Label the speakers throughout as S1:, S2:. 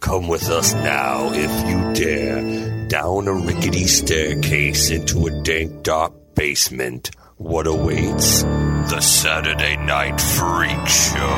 S1: Come with us now, if you dare, down a rickety staircase into a dank, dark basement. What awaits? The Saturday Night Freak Show.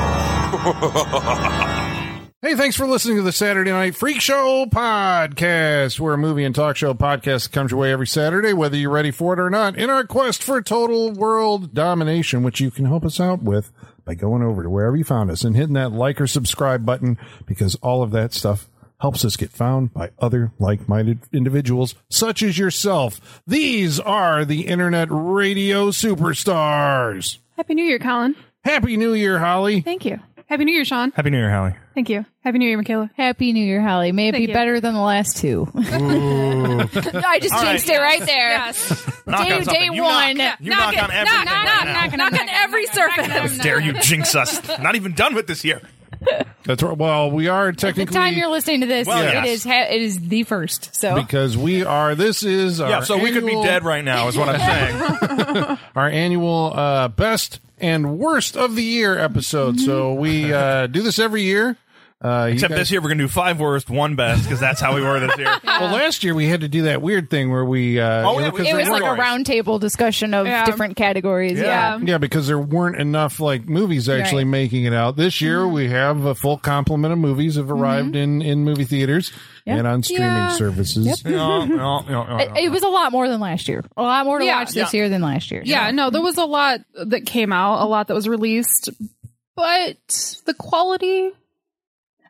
S2: Hey, thanks for listening to the Saturday Night Freak Show podcast. We're a movie and talk show podcast that comes your way every Saturday, whether you're ready for it or not, in our quest for total world domination, which you can help us out with by going over to wherever you found us and hitting that like or subscribe button because all of that stuff helps us get found by other like minded individuals such as yourself. These are the internet radio superstars.
S3: Happy New Year, Colin.
S2: Happy New Year, Holly.
S3: Thank you. Happy New Year, Sean.
S4: Happy New Year, Hallie.
S3: Thank you. Happy New Year, Michaela.
S5: Happy New Year, Holly. May it
S3: Thank
S5: be
S3: you.
S5: better than the last two. I just jinxed it right there.
S4: Knock
S5: Day,
S4: on something.
S5: day
S4: You
S5: one.
S4: knock- You knock, on
S3: knock,
S4: everything. right
S3: knock,
S4: now.
S3: knock, knock, on every
S4: How
S3: surface.
S4: dare you jinx us? Not even done with this year.
S2: That's right. Well, we are
S5: The
S2: technically.
S5: time you're listening to this,
S4: Well,
S5: it
S4: yes.
S5: is ha- it is the first. So
S2: because we are this is our
S4: Yeah, so we could be
S2: annual-
S4: dead right now, is what I'm saying.
S2: our annual uh best and worst of the year episode so we uh do this every year uh you
S4: Mm-hmm. Except
S2: guys-
S4: this year, we're going to do five worst, one best, because that's how we were this year.
S2: well last year we had to do that weird thing where we uh
S4: Oh,
S2: you know,
S4: yeah,
S2: 'cause
S4: we-
S5: it
S2: there
S5: was like a
S4: categories.
S5: round table discussion of
S3: Yeah.
S5: different categories. Yeah.
S3: Yeah.
S2: weren't- yeah because there weren't enough like movies actually
S5: Right.
S2: making it out this year
S4: Mm-hmm.
S2: we have a full complement of movies have arrived in in movie theaters and on streaming
S3: Yeah.
S2: services
S4: No, no, no, no, no.
S5: It, it was a lot more than last year. A lot more to
S3: Yeah.
S5: watch this
S4: Yeah.
S5: year than last year.
S3: yeah, no, there was a lot that came out, a lot that was released, but the quality,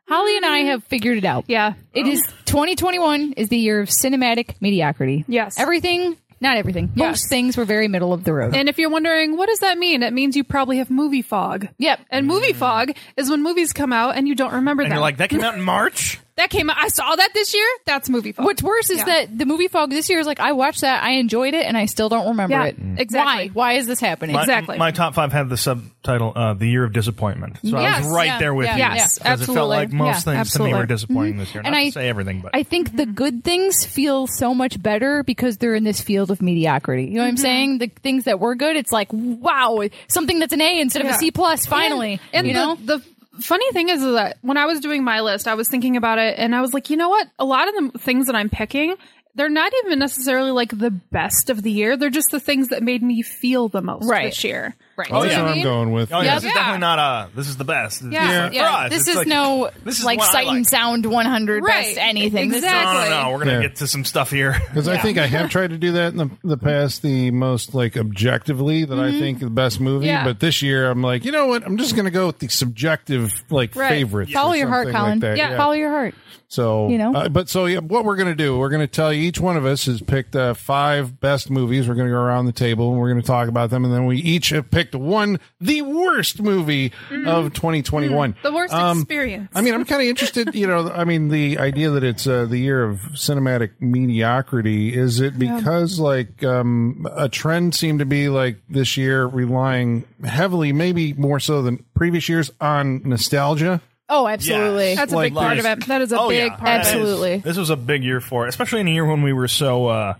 S5: Holly and I have figured it out.
S3: yeah,
S5: It is 2021 is the year of cinematic mediocrity.
S3: Yes.
S5: Everything, not everything.
S3: Yes.
S5: Most things were very middle of the road.
S3: And if you're wondering, what does that mean? It means you probably have movie fog.
S5: Yep.
S3: And movie fog is when movies come out and you don't remember
S4: And
S3: them.
S4: you're like, that came out in March?
S3: that came out. I saw that this year. That's movie fog.
S5: What's worse is
S3: Yeah.
S5: that the movie fog this year is like I watched that, I enjoyed it, and I still don't remember
S3: Yeah,
S5: it.
S3: exactly.
S5: Why? Why is this happening?
S4: My-
S3: Exactly.
S4: My, top five had the subtitle, uh, The Year of Disappointment. So I
S3: Yes,
S4: was right
S5: yeah,
S4: there with
S5: yeah,
S4: you.
S5: yeah.
S3: Yes,
S4: 'Cause It felt
S3: absolutely.
S4: like most
S3: Yeah,
S4: things to me
S3: absolutely.
S4: were disappointing this year. Not
S5: And
S4: to
S5: I-
S4: say everything, but.
S5: I think
S3: Mm-hmm.
S5: the good things feel so much better because they're in this field of mediocrity. You know what
S3: Mm-hmm.
S5: I'm saying? The things that were good, it's like wow, something that's an A instead of
S3: Yeah.
S5: a C plus. Finally,
S3: And
S5: you
S3: the,
S5: know,
S3: the funny thing is that when I was doing my list, I was thinking about it and I was like, you know what? A lot of the things that I'm picking, they're not even necessarily like the best of the year. They're just the things that made me feel the most
S5: Right.
S3: this year.
S5: right?
S2: that's
S4: yeah.
S2: what i'm going with
S4: Oh, yeah,
S5: Yeah.
S4: this is
S3: Yeah.
S4: definitely not uh this is the best. It's
S3: Yeah.
S4: like, for us,
S5: This
S4: it's
S5: is
S4: like-
S5: no
S4: this is
S5: like
S4: what I
S5: sight
S4: like.
S5: and sound 100
S3: Right.
S5: best anything. This is-
S3: Exactly.
S4: No, no, no. We're gonna
S2: Yeah.
S4: get to some stuff here.
S2: Because I think I have tried to do that in the, the past, the most like objectively that
S5: Mm-hmm.
S2: I think the best movie.
S3: Yeah.
S2: But this year, I'm like, you know what? I'm just going to go with the subjective like
S3: Right.
S2: favorites.
S5: Follow
S2: or
S5: your heart,
S2: something like
S5: Colin.
S2: that.
S3: Yeah.
S5: Follow your heart.
S2: So,
S5: You know?
S2: uh, but so yeah, what we're going to do, we're going to tell you each one of us has picked uh, five best movies. We're going to go around the table and we're going to talk about them. And then we each have picked one, the worst movie
S5: Mm-hmm.
S2: of 2021.
S3: The worst
S2: Um,
S3: experience.
S2: I mean, I'm kind of interested. You know, I mean, the idea that it's uh, the year of cinematic mediocrity is it because like um, a trend seemed to be like this year relying heavily, maybe more so than previous years, on nostalgia.
S5: Oh, absolutely.
S3: That's
S2: like
S3: a big part
S2: there's-
S3: of it. That is a
S4: Oh,
S3: big
S4: yeah.
S3: part of it.
S5: Absolutely.
S4: This was a big year for it, especially in a year when we were so. uh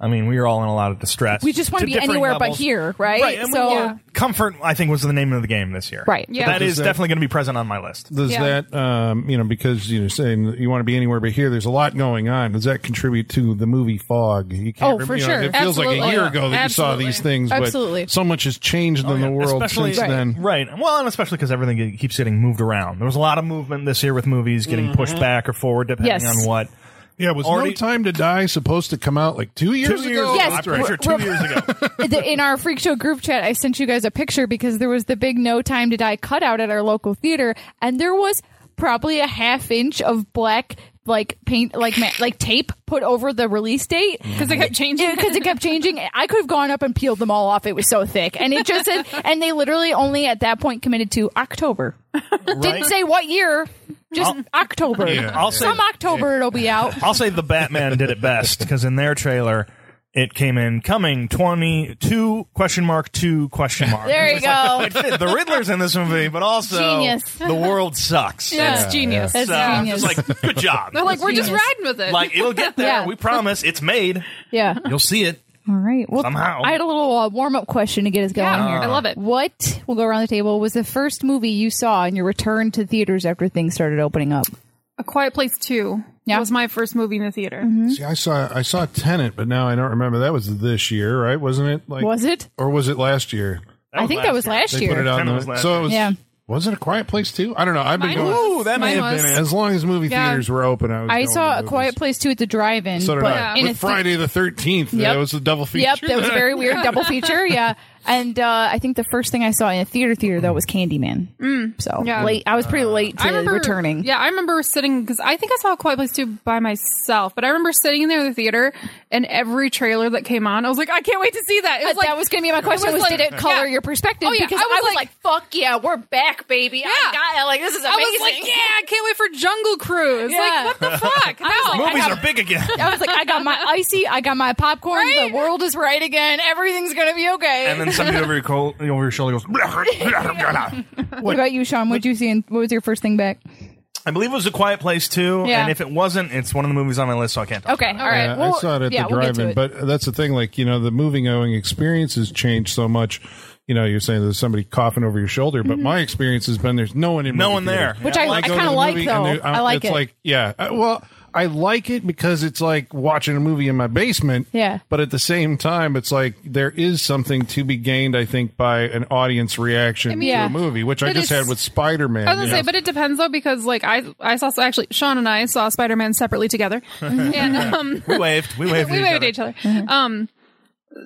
S4: I mean, we were all in a lot of distress.
S5: We just want to be
S4: differing
S5: anywhere but
S4: levels.
S5: here, right?
S4: Right, and we
S5: so
S4: were- comfort, I think, was the name of the game this year.
S5: Right.
S3: Yeah.
S4: That is
S2: that-
S4: definitely going to be present on my list.
S2: Does
S3: Yeah.
S2: that, um, you know, because you're saying that you want to be anywhere but here, there's a lot going on. Does that contribute to the movie fog? You can't,
S5: Oh,
S2: rem-
S5: for
S2: you know,
S5: sure.
S2: It feels like a
S3: Absolutely.
S2: year ago that
S3: Absolutely.
S2: you saw these things, but
S5: Absolutely.
S2: so much has changed in the world
S4: especially,
S2: since then.
S4: Right. Well, and especially because everything ge- keeps getting moved around. There was a lot of movement this year with movies getting pushed back or forward depending
S5: Mm-hmm. Yes.
S4: on what.
S2: Yeah, was
S4: Already-
S2: No Time to Die supposed to come out like two years
S4: Two years
S2: ago?
S4: ago.
S5: Yes.
S4: I'm pretty sure two
S5: We're-
S4: years ago.
S5: the, in our freak show group chat, I sent you guys a picture because there was the big "No Time to Die" cutout at our local theater, and there was probably a half inch of black like paint, like ma- like tape put over the release date because
S3: They kept changing.
S5: because it kept changing. I could have gone up and peeled them all off. It was so thick, and it just said, and they literally only at that point committed to October.
S4: Right?
S5: Didn't say what year, just October.
S4: I'll say-
S5: Some October it'll be out.
S4: I'll say the Batman did it best because in their trailer, it came in coming twenty two question mark two question mark.
S5: There you go.
S4: the Riddler's in this movie, but also
S5: Genius.
S4: the world sucks.
S3: That's genius.
S5: That's
S4: so I'm
S5: genius.
S4: just like, good job.
S3: They're like, we're just
S5: genius.
S3: riding with it.
S4: like it'll get there.
S5: Yeah.
S4: We promise. It's made.
S5: yeah.
S4: You'll see it.
S5: All right. Well,
S4: Somehow.
S5: I had a little uh, warm up question to get us going
S3: Yeah,
S5: here.
S3: I love it.
S5: What, we'll go around the table, was the first movie you saw in your return to theaters after things started opening up?
S3: A Quiet Place Two.
S5: Yeah. Mm-hmm.
S3: was my first movie in the theater.
S2: See, I saw I saw Tenant, but now I don't remember. That was this year, right? Wasn't it? Like,
S5: Was it?
S2: or was it last year?
S5: I think that was last
S2: They
S5: year.
S2: put it out. in
S4: Tenet
S2: the-
S4: was last
S2: so it was.
S5: Yeah.
S2: Was it a Quiet Place too? I don't know. I've been
S3: Mine
S2: going
S3: was-
S4: Ooh, that may
S3: mine
S4: have been
S3: was-
S4: it.
S2: as long as movie
S3: Yeah.
S2: theaters were open. I, was
S5: I
S2: going to
S5: saw A
S2: movies.
S5: Quiet Place 2 at the drive-in.
S2: So did
S5: but
S2: I.
S5: in
S2: With
S5: a thi-
S2: Friday the Thirteenth.
S5: Yep.
S2: That was a double feature.
S5: Yep, that was a very weird double feature. Yeah, and uh, I think the first thing I saw in a theater theater though was Candyman. Mm, so
S3: yeah.
S5: late, I was
S2: Uh,
S5: pretty late to
S3: I remember
S5: returning.
S3: Yeah, I remember sitting because I think I saw a Quiet Place Two by myself, but I remember sitting in there in the theater and every trailer that came on, I was like, I can't wait to see that. It was
S5: Uh,
S3: like,
S5: that was going to be my question. Was,
S3: was
S5: did
S3: like-
S5: it color
S3: yeah.
S5: your perspective?
S3: Oh, yeah.
S5: Because
S3: I was
S5: like,
S3: like-
S5: "Fuck yeah, we're back, baby! I
S3: Yeah.
S5: got it. Like this is
S3: I
S5: amazing."
S3: was like, yeah, I can't wait for Jungle Cruise.
S5: Yeah.
S3: Like, what the fuck? No. I
S4: Movies
S5: got-
S4: are big again.
S5: I was like, I got my icy, I got my popcorn.
S3: Right?
S5: The world is right again. Everything's going to be okay.
S4: and then somebody over your, col- over your shoulder goes.
S5: what about you, Sean? What would you see? And what was your first thing back?
S4: I believe it was a Quiet Place too.
S5: Yeah.
S4: And if it wasn't, it's one of the movies on my list, so I can't. Talk
S5: Okay, all right.
S2: Yeah,
S5: Well,
S2: Uh, I saw it at
S5: yeah,
S2: the
S5: we'll get to
S2: drive-in,
S5: it.
S2: but that's the thing. Like you know, the movie going experience has changed so much. You know, you're saying there's somebody coughing over your shoulder, but my experience has been there's no one in
S4: No
S2: movie
S4: one
S2: theater.
S4: there.
S5: Mm-hmm. Which I-
S2: go
S5: I
S2: to
S5: kinda
S2: the
S5: like,
S2: movie and
S5: though.
S2: there- I'm-
S5: I like
S2: it's
S5: it.
S2: Like yeah, Uh, well. I like it because it's like watching a movie in my basement.
S5: Yeah.
S2: But at the same time, it's like there is something to be gained, I think, by an audience reaction
S3: mean,
S5: yeah.
S2: to a movie, which I
S3: But
S2: just
S3: it's-
S2: had with Spider Man.
S3: was gonna say, but it depends though, because like I, I saw actually Sean and I saw Spider Man separately together, and um,
S4: We waved. We waved.
S3: we
S4: at
S3: waved at each other.
S5: Uh-huh.
S3: Um,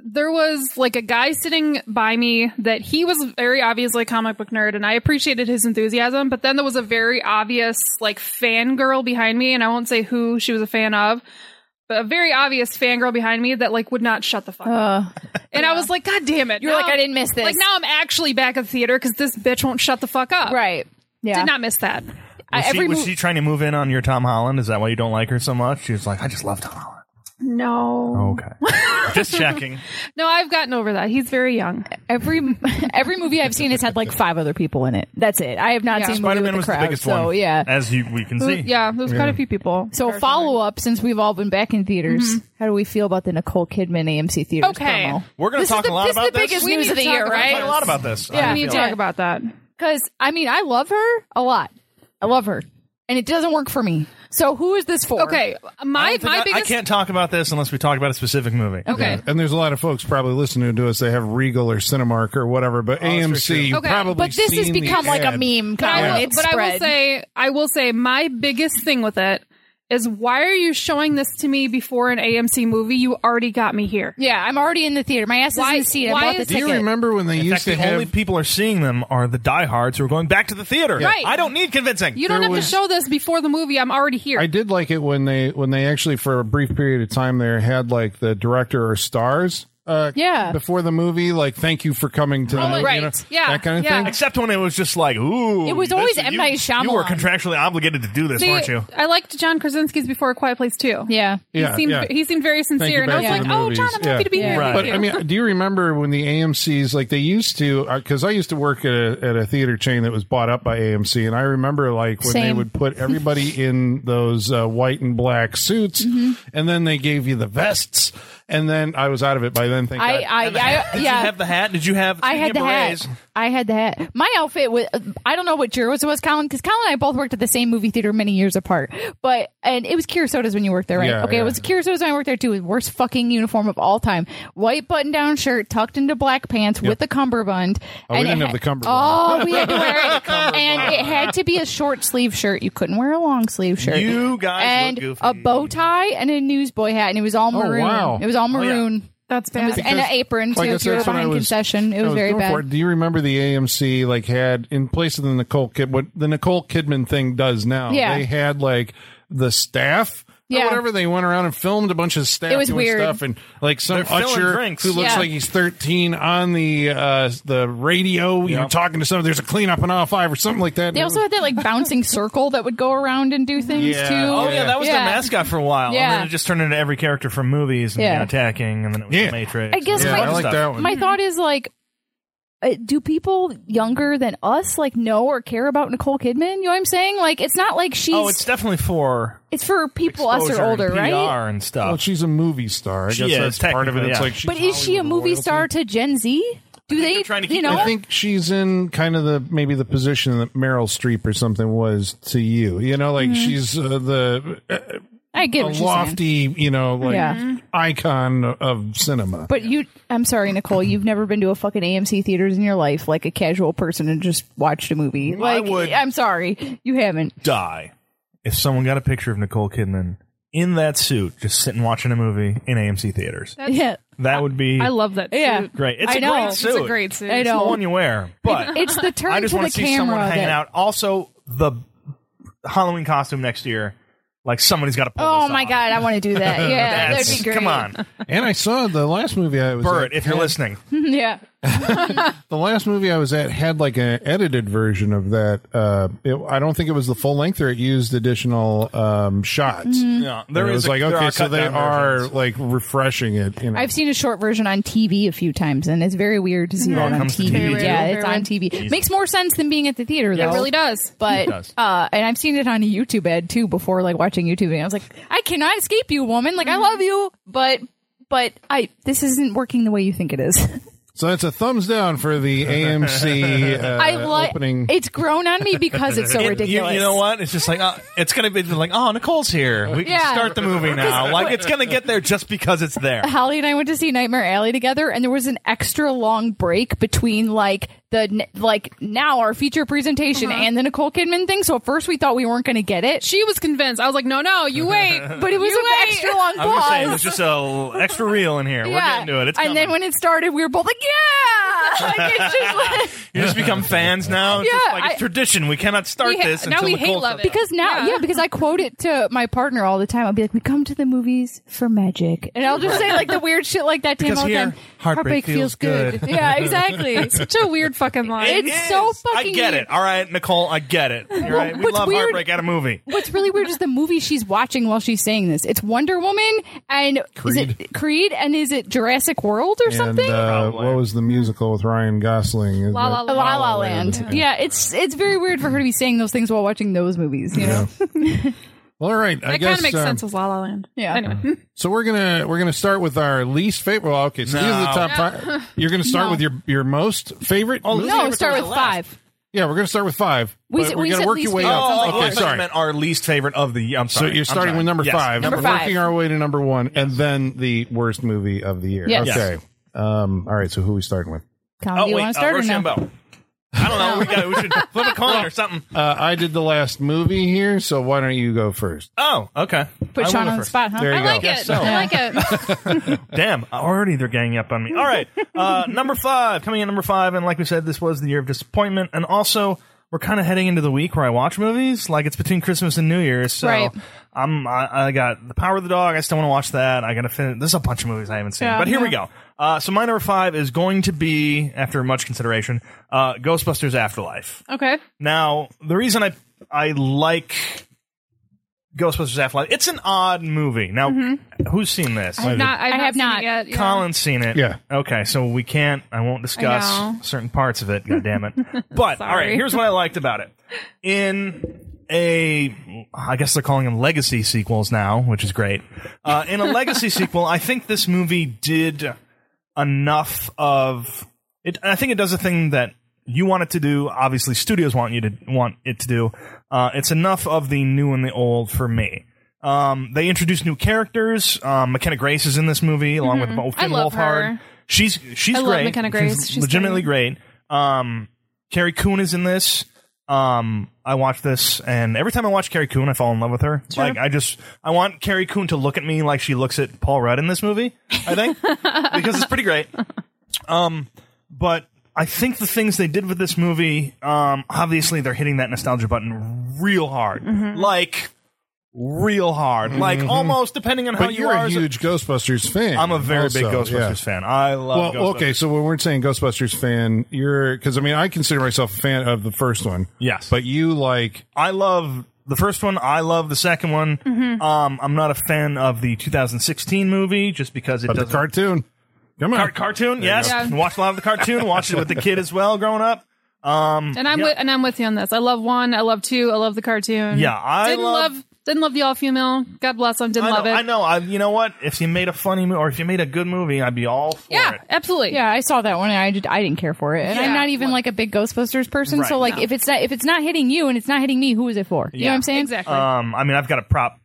S3: there was like a guy sitting by me that he was very obviously a comic book nerd, and I appreciated his enthusiasm. But then there was a very obvious like fangirl behind me, and I won't say who she was a fan of, but a very obvious fangirl behind me that like would not shut the fuck up.
S5: Uh,
S3: And I was like, God damn it!
S5: you were
S3: now-
S5: like, I didn't miss this.
S3: Like now I'm actually back at the theater because this bitch won't shut the fuck up.
S5: right? Yeah.
S3: Did not miss that.
S5: I-
S4: Was, she,
S5: every
S4: was
S5: mo-
S4: she trying to move in on your Tom Holland? Is that why you don't like her so much? She was like, I just love Tom Holland.
S3: No.
S4: Okay. just checking.
S3: No, I've gotten over that. He's very young.
S5: every every movie I've seen has had like five other people in it. That's it. I have not
S3: Yeah.
S5: seen
S4: Spider
S5: Spider
S4: Man
S5: Man
S4: was
S5: crowd,
S4: the biggest
S5: so,
S4: one.
S5: Yeah.
S4: As you, we can see.
S3: Yeah, there's quite a few people.
S5: So follow up since we've all been back in theaters. How do we feel about the Nicole Kidman AMC theaters
S3: Okay.
S5: promo?
S4: We're going to
S5: This is
S4: talk
S5: the-
S4: a lot
S5: this is
S4: about
S5: the
S4: this.
S5: biggest
S3: We
S5: news
S3: need
S5: of the
S3: to talk
S5: year,
S3: about
S4: We're gonna talk a lot
S5: right?
S4: about this.
S5: Yeah.
S4: I
S3: We need to
S4: feel.
S3: talk about that.
S5: Because I mean, I love her a lot. I love her, and it doesn't work for me. So who is this for?
S3: Okay,
S4: I,
S3: my
S4: don't think
S3: my
S4: I- I
S3: biggest
S4: can't talk about this unless we talk about a specific movie.
S3: okay.
S2: And there's a lot of folks probably listening to us. They have Regal or Cinemark or whatever,
S4: Oh,
S2: but AMC you
S3: Okay,
S2: probably.
S5: but this has
S2: seen the
S5: become like a
S2: ad.
S5: meme.
S3: But
S5: Colin.
S3: I will,
S5: It's
S3: but I will
S5: spread.
S3: say I will say my biggest thing with it is why are you showing this to me before an AMC movie? You already got me here.
S5: yeah, I'm already in the theater. My ass is
S3: Why-
S5: in the seat. I
S3: why
S5: bought the
S3: is-
S2: Do you
S5: ticket.
S2: remember when they
S4: In fact,
S2: used
S4: the
S2: to have?
S4: only people who are seeing them are the diehards who are going back to the theater.
S3: Right.
S4: I don't need convincing.
S3: You don't
S2: There
S3: have
S2: was-
S3: to show this before the movie. I'm already here.
S2: I did like it when they when they actually for a brief period of time there had like the director or stars. Uh,
S5: Yeah.
S2: Before the movie, like thank you for coming to the
S3: Oh,
S2: movie,
S3: right.
S2: you know,
S3: Yeah,
S2: that kind of
S3: yeah.
S2: thing.
S4: Except when it was just like, ooh.
S5: It was
S4: this-
S5: always M.
S4: you-
S5: Night
S4: You were
S5: Shyamalan.
S4: contractually obligated to do this,
S3: See,
S4: weren't you?
S3: I liked John Krasinski's Before a Quiet Place too.
S5: Yeah.
S2: Yeah,
S3: he seemed
S2: yeah.
S3: he seemed very sincere, and I
S2: back
S3: was
S2: to
S3: like,
S2: the
S3: "Oh,
S2: movies.
S3: John, I'm happy
S2: Yeah.
S3: to be here."
S4: Right.
S3: Thank
S2: But
S3: you.
S2: I mean, do you remember when the AMC's like they used to? Because I used to work at a, at a theater chain that was bought up by AMC, and I remember like when they
S5: Same.
S2: would put everybody in those uh, white and black suits,
S5: Mm-hmm.
S2: and then they gave you the vests, and then I was out of it by then. Thank
S5: I,
S2: God.
S5: I, I,
S4: Did
S5: yeah.
S4: you have the hat? Did you have?
S5: I had
S4: speaking
S5: the
S4: of
S5: hat.
S4: berets,
S5: I had the hat. My outfit was, I don't know what yours was, Colin, because Colin and I both worked at the same movie theater many years apart. But, and it was Kirisota's when you worked there, right?
S2: Yeah,
S5: okay,
S2: yeah.
S5: it was Kirisota's when I worked there too. Worst fucking uniform of all time. White button down shirt tucked into black pants with a cummerbund.
S2: Oh, we
S5: and it
S2: didn't have
S5: had-
S2: the cummerbund.
S5: Oh, we had to wear it. and it had to be a short sleeve shirt. You couldn't wear a long sleeve shirt.
S4: You guys
S5: And
S4: look goofy.
S5: a bow tie and a newsboy hat, and it was all
S2: Oh,
S5: maroon.
S2: wow.
S5: It was all
S4: yeah.
S5: maroon.
S3: that's bad.
S5: was- and an apron, too,
S2: I guess
S5: if you were
S2: that's what
S5: behind
S2: I
S5: concession. It
S2: I
S5: was very
S2: going
S5: bad.
S2: for it. Do you remember the AMC like had in place of the Nicole Kid what the Nicole Kidman thing does now?
S5: Yeah.
S2: they had like the staff. Or
S5: Yeah.
S2: whatever they went around and filmed a bunch of staff
S5: It was
S2: doing
S5: weird.
S2: stuff and like some
S4: They're filling
S2: usher
S4: drinks.
S2: who looks
S5: Yeah.
S2: like he's 13 on the uh the radio you're talking to someone there's a cleanup in aisle five or something like that
S5: They also had that like bouncing circle that would go around and do things
S2: Yeah.
S5: too.
S4: Oh yeah, that was
S5: Yeah.
S4: the mascot for a while.
S5: Yeah.
S4: And then it just turned into every character from movies and
S5: Yeah.
S4: you know, attacking, and then it was
S2: Yeah.
S4: the Matrix.
S5: I guess
S4: and
S2: yeah,
S4: all
S5: my-
S2: I like
S4: stuff.
S2: that one
S5: My thought is like, uh, do people younger than us like know or care about Nicole Kidman? You know what I'm saying? Like, it's not like she's.
S4: Oh, it's
S5: it's,
S4: definitely for
S5: for people us
S4: exposure
S5: or older,
S4: and PR
S5: right?
S4: and stuff.
S2: well she's a movie star i
S4: She
S2: guess
S4: is,
S2: that's part of it
S4: technically,
S2: it's
S4: yeah.
S2: like she's
S5: But is she a
S2: Hollywood
S5: movie
S2: royalty.
S5: star to Gen Z? Do they?
S4: they're trying to
S5: you
S4: keep
S5: know,
S2: I think she's in kind of the maybe the position that Meryl Streep or something was to you. You know,
S5: Mm-hmm.
S2: like she's uh, the uh,
S5: I get
S2: a
S5: what you're saying.
S2: lofty, you know, like
S5: Yeah.
S2: icon of cinema.
S5: But you, I'm sorry, Nicole, you've never been to a fucking AMC theaters in your life, like a casual person, and just watched a movie. Like,
S4: would.
S5: I'm sorry, you haven't.
S4: die if someone got a picture of Nicole Kidman in that suit, just sitting watching a movie in AMC theaters.
S5: Yeah,
S4: That would be
S3: I love that.
S5: Yeah.
S3: suit.
S4: great. It's
S5: I
S4: a
S5: know.
S4: great
S5: It's
S4: suit.
S3: It's a great suit.
S5: I
S4: It's the
S5: know.
S4: one you wear, but
S5: it's the turn
S4: I just
S5: to the
S4: want to see someone
S5: camera.
S4: hanging
S5: that-
S4: out. Also, the Halloween costume next year, like somebody's got to pull.
S5: Oh
S4: this
S5: my
S4: off.
S5: god, I want to do that. Yeah,
S4: That's-
S5: that'd be great.
S4: Come on,
S2: and I saw the last movie I was
S4: Bert,
S2: at-
S4: if you're listening,
S5: yeah.
S2: the last movie I was at had like an edited version of that. Uh, it, I don't think it was the full length, or it used additional um, shots.
S5: Mm-hmm.
S4: yeah, there
S2: And it was
S4: is a-
S2: like
S4: there
S2: okay,
S4: are
S2: so they
S4: cut-down
S2: are
S4: versions.
S2: like refreshing it. You know?
S5: I've seen a short version on TV a few times, and it's very weird to see that on
S4: comes to
S5: TV.
S4: TV, too.
S5: yeah,
S3: Very
S5: it's on
S3: weird.
S5: TV. Makes more sense than being at the theater, though.
S3: It really does.
S5: But
S4: does.
S5: uh, and I've seen it on a YouTube ad too before, like watching YouTube, and I was like, I cannot escape you, woman. Like I love you, but but I this isn't working the way you think it is.
S4: Uh,
S2: so that's a thumbs down for the AMC. Uh,
S5: I like
S2: opening.
S5: it's grown on me because it's so
S4: It- you-
S5: ridiculous.
S4: You, know what? It's just like uh, it's gonna be like, oh, Nicole's here. We can
S5: Yeah.
S4: start the movie now. Like it's gonna get there just because it's there.
S5: Holly and I went to see Nightmare Alley together, and there was an extra long break between like the like now our feature presentation
S4: Uh-huh.
S5: and the Nicole Kidman thing. So at first we thought we weren't going to get it,
S3: She was convinced. I was like, no, no, you wait.
S5: but it was
S3: You
S5: an
S3: wait.
S5: extra long
S4: I'm just saying,
S5: pause.
S4: there's just a l- extra reel in here. We're
S5: yeah,
S4: getting to it. It's
S5: and then
S4: coming.
S5: when it started, we were both like, "Yeah!" Like, it's just like-
S4: you just become fans now. It's just
S5: Yeah,
S4: like it's
S5: I-
S4: tradition. We cannot start
S3: We ha-
S4: this
S3: now
S4: until
S3: we
S4: Nicole
S3: hate
S4: says-
S3: love it.
S5: because now, yeah.
S3: Yeah.
S5: because I quote it to my partner all the time. I'll be like, "We come to the movies for magic," and I'll just say like the weird shit like that to him
S4: Because
S5: all the
S4: here,
S5: time.
S4: heartbreak feels good.
S5: yeah, exactly.
S3: Such a weird fucking line.
S5: It- it's so
S4: Yes, I
S5: fucking
S4: get
S5: weird.
S4: it. All right, Nicole, I get it. You're right. We
S5: what's
S4: love
S5: weird- Oh,
S4: heartbreak at a movie.
S5: What's really weird is the movie she's watching while she's saying this. It's Wonder Woman and is
S2: Creed.
S5: it Creed and is it Jurassic World or
S2: and
S5: something?
S2: uh, what was the musical with Ryan Gosling?
S3: La La
S5: La
S3: La
S5: La Land. Yeah, it's it's very weird for her to be saying those things while watching those movies. You know,
S2: Well, all right. I
S3: That kind
S2: guess
S3: of makes
S2: um,
S3: sense with La La Land.
S5: Yeah.
S3: Anyway,
S2: So we're gonna we're gonna start with our least favorite. Well, okay, so these are the
S4: No.
S2: top five. You're gonna start with your your most favorite.
S4: Oh,
S2: movie?
S4: Yeah,
S5: no,
S4: but
S5: start
S4: those
S5: with
S4: are last.
S5: five.
S2: Yeah, we're gonna start with five.
S5: We
S2: but
S5: said-
S2: we're
S5: we
S2: gonna
S5: said
S2: work your
S5: least
S2: way
S5: favorite.
S2: up.
S5: Oh,
S4: I
S2: okay,
S4: thought you
S2: sorry.
S4: meant our least favorite of the. I'm
S2: So
S4: sorry.
S2: you're
S4: I'm
S2: starting
S4: sorry.
S2: with number
S4: Yes.
S2: five.
S5: Number
S2: We're
S5: five.
S2: working our way to number one, and then the worst movie of the year.
S5: Yes. Yes.
S2: Okay. Um. All right. So who are we starting with?
S5: Colin,
S4: Oh
S5: do you
S4: wait,
S5: want
S4: uh,
S5: to start or no?
S4: Rochambeau. I don't know. We got. We should flip a coin or something.
S2: Uh, I did the last movie here, so why don't you go first?
S4: Oh, okay. I
S5: Put
S4: will
S5: Sean
S4: go
S5: on the
S4: first.
S5: spot, huh?
S2: There you
S3: I like
S2: go.
S3: it.
S4: so.
S3: I like it.
S4: Damn, already they're ganging up on me. All right, uh, number five, coming in number five, and like we said, this was the year of disappointment, and also we're kind of heading into the week where I watch movies. Like it's between Christmas and New Year's, so
S5: Right.
S4: I'm I, I got the Power of the Dog. I still want to watch that. I got to finish. There's a bunch of movies I haven't seen,
S5: Yeah,
S4: but here we
S5: yeah.
S4: go. Uh, so my number five is going to be, after much consideration, uh, Ghostbusters Afterlife.
S3: Okay.
S4: Now, the reason I I like Ghostbusters Afterlife, it's an odd movie. Now, who's seen this?
S3: Mm-hmm. Not, I've
S5: I have
S3: seen
S5: not.
S3: it yet. Yeah.
S4: Colin's seen it.
S2: Yeah.
S4: Okay, so we can't. I won't discuss
S3: I know.
S4: certain parts of it. God damn it! But all right,
S3: Sorry.
S4: here's what I liked about it. In a, I guess they're calling them legacy sequels now, which is great. Uh, in a legacy sequel, I think this movie did enough of it. I think it does a thing that you want it to do. Obviously, studios want you to want it to do. Uh, it's enough of the new and the old for me. Um, they introduce new characters. Um, McKenna Grace is in this movie along with Finn
S3: Mm-hmm. I love
S4: Wolfhard.
S3: her.
S4: She's she's
S3: I love
S4: great.
S3: McKenna Grace.
S4: She's,
S3: She's
S4: legitimately great. Um, Carrie Coon is in this. Um, I watch this, and every time I watch Carrie Coon, I fall in love with her. Like I just, I want Carrie Coon to look at me like she looks at Paul Rudd in this movie. I think because it's pretty great. Um, but I think the things they did with this movie, um, obviously they're hitting that nostalgia button real hard,
S2: Mm-hmm.
S4: like real hard, like almost depending on how
S2: But
S4: Oh, you
S2: you're
S4: are.
S2: a
S4: as
S2: huge Ghostbusters fan.
S4: I'm a very big
S2: also,
S4: Ghostbusters
S2: yeah.
S4: fan. I love.
S2: Well,
S4: Ghostbusters.
S2: okay, so when we're saying Ghostbusters fan, you're because I mean I consider myself a fan of the first one.
S4: Yes.
S2: but you like
S4: I love the first one. I love the second one.
S2: Mm-hmm.
S4: Um, I'm not a fan of the 2016 movie just because it
S2: but the
S4: doesn't.
S2: cartoon. Come on,
S4: Car- cartoon, yes.
S3: go. Yeah.
S4: Watch a lot of the cartoon. Watched it with the kid as well growing up. Um,
S3: And I'm
S4: yeah.
S3: with, and I'm with you on this. I love one. I love two. I love the cartoon.
S4: Yeah, I
S3: didn't
S4: love-
S3: love, Didn't love the all female. God bless them. Didn't
S4: I
S3: love
S4: know,
S3: it.
S4: I know. I, you know what? If you made a funny movie or if you made a good movie, I'd be all for
S3: Yeah,
S4: it.
S3: absolutely.
S5: Yeah, I saw that one. And I did, I didn't care for it, and I'm
S3: Yeah.
S5: not even like a big Ghostbusters person.
S4: Right.
S5: So like,
S4: No.
S5: if it's not if it's not hitting you and it's not hitting me, who is it for? You know what I'm saying?
S3: Exactly.
S4: Um, I mean, I've got a prop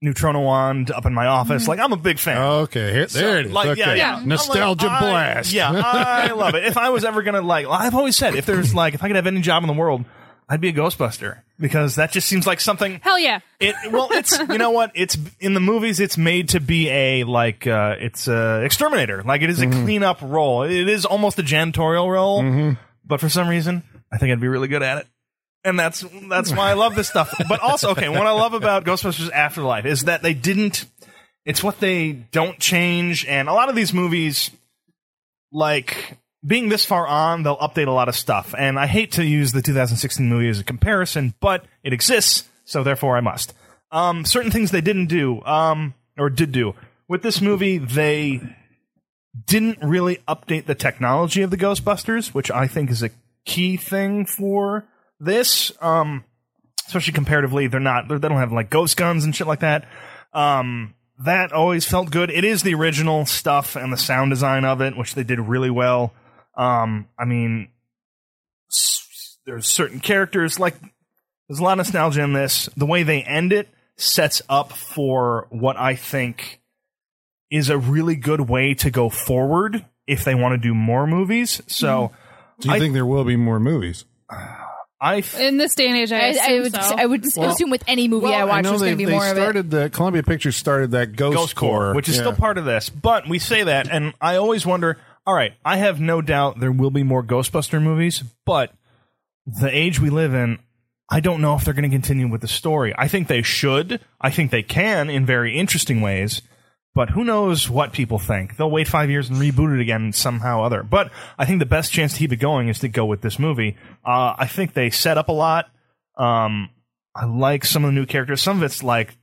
S4: neutrino wand up in my office.
S3: Mm-hmm.
S4: Like, I'm a big fan.
S2: Okay, here, Oh, there it is.
S4: Like,
S2: okay.
S4: yeah, yeah.
S3: Yeah.
S2: Nostalgia
S4: I'm like, I-
S2: blast.
S4: yeah, I love it. If I was ever gonna like, I've always said, if there's like, if I could have any job in the world, I'd be a Ghostbuster because that just seems like something.
S3: Hell yeah.
S4: It well, it's you know what? It's in the movies. It's made to be a like uh, it's a exterminator. Like it is a cleanup role. It is almost a janitorial role, but for some reason, I think I'd be really good at it. And that's that's why I love this stuff. But also, okay, what I love about Ghostbusters Afterlife is that they didn't. It's what they don't change, and a lot of these movies, like being this far on, they'll update a lot of stuff. And I hate to use the 2016 movie as a comparison, but it exists, so therefore I must. Um, certain things they didn't do, um, or did do. With this movie, they didn't really update the technology of the Ghostbusters, which I think is a key thing for this. Um, especially comparatively, they're not they don't have like ghost guns and shit like that. Um, that always felt good. It is the original stuff and the sound design of it, which they did really well. Um, I mean, s- there's certain characters like there's a lot of nostalgia in this. The way they end it sets up for what I think is a really good way to go forward if they want to do more movies. So
S2: Do you
S4: I-
S2: think there will be more movies?
S4: I f-
S3: In this day and age, I,
S5: I, I
S3: assume
S5: would
S3: so.
S5: I would assume with any movie I watch,
S2: know
S5: there's
S2: they,
S5: going to be
S2: they
S5: more of it.
S2: started the Columbia Pictures started that Ghost,
S4: Ghost Core, which is
S2: Yeah.
S4: still part of this. But we say that, and I always wonder. All right, I have no doubt there will be more Ghostbuster movies, but the age we live in, I don't know if they're going to continue with the story. I think they should. I think they can in very interesting ways. But who knows what people think? They'll wait five years and reboot it again somehow other. But I think the best chance to keep it going is to go with this movie. Uh, I think they set up a lot. Um, I like some of the new characters. Some of it's like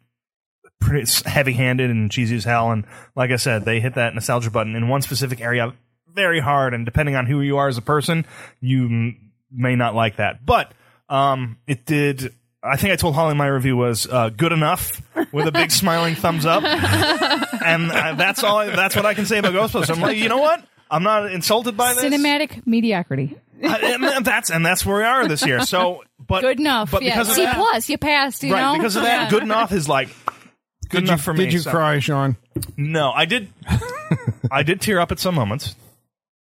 S4: pretty heavy handed and cheesy as hell. And like I said, they hit that nostalgia button in one specific area very hard. And depending on who you are as a person, you m- may not like that. But um, it did. I think I told Holly my review was uh, good enough with a big smiling thumbs up, and uh, that's all. I, that's what I can say about Ghostbusters. I'm like, you know what? I'm not insulted by this.
S5: Cinematic mediocrity.
S4: I- and that's and that's where we are this year. So, but
S5: Good enough.
S4: But
S5: yeah.
S4: because of
S5: C
S4: that,
S5: plus, you passed. You
S4: right?
S5: know.
S4: Because of that, good enough is like
S2: Did
S4: good
S2: you,
S4: enough for me.
S2: did you
S4: so-
S2: cry, Sean?
S4: No, I did. I did tear up at some moments,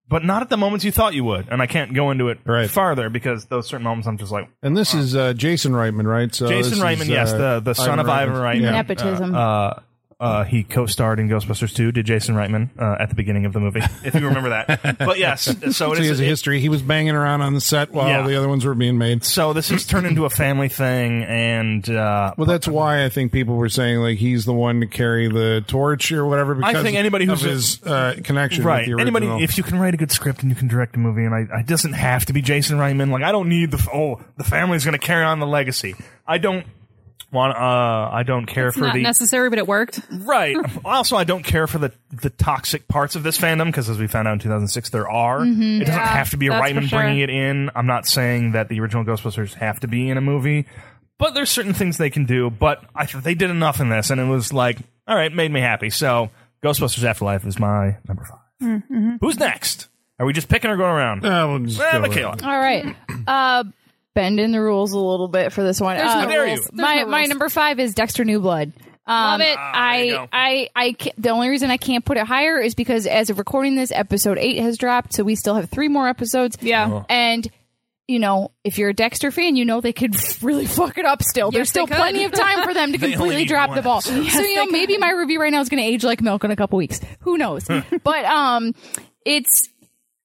S4: but not at the moments you thought you would. And I can't go into it
S2: Right.
S4: farther because those certain moments I'm just like
S2: And this is uh, Jason Reitman, right? So
S4: Jason
S2: this
S4: Reitman,
S2: is,
S4: yes,
S2: uh,
S4: the the son of Ivan Reitman.
S5: Nepotism.
S4: Uh, uh, he co-starred in Ghostbusters 2, did Jason Reitman uh, at the beginning of the movie, if you remember that. But yes, so it
S2: So he
S4: is.
S2: has a
S4: it-
S2: history. He was banging around on the set while
S4: Yeah.
S2: the other ones were being made.
S4: so this has turned into a family thing, and uh,
S2: Well, that's why I think people were saying like he's the one to carry the torch or whatever. Because
S4: think anybody who's
S2: of
S4: a-
S2: his uh, connection with
S4: right.
S2: the original.
S4: Anybody, if you can write a good script and you can direct a movie, and I, it doesn't have to be Jason Reitman. Like I don't need the f- oh the family's going to carry on the legacy. I don't want. Uh, I don't care
S3: it's
S4: for
S3: not
S4: the
S3: necessary, but it worked.
S4: right. also, I don't care for the the toxic parts of this fandom because as we found out in 2006, there are. It doesn't have to be a
S3: Mm-hmm. that's for
S4: Reitman
S3: sure.
S4: bringing it in. I'm not saying that the original Ghostbusters have to be in a movie, but there's certain things they can do. But I th- they did enough in this, and it was like, all right, made me happy. So Ghostbusters Afterlife is my number 5
S3: Mm-hmm.
S4: Who's next? Are we just picking or going around?
S2: Uh, we'll just
S4: Eh,
S2: go with
S4: Michaela.
S5: All right. Uh, bending the rules a little bit for this one.
S3: There's
S5: Uh,
S3: no
S4: dare
S3: rules.
S4: you.
S3: There's
S5: my
S3: no
S5: my
S3: rules.
S5: number five is Dexter Newblood.
S3: Love
S5: Um,
S3: it.
S4: Ah, there you
S5: I,
S4: go.
S5: I, I, ca- the only reason I can't put it higher is because as of recording this, episode eight has dropped, so we still have three more episodes.
S3: Yeah. Oh.
S5: and you know, if you're a Dexter fan, you know they could really fuck it up. Still, there's
S3: they
S5: still
S3: could.
S5: plenty of time for them to
S4: only
S5: completely
S4: need
S5: drop
S4: one
S5: the ball.
S4: episode.
S5: so you know, maybe my review right now is going to age like milk in a couple weeks. Who knows? but um, it's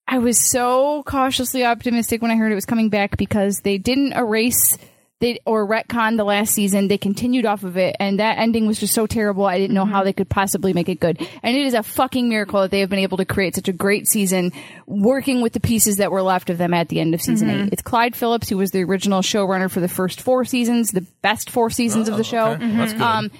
S5: I was so cautiously optimistic when I heard it was coming back because they didn't erase they or retcon the last season. They continued off of it, and that ending was just so terrible. I didn't know how they could possibly make it good. And it is a fucking miracle that they have been able to create such a great season, working with the pieces that were left of them at the end of season
S3: Mm-hmm.
S5: eight. It's Clyde Phillips who was the original showrunner for the first four seasons, the best four seasons of the show.
S4: Oh, That's good.
S5: Um,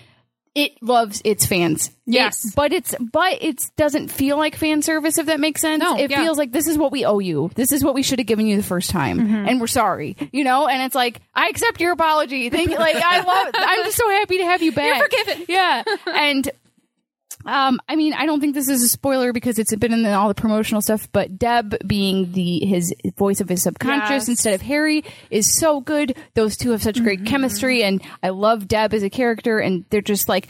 S5: it loves its fans.
S3: Yes.
S5: It- but it's but it doesn't feel like fan service if that makes sense.
S3: No,
S5: it
S3: yeah.
S5: feels like this is what we owe you. This is what we should have given you the first time,
S3: Mm-hmm.
S5: and we're sorry. You know, and it's like I accept your apology. Thank you. Like I love. I'm just so happy to have you back.
S3: forgiven.
S5: Yeah, and. Um, I mean, I don't think this is a spoiler because it's been in all the promotional stuff. But Deb, being the his voice of his subconscious
S3: Yes.
S5: instead of Harry, is so good. Those two have such
S3: Mm-hmm.
S5: great chemistry, and I love Deb as a character. And they're just like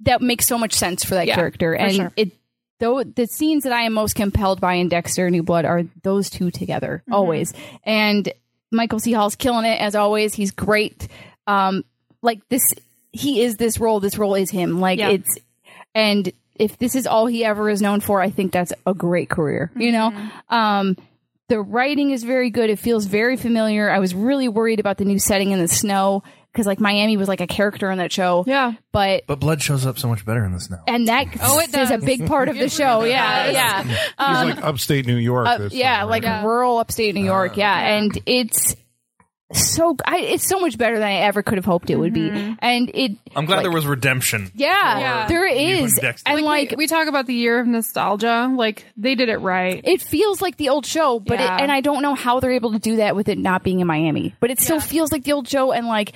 S5: that makes so much sense for that
S3: Yeah,
S5: character. and
S3: sure.
S5: it though the scenes that I am most compelled by in Dexter New Blood are those two together
S3: Mm-hmm.
S5: always. And Michael C. Hall's killing it as always. He's great. Um, like this, he is this role. This role is him. Like
S3: Yeah.
S5: it's and if this is all he ever is known for, I think that's a great career. You know.
S3: Mm-hmm.
S5: Um, the writing is very good. It feels very familiar. I was really worried about the new setting in the snow because like Miami was like a character on that show.
S3: Yeah.
S5: But
S4: But blood shows up so much better in this now.
S5: and that
S3: Oh, it
S5: is a
S3: does.
S5: big part of the show. Yeah, yeah,
S2: He's like upstate New York.
S5: Uh,
S2: this
S5: yeah,
S2: time,
S5: like
S2: right?
S5: rural upstate New York. yeah, and it's so I, it's so much better than I ever could have hoped it would be, and it.
S4: I'm glad
S5: like,
S4: there was redemption.
S5: Yeah,
S3: Mm-hmm. Yeah.
S5: there
S4: and
S5: is,
S4: Dexter.
S5: and
S3: Like,
S5: like.
S3: we, we talk about the year of nostalgia. Like they did it right.
S5: it feels like the old show, but
S3: Yeah.
S5: it, and I don't know how they're able to do that with it not being in Miami. But it still feels like the old show, and like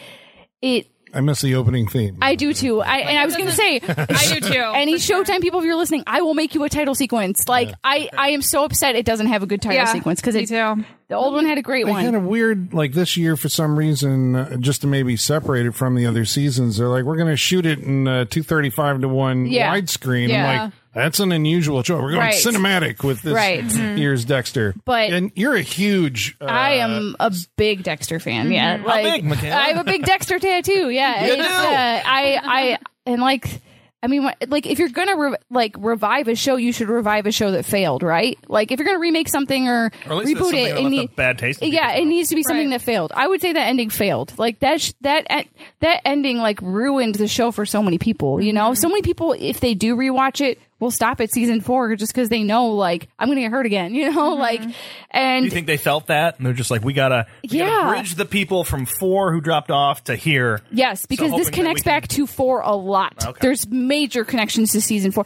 S5: it,
S2: I miss the opening theme.
S5: I do too. I and I was gonna say,
S3: I do too.
S5: any Showtime people, if you're listening, I will make you a title sequence. Like I, I am so upset it doesn't have a good title
S3: Yeah,
S5: sequence because
S3: me
S5: it
S3: too.
S5: The old one had a great
S2: they
S5: one.
S2: had a weird like this year for some reason uh, just to maybe separate it from the other seasons they're like we're going to shoot it in uh, 235 to 1
S5: Yeah.
S2: widescreen i'm
S5: Yeah.
S2: like that's an unusual choice we're going
S5: Right.
S2: cinematic with this
S5: Right.
S4: Mm-hmm.
S2: year's dexter
S5: But-
S2: and you're a huge uh,
S5: I am a big Dexter fan. Yeah, like
S4: Mm-hmm. big, Michaela?
S5: I have a big Dexter tattoo. Yeah,
S4: You
S5: It's,
S4: do.
S5: uh, I, I, and like, I mean, what- like if you're gonna re- like revive a show, you should revive a show that failed, right? Like if you're gonna remake something or,
S4: Or at least
S5: reboot
S4: something
S5: it,
S4: that
S5: it
S4: left
S5: need-
S4: a bad taste. in
S5: yeah,
S4: people's
S5: it needs to be something
S3: Right.
S5: that failed. I would say that ending failed. Like that sh- that en- that ending like ruined the show for so many people. You
S4: Mm-hmm.
S5: know, so many people if they do rewatch it, will stop at season four just because they know like I'm gonna get hurt again. You know, like and
S4: Mm-hmm. You think they felt that, and they're just like, "We gotta, we
S5: Yeah.
S4: gotta bridge the people from four who dropped off to here."
S5: Yes, because
S4: hoping
S5: this
S4: that
S5: connects
S4: we can-
S5: back to four a lot.
S4: Okay.
S5: There's major connections to season four.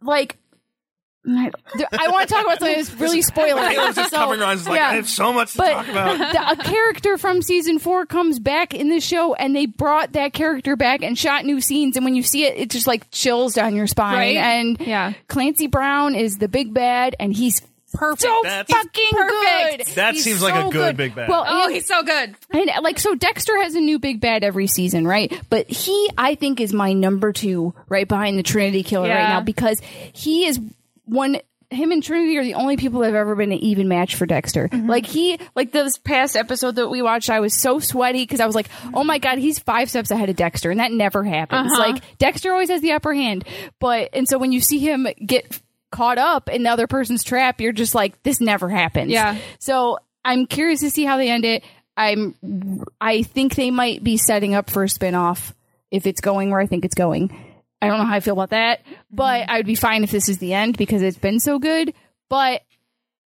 S5: Like, I want to talk about something that's really spoiling.
S4: Caleb's just
S5: So,
S4: coming around, just like,
S5: yeah.
S4: "I have so much to
S5: But
S4: talk about."
S5: the- a character from season four comes back in the show, and they brought that character back and shot new scenes. And when you see it, it just like chills down your spine.
S3: Right?
S5: And
S3: Yeah.
S5: Clancy Brown is the big bad, and he's perfect. So
S4: That's-
S5: fucking
S3: perfect.
S5: good.
S4: That
S5: He's
S4: seems like a
S5: so
S4: good big bad.
S5: Well,
S3: Oh,
S5: and-
S3: he's so good.
S5: and like so Dexter has a new big bad every season, right? But he I think is my number 2 right behind the Trinity killer right
S3: Yeah.
S5: now because he is one him and Trinity are the only people that have ever been an even match for Dexter. Like he like this past episode that we watched I was so sweaty because I was like, "Oh my god, he's 5 steps ahead of Dexter." And that never happens. Like Dexter always has the upper hand. But and so when you see him get caught up in the other person's trap, you're just like, "This never happens."
S3: Yeah.
S5: So I'm curious to see how they end it. I'm I think they might be setting up for a spinoff if it's going where I think it's going. I don't know how I feel about that, but I would be fine if this is the end because it's been so good. But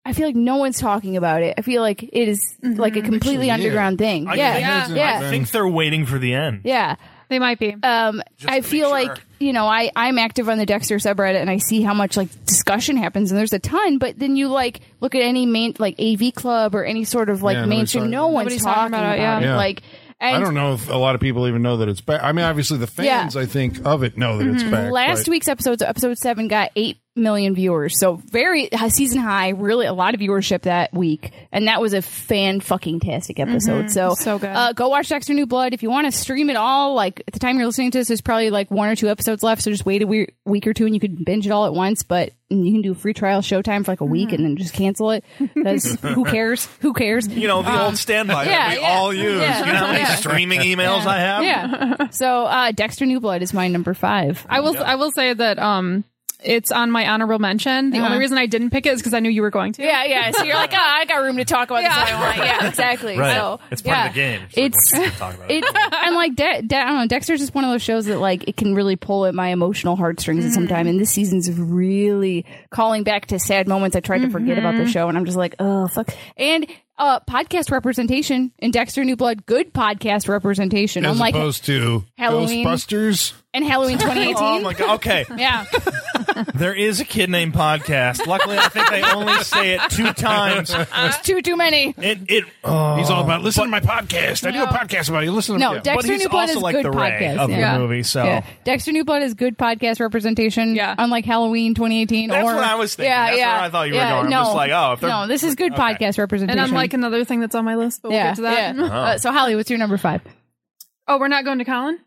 S5: I feel like no one's talking about it. I feel like it is, like a completely
S2: Actually, yeah.
S5: underground thing.
S4: I
S5: yeah.
S4: think
S5: yeah.
S2: hasn't
S5: Mm-hmm. yeah.
S4: I
S2: been-
S4: think they're waiting for the end.
S5: Yeah.
S3: They might be.
S5: Um, I feel
S4: sure.
S5: like, you know, I, I'm active on the Dexter subreddit and I see how much like discussion happens and there's a ton, but then you like look at any main, like AV club or any sort of like
S2: Yeah, nobody's
S5: mainstream,
S2: talking
S5: no one's
S3: Nobody's
S5: talking about, it.
S3: yeah.
S2: Yeah.
S5: Like, and
S2: I don't know if a lot of people even know that it's back. I mean, obviously the
S5: Yeah. Mm-hmm.
S2: fans, I think, of it know that it's back.
S5: last
S2: but-
S5: week's episode, so episode seven, got eight million viewers. So very uh, season high, really a lot of viewership that week, and that was a fan fucking tastic episode. So
S3: So good.
S5: Uh, go watch Dexter New Blood if you want to stream it all. Like at the time you're listening to this, there's probably like one or two episodes left. So just wait a we- week or two, and you could binge it all at once. But and you can do a free trial Showtime for like a week, and then just cancel it because who cares? Who cares?
S4: You know, the old standby
S5: Uh, yeah,
S4: that we
S5: yeah.
S4: all use.
S5: Yeah.
S4: You know how many
S5: Yeah.
S4: streaming emails I have?
S5: yeah. So uh, Dexter New Blood is my number five.
S3: I will. I will say that um, it's on my honorable mention. The only reason I didn't pick it is because I knew you were going to.
S5: Uh-huh. Yeah, yeah. So you're like, oh, I got room to talk about
S3: Yeah.
S5: this. I don't like. Yeah, exactly.
S4: Right.
S5: So,
S4: it's part
S5: yeah.
S4: of the game.
S5: It's
S4: like, we're just gonna talk about
S5: it,
S4: it.
S5: and like De- De- I don't know. Dexter's just one of those shows that like it can really pull at my emotional heartstrings at some time. And this season's really calling back to sad moments I tried to forget about the show, and I'm just like, oh fuck. And uh, podcast representation in Dexter New Blood, good podcast representation.
S2: As
S5: unlike
S2: opposed to
S5: Halloween.
S2: Ghostbusters.
S5: and Halloween 2018.
S4: Oh my god. Okay.
S5: yeah,
S4: There is a kid named Podcast. Luckily, I think they only say it two times.
S5: it's too too many.
S4: It it oh,
S2: He's all about listen to my podcast. I do a podcast about you. Listen to
S5: No,
S2: yeah.
S4: but
S5: Dexter
S4: he's
S5: New Blood
S4: also
S5: is
S4: like
S5: good
S4: the Ray
S5: podcast.
S4: of
S5: yeah.
S4: the movie. So
S5: Yeah. Dexter New Blood is good podcast representation.
S3: Yeah.
S5: unlike Halloween 2018.
S4: That's
S5: or,
S4: what I was thinking.
S5: Yeah,
S4: That's where
S5: yeah.
S4: I thought you were
S5: yeah,
S4: going. I'm
S5: No,
S4: just like, oh, if they're-
S5: no, this is good podcast representation.
S3: And unlike another thing that's on my list, but we'll
S5: yeah,
S3: get to that.
S5: yeah.
S4: Uh-huh.
S5: Uh, so Holly, what's your number five?
S3: Oh, we're not going to Colin?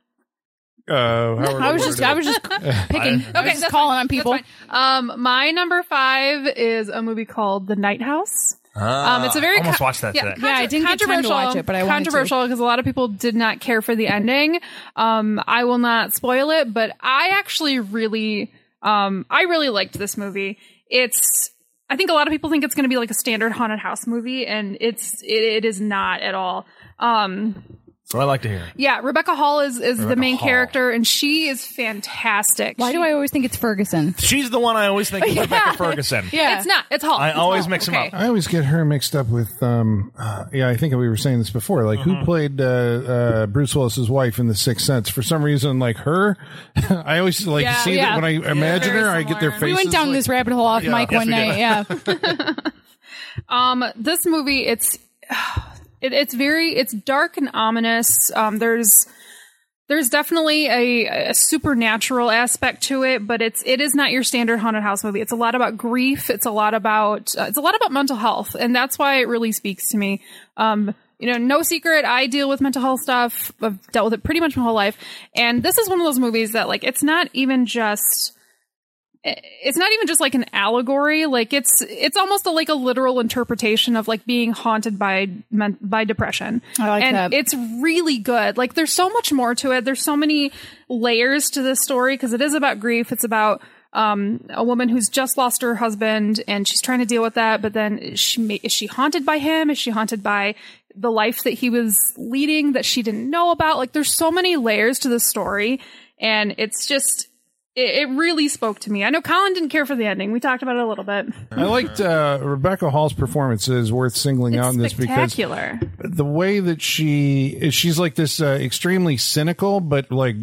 S2: Uh, however
S5: I was
S2: they
S5: just,
S2: worded
S5: I was just picking, I was just
S3: that's
S5: calling
S3: fine.
S5: on people.
S3: That's fine. Um, my number five is a movie called The Night House. Um, it's a
S5: Ah,
S3: very
S4: almost watched that today.
S5: Yeah, I didn't get time to
S3: controversial-
S5: watch it, but I wanted to.
S3: controversial because a lot of people did not care for the ending. Um, I will not spoil it, but I actually really, um, I really liked this movie. It's, I think a lot of people think it's going to be like a standard haunted house movie, and it's it, it is not at all. Um,
S4: so I like to hear.
S3: yeah, Rebecca Hall is is the main
S4: Hall.
S3: character, and she is fantastic.
S5: Why
S3: She-
S5: do I always think it's Ferguson?
S4: She's the one I always think of Rebecca Ferguson.
S5: Yeah,
S3: It's not. It's Hall.
S4: I
S3: It's
S4: always
S3: Hall.
S4: mix 'em
S2: I always get her mixed up with, um, uh, yeah, I think we were saying this before. Like, who played uh, uh, Bruce Willis's wife in The Sixth Sense? For some reason, like her, I always like
S3: Yeah,
S2: see
S5: yeah.
S2: that when I imagine
S3: very
S2: her, I get their
S3: similar.
S2: faces.
S5: We went down
S2: like-
S5: this rabbit hole off
S4: Yeah.
S5: mic
S4: Yes,
S5: one
S4: we did.
S5: night. Yeah,
S3: Um, this movie, it's it, it's very it's dark and ominous. Um, there's there's definitely a, a supernatural aspect to it, but it's it is not your standard haunted house movie. It's a lot about grief. It's a lot about uh, it's a lot about mental health, and that's why it really speaks to me. Um, you know, no secret, I deal with mental health stuff. I've dealt with it pretty much my whole life, and this is one of those movies that like it's not even just eh, it's not even just like an allegory like it's it's almost a, like a literal interpretation of like being haunted by men- by depression
S5: I like
S3: and
S5: that.
S3: it's really good like there's so much more to it there's so many layers to this story because it is about grief it's about um, a woman who's just lost her husband and she's trying to deal with that but then is she ma- is she haunted by him is she haunted by the life that he was leading that she didn't know about like there's so many layers to this story and it's just it, it really spoke to me. I know Colin didn't care for the ending. We talked about it a little bit.
S2: I liked uh, Rebecca Hall's performance is worth singling out in
S3: It's
S2: this because
S3: spectacular.
S2: the way that she she's like this uh, extremely cynical but like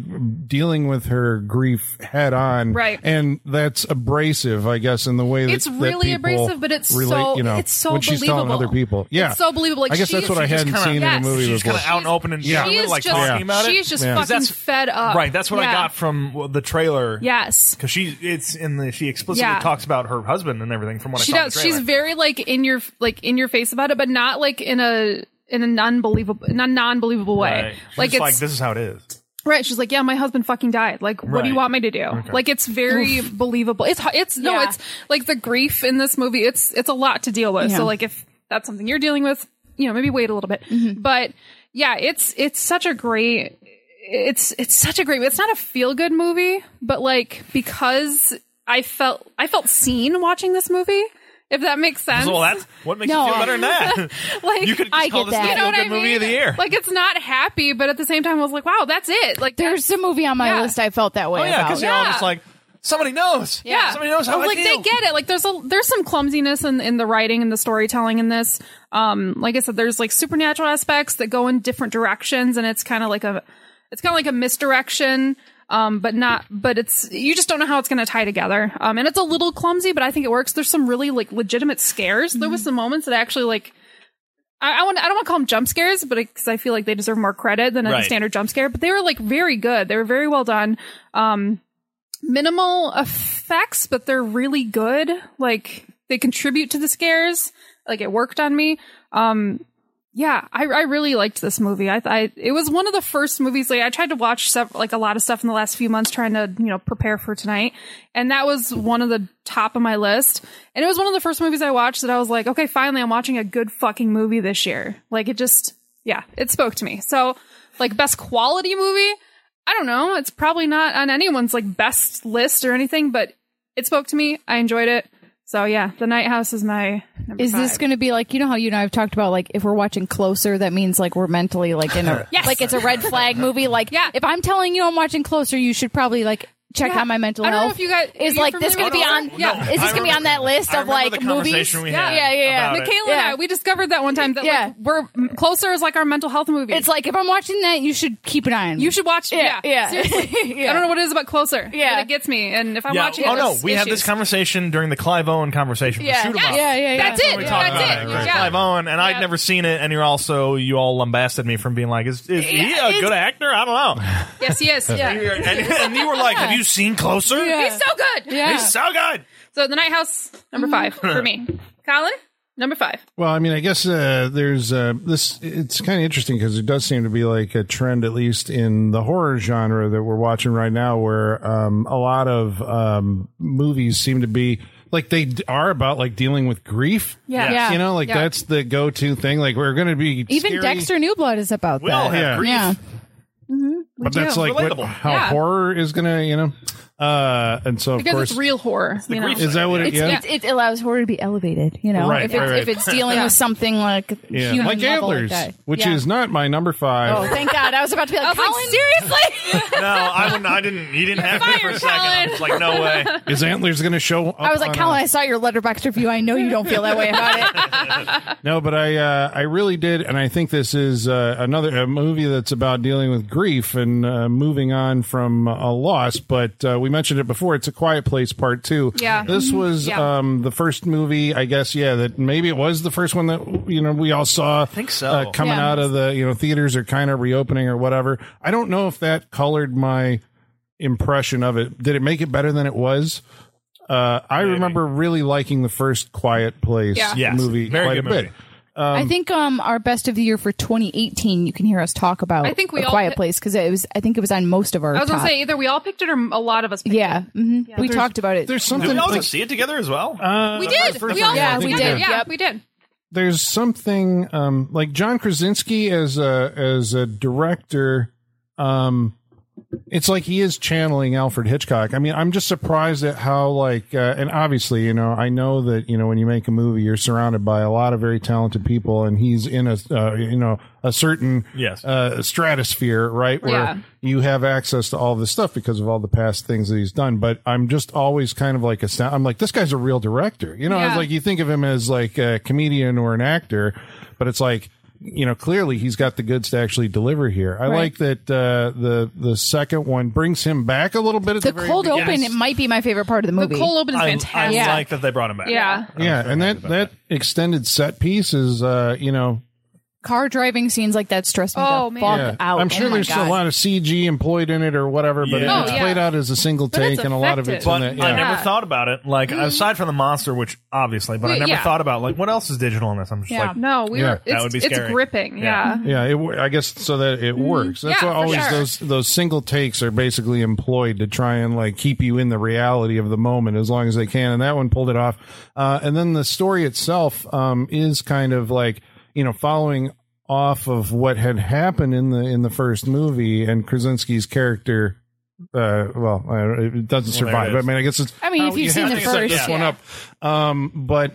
S2: dealing with her grief head on
S3: Right.
S2: and that's abrasive i guess in the way that
S3: It's
S2: that
S3: really
S2: people
S3: abrasive, but it's
S2: relate,
S3: so-
S2: you know
S3: it's so
S2: when she's telling
S3: believable.
S2: other people yeah
S3: It's so believable. Like,
S2: i guess
S3: she
S2: that's
S3: is-
S2: what i
S3: she just
S2: hadn't
S4: kinda-
S2: seen
S3: Yes.
S2: in a movie
S4: She's
S2: before
S4: kind of out and open and
S2: Yeah.
S4: yeah.
S3: She is
S4: like
S3: just,
S4: talking about it.
S3: she is just
S2: Yeah. 'Cause
S3: fucking
S4: that's-
S3: fed up.
S4: Right, that's what I
S3: Yeah.
S4: got from well, the trailer.
S3: Yes.
S4: because she it's in the she explicitly
S3: Yeah.
S4: talks about her husband and everything from what
S3: She
S4: I saw. in
S3: does.
S4: the
S3: She's
S4: trailer.
S3: very like in your like in your face about it, but not like in a in an unbelievable in a non believable way.
S4: Right. She's
S3: Like
S4: just
S3: it's
S4: like this is how it is.
S3: right. She's like, yeah, my husband fucking died. Like, what do you
S4: Right.
S3: want me to do? Like, it's very believable. It's it's no,
S5: Yeah.
S3: it's like the grief in this movie. It's it's a lot to deal with.
S5: Yeah.
S3: So like if that's something you're dealing with, you know, maybe wait a little bit.
S5: Mm-hmm.
S3: But yeah, it's it's such a great it's it's such a great it's not a feel good movie, but like because I felt I felt seen watching this movie, if that makes sense.
S4: Well, that's what makes
S5: No.
S4: you feel better than that.
S3: like
S4: you could just
S5: I
S4: call
S5: get
S4: this
S5: that.
S4: the
S5: You know
S4: feel
S3: what
S4: good
S3: I
S4: movie
S3: mean?
S4: of the year.
S3: Like it's not happy, but at the same time I was like, wow, that's it. Like
S5: there's a movie on my
S3: Yeah.
S5: list I felt that way
S4: oh yeah,
S5: about.
S4: because you're all
S3: Yeah.
S4: just like somebody knows.
S3: Yeah,
S4: somebody knows how
S3: I was like
S4: feel.
S3: they get it. Like there's a there's some clumsiness in in the writing and the storytelling in this. Um, like I said, there's like supernatural aspects that go in different directions, and it's kind of like a it's kind of like a misdirection. Um, but not, but it's, you just don't know how it's going to tie together. Um, and it's a little clumsy, but I think it works. There's some really like legitimate scares. There was some moments that actually like, I, I want, I don't want to call them jump scares, but because I feel like they deserve more credit than a
S4: Right.
S3: standard jump scare, but they were like very good. They were very well done. Um, minimal effects, but they're really good. Like they contribute to the scares. Like it worked on me. Um, yeah, I, I really liked this movie. I, I it was one of the first movies. Like I tried to watch sev- like a lot of stuff in the last few months, trying to you know prepare for tonight, and that was one of the top of my list. And it was one of the first movies I watched that I was like, okay, finally, I'm watching a good fucking movie this year. Like it just, yeah, it spoke to me. So like best quality movie, I don't know. It's probably not on anyone's like best list or anything, but it spoke to me. I enjoyed it. So yeah, The Night House is my. Number
S5: Is this
S3: five.
S5: going to be like you know how you and I have talked about like if we're watching closer that means like we're mentally like in a
S3: Yes.
S5: like it's a red flag movie like
S3: Yeah.
S5: if I'm telling you I'm watching closer you should probably like check
S3: Yeah.
S5: on my mental
S3: I don't know
S5: health.
S3: if you guys- are
S5: is
S3: you
S5: like this going
S3: familiar
S5: to be on?
S3: with that?
S5: Yeah,
S3: No,
S5: is this
S4: I
S5: going to be on
S4: remember-
S5: that list
S4: I
S5: of like
S4: remember the
S5: movies?
S4: conversation we
S5: yeah,
S4: had
S5: yeah, yeah,
S4: about
S5: yeah.
S4: it.
S3: Michaela
S5: Yeah.
S3: and I, we discovered that one time that
S5: Yeah.
S3: like we're m- closer is like our mental health movie.
S5: It's like if I'm watching that, you should keep an eye on.
S3: you should watch. Yeah,
S5: yeah.
S3: Seriously,
S5: Yeah.
S3: I don't know what it is about closer.
S5: Yeah.
S3: but it gets me. And if I'm
S4: yeah.
S3: watching,
S4: oh
S3: it,
S4: no,
S3: it's
S4: we had this
S3: issues.
S4: conversation during the Clive Owen conversation.
S5: Yeah.
S4: for shoot 'em
S5: Yes.
S4: Up.
S5: Yeah, yeah, yeah.
S3: That's it.
S4: We
S5: Yeah.
S4: talked
S3: That's
S4: about
S3: it.
S4: it. It was
S3: Yeah.
S4: Clive Owen, and I'd
S3: Yeah.
S4: never seen it. And you're also you all lambasted me from being like, "Is, is he
S5: Yeah,
S4: a
S5: it's-
S4: good actor? I don't know."
S3: Yes, yes, yeah.
S4: and, and you were like, "Have you seen Closer?
S5: Yeah.
S3: He's so good.
S5: Yeah. Mm-hmm.
S4: He's so good."
S3: So the night house number five for me. Colin, number five.
S2: Well, I mean, I guess uh, there's uh, this. It's kind of interesting because it does seem to be like a trend, at least in the horror genre that we're watching right now, where um, a lot of um, movies seem to be like they d- are about like dealing with grief.
S3: Yeah.
S5: Yeah.
S2: you know, like
S3: Yeah.
S2: that's the go-to thing. Like we're going to be
S5: Even
S2: scary,
S5: Dexter Newblood is about
S4: We all
S5: that.
S4: have
S2: yeah.
S4: grief.
S5: Yeah.
S2: but that's
S3: do.
S2: like what-
S4: Relatable.
S2: how
S3: Yeah.
S2: horror is going to, you know, uh, and so of
S3: Because
S2: course,
S3: it's real horror. you know?
S4: grief
S2: is that what it?
S5: It's,
S2: Yeah.
S5: it, it allows horror to be elevated, you know,
S2: Right,
S5: if, it's,
S2: right, right.
S5: if it's dealing
S3: Yeah.
S5: with something like
S2: yeah,
S5: human
S2: like
S5: level
S2: antlers,
S5: like that.
S2: which
S5: Yeah.
S2: is not my number five.
S5: Oh, thank God! I was about to be
S3: I was
S5: like,
S3: like,
S5: Colin,
S3: seriously?
S4: No, I wouldn't. I didn't. You didn't have me for
S3: fired,
S4: a second. I
S3: Colin.
S4: was like, "No way."
S2: Is antlers going to show? Up
S5: I was like,
S2: on
S5: Colin,
S2: a-
S5: I saw your letterbox review. I know you don't feel that way about it.
S2: No, but I uh, I really did, and I think this is uh, another a movie that's about dealing with grief and uh, moving on from a loss. But uh, we mentioned it before; it's a Quiet Place Part Two.
S3: Yeah.
S2: this was
S3: Yeah.
S2: um, the first movie, I guess. Yeah, that maybe it was the first one that you know we all saw. I
S4: think so.
S2: Uh, coming
S5: Yeah.
S2: out of the you know theaters are kind of reopening or whatever. I don't know if that colored my impression of it. Did it make it better than it was? Uh, I remember really liking the first Quiet Place
S3: Yeah.
S4: Yes.
S2: movie
S4: Very
S2: quite
S4: good
S2: a bit.
S4: movie.
S5: I think um, our best of the year for 2018. You can hear us talk about.
S3: I think we
S5: The
S3: all
S5: Quiet
S3: hit-
S5: Place because it was. I think it was on most of our.
S3: I was gonna
S5: top.
S3: say either we all picked it or a lot of us. Picked
S5: Yeah, hmm we talked about it.
S2: There's
S4: Did
S2: something.
S4: we all
S2: like-
S4: just see it together as well?
S3: it. We did. We all.
S5: Yeah, we did.
S3: Yeah,
S5: Yep.
S3: we did.
S2: Uh, there's something um, like John Krasinski as a as a director. Um, it's like he is channeling Alfred Hitchcock. I mean, I'm just surprised at how like, uh, and obviously, you know, I know that you know when you make a movie, you're surrounded by a lot of very talented people, and he's in a uh, you know a certain
S4: Yes.
S2: uh, stratosphere, right, where
S3: Yeah.
S2: you have access to all this stuff because of all the past things that he's done. But I'm just always kind of like a, I'm like this guy's a real director, you know. I was
S3: Yeah.
S2: like you think of him as like a comedian or an actor, but it's like you know clearly he's got the goods to actually deliver here. I like that uh, the the second one brings him back a little bit at the,
S5: the
S2: very
S5: cold
S2: beginning.
S5: open. It might be my favorite part of the movie.
S3: The cold open is
S4: I, I
S3: fantastic.
S5: Yeah.
S4: like that they brought him back.
S3: yeah.
S2: Yeah, and that that extended set piece is uh, you know
S5: Car driving scenes like that stress me
S3: Oh,
S5: the
S3: man.
S5: fuck
S2: Yeah.
S5: out.
S2: I'm sure
S5: Oh my
S2: there's
S5: God.
S2: a lot of CG employed in it or whatever, but
S4: Yeah.
S2: it's
S3: Oh, yeah.
S2: played out as a single
S3: it's
S2: take, and a lot of it's
S3: effective.
S4: But
S2: in it.
S4: I
S2: Yeah.
S4: never
S3: Yeah.
S4: thought about it. Like aside from the monster, which obviously, but I
S3: We-
S4: never
S3: Mm-hmm. yeah.
S4: thought about like what else is digital in this. I'm just
S5: Yeah.
S4: like,
S3: No, we
S2: Yeah.
S3: were.
S2: That
S3: It's,
S4: would be
S3: it's
S4: scary.
S3: gripping.
S4: Yeah.
S3: Yeah.
S2: Yeah, it, wor- I guess so that it works. That's
S3: Yeah,
S2: why
S3: for
S2: always
S3: sure.
S2: those those single takes are basically employed to try and like keep you in the reality of the moment as long as they can. And that one pulled it off. Uh, and then the story itself um, is kind of like you know following off of what had happened in the in the first movie and Krasinski's character. Uh, well, I- it doesn't
S4: Well, there it
S2: survive.
S4: is.
S2: I mean, I guess it's.
S5: I mean, if
S2: Oh,
S5: you've
S2: yeah,
S5: seen
S2: I
S5: the
S2: think it's like
S5: first,
S2: this one
S5: yeah.
S2: up. Um, but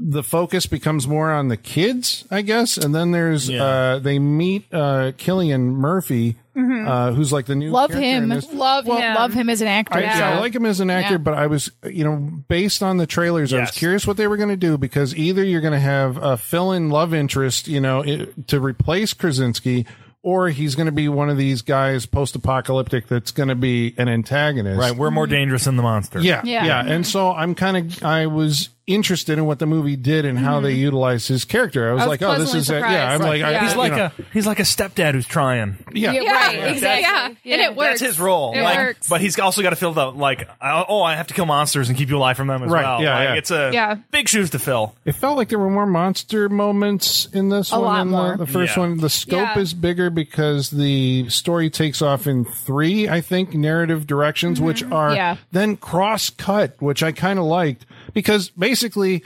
S2: the focus becomes more on the kids, I guess. And then there's
S4: Yeah.
S2: uh, they meet uh, Killian Murphy, uh, who's like the new
S5: Mm-hmm. love
S2: character
S5: him,
S2: in this.
S5: love him,
S3: him.
S5: love him as an actor.
S2: I, yeah. I
S5: so-
S2: like him as an actor,
S5: Yeah.
S2: but I was, you know, based on the trailers, I was
S4: Yes.
S2: curious what they were going to do because either you're going to have a fill in love interest, you know, i to replace Krasinski, or he's going to be one of these guys post apocalyptic that's going to be an antagonist.
S4: right, we're more dangerous than the monster.
S2: Yeah,
S5: Yeah.
S2: yeah, And so I'm kind of I was interested in what the movie did and how they utilized his character. I was,
S3: Mm-hmm. was
S2: like, oh, this
S3: pleasantly
S2: is a, yeah. I'm like,
S3: surprised.
S2: I,
S3: Yeah.
S4: he's
S2: you
S4: like
S2: know,
S4: a he's like a stepdad who's trying.
S2: yeah,
S5: Yeah,
S3: Right.
S5: Right.
S3: Exactly. Yeah.
S5: Yeah.
S3: And it works.
S4: That's his role.
S3: It
S4: like,
S3: works.
S4: But he's also got to fill the like. I- Oh, I have to kill monsters and keep you alive from them as
S2: Right,
S4: well.
S2: yeah,
S4: like,
S2: yeah.
S4: It's a
S3: Yeah.
S4: big shoes to fill.
S2: It felt like there were more monster moments in this one
S5: lot
S2: than
S5: more.
S2: The, the first
S4: Yeah.
S2: one. The scope
S3: Yeah.
S2: is bigger because the story takes off in three, I think, narrative directions, which are
S5: Mm-hmm. Yeah.
S2: then cross cut, which I kind of liked because basically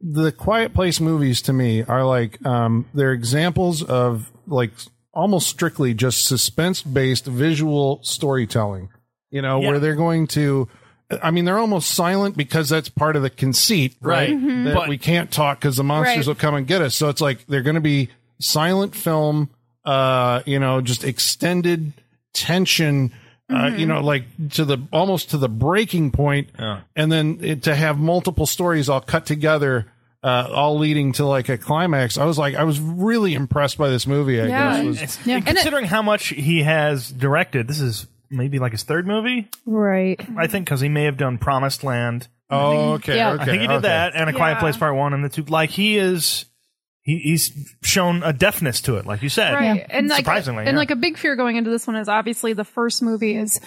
S2: the Quiet Place movies to me are like um, they're examples of like almost strictly just suspense based visual storytelling. You know,
S4: Yeah.
S2: where they're going to. I mean, they're almost silent because that's part of the conceit, right?
S4: Right.
S3: Mm-hmm.
S2: That
S4: But-
S2: we can't talk because the monsters
S3: Right.
S2: will come and get us. So it's like they're going to be silent film, uh, you know, just extended tension uh,
S3: Mm-hmm.
S2: you know, like to the almost to the breaking point, and then it, to have multiple stories all cut together, uh, all leading to like a climax. I was like, I was really impressed by this movie. I
S3: Yeah.
S2: guess was
S4: It's-
S3: Yeah.
S4: and
S3: And it-
S4: considering how much he has directed, this is maybe like his third movie,
S5: Right.
S3: Mm-hmm.
S4: I think, because he may have done Promised Land.
S2: oh okay,
S5: Yeah.
S2: okay,
S5: I
S4: I think he did
S2: okay.
S4: that and A Quiet
S3: Yeah.
S4: Place Part One and the two. Like he is, he, he's shown a deafness to it, like you said.
S3: right and like
S4: Surprisingly,
S3: and
S4: yeah.
S3: like a big fear going into this one is obviously the first movie is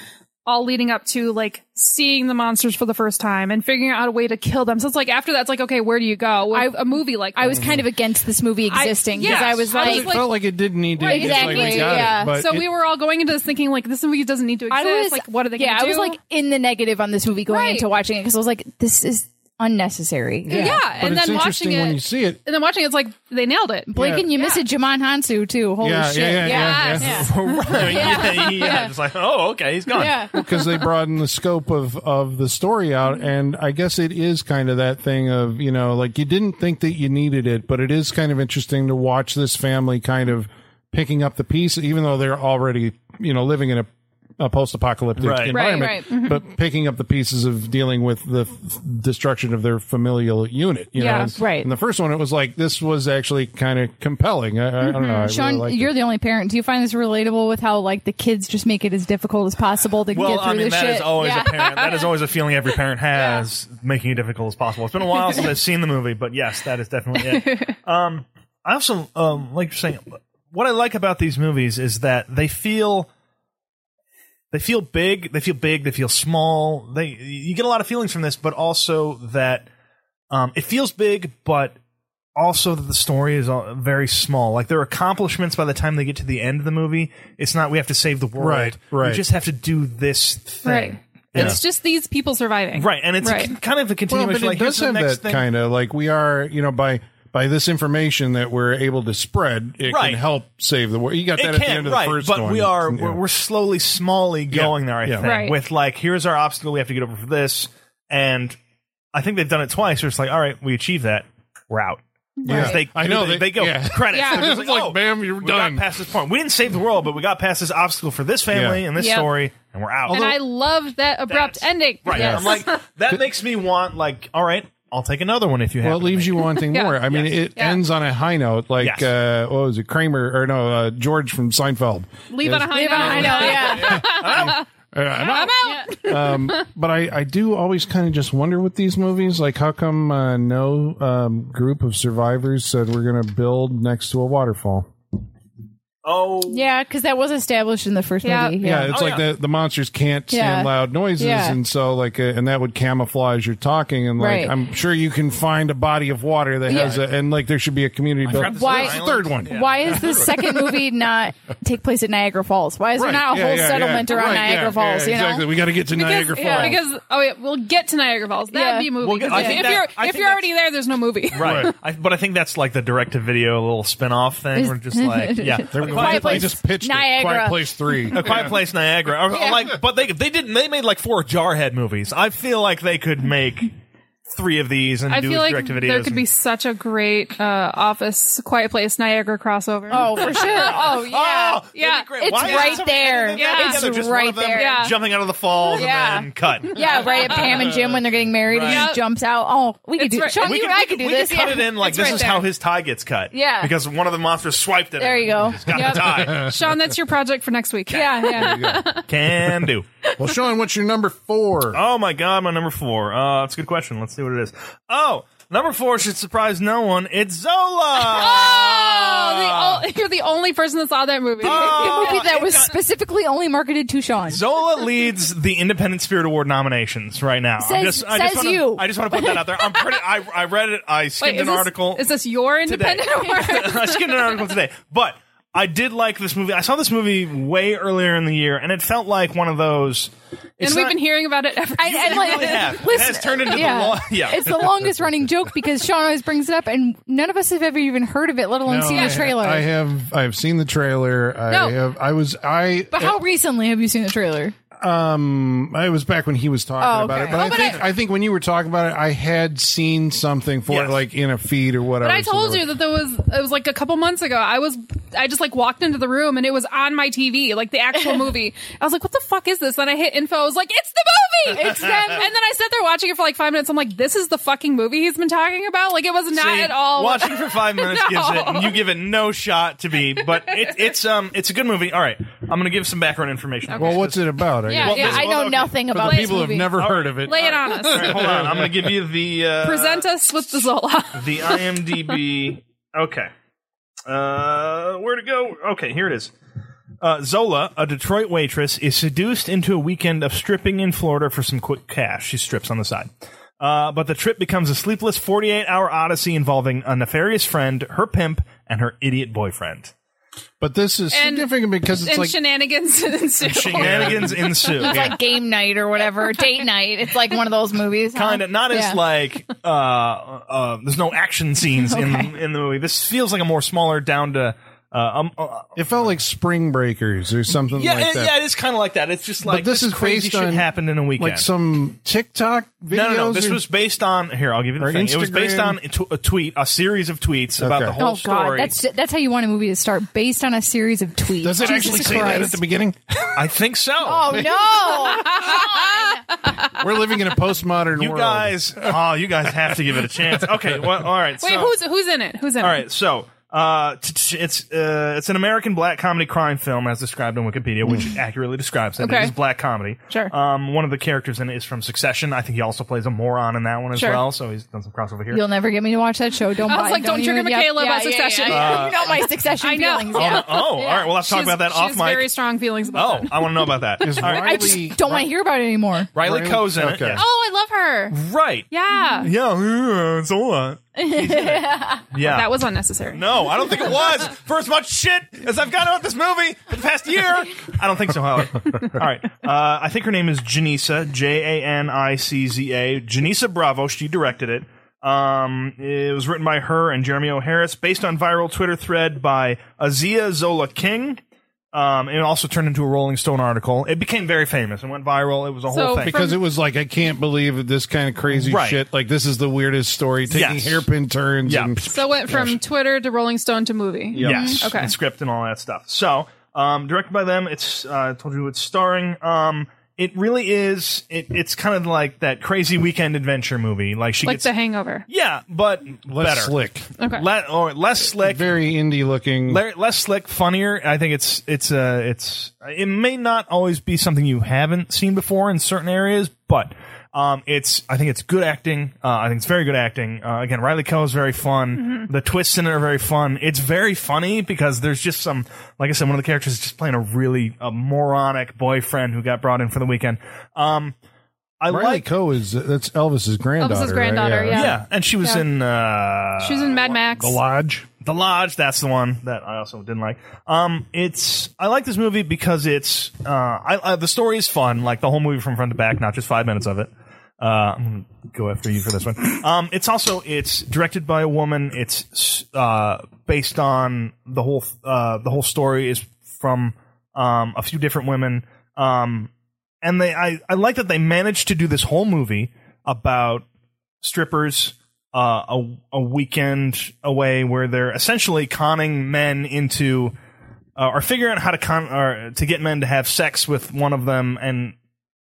S3: all leading up to like seeing the monsters for the first time and figuring out a way to kill them so it's like after that it's like okay where do you go with a movie like
S5: I was kind of against this movie existing because
S3: yes,
S5: I was
S3: I was
S5: like,
S2: It felt like it didn't need to.
S3: Right,
S2: exist, like we
S5: exactly,
S2: got it,
S5: yeah.
S2: but
S3: so
S2: it-
S3: we were all going into this thinking like this movie doesn't need to exist
S5: I was
S3: like what are they
S5: Yeah,
S3: gonna
S5: I was
S3: do?
S5: like in the negative on this movie going
S3: Right.
S5: into watching it because I was like, this is unnecessary.
S3: yeah,
S2: but
S3: and
S2: it's
S3: then watching
S2: interesting
S3: it
S2: when you see it.
S3: and then watching it, it's like they nailed it
S5: Blake
S2: Yeah.
S5: and you miss it, Jamon Hansu too. Holy
S2: Yeah,
S5: shit!
S2: yeah, yeah, yeah,
S3: Yes.
S2: yeah.
S4: yeah, yeah, Just like, oh, okay, he's gone.
S5: Yeah.
S2: because they broaden the scope of of the story out and i guess it is kind of that thing of you know like you didn't think that you needed it but it is kind of interesting to watch this family kind of picking up the piece even though they're already you know living in a a post-apocalyptic
S4: Right. Right,
S2: environment,
S5: Mm-hmm.
S3: right.
S2: but picking up the pieces of dealing with the f- destruction of their familial unit. You
S3: Yeah,
S2: know? And-
S5: right.
S2: And the first one, it was like this was actually kind of compelling. I, I- I don't know. I really
S5: Mm-hmm. Sean,
S2: liked it.
S5: you're the only parent. Do you find this relatable with how like the kids just make it as difficult as possible to
S4: Well,
S5: get through
S4: I mean,
S5: this
S4: that is
S5: shit?
S4: always
S5: yeah.
S4: a parent. That is always a feeling every parent has, making it difficult as possible. It's been a while since I've seen the movie, but yes, that is definitely it. Um, I also um, like you're saying what I like about these movies is that they feel they feel big, they feel big, they feel small. They you get a lot of feelings from this, but also that um, it feels big, but also that the story is all- very small. Like their accomplishments by the time they get to the end of the movie, it's not we have to save the world.
S2: Right, right.
S4: We just have to do this thing.
S3: right it's just these people surviving
S4: Right, and it's a
S3: Right.
S4: con- kind of a
S2: Well,
S4: continuation.
S2: but
S4: like
S2: it does
S4: here's the
S2: have
S4: next
S2: that
S4: thing.
S2: kind of like we are, you know, by by this information that we're able to spread, it
S4: Right.
S2: can help save the world. You got
S4: It
S2: that at the
S4: can,
S2: end of
S4: right?
S2: the first
S4: but
S2: one.
S4: we are
S2: Yeah.
S4: we're, we're slowly, smallly going there. I
S2: yeah.
S4: think
S3: Right.
S4: with like here's our obstacle we have to get over for this, and I think they've done it twice. Where it's like, all right, we achieved that. We're out.
S2: yeah.
S4: They,
S2: I know
S4: they,
S2: that-
S4: they go
S2: yeah.
S4: credits.
S3: Yeah.
S4: They're just
S2: It's like,
S4: oh,
S2: bam, you're
S4: we
S2: done.
S4: Got past this point, we didn't save the world, but we got past this obstacle for this family
S2: Yeah.
S4: and this
S3: Yep.
S4: story, and we're out.
S3: and i love that abrupt
S4: That's-
S3: ending
S4: right?
S3: Yes.
S4: I'm like that makes me want like, all right, I'll take another one if you have.
S2: Well, it leaves you wanting more. I mean, it
S3: Yeah.
S2: ends on a high note, like
S4: Yes.
S2: uh, what was it, Kramer or no, uh, George from Seinfeld.
S3: leave on a high
S5: Yeah,
S3: note
S5: I know. Yeah.
S2: Uh, and I-
S3: i'm out
S2: but I, I do always kind of just wonder with these movies, like how come uh, no um, group of survivors said we're going to build next to a waterfall?
S4: oh,
S5: Yeah, because that was established in the first
S3: Yeah.
S5: movie.
S2: Yeah,
S5: Yeah.
S2: it's
S4: Oh,
S2: like
S4: yeah.
S2: The, the monsters can't stand
S5: Yeah.
S2: loud noises,
S5: Yeah.
S2: and so like, uh, and that would camouflage your talking. And like,
S5: Right.
S2: I'm sure you can find a body of water that has a, and like there should be a community built.
S4: forgot this
S5: Why-
S4: is an
S5: the
S2: third
S4: island.
S2: one?
S4: Yeah.
S5: Why is the second movie not take place at Niagara Falls? Why is
S2: Right,
S5: there not a
S2: yeah,
S5: whole
S2: yeah,
S5: settlement
S2: yeah,
S5: around
S2: right, yeah,
S5: Niagara
S2: yeah,
S5: Falls? you know,
S2: exactly. We got to get to Niagara Falls.
S5: yeah,
S3: because oh yeah, we'll get to Niagara Falls. That'd
S5: Yeah.
S3: be a movie.
S4: We'll get- I
S3: Because
S4: think
S3: if you're
S4: that- I
S3: if
S4: think
S3: you're already
S4: that's-
S3: there, there's no movie.
S4: Right. I, but I think that's like the direct to video little spin off thing. We're just like, yeah.
S2: There
S4: A
S2: we go.
S5: Quiet
S2: They
S5: Place
S2: just pitched it. Quiet
S5: Niagara.
S2: Place Three.
S4: A Quiet Place Niagara. Or- or
S5: Yeah.
S4: Like, but they they didn't. They made like four Jarhead movies. I feel like they could make three of these and
S3: I
S4: do
S3: feel like
S4: direct to video.
S3: there could be such a great uh, Office Quiet Place Niagara crossover.
S5: Oh, for sure. Oh, yeah.
S4: Oh,
S3: Yeah.
S5: It's right there.
S3: Yeah.
S5: It's right there.
S3: Yeah.
S4: Jumping out of the falls
S5: Yeah.
S4: and then cut.
S5: Yeah, right at Pam and Jim when they're getting married and
S4: Right.
S5: he jumps out. Oh, we could
S3: It's
S5: do
S3: right-
S5: Sean,
S3: we
S5: you
S3: could-
S5: and I
S3: we
S5: could do
S4: we
S5: this.
S4: could cut
S5: yeah.
S4: it in like
S3: It's
S4: this
S3: right
S4: is
S3: there.
S4: how his tie gets cut.
S5: Yeah.
S4: because one of the monsters swiped at him.
S5: There you go.
S4: He's got
S3: Yep.
S4: the tie.
S3: Sean, that's your project for next week.
S5: Yeah, yeah.
S4: Can do.
S2: well, Sean, what's your number four?
S4: Oh my god, my number four. Uh, that's a good question. Let's see what it is. Oh, number four should surprise no one. It's Zola.
S3: Oh, the, ol- you're the only person that saw that movie.
S4: Oh,
S5: movie that
S4: it
S5: was
S4: got-
S5: specifically only marketed to Sean.
S4: Zola leeds the Independent Spirit Award nominations right now.
S5: Says-
S4: I
S5: says
S4: wanna,
S5: you.
S4: I just want to put that out there. I'm pretty. I, I read it. I skimmed
S3: is
S4: an
S3: this-
S4: article.
S3: Is this your
S4: today.
S3: independent award?
S4: I skimmed an article today, but I did like this movie. I saw this movie way earlier in the year, and it felt like one of those.
S3: and
S4: it's
S3: we've
S4: not-
S3: been hearing about it ever.
S5: I- and, like,
S4: really have. It
S5: listen-
S4: has turned into the
S5: yeah.
S4: law- yeah.
S5: It's the longest running joke because Sean always brings it up, and none of us have ever even heard of it, let alone
S2: No,
S5: seen
S2: I,
S5: the trailer.
S2: Uh, I have. I've seen the trailer. I
S3: No.
S2: have. I was. I.
S5: but how recently have you seen the trailer?
S2: um, it was back when he was talking
S5: Oh,
S2: about
S5: okay.
S2: it, but,
S5: Oh,
S2: I,
S5: but
S2: think, I, think when you were talking about it, I had seen something for
S4: Yes.
S2: it, like in a feed or whatever.
S3: But I
S2: so
S3: told
S2: there
S3: you
S2: was-
S3: that there was it was like a couple months ago. I was I just like walked into the room and it was on my TV, like the actual movie. I was like, "What the fuck is this?" Then I hit info. I was like, "It's the movie." It's them. and then I sat there watching it for like five minutes. I'm like, "This is the fucking movie he's been talking about." Like it was not
S4: See,
S3: at all.
S4: Watching for five minutes gives it, and you give it no shot to be. But it, it's um, it's a good movie. All right, I'm gonna give some background information.
S2: Well, what's it about? I
S3: Yeah,
S2: guess?
S5: yeah,
S4: this-
S5: I know
S4: well, okay.
S5: nothing about
S2: the
S5: this
S2: people
S5: movie.
S2: have never heard of it.
S3: Lay it on us.
S4: Hold on, I'm gonna give you the uh,
S3: Present us with the Zola.
S4: the IMDb. okay, uh, where to go? Okay, here it is. Uh, Zola, a Detroit waitress, is seduced into a weekend of stripping in Florida for some quick cash. She strips on the side. Uh, but the trip becomes a sleepless 48 hour odyssey involving a nefarious friend, her pimp, and her idiot boyfriend.
S2: But this is
S3: And-
S2: significant because it's
S3: and
S2: like
S3: shenanigans ensue.
S4: Shenanigans ensue.
S5: It's like game night or whatever, date night. It's like one of those movies. huh?
S4: kind of not
S5: Yeah.
S4: as like uh, uh there's no action scenes in in the movie this feels like a more smaller down to uh, um, uh
S2: it felt like Spring Breakers or something
S4: yeah
S2: like
S4: it,
S2: that.
S4: yeah it is kind of like that it's just like
S2: this is
S4: crazy
S2: based
S4: shit
S2: on,
S4: happened in a weekend
S2: Like some TikTok videos.
S4: no, no, no. This
S2: or-
S4: was based on here. I'll give you the
S2: Or
S4: thing. It was
S2: Instagram.
S4: based on a, t- a tweet, a series of tweets about
S2: Okay.
S4: the whole
S5: Oh god,
S4: story.
S5: that's that's how you want a movie to start, based on a series of tweets.
S2: Does it
S5: Jesus
S2: actually
S5: Christ.
S2: say that at the beginning?
S4: I think so.
S5: Oh no!
S2: We're living in a postmodern
S4: you
S2: world.
S4: guys, oh, you guys have to give it a chance. Okay, well, all right.
S3: Wait,
S4: so,
S3: who's who's in it? Who's in
S4: All
S3: it?
S4: right, so uh, t- t- it's uh, it's an American black comedy crime film as described on Wikipedia, which accurately describes
S3: Mm.
S4: it.
S3: Okay.
S4: It is black comedy.
S3: Sure.
S4: Um, one of the characters in it is from Succession. I think he also plays a moron in that one as
S3: Sure.
S4: well. So he's done some crossover here.
S5: You'll never get me to watch that show. Don't.
S3: I was
S5: buy-
S3: like, don't trigger
S5: even-
S3: Michaela by Succession.
S4: Uh,
S5: you know my Succession
S3: I know.
S5: feelings.
S4: oh,
S5: yeah.
S4: no- oh, all right. We'll have to talk
S3: She's-
S4: about that
S3: she
S4: off
S3: has
S4: mic.
S3: Very strong feelings about
S4: oh,
S3: that.
S4: I want to know about that.
S2: Is
S4: All right.
S5: I
S2: Riley,
S5: just don't want to hear about it anymore.
S4: Riley
S2: Riley-
S4: Coe's in it.
S2: okay.
S4: Yes.
S3: Oh, I love her.
S4: Right.
S3: Yeah.
S4: Yeah, it's all right. yeah.
S3: That was unnecessary.
S4: No, I don't think it was. For as much shit as I've gotten about this movie for the past year, I don't think so, Howard. All right. Uh, I think her name is Janisa, J A N I C Z A. Janisa Bravo. She directed it. Um, it was written by her and Jeremy O'Harris, based on viral Twitter thread by Azia Zola King. Um, it also turned into a Rolling Stone article. It became very famous and went viral. It was a whole
S3: So
S4: thing.
S2: because it was like I can't believe that this kind of crazy
S4: Right.
S2: shit. Like this is the weirdest story, taking
S4: Yes.
S2: hairpin turns.
S4: Yeah.
S2: and-
S3: So it went from Twitter to Rolling Stone to movie.
S4: Yes.
S3: Mm-hmm. Okay.
S4: And script and all that stuff. So, um, directed by them. It's uh, I told you it's starring. Um, it really is. It, it's kind of like that crazy weekend adventure movie. Like she
S3: Like
S4: gets.
S3: The Hangover.
S4: yeah, but
S2: Less
S4: better.
S2: slick,
S3: Okay.
S4: Le- or less slick.
S2: very indie looking.
S4: le- less slick, funnier. I think it's it's uh it's it may not always be something you haven't seen before in certain areas, but um it's I think it's good acting. Uh, I think it's very good acting. Uh, again, Riley Coe is very fun. The twists in it are very fun. It's very funny because there's just some like I said, one of the characters is just playing a really a moronic boyfriend who got brought in for the weekend. Um, I
S2: Riley
S4: like
S2: Coe is that's Elvis's granddaughter. right?
S3: granddaughter, yeah.
S4: yeah, and she was in uh
S3: She was in Mad Max.
S2: The Lodge.
S4: the Lodge, that's the one that I also didn't like. Um, it's I like this movie because it's uh, I, I, the story is fun, like the whole movie from front to back, not just five minutes of it. Uh, I'm gonna go after you for this one. Um, it's also it's directed by a woman. It's uh, based on the whole uh, the whole story is from um, a few different women. Um, and they I, I like that they managed to do this whole movie about strippers uh, a a weekend away where they're essentially conning men into uh, or figuring out how to con or to get men to have sex with one of them and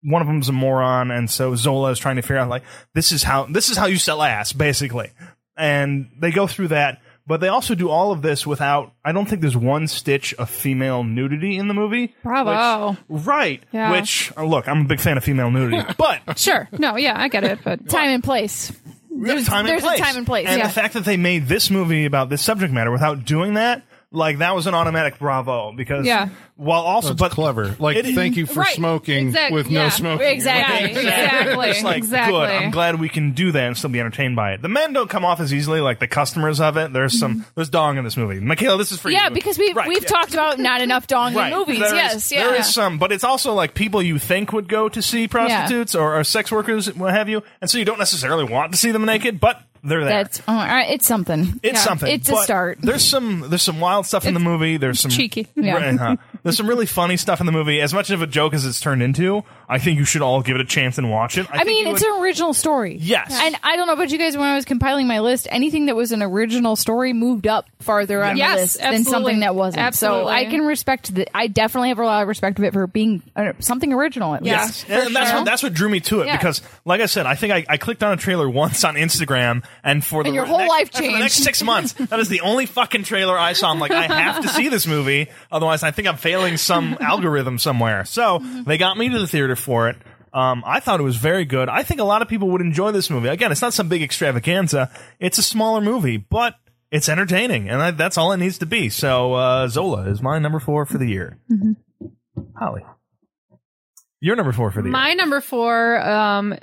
S4: one of them's a moron and so Zola is trying to figure out like this is how this is how you sell ass basically and they go through that but they also do all of this without I don't think there's one stitch of female nudity in the movie
S3: Bravo.
S4: which- right
S3: Yeah.
S4: which uh, look I'm a big fan of female nudity but
S3: Sure. No, yeah, I get it, but
S5: Time and place.
S4: there's, time
S5: there's a
S4: and place.
S5: time and place, yeah.
S4: the fact that they made this movie about this subject matter without doing that, like that was an automatic bravo because
S3: Yeah.
S4: while also
S2: That's
S4: but
S2: clever. Like,
S4: it-
S2: thank you for
S3: Right,
S2: smoking
S3: exact-
S2: with
S3: yeah,
S2: no smoking.
S5: exactly.
S3: Yeah, exactly.
S4: It's like
S3: exactly.
S4: good. I'm glad we can do that and still be entertained by it. The men don't come off as easily like the customers of it. There's some there's dong in this movie. Michaela, this is for you.
S5: Mm-hmm. Yeah, because we
S4: Right,
S5: we've
S4: yeah.
S5: talked about not enough dong
S4: Right.
S5: in movies.
S4: There is-
S5: yes, yeah.
S4: There is some, but it's also like people you think would go to see prostitutes or, or sex workers, what have you, and so you don't necessarily want to see them naked, but they're there.
S5: That's oh, all right. It's something.
S4: It's
S5: Yeah.
S4: something.
S5: It's a
S4: but
S5: start.
S4: There's some there's some wild stuff in the movie. There's some
S3: cheeky.
S5: Yeah.
S4: Right, huh. There's some really funny stuff in the movie. As much of a joke as it's turned into, I think you should all give it a chance and watch it.
S5: I mean, it's
S4: a
S5: an original story.
S4: Yes.
S5: And I don't know about you guys, when I was compiling my list, anything that was an original story moved up farther on
S3: Yes,
S5: my list than
S3: absolutely.
S5: something that wasn't. So
S3: Absolutely.
S5: I can respect that. I definitely have a lot of respect of it for being uh, something original. At
S3: Yeah.
S5: least.
S3: for
S4: and that's
S5: sure.
S4: what that's what drew me to it
S5: Yeah.
S4: because, like I said, I think I, I clicked on a trailer once on Instagram, and for the
S5: And your whole
S4: next,
S5: life
S4: for the next
S5: changed.
S4: six months, that is the only fucking trailer I saw. I'm like, I have to see this movie, otherwise, I think I'm failing some algorithm somewhere. So
S5: Mm-hmm.
S4: they got me to the theater for it. Um, I thought it was very good. I think a lot of people would enjoy this movie. Again, it's not some big extravaganza. It's a smaller movie, but it's entertaining, and I, that's all it needs to be. So uh, Zola is my number four for the year.
S5: Mm-hmm.
S4: Holly, you're number four for the year.
S3: My number four, um,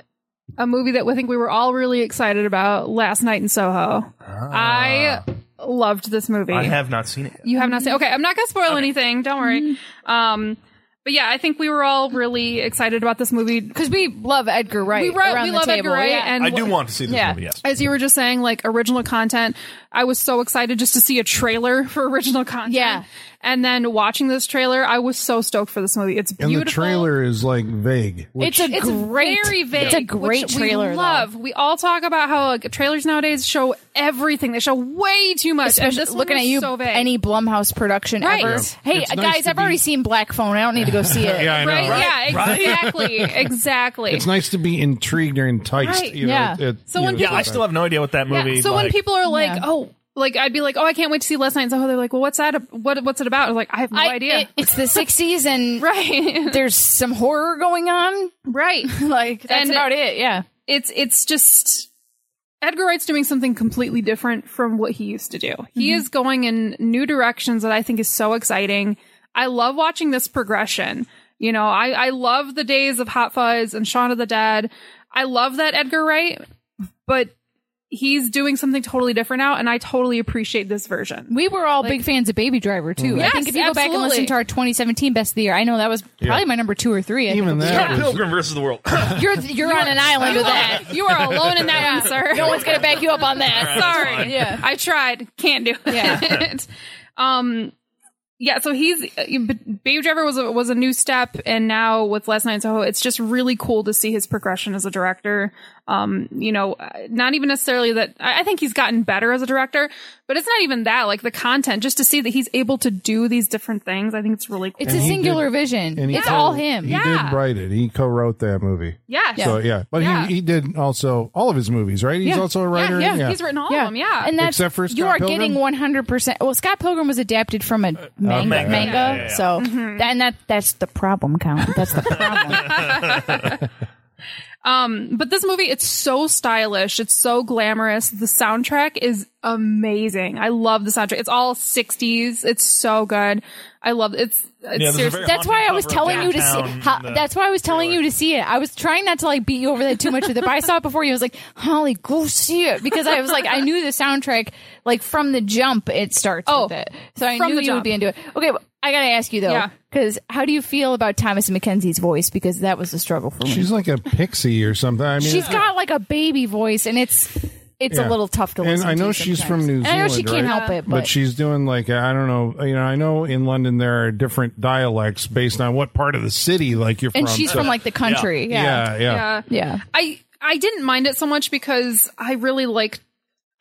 S3: a movie that I think we were all really excited about last night in Soho. I loved this movie.
S4: I have not seen it. Yet.
S3: you have not seen. Okay, I'm not gonna spoil anything. Don't worry.
S5: Mm-hmm.
S3: Um, but yeah, I think we were all really excited about this movie.
S5: Because we love Edgar Wright.
S3: We, wrote,
S5: around
S3: we
S5: the
S3: love
S5: table.
S3: Edgar Wright,
S5: Yeah.
S3: and
S4: I do want to see this
S5: Yeah.
S4: movie. Yes.
S3: as you were just saying, like original content, I was so excited just to see a trailer for original content.
S5: Yeah.
S3: And then watching this trailer, I was so stoked for this movie. It's
S2: And
S3: beautiful.
S2: the trailer is like vague. Which,
S5: it's a
S3: It's
S5: great,
S3: very vague.
S5: It's a great
S3: which
S5: trailer.
S3: We
S5: though.
S3: love. We all talk about how like, trailers nowadays show everything. They show way too much. and
S5: Especially
S3: this one
S5: looking
S3: was
S5: at you,
S3: so vague.
S5: any Blumhouse production
S3: Right.
S5: ever.
S3: Yeah.
S5: Hey,
S2: It's
S5: uh,
S2: nice
S5: guys,
S2: to
S5: I've already
S2: be-
S5: seen Black Phone. I don't need to go see it.
S2: yeah, I know.
S3: right? Yeah,
S4: Right.
S3: exactly, exactly.
S2: It's nice to be intrigued or enticed.
S3: Right,
S2: you know,
S5: yeah.
S2: it- it-
S3: So
S2: you
S3: when
S2: know,
S4: Yeah, I
S2: sometimes.
S4: still have no idea what that movie.
S3: Yeah. So when
S4: like-
S3: people are like,
S5: Yeah.
S3: "Oh," like I'd be like, "Oh, I can't wait to see Last Night in Soho." They're like, "Well, what's that? ab- What what's it about?" I'm like, "I have no
S5: I-
S3: idea."
S5: it- it's the 60s and
S3: right,
S5: there's some horror going on.
S3: right.
S5: Like, that's
S3: And-
S5: about it. Yeah.
S3: it's it's just Edgar Wright's doing something completely different from what he used to do. He is going in new directions that I think is so exciting. I love watching this progression. You know, I, I love the days of Hot Fuzz and Shaun of the Dead. I love that Edgar Wright, but he's doing something totally different now, and I totally appreciate this version.
S5: We were all big fans of Baby Driver too. I
S3: Yes,
S5: think if you go back and listen
S3: absolutely.
S5: to our 2017 best of the year, I know that was probably my number two or three. I
S2: even
S5: think.
S2: that was,
S4: Pilgrim versus the World.
S5: you're you're on an island with that.
S3: You are alone in that one, sir.
S5: No one's gonna back you up on that.
S3: Sorry.
S5: Yeah.
S3: I tried. Can't do it. um, yeah. So he's uh, but Baby Driver was a, was a new step, and now with Last Night in Soho, it's just really cool to see his progression as a director. Um, you know, uh, not even necessarily that I, I think he's gotten better as a director, but it's not even that. Like the content, just to see that he's able to do these different things, I think it's really cool.
S5: It's a
S2: he
S5: singular
S2: did-
S5: vision.
S2: and he
S5: It's
S2: co-
S5: all him.
S2: He
S3: Yeah.
S2: did write it. He co-wrote that movie.
S3: yeah.
S2: So yeah, but
S3: Yeah.
S2: He, he did also all of his movies, right? He's
S5: Yeah.
S2: also a writer.
S3: yeah, He's written all of them. Yeah.
S5: and that's
S2: Except for
S5: you
S2: Scott
S5: are
S2: Pilgrim? Uh,
S5: getting 100. percent Well, Scott Pilgrim was adapted from a manga,
S2: manga.
S5: manga,
S4: Yeah, yeah, yeah.
S5: so
S3: Mm-hmm.
S5: that, and that that's the problem, count. That's the problem.
S3: But this movie, it's so stylish. It's so glamorous. The soundtrack is amazing. I love the soundtrack. It's all 60s. It's so good. I love it's, it's
S4: there's a
S3: seriously.
S4: very-
S5: that's why I was telling you to see.
S4: Downtown,
S5: How,
S4: the
S5: that's why I was telling you to see it. I was trying not to like beat you over that too much with it, but I saw it before you. I was like, Holly, go see it because I was like, I knew the soundtrack like from the jump. It starts
S3: Oh,
S5: with it, so I
S3: from
S5: knew
S3: the
S5: you
S3: jump.
S5: would be into it. Okay, but I gotta ask you though,
S3: Yeah.
S5: because how do you feel about Thomas and Mackenzie's voice? Because that was a struggle for me.
S2: She's like a pixie or something. I mean,
S5: She's got like a baby voice, and it's it's
S2: Yeah.
S5: a little tough to
S2: And
S5: listen.
S2: I know
S5: to
S2: she's
S5: sometimes.
S2: from New
S5: And I know she
S2: Zealand,
S5: can't
S2: right?
S5: help it, but,
S2: but she's doing like I don't know. You know, I know in London there are different dialects based on what part of the city like you're
S5: and
S2: from.
S5: she's
S2: so-
S5: from like the country. Yeah,
S2: yeah, yeah.
S3: yeah.
S5: yeah.
S3: uh, I, I didn't mind it so much because I really liked,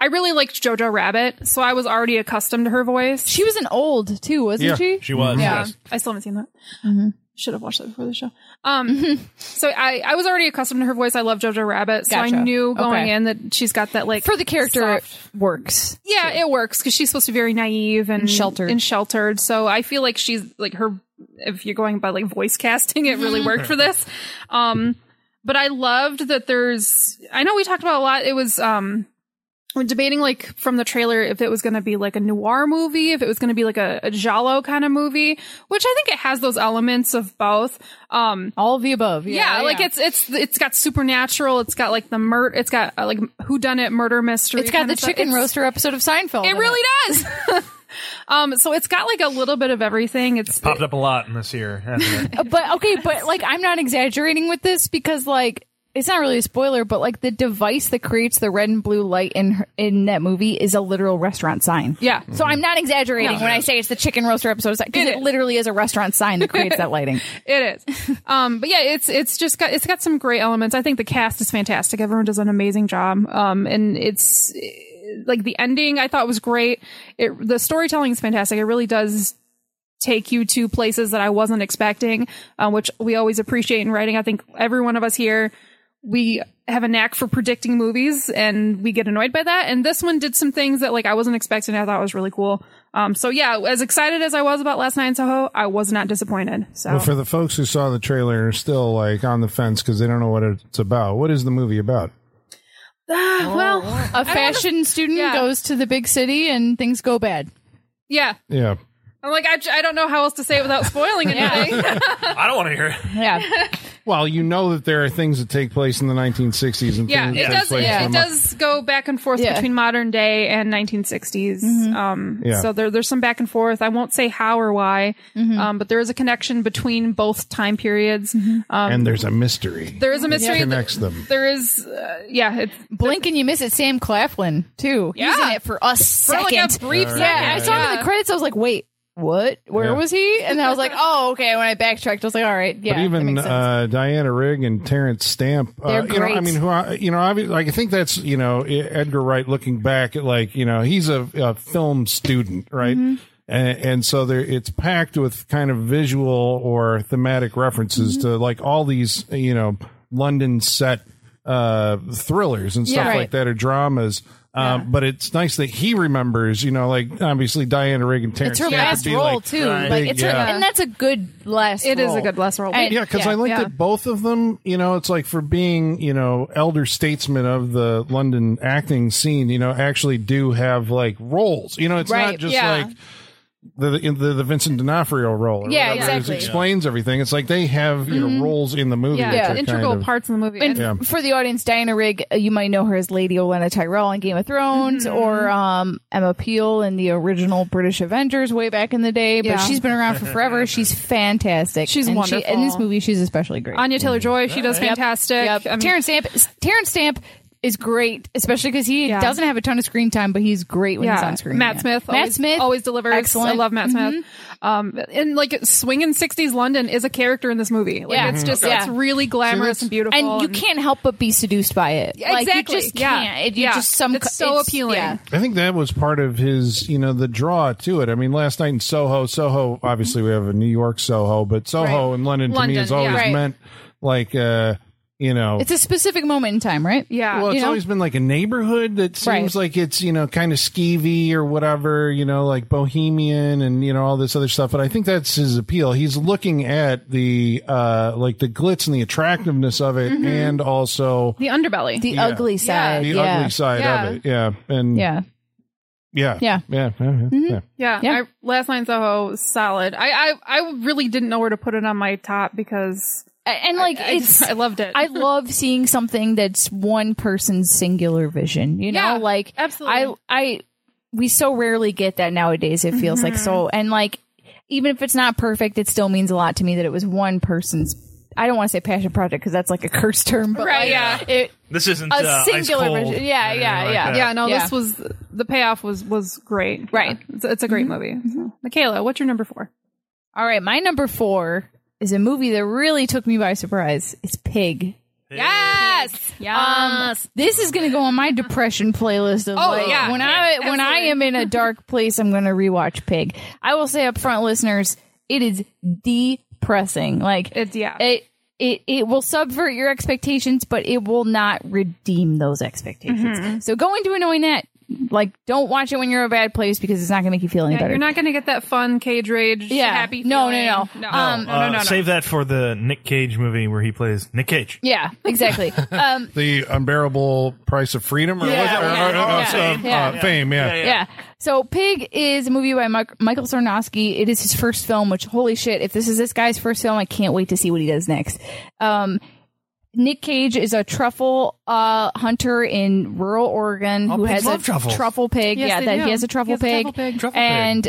S3: I really liked Jojo Rabbit. So I was already accustomed to her voice.
S5: She was an old too, wasn't
S2: Yeah.
S5: she?
S4: she was.
S3: Yeah.
S4: yes.
S3: I still haven't seen that. Should have watched that before the show. Um, so I, I was already accustomed to her voice. I love Jojo Rabbit. So I
S5: Gotcha.
S3: knew going
S5: Okay.
S3: in that she's got that like
S5: for the character it
S3: soft-
S5: works.
S3: Yeah, it works because she's supposed to be very naive and,
S5: sheltered.
S3: And sheltered. So I feel like she's like her. If you're going by like voice casting, it really worked for this. Um, but I loved that there's. I know we talked about a lot. It was um, we're debating like from the trailer if it was going to be like a noir movie, if it was going to be like a, a giallo kind of movie, which I think it has those elements of both. Um,
S5: All of the above.
S3: yeah, like it's it's it's got supernatural. It's got like the murder. It's got uh, like who done it murder mystery.
S5: it's got
S3: kinda
S5: the
S3: stuff.
S5: chicken
S3: It's-
S5: roaster episode of Seinfeld. in
S3: It really does. um, so it's got like a little bit of everything. It's
S4: Popped up a lot in this year. hasn't it?
S5: but okay, but like I'm not exaggerating with this because like it's not really a spoiler, but like the device that creates the red and blue light in her, in that movie is a literal restaurant sign.
S3: Yeah.
S5: So I'm not exaggerating when I say it's the chicken roaster episode because
S3: It
S5: it
S3: is.
S5: literally is a restaurant sign that creates that lighting.
S3: It is. Um, but yeah, it's it's just got it's got some great elements. I think the cast is fantastic. Everyone does an amazing job. Um, and it's eh, like the ending I thought was great. It the storytelling is fantastic. It really does take you to places that I wasn't expecting, uh, which we always appreciate in writing. I think every one of us here we have a knack for predicting movies and we get annoyed by that. And this one did some things that like I wasn't expecting. I thought was really cool. Um, so yeah, as excited as I was about last night in Soho, I was not disappointed. So
S2: Well, for the folks who saw the trailer and are still like on the fence because they don't know what it's about, what is the movie about?
S3: well,
S5: A fashion student
S3: Yeah.
S5: goes to the big city and things go bad.
S3: yeah.
S2: Yeah.
S3: I'm like, I, j- I don't know how else to say it without spoiling anything.
S4: I don't want to hear it.
S5: Yeah.
S2: Well, you know that there are things that take place in the 1960s and
S3: yeah,
S2: things
S3: it
S2: that take
S3: does.
S2: place
S3: Yeah,
S2: in
S3: it
S2: the-
S3: does go back and forth
S5: Yeah.
S3: between modern day and 1960s. Um,
S2: Yeah.
S3: so there, there's some back and forth. I won't say how or why, um, but there is a connection between both time periods. Um,
S2: and there's a mystery
S3: there is a
S2: that
S3: mystery. that-
S2: connects them.
S3: there is, uh, yeah, it's
S5: Blink and you miss it. Sam Claflin too.
S3: Yeah.
S5: He's in it for a
S3: for
S5: second.
S3: like a brief.
S2: Yeah,
S3: second,
S5: yeah, I saw him in the credits. I was like, wait, what? Where
S2: Yeah.
S5: was he? And then I was like, oh, okay. When I backtracked, I was like, all right, yeah.
S2: But
S5: that
S2: even
S5: makes sense.
S2: uh, Diana Rigg and Terrence Stamp, uh,
S5: They're
S2: you know, I
S5: great.
S2: mean, who I, you know, obviously, like, I think that's you know E- Edgar Wright looking back at like you know he's a, a film student, right?
S5: Mm-hmm.
S2: And, and so there, it's packed with kind of visual or thematic references
S5: Mm-hmm.
S2: to like all these you know London set uh, thrillers and stuff
S5: Yeah,
S2: like
S5: right.
S2: that or dramas. Um, But it's nice that he remembers, you know, like obviously Diana Rigg and Terrence.
S5: it's her
S2: Stamp would
S5: last
S2: be,
S5: role
S2: like,
S5: too.
S4: Right.
S5: Like it's
S2: Yeah.
S5: her, and that's a good last.
S3: It is
S5: role.
S3: a good last role.
S5: And-
S2: Yeah, because I like
S3: yeah.
S2: that both of them, you know, it's like for being, you know, elder statesmen of the London acting scene, you know, actually do have like roles. You know, it's not
S5: Right,
S2: just
S5: yeah.
S2: like the, the the the Vincent D'Onofrio role. or
S5: Yeah,
S2: whatever,
S5: exactly. Mm-hmm.
S2: It explains everything. It's like they have you know roles in the movie.
S3: yeah,
S2: which are
S3: integral
S2: kind of-
S3: parts in the movie.
S5: And
S3: And-
S5: for the audience, Diana Rigg, uh, you might know her as Lady Olenna Tyrell on Game of Thrones,
S3: Mm-hmm.
S5: or um, Emma Peel in the original British Avengers way back in the day. But
S3: Yeah.
S5: she's been around for forever. She's fantastic.
S3: She's
S5: and she-
S3: wonderful.
S5: in this movie, she's especially great.
S3: Anya Taylor Joy, she does fantastic.
S5: Yep.
S3: I mean,
S5: Terrence Stamp. Terrence Stamp is great, especially because he
S3: Yeah.
S5: doesn't have a ton of screen time, but he's great when he's on screen.
S3: Matt
S5: yeah.
S3: Smith.
S5: Matt
S3: always,
S5: Smith
S3: always delivers.
S5: Excellent. Mm-hmm.
S3: I love Matt Smith. Um, and like swinging '60s London is a character in this movie. Like,
S5: Yeah.
S3: it's just
S5: Okay.
S3: it's
S5: Yeah.
S3: really glamorous
S2: that's-
S3: and beautiful,
S5: Mm-hmm. and you can't help but be seduced by it.
S3: Yeah,
S5: Like,
S3: exactly.
S5: you just
S3: Yeah.
S5: can't. It, you
S3: Yeah.
S5: just some.
S3: It's so appealing.
S5: yeah.
S2: I think that was part of his, you know, the draw to it. I mean, last night in Soho, Soho, obviously we have a New York Soho, but Soho
S5: Right.
S2: in London to
S3: London,
S2: me has always
S3: yeah.
S5: Right.
S2: meant like, uh, you know,
S5: It's a specific moment in time, right?
S3: Yeah.
S2: Well,
S5: you
S2: it's
S5: know?
S2: always been like a neighborhood that seems
S5: Right.
S2: like it's, you know, kind of skeevy or whatever, you know, like bohemian and, you know, all this other stuff. But I think that's his appeal. He's looking at the, uh, like the glitz and the attractiveness of it and also
S3: the underbelly.
S5: The ugly
S3: Yeah.
S5: side.
S2: the
S5: Mm-hmm. Yeah.
S2: ugly side
S3: Yeah.
S2: of it. Yeah. And
S5: yeah.
S2: yeah.
S5: Yeah. Mm-hmm.
S2: Yeah. Yeah. yeah, yeah.
S3: yeah,
S5: Yeah.
S3: I, last night in Soho was solid. I, I I really didn't know where to put it on my top because
S5: A- And like
S3: I,
S5: it's
S3: just, I loved it.
S5: I love seeing something that's one person's singular vision. You know,
S3: Yeah,
S5: like
S3: absolutely.
S5: I I we so rarely get that nowadays. It feels like so,
S3: Mm-hmm.
S5: and like even if it's not perfect, it still means a lot to me that it was one person's. I don't want to say passion project because that's like a curse term, but
S3: Right,
S5: like,
S3: yeah.
S5: it,
S4: This isn't
S5: A
S4: uh, ice
S5: singular
S4: cold
S5: version. Yeah,
S4: or anything
S5: yeah,
S4: like
S5: yeah.
S4: that.
S3: yeah, no,
S5: Yeah.
S3: this was the payoff was was great.
S5: Right. Mm-hmm.
S3: Yeah. It's, it's a great movie. So, Michaela, what's your number four?
S5: all right. My number four is a movie that really took me by surprise. It's Pig.
S3: Yes,
S5: Um, this is gonna go on my depression playlist of
S3: Oh,
S5: like
S3: yeah.
S5: when
S3: Yeah,
S5: I when I am in a dark place, I'm gonna rewatch Pig. I will say up front, listeners, it is depressing. Like
S3: It's- yeah.
S5: it it it will subvert your expectations, but it will not redeem those expectations.
S3: Mm-hmm.
S5: So go into it knowing that, like, don't watch it when you're in a bad place because it's not gonna make you feel any
S3: Yeah,
S5: better.
S3: you're not going to get that fun cage rage.
S5: Yeah.
S3: happy.
S5: No, no,
S3: feeling.
S5: no.
S3: no,
S5: Um,
S3: no, no,
S4: Uh,
S3: no, no.
S4: Save that for the Nick Cage movie where he plays Nick Cage.
S5: yeah, exactly. um,
S2: The unbearable price of freedom or,
S5: Yeah,
S2: what- or-
S5: yeah,
S2: or- or-
S5: yeah,
S2: of-
S5: yeah.
S2: of,
S5: Yeah.
S2: Uh, fame. Yeah.
S5: yeah. So Pig is a movie by Mike- Michael Sarnowski. It is his first film, which holy shit! If this is this guy's first film, I can't wait to see what he does next. Um, Nick Cage is a truffle uh, hunter in rural Oregon
S4: Oh,
S5: who
S4: pigs
S5: has a
S4: love truffles.
S5: truffle pig.
S3: Yes,
S5: yeah,
S3: they
S5: that
S3: do.
S5: he has a truffle
S3: He has a
S5: pig,
S3: truffle pig.
S4: Truffle pig.
S5: and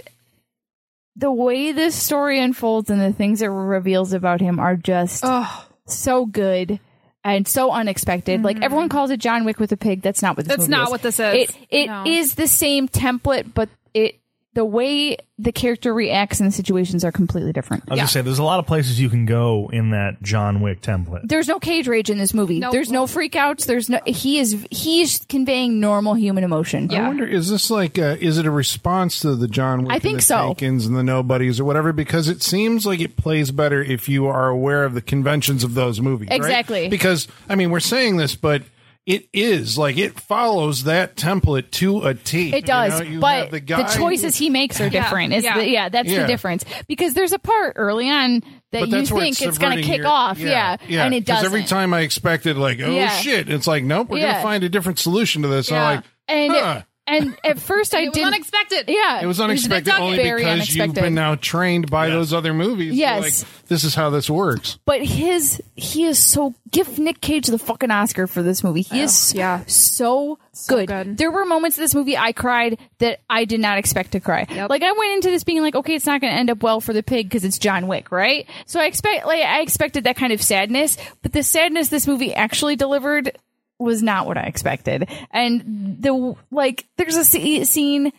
S5: the way this story unfolds and the things it reveals about him are just
S3: Oh,
S5: so good. and so unexpected. Like everyone calls it John Wick with a pig. That's not what this
S3: Mm-hmm. That's
S5: movie
S3: not
S5: is.
S3: what this is.
S5: It it is
S3: No.
S5: the same template, but it the way the character reacts in situations are completely different.
S4: I was gonna say, there's a lot of places you can go in that John Wick template.
S5: There's no cage rage in this movie.
S3: No.
S5: There's no freakouts. There's no he is he's conveying normal human emotion.
S2: I
S3: Yeah.
S2: wonder, is this like, uh is it a response to the John Wick
S5: I think
S2: and the
S5: so.
S2: Jenkins and the Nobodies or whatever? Because it seems like it plays better if you are aware of the conventions of those movies. right?
S5: Exactly.
S2: Because, I mean, we're saying this, but it is like it follows that template to a T.
S5: It does,
S2: You know, you
S5: but
S2: have
S5: the,
S2: guy-
S5: choices he makes are different. It's
S3: yeah.
S5: The, yeah, that's
S2: Yeah.
S5: the difference. Because there's a part early on that
S2: But
S5: you
S2: that's where
S5: think it's going to
S2: subverting
S5: kick
S2: your-
S5: off. Yeah,
S2: yeah.
S5: and it
S2: 'Cause
S5: doesn't.
S2: Every time I expected, like, oh
S5: Yeah.
S2: shit, it's like, nope, we're
S5: Yeah.
S2: gonna find a different solution to this. And I'm like,
S5: and
S2: huh.
S5: and at first I
S3: It was
S5: didn't.
S3: unexpected.
S5: Yeah,
S2: It was unexpected
S3: dug it.
S2: only
S5: Very
S2: because
S5: unexpected.
S2: you've been now trained by those other movies. You're
S5: Yes.
S2: like, this is how this works.
S5: but his he is so give Nick Cage the fucking Oscar for this movie. He is
S3: yeah.
S5: so, good.
S3: good.
S5: There were moments in this movie I cried that I did not expect to cry.
S3: Yep.
S5: Like I went into this being like, okay, it's not going to end up well for the pig because it's John Wick, right? So I expect like I expected that kind of sadness, but the sadness this movie actually delivered was not what I expected. And the like, there's a sce- scene.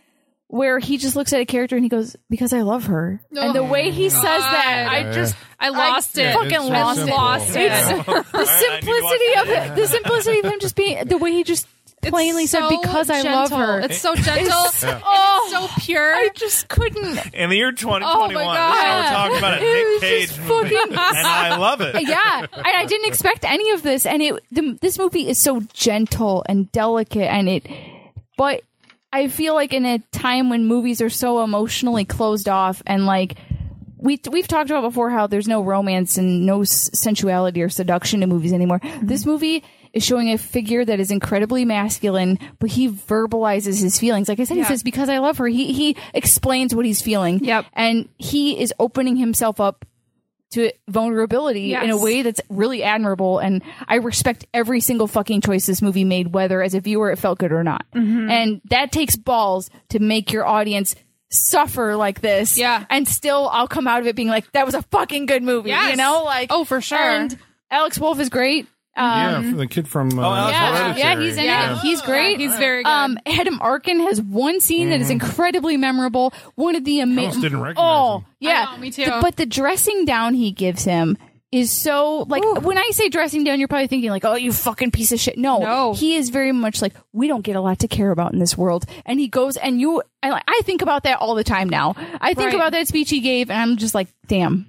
S5: Where he just looks at a character and he goes, "Because I love her," and
S3: Oh
S5: the way he says that, I just
S3: I lost it.
S5: Fucking
S2: it's so
S5: lost it.
S2: simple.
S3: Lost it.
S5: It's- the simplicity of it. The simplicity of him just being the way he just plainly said,
S3: so
S5: "Because I love
S3: gentle.
S5: her."
S3: It's so gentle.
S5: It's-
S3: and
S5: Oh.
S3: it's so pure.
S5: I just couldn't.
S4: In the year 2021,
S3: Oh my God.
S4: this is how we're talking about a
S5: It
S4: Nick
S5: was
S4: Cage
S5: just
S4: movie,
S5: fucking-
S4: and I love it.
S5: Yeah, and I didn't expect any of this. And it, the, this movie is so gentle and delicate, and it. But I feel like in a time when movies are so emotionally closed off, and like we we've talked about before, how there's no romance and no s- sensuality or seduction in movies anymore.
S3: Mm-hmm.
S5: This movie. Is showing a figure that is incredibly masculine, but he verbalizes his feelings. Like I said, he
S3: Yeah.
S5: says, "Because I love her." He he explains what he's feeling,
S3: Yep.
S5: and he is opening himself up to vulnerability in a
S3: Yes.
S5: way that's really admirable and i respect every single fucking choice this movie made whether as a viewer it felt good or not
S3: Mm-hmm.
S5: and that takes balls to make your audience suffer like this
S3: Yeah.
S5: and still i'll come out of it being like that was a fucking good movie you
S3: Yes.
S5: know like
S3: Oh, for sure.
S5: and alex wolf is great um,
S2: yeah, the kid from uh,
S4: Alex
S5: yeah,
S4: Wolff.
S5: yeah, he's in
S3: Yeah.
S5: it. He's great.
S3: He's very good.
S5: Um, Adam Arkin has one scene that is incredibly memorable. One of the
S2: almost
S5: amazing.
S2: Mm-hmm. didn't recognize
S5: Oh,
S2: him.
S5: yeah,
S3: I know, me too.
S5: The- but the dressing down he gives him is so like when I say dressing down, you're probably thinking like, "Oh, you fucking piece of shit." No,
S3: No.
S5: he is very much like we don't get a lot to care about in this world, and he goes and you. And like, I think about that all the time now. I think
S3: Right.
S5: about that speech he gave, and I'm just like, "Damn."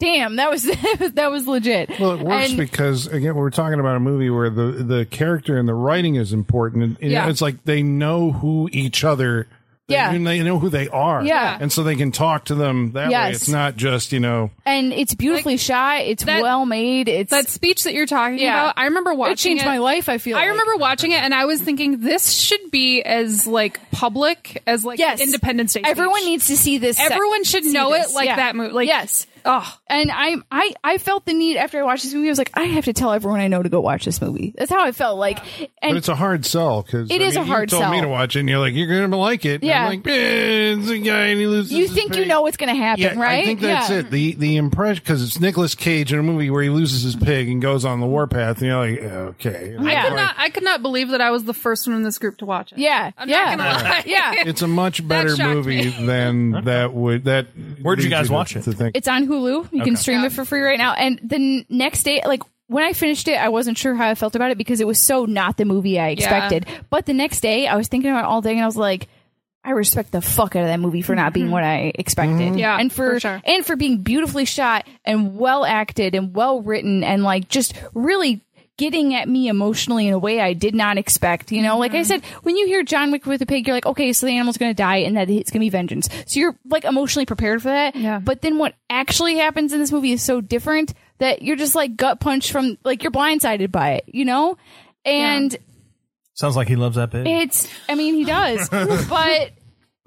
S5: Damn, that was that was legit.
S2: Well, it works
S5: And-
S2: because again, we're talking about a movie where the the character and the writing is important. And, you know,
S3: Yeah.
S2: it's like they know who each other. they-
S5: Yeah.
S2: they know who they are.
S5: Yeah.
S2: and so they can talk to them that way.
S5: Yes.
S2: It's not just you know.
S5: and it's beautifully shot. It's
S3: that-
S5: well made. It's
S3: that speech that you're talking
S5: Yeah.
S3: about, I remember watching
S5: it changed my life. I feel.
S3: I
S5: like.
S3: remember watching it and I was thinking this should be as like public as like
S5: Yes,
S3: Independence Day.
S5: Everyone
S3: speech.
S5: needs to see this. se-
S3: Everyone should
S5: see
S3: know
S5: this.
S3: it like
S5: Yeah.
S3: that movie. Like
S5: yes.
S3: Oh,
S5: And I, I, I felt the need after I watched this movie. I was like, I have to tell everyone I know to go watch this movie. That's how I felt. Like,
S2: But
S5: and
S2: it's a hard sell because
S5: It is a hard
S2: You told me
S5: sell.
S2: to watch it, and you're like, you're gonna like it. And
S5: Yeah.
S2: I'm like "Eh, it's a guy and he loses.
S5: you
S2: his
S5: think you
S2: pig."
S5: know what's going to happen,
S2: Yeah,
S5: right?
S2: I think that's
S5: yeah.
S2: it. The the impression because it's Nicolas Cage in a movie where he loses his pig and goes on the warpath, and you're like, okay,
S3: I could not. I could not believe that I was the first one in this group to watch it.
S5: Yeah,
S3: I'm
S5: yeah,
S3: not gonna lie.
S5: yeah.
S2: it's a much better
S3: shocked
S2: movie than that would that.
S4: Where'd you
S2: leads
S4: guys
S2: to-
S4: watch it?
S2: To think.
S5: It's on Hulu. You can stream it for free right now. And the n- next day, like when I finished it, I wasn't sure how I felt about it because it was so not the movie I expected. But the next day, I was thinking about it all day, and I was like, I respect the fuck out of that movie for not being what I expected.
S3: Mm-hmm. Yeah,
S5: and for,
S3: for sure.
S5: and for being beautifully shot and well acted and well written and like just really getting at me emotionally in a way I did not expect. You know, like I said, when you hear John Wick with a pig, you're like, okay, so the animal's going to die and that it's going to be vengeance. So you're like emotionally prepared for that.
S3: Yeah.
S5: But then what actually happens in this movie is so different that you're just like gut punched from like you're blindsided by it. You know. And
S4: Sounds like he loves that bit.
S5: it's, I mean, he does, but
S2: But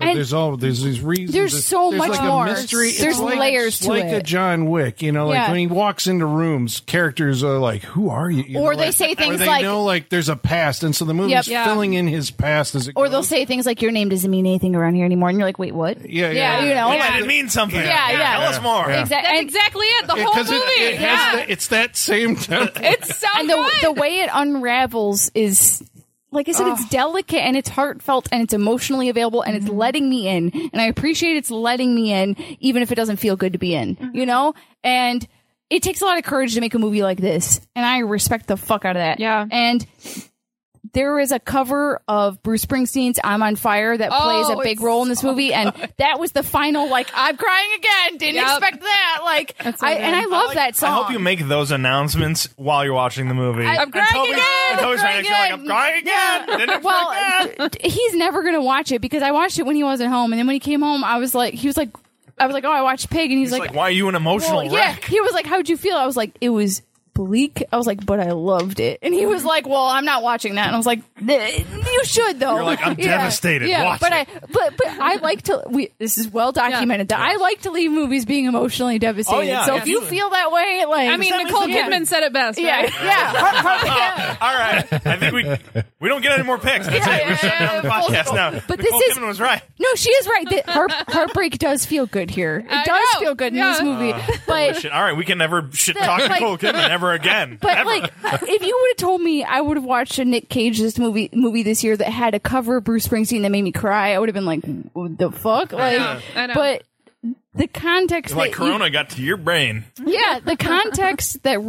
S5: And-
S2: there's all there's these reasons.
S5: There's
S2: that-
S5: so much
S2: like a
S5: more.
S2: mystery. It's
S5: There's
S2: like-
S5: layers to
S2: like a
S5: it.
S2: John Wick. You know, like
S5: Yeah.
S2: when he walks into rooms, characters are like, "Who are you?" You
S5: Or
S2: know,
S5: they
S2: like-
S5: say
S2: or
S5: things
S2: they
S5: like-
S2: know like there's a past, and so the movie's
S5: Yep.
S3: Yeah.
S2: filling in his past as it.
S5: Or
S2: goes.
S5: they'll say things like, your name doesn't mean anything around here anymore. And you're like, wait, what?
S2: yeah,
S5: Yeah, you know,
S4: Yeah,
S5: like-
S4: it means something.
S5: Yeah, yeah.
S4: Tell us more.
S2: Yeah.
S5: Exactly.
S3: That's
S5: and,
S3: exactly it. The whole
S2: because
S3: movie.
S2: it, it
S3: yeah.
S2: has the, it's that same template.
S3: it's so
S5: and the,
S3: good.
S5: the way it unravels is, like I said, it's delicate and it's heartfelt and it's emotionally available and
S3: Mm-hmm.
S5: it's letting me in. And I appreciate it's letting me in, even if it doesn't feel good to be in,
S3: Mm-hmm.
S5: you know? And it takes a lot of courage to make a movie like this. And I respect the fuck out of that.
S3: Yeah.
S5: And there is a cover of Bruce Springsteen's "I'm on Fire" that plays a
S3: Oh,
S5: big
S3: it's
S5: role in this movie, and that was the final. Like, I'm crying again. Didn't
S3: Yep.
S5: expect that. Like,
S3: That's so
S5: I, and
S3: good.
S5: I love
S4: Like,
S5: that song.
S4: I hope you make those announcements while you're watching the movie.
S5: I- I'm
S4: And
S5: crying
S4: Toby's-
S5: again,
S4: and Toby's
S5: I'm
S4: right next to you,
S5: crying
S4: like, I'm crying again. Didn't expect that.
S5: well, he's never gonna watch it because I watched it when he wasn't home, and then when he came home, I was like, he was like, I was like, oh, I watched Pig, and he's,
S4: He's like, why are you an emotional
S5: well, yeah,
S4: wreck?
S5: he was like, how'd you feel? I was like, it was bleak. I was like, but I loved it, and he was
S4: Mm-hmm.
S5: like, well, I'm not watching that, and I was like, "Eh, you should though.
S4: You're like, "I'm devastated.
S5: Yeah,
S4: Watch
S5: but
S4: it."
S5: I, but but I like to. We, this is well documented that I like to leave movies being emotionally devastated.
S4: Oh, yeah,
S5: so if you
S4: absolutely.
S5: feel that way, like,
S3: I mean, Nicole Kidman said it best.
S5: yeah,
S3: right?
S5: yeah, yeah.
S4: All right. I think we we don't get any more picks. That's
S5: Yeah,
S4: it. We're
S5: yeah,
S4: shutting
S5: yeah,
S4: down the
S5: yeah, full
S4: podcast
S5: circle.
S4: now.
S5: But
S4: Nicole
S5: this is-
S4: Kidman was right.
S5: No, she is right. The heart, heartbreak does feel good here. It
S3: I
S5: does
S3: know.
S5: feel good in
S3: Yeah.
S5: this movie.
S4: Uh,
S5: but
S4: Shit, All right, we can never shit talk
S5: Like-
S4: Nicole Kidman ever again.
S5: but
S4: ever.
S5: like, if you would have told me I would have watched a Nick Cage this movie movie this year that had a cover of Bruce Springsteen that made me cry, I would have been like, "What the fuck? Like,
S3: know, I know.
S5: but the context
S4: like
S5: that you-
S4: Corona got to your brain.
S5: yeah, the context that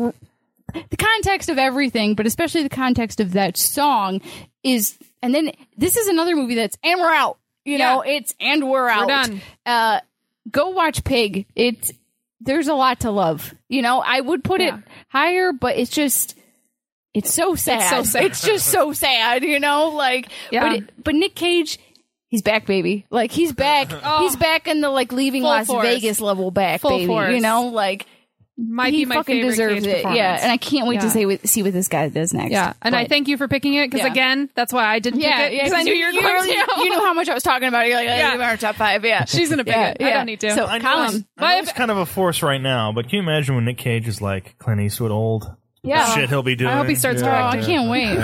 S5: the context of everything, but especially the context of that song is, and then this is another movie that's and we're out. You know, it's and we're out.
S3: done.
S5: Uh, go watch Pig. It's there's a lot to love. You know, I would put
S3: Yeah.
S5: it higher, but it's just. It's so sad.
S3: so sad.
S5: It's just so sad, you know. Like,
S3: Yeah.
S5: but it, but Nick Cage, he's back, baby. Like he's back. He's back in the like leaving
S3: Oh. Full
S5: Las
S3: force.
S5: Vegas level back,
S3: Full
S5: baby. You
S3: force.
S5: know, like
S3: Might
S5: he
S3: be my
S5: fucking
S3: favorite
S5: deserves
S3: Cage
S5: it. Yeah,
S3: performance.
S5: and I can't wait to
S3: Yeah.
S5: see what, see what this guy does next.
S3: Yeah, and I
S5: But-
S3: thank you for picking it because
S5: Yeah.
S3: again, that's why I didn't
S5: yeah,
S3: pick it because
S5: yeah,
S3: I knew you were
S5: you,
S3: going
S5: you,
S3: to.
S5: you know how much I was talking about. it. You're like,
S3: Yeah.
S5: yeah, our top five. Yeah,
S3: She's gonna pick
S5: yeah,
S3: it. I don't need to.
S5: So,
S4: I know
S5: Colin,
S4: it's- I know
S3: my-
S4: it's kind of a force right now, but can you imagine when Nick Cage is like Clint Eastwood old?
S5: Yeah.
S4: shit he'll be doing.
S3: I hope he starts
S5: oh, I
S3: directing.
S5: can't wait,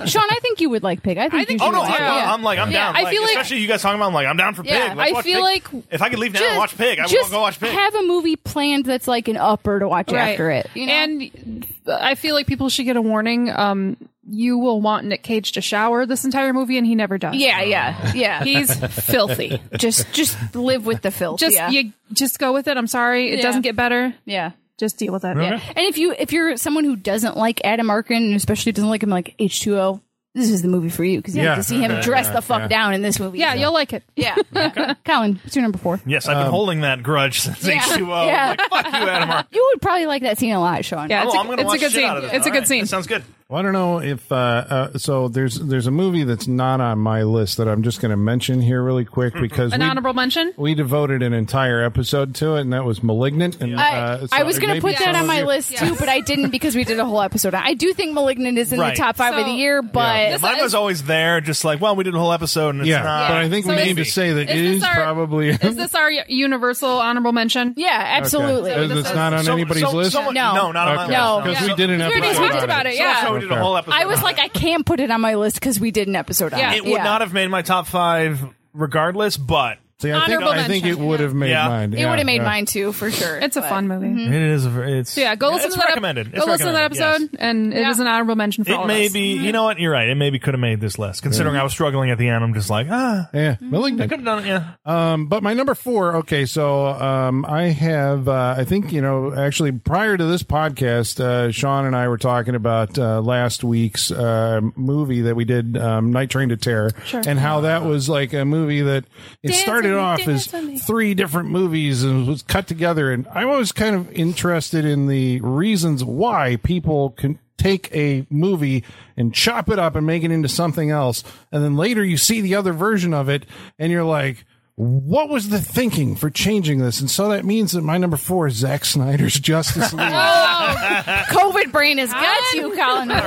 S5: wait. Sean, I think you would like Pig. I think,
S3: think-
S5: you
S4: Oh
S5: should
S4: no!
S5: like
S4: I'm,
S5: Pig.
S4: I'm like I'm
S5: Yeah.
S4: down.
S3: I
S4: like,
S3: feel like-
S4: especially you guys talking about. I'm like I'm down for pig.
S5: Yeah,
S4: Let's
S3: I
S4: watch
S3: feel
S4: Pig.
S3: like-
S4: if I could leave now and
S5: Just-
S4: watch pig, I will
S5: just
S4: go watch pig.
S5: Have a movie planned that's like an upper to watch
S3: Right.
S5: after it. You know?
S3: And I feel like people should get a warning. Um, you will want Nick Cage to shower this entire movie, and he never does.
S5: yeah, yeah, yeah.
S3: he's filthy.
S5: just just live with the filth.
S3: Just
S5: yeah.
S3: you, just go with it. I'm sorry, it
S5: Yeah.
S3: doesn't get better.
S5: yeah.
S3: Just deal with it.
S5: Yeah. And if you if you're someone who doesn't like Adam Arkin and especially doesn't like him like H two O, this is the movie for you because you
S2: Yeah.
S5: get to see him dress the fuck down in this movie.
S3: Yeah, you'll like it.
S5: yeah. Colin, what's your number four?
S4: Yes,
S2: Um,
S4: I've been holding that grudge since
S5: Yeah.
S4: H2O.
S5: Yeah.
S4: Like, fuck you, Adam. Ark.
S5: You would probably like that scene a lot, Sean.
S3: Yeah,
S4: Oh,
S3: it's,
S4: I'm
S3: a,
S4: gonna
S3: it's
S4: watch
S3: a good
S4: shit
S3: scene.
S4: out of this.
S3: It's a
S4: All
S3: good
S4: right,
S3: scene.
S4: that sounds good.
S2: Well, I don't know if uh, uh, so. There's there's a movie that's not on my list that I'm just going to mention here really quick because
S3: Mm-hmm. An
S2: we,
S3: honorable mention.
S2: we devoted an entire episode to it, and that was *Malignant*. And
S5: I,
S2: uh, so
S5: I was going to
S2: maybe
S5: put that
S2: some
S5: on
S2: of
S5: my
S2: you-
S5: list too, but I didn't because we did a whole episode. on it. I do think *Malignant* is in
S4: Right.
S5: the top five of
S3: So-
S5: the year, but
S3: This
S4: Mine
S3: is-
S4: was always there, just like well, we did a whole episode and it's
S2: Yeah,
S4: not.
S2: but I think
S3: So
S2: we
S3: is-
S2: need to say that it
S3: is this
S2: is
S3: our-
S2: probably
S3: Is this our universal honorable mention?
S5: yeah, absolutely.
S2: Okay.
S3: this
S2: It's
S3: is-
S2: not on
S4: So-
S2: anybody's
S4: so-
S2: list.
S4: someone-
S5: No.
S4: no, not on my
S2: Okay.
S5: No.
S4: list.
S2: because we did an
S3: We already
S2: episode.
S3: talked about it.
S4: So
S3: Yeah.
S4: we did a whole episode.
S5: I was
S4: on
S5: like,
S4: it.
S5: I can put it on my list because we did an episode on
S3: Yeah.
S5: it.
S4: it would not have made my top five regardless, but
S2: See, I think,
S3: Honorable
S2: I think it
S3: mention.
S2: would have made
S4: Yeah.
S2: mine.
S5: It would have made
S2: yeah.
S5: mine too, for sure.
S3: It's a
S5: but- mm-hmm.
S3: fun movie.
S4: it is. A, ver- it's
S3: So yeah, go listen
S4: it's
S3: to that. ep-
S4: recommended.
S3: Go listen to that episode, and it is
S5: Yeah.
S3: an honorable mention for all
S4: It
S3: of
S4: may
S3: us. Mm-hmm.
S4: be. You know what? You're right. It maybe could have made this list. Considering I was struggling at the end, I'm just like, ah,
S2: Yeah, *Malignant*.
S4: could have done it. Yeah.
S2: Um, but my number four, okay, so um, I have, uh, I think, you know, actually prior to this podcast, uh, Sean and I were talking about uh, last week's uh, movie that we did, um, Night Train to Terror, and how that was like a movie that it started
S3: with me,
S2: off as
S3: dance with me.
S2: three different movies and was cut together. And I was kind of interested in the reasons why people can take a movie and chop it up and make it into something else. And then later you see the other version of it and you're like, what was the thinking for changing this? And so that means that my number four is Zack Snyder's Justice League.
S5: COVID brain has got you, Colin. Wow.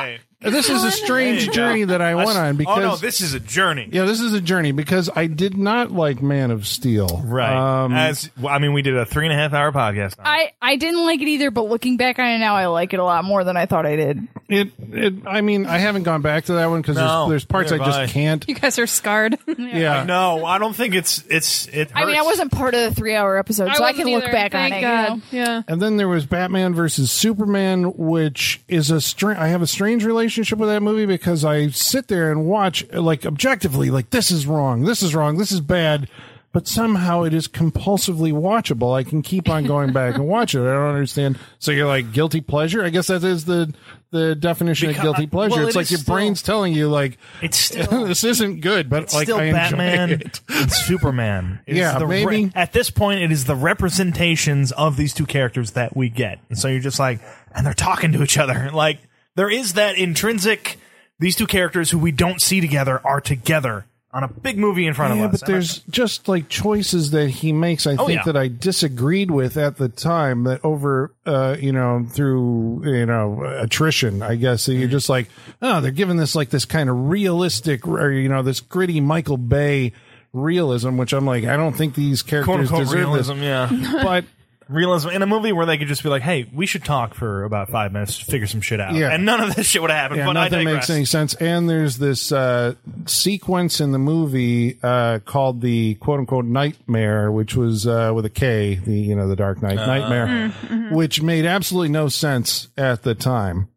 S4: Right.
S2: This is a strange
S4: There you go.
S2: journey that I
S4: A
S2: went
S4: s-
S2: on because
S4: oh no, this is a journey.
S2: yeah, this is a journey because I did not like Man of Steel.
S4: Right. Uh,
S2: Um,
S4: As well, I mean, we did a three and a half hour podcast. On it.
S5: I, I didn't like it either, but looking back on it now, I like it a lot more than I thought I did.
S2: it, it. I mean, I haven't gone back to that one because there's,
S4: No,
S2: there's parts I
S4: nearby.
S2: just can't.
S3: You guys are scarred.
S2: Yeah.
S4: no, I don't think it's it's it. Hurts.
S5: I mean, I wasn't part of the three hour episode, so I, can
S3: wasn't
S5: look
S3: either.
S5: back
S3: Thank
S5: on it.
S3: God.
S5: you know?
S3: Yeah.
S2: And then there was Batman versus Superman, which is a strange. I have a strange relationship with that movie because I sit there and watch, like objectively, like this is wrong, this is wrong, this is bad, but somehow it is compulsively watchable. I can keep on going back and watch it. I don't understand. So you're like guilty pleasure. I guess that is the the definition
S4: Because-
S2: of guilty pleasure.
S4: well,
S2: it's
S4: it
S2: like
S4: is
S2: your
S4: still-
S2: brain's telling you, like
S4: It's still.
S2: this isn't good, but
S4: It's
S2: like
S4: still
S2: I enjoy
S4: Batman
S2: it.
S4: and Superman. It is
S2: Yeah,
S4: the re-
S2: maybe.
S4: at this point, it is the representations of these two characters that we get, and so you're just like, and they're talking to each other. Like there is that intrinsic. These two characters who we don't see together are together on a big movie in front
S2: Yeah,
S4: of us.
S2: but
S4: And I-
S2: there's just like choices that he makes. I think
S4: Oh, yeah.
S2: that I disagreed with at the time. That over, uh, you know, through you know attrition, I guess. So
S4: Mm-hmm.
S2: you're just like, oh, they're giving this like this kind of realistic, or you know, this gritty Michael Bay realism, which I'm like, I don't think these
S4: quote
S2: characters
S4: unquote
S2: deserve
S4: realism. Yeah.
S2: this. But
S4: realism in a movie where they could just be like, "Hey, we should talk for about five minutes, to figure some shit out,"
S2: Yeah.
S4: and none of this shit would have happened.
S2: yeah,
S4: but I
S2: nothing
S4: digress.
S2: makes any sense. And there's this uh, sequence in the movie uh, called the quote unquote nightmare, which was uh, with a K, the you know the Dark Knight
S4: Uh-huh.
S2: nightmare, which made absolutely no sense at the time.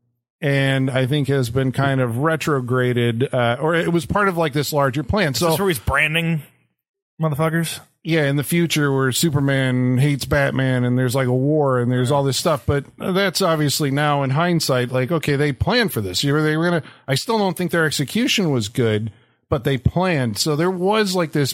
S2: And I think has been kind of retrograded, uh, or it was part of like this larger plan.
S4: Is
S2: So
S4: this where he's branding motherfuckers?
S2: yeah, in the future where Superman hates Batman and there's like a war and there's all this stuff, but that's obviously now in hindsight, like, okay, they planned for this. You know, they were gonna, I still don't think their execution was good, but they planned. So there was like this,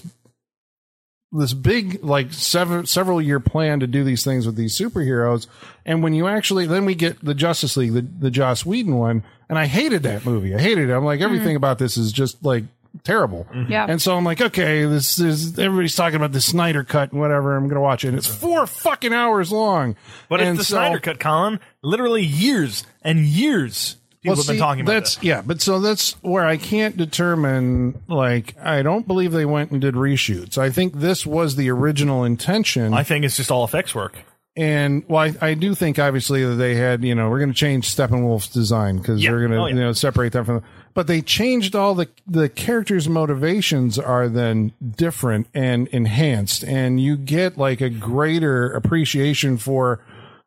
S2: this big, like several, several year plan to do these things with these superheroes. And when you actually, then we get the Justice League, the, the Joss Whedon one. And I hated that movie. I hated it. I'm like, everything about this is just like terrible.
S4: Mm-hmm.
S3: Yeah.
S2: And so I'm like, okay, this is everybody's talking about the Snyder cut and whatever. I'm gonna watch it. And it's four fucking hours long.
S4: But it's
S2: And
S4: the
S2: so-
S4: Snyder Cut, Colin. Literally years and years people
S2: Well,
S4: have been
S2: see,
S4: talking about
S2: that's
S4: this.
S2: yeah, but so that's where I can't determine. Like, I don't believe they went and did reshoots. I think this was the original intention.
S4: I think it's just all effects work.
S2: and well, I, I do think obviously that they had you know we're going to change Steppenwolf's design because
S4: Yeah.
S2: they're going to
S4: Oh, yeah.
S2: you know separate them from. But they changed all the the characters' motivations are then different and enhanced, and you get like a greater appreciation for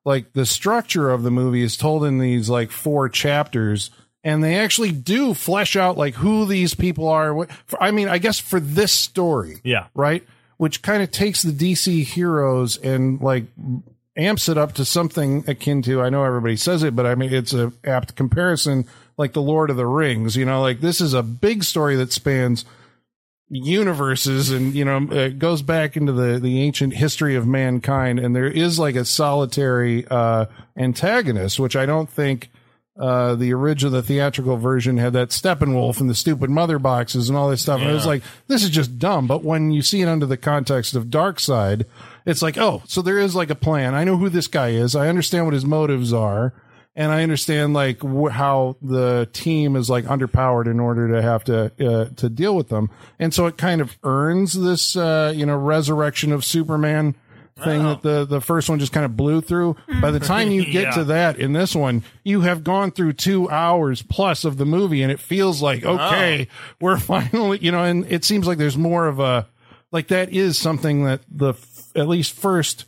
S2: like the structure of the movie is told in these like four chapters. And they actually do flesh out like who these people are. What, for, I mean, I guess for this story,
S4: Yeah.
S2: right? Which kind of takes the DC heroes and like amps it up to something akin to I know everybody says it, but I mean it's a apt comparison, like the Lord of the Rings. You know, like this is a big story that spans universes and you know uh, it goes back into the the ancient history of mankind and there is like a solitary uh antagonist which i don't think uh the original the theatrical version had that steppenwolf and the stupid mother boxes and all this stuff and it was like this is just dumb but when you see it under the context of dark side it's like oh so there is like a plan i know who this guy is i understand what his motives are and I understand like wh- how the team is like underpowered in order to have to uh, to deal with them, and so it kind of earns this uh, you know resurrection of Superman thing that the the first one just kind of blew through. By the time you get
S4: Yeah.
S2: to that in this one, you have gone through two hours plus of the movie, and it feels like okay, we're finally you know, and it seems like there's more of a like that is something that the f- at least first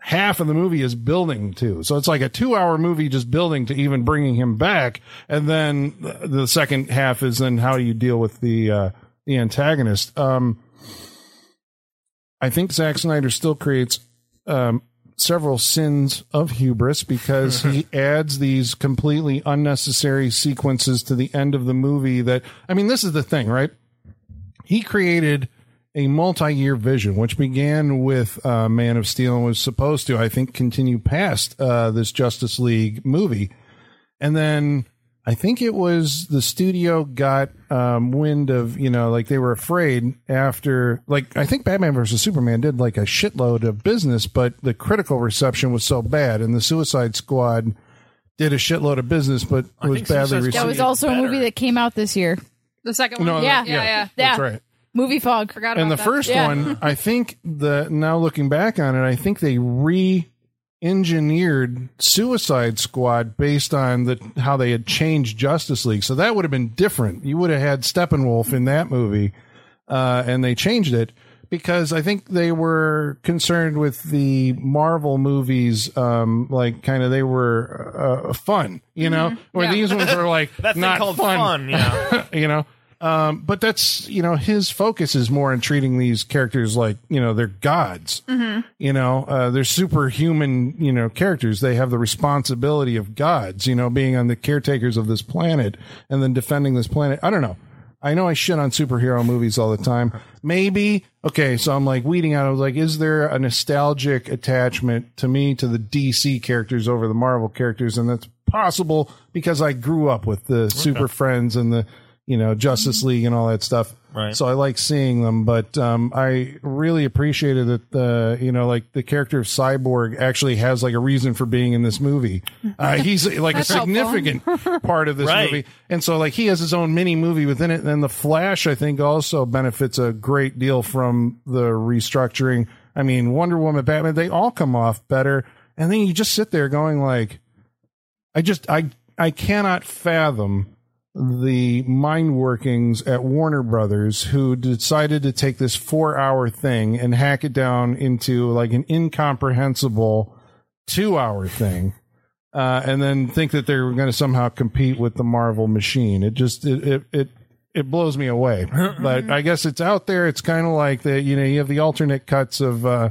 S2: half of the movie is building to. So it's like a two hour movie just building to even bringing him back. And then the- the second half is then how you deal with the, uh, the antagonist. Um, I think Zack Snyder still creates, um, several sins of hubris because he adds these completely unnecessary sequences to the end of the movie that, I mean, this is the thing, right? he created a multi-year vision, which began with uh, Man of Steel and was supposed to, I think, continue past uh, this Justice League movie, and then I think it was the studio got um, wind of you know like they were afraid after like I think Batman versus Superman did like a shitload of business, but the critical reception was so bad, and the Suicide Squad did a shitload of business, but was
S4: think so,
S2: badly
S4: so it's
S2: received.
S5: That was
S4: It's
S5: also a
S4: better.
S5: movie that came out this year.
S3: The second one.
S2: No,
S3: yeah,
S5: that-
S3: yeah, yeah,
S5: yeah.
S4: Oh,
S5: Yeah,
S2: That's right.
S5: Movie fog.
S3: Forgot about
S2: And the
S3: that.
S2: first
S5: Yeah.
S2: one, I think the now looking back on it, I think they re engineered Suicide Squad based on the how they had changed Justice League. So that would have been different. You would have had Steppenwolf in that movie. Uh, and they changed it because I think they were concerned with the Marvel movies, um, like kind of they were uh, fun, you
S4: Mm-hmm.
S2: know, where
S3: Yeah.
S2: these ones are like
S4: That thing
S2: not
S4: called
S2: fun,
S4: fun, yeah.
S2: you know um, but that's you know his focus is more in treating these characters like you know they're gods you know uh, they're superhuman you know characters they have the responsibility of gods you know being on the caretakers of this planet and then defending this planet i don't know i know i shit on superhero movies all the time maybe okay so i'm like weeding out i was like is there a nostalgic attachment to me to the dc characters over the marvel characters and that's possible because i grew up with the super friends and the you know Justice League and all that stuff.
S4: Right.
S2: So I like seeing them, but um, I really appreciated that the you know like the character of Cyborg actually has like a reason for being in this movie. Uh, he's like a
S3: helpful.
S2: significant part of this
S4: Right.
S2: movie, and so like he has his own mini movie within it. And then the Flash, I think, also benefits a great deal from the restructuring. I mean, Wonder Woman, Batman, they all come off better, and then you just sit there going like, I just I I cannot fathom the mind workings at Warner Brothers who decided to take this 4-hour thing and hack it down into like an incomprehensible 2-hour thing. Uh, and then think that they're going to somehow compete with the Marvel machine. It just it it it, it blows me away. but I guess it's out there. It's kind of like the you know you have the alternate cuts of uh,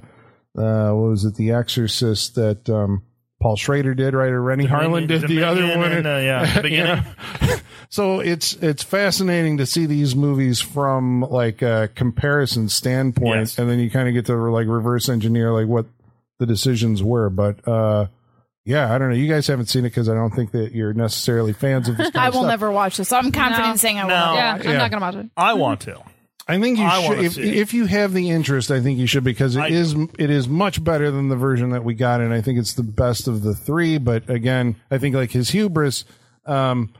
S2: uh, what was it, The Exorcist that um, Paul Schrader did, right? Or Rennie Harlan did the, other
S4: Dominion
S2: one.
S4: and, uh, yeah, the
S2: You know?
S4: beginning.
S2: so it's it's fascinating to see these movies from like a comparison standpoint,
S4: Yes.
S2: and then you kind of get to like reverse engineer like what the decisions were. But uh, yeah, I don't know. You guys haven't seen it because I don't think that you're necessarily fans of this. Kind
S5: I
S2: of
S5: will
S2: stuff.
S5: never watch this. I'm confident in saying I will.
S4: No.
S5: not.
S3: Yeah,
S4: Oh,
S3: I'm
S2: yeah.
S3: not gonna watch it.
S4: I want to.
S2: I think you
S4: I
S2: should
S4: wanna
S2: if,
S4: see it.
S2: if you have the interest, I think you should because it
S4: I-
S2: is it is much better than the version that we got, and I think it's the best of the three. But again, I think like his hubris, um,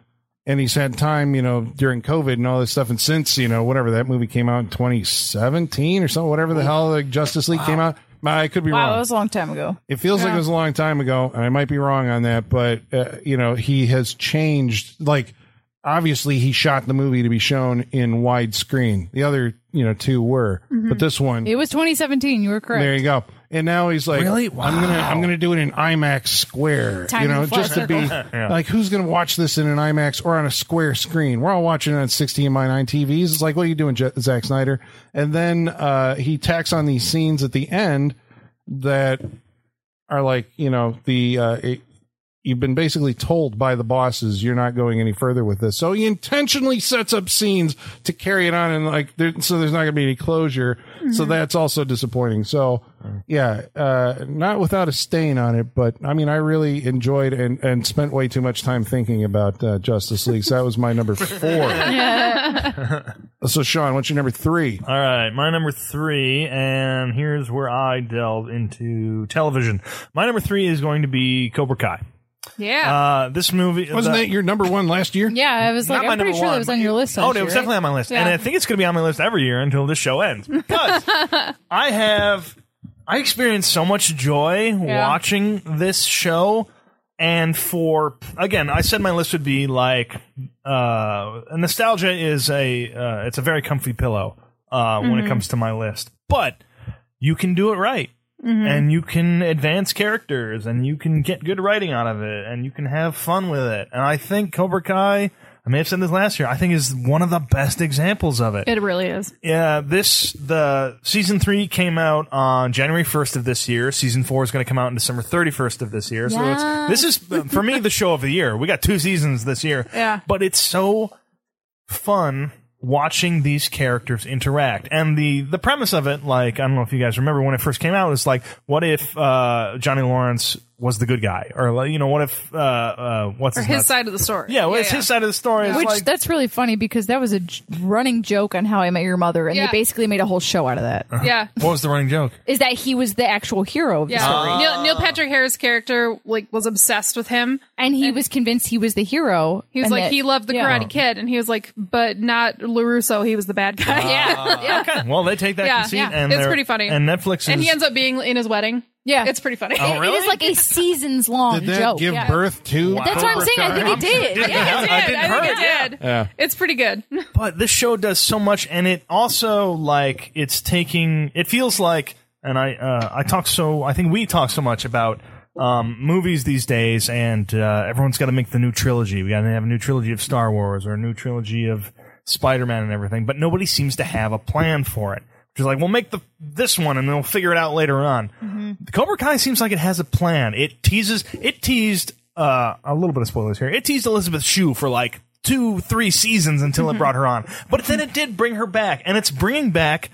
S2: and he's had time, you know, during COVID and all this stuff, and since you know whatever that movie came out in 2017 or something, whatever the hell like Justice League came out. I could be
S5: Wow,
S2: wrong.
S5: that was a long time ago.
S2: It feels like it was a long time ago, and I might be wrong on that, but uh, you know, he has changed. Like, obviously, he shot the movie to be shown in widescreen. The other, you know, two were, but this one,
S5: It was 2017. You were correct.
S2: there you go. And now he's like,
S4: Really?
S2: I'm gonna,
S4: Wow.
S2: I'm gonna do it in IMAX square. you
S5: Time and
S2: know,
S5: full
S2: just to be
S4: Yeah.
S2: like, who's gonna watch this in an IMAX or on a square screen? We're all watching it on 16 by 9 TVs. It's like, what are you doing, Je- Zack Snyder? And then uh, he tacks on these scenes at the end that are like, you know, the uh, it, you've been basically told by the bosses you're not going any further with this. So he intentionally sets up scenes to carry it on, and like there, so there's not going to be any closure. So that's also disappointing. So yeah, uh, not without a stain on it, but I mean, I really enjoyed and and spent way too much time thinking about uh, Justice League. So that was my number four. so Sean, what's your number three?
S4: All right, my number three, and here's where I delve into television. My number three is going to be Cobra Kai.
S3: Yeah,
S4: Uh, this movie
S2: Wasn't
S4: the-
S2: that your number one last year?
S5: Yeah, I was
S4: not
S5: like,
S4: my
S5: I'm pretty
S4: number
S5: sure that
S4: one,
S5: was
S4: but
S5: on your list.
S4: Oh, no,
S5: last
S4: it
S5: year,
S4: was
S5: right?
S4: definitely on my list, and
S5: Yeah.
S4: I think it's going to be on my list every year until this show ends because I have I experienced so much joy watching this show, and for again, I said my list would be like uh, nostalgia is a uh, it's a very comfy pillow uh, when
S5: Mm-hmm.
S4: it comes to my list, but you can do it right. And you can advance characters, and you can get good writing out of it, and you can have fun with it. And I think Cobra Kai, I may have said this last year, I think is one of the best examples of it.
S3: it really is.
S4: Yeah, this the season three came out on January first of this year. Season four is going to come out on December thirty first of this year. So it's, this is for me the show of the year. We got two seasons this year.
S3: Yeah.
S4: but it's so fun watching these characters interact and the the premise of it like i don't know if you guys remember when it first came out it was like what if uh johnny lawrence was the good guy, or like, you know, what if uh, uh, what's
S3: Or
S4: his,
S3: his
S4: nuts-
S3: side of the story.
S4: Yeah, well, it's his side of the story. It's
S5: Which
S4: like,
S5: that's really funny because that was a j- running joke on How I Met Your Mother, and
S3: Yeah.
S5: they basically made a whole show out of that.
S4: Uh-huh.
S3: Yeah.
S4: what was the running joke?
S5: Is that he was the actual hero of the
S3: Yeah.
S5: story,
S3: Neil, Neil Patrick Harris' character like was obsessed with him.
S5: and he was convinced he was the hero.
S3: He was
S5: and
S3: like,
S5: that-
S3: he loved the
S5: yeah.
S3: Karate Kid, and he was like, but not Larusso. He was the bad guy. yeah,
S5: Ah.
S3: yeah.
S4: Okay, well, they take that
S3: Yeah,
S4: conceit,
S3: yeah.
S4: and
S3: It's
S4: they're-
S3: pretty funny.
S4: And Netflix is
S3: And he ends up being in his wedding.
S5: Yeah.
S3: it's pretty funny.
S4: Oh, really?
S5: It is like a seasons long
S2: Did that
S5: joke.
S2: give
S5: Yeah.
S2: birth to?
S5: That's what I'm saying. I think it did. Yeah.
S3: Yeah, it
S4: I
S3: did.
S4: didn't
S3: I think
S4: hurt.
S3: it did. It's pretty good.
S4: but this show does so much and it also like it's taking it feels like and i uh, i talk so i think we talk so much about um, movies these days and uh, everyone's got to make the new trilogy we got to have a new trilogy of star wars or a new trilogy of spider-man and everything but nobody seems to have a plan for it which is like we'll make the this one and then we'll figure it out later on
S3: Mm-hmm.
S4: cobra kai seems like it has a plan it teases it teased uh, a little bit of spoilers here it teased elizabeth shue for like two, three seasons until it brought her on. But then it did bring her back, and it's bringing back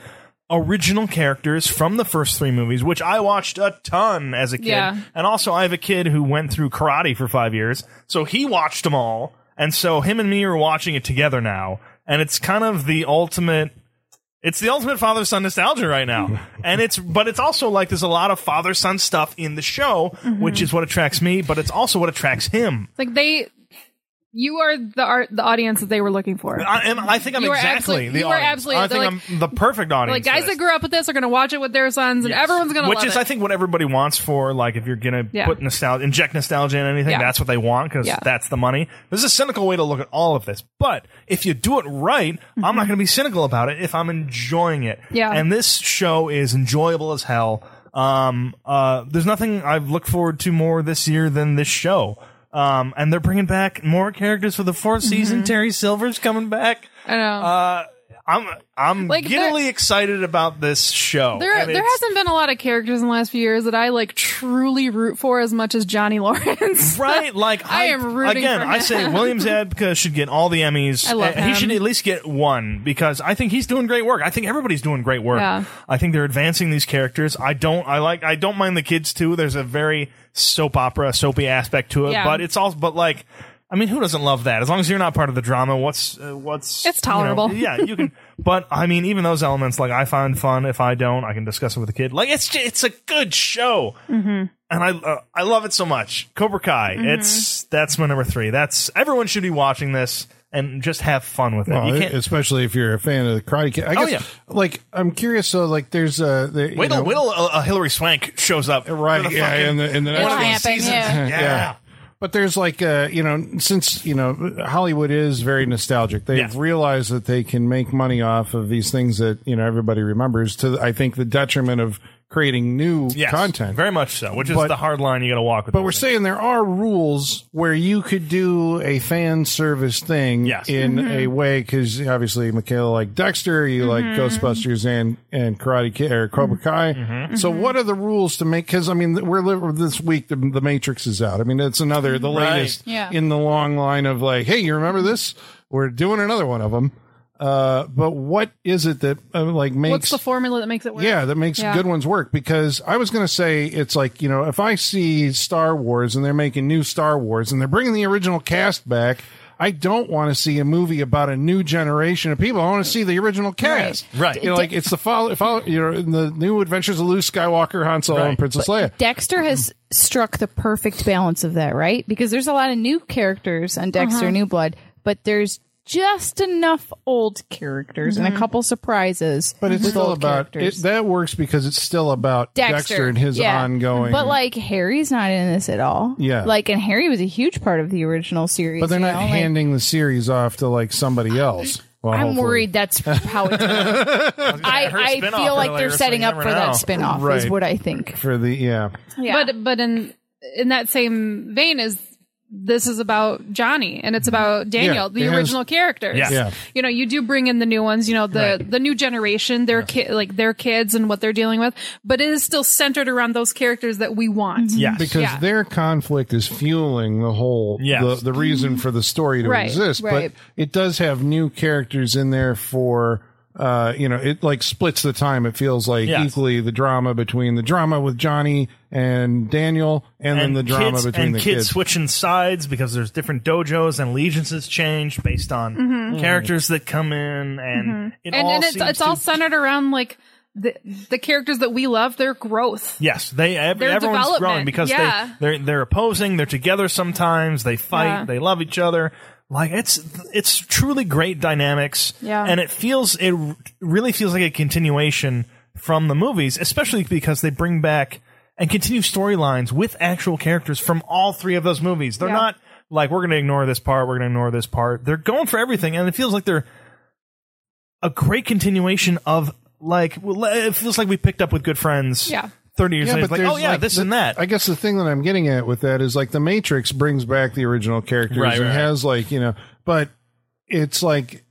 S4: original characters from the first three movies, which I watched a ton as a kid.
S3: Yeah.
S4: And also, I have a kid who went through karate for five years, so he watched them all, and so him and me are watching it together now, and it's kind of the ultimate. It's the ultimate father son nostalgia right now. And it's but it's also like there's a lot of father son stuff in the show, which is what attracts me, but it's also what attracts him.
S3: Like they, you are the art, the audience that they were looking for.
S4: I, am, I think I'm
S3: You are
S4: exactly
S3: absolutely-
S4: the
S3: you are
S4: audience.
S3: absolutely-
S4: I think
S3: they're
S4: I'm the perfect audience.
S3: like
S4: for
S3: guys
S4: this.
S3: that grew up with this are going to watch it with their sons, and everyone's going to
S4: Which
S3: love
S4: is,
S3: it.
S4: I think, what everybody wants for like if you're gonna
S3: Yeah.
S4: put nostalgia, inject nostalgia in anything,
S3: Yeah.
S4: that's what they want because
S3: Yeah.
S4: that's the money. This is a cynical way to look at all of this, but if you do it right, I'm not gonna be cynical about it if I'm enjoying it.
S3: Mm-hmm. Yeah.
S4: and this show is enjoyable as hell. Um, uh, there's nothing I've looked forward to more this year than this show. Um, and they're bringing back more characters for the 4th season. Terry Silver's coming back.
S3: Mm-hmm. I know.
S4: Uh, I'm I'm
S3: Like, there-
S4: giddily excited about this show.
S3: there,
S4: and
S3: there
S4: it's-
S3: hasn't been a lot of characters in the last few years that I like truly root for as much as Johnny Lawrence.
S4: right like
S3: I am rooting
S4: again.
S3: for
S4: I
S3: him.
S4: say Williams Adka should get all the Emmys.
S3: I love
S4: Uh, He
S3: him.
S4: should at least get one because I think he's doing great work. I think everybody's doing great work.
S3: Yeah.
S4: I think they're advancing these characters. I don't. I like. I don't mind the kids too. There's a very soap opera, soapy aspect to it,
S3: Yeah.
S4: but it's all. But like. I mean, who doesn't love that? As long as you're not part of the drama, what's uh, what's
S3: It's
S4: you know,
S3: tolerable.
S4: yeah, you can. But I mean, even those elements, like I find fun. If I don't, I can discuss it with a kid. Like it's just, it's a good show, mm-hmm. and I uh, I love it so much. Cobra Kai.
S5: Mm-hmm.
S4: It's that's my number three. That's everyone should be watching this and just have fun with it.
S2: Well,
S4: you can't Oh,
S2: especially if you're a fan of the Karate Kid. I guess,
S4: yeah.
S2: like, I'm curious. So, like, there's a the, you
S4: wait till
S2: know-
S4: wait till a, a Hillary Swank shows up.
S2: right?
S4: for the
S2: yeah,
S4: fucking-
S2: in the in the
S5: It'll
S2: next one.
S5: happen. Yeah.
S4: yeah.
S2: But there's like uh, you know since you know Hollywood is very nostalgic. They've
S4: Yeah.
S2: realized that they can make money off of these things that you know everybody remembers. To I think the detriment of creating new
S4: Yes,
S2: content.
S4: very much so. Which is
S2: But-
S4: the hard line you got to walk with.
S2: but we're saying there are rules where you could do a fan service thing
S4: Yes.
S2: in a
S3: Mm-hmm.
S2: way because obviously Michaela like Dexter, you like Ghostbusters and and Karate Kid or Cobra
S3: Mm-hmm.
S2: Kai. So what are the rules to make? Because I mean, we're li- this week the, the Matrix is out. I mean, it's another the
S4: Right.
S2: latest
S5: Yeah.
S2: in the long line of like, hey, you remember this? We're doing another one of them. Uh, but what is it that uh, like makes
S3: What's the formula that makes it work?
S2: yeah, that makes
S3: Yeah.
S2: good ones work because I was going to say it's like, you know, if I see Star Wars and they're making new Star Wars and they're bringing the original cast back, I don't want to see a movie about a new generation of people. I want to see the original cast.
S4: Right.
S2: You know, like it's the follow, follow you know, in the new adventures of Luke Skywalker, Han Solo, and
S4: Right.
S2: Princess Leia.
S5: Dexter has struck the perfect balance of that, right? Because there's a lot of new characters on Dexter New Blood, but there's just enough old characters and a couple surprises.
S2: But it's
S5: with
S2: still
S5: old
S2: about it,
S5: characters.
S2: that works because it's still about Dexter, and his
S5: yeah.
S2: ongoing.
S5: But like Harry's not in this at all.
S2: Yeah.
S5: like and Harry was a huge part of the original series.
S2: but they're
S5: you
S2: not
S5: know, like-
S2: handing the series off to like somebody else. Well,
S5: I'm
S2: hopefully.
S5: worried that's how it's. I,
S4: heard
S5: I
S4: spin-off
S5: feel like
S4: earlier,
S5: they're
S4: so
S5: setting
S4: you
S5: up
S4: never
S5: for that
S4: know.
S5: spinoff. Is
S2: Right.
S5: what I think.
S2: for the yeah.
S3: But but in in that same vein is this is about Johnny and
S4: Mm-hmm.
S3: it's about Daniel,
S2: Yeah,
S3: the
S2: it has-
S3: original characters.
S4: Yeah.
S2: Yeah.
S3: You know, you do bring in the new ones, you know, the
S4: Right.
S3: the new generation, their kid like their kids and what they're dealing with, but it is still centered around those characters that we want.
S4: yes.
S2: because
S3: Yeah.
S2: their conflict is fueling the whole
S4: Yes.
S2: the, the reason for the story to
S3: Right,
S2: exist
S5: right.
S2: but it does have new characters in there for uh, you know, it like splits the time. It feels like
S4: Yes.
S2: equally the drama between the drama with Johnny and Daniel, and, then
S4: and
S2: the drama
S4: kids,
S2: between
S4: and
S2: the
S4: kids,
S2: kids.
S4: switching sides because there's different dojos and allegiances change based on
S5: Mm-hmm.
S4: characters that come in and it
S3: and,
S4: all
S3: and it's,
S4: seems
S3: it's all
S4: to-
S3: centered around like the the characters that we love, their growth.
S4: yes they ev-
S3: Their
S4: everyone's growing
S3: development,
S4: because
S3: yeah.
S4: they they're, they're opposing they're together sometimes they fight
S3: Yeah.
S4: they love each other like it's it's truly great dynamics
S3: Yeah.
S4: and it feels it r- really feels like a continuation from the movies especially because they bring back and continue storylines with actual characters from all three of those movies they're
S3: Yeah.
S4: not like we're going to ignore this part we're going to ignore this part they're going for everything and it feels like they're a great continuation of like well, it feels like we picked up with good friends
S3: Yeah.
S4: 30 years later It's like
S2: there's,
S4: oh yeah this
S2: the-
S4: and that
S2: I guess the thing that I'm getting at with that is like the Matrix brings back the original characters
S4: Right,
S2: and
S4: right.
S2: has like you know, but it's like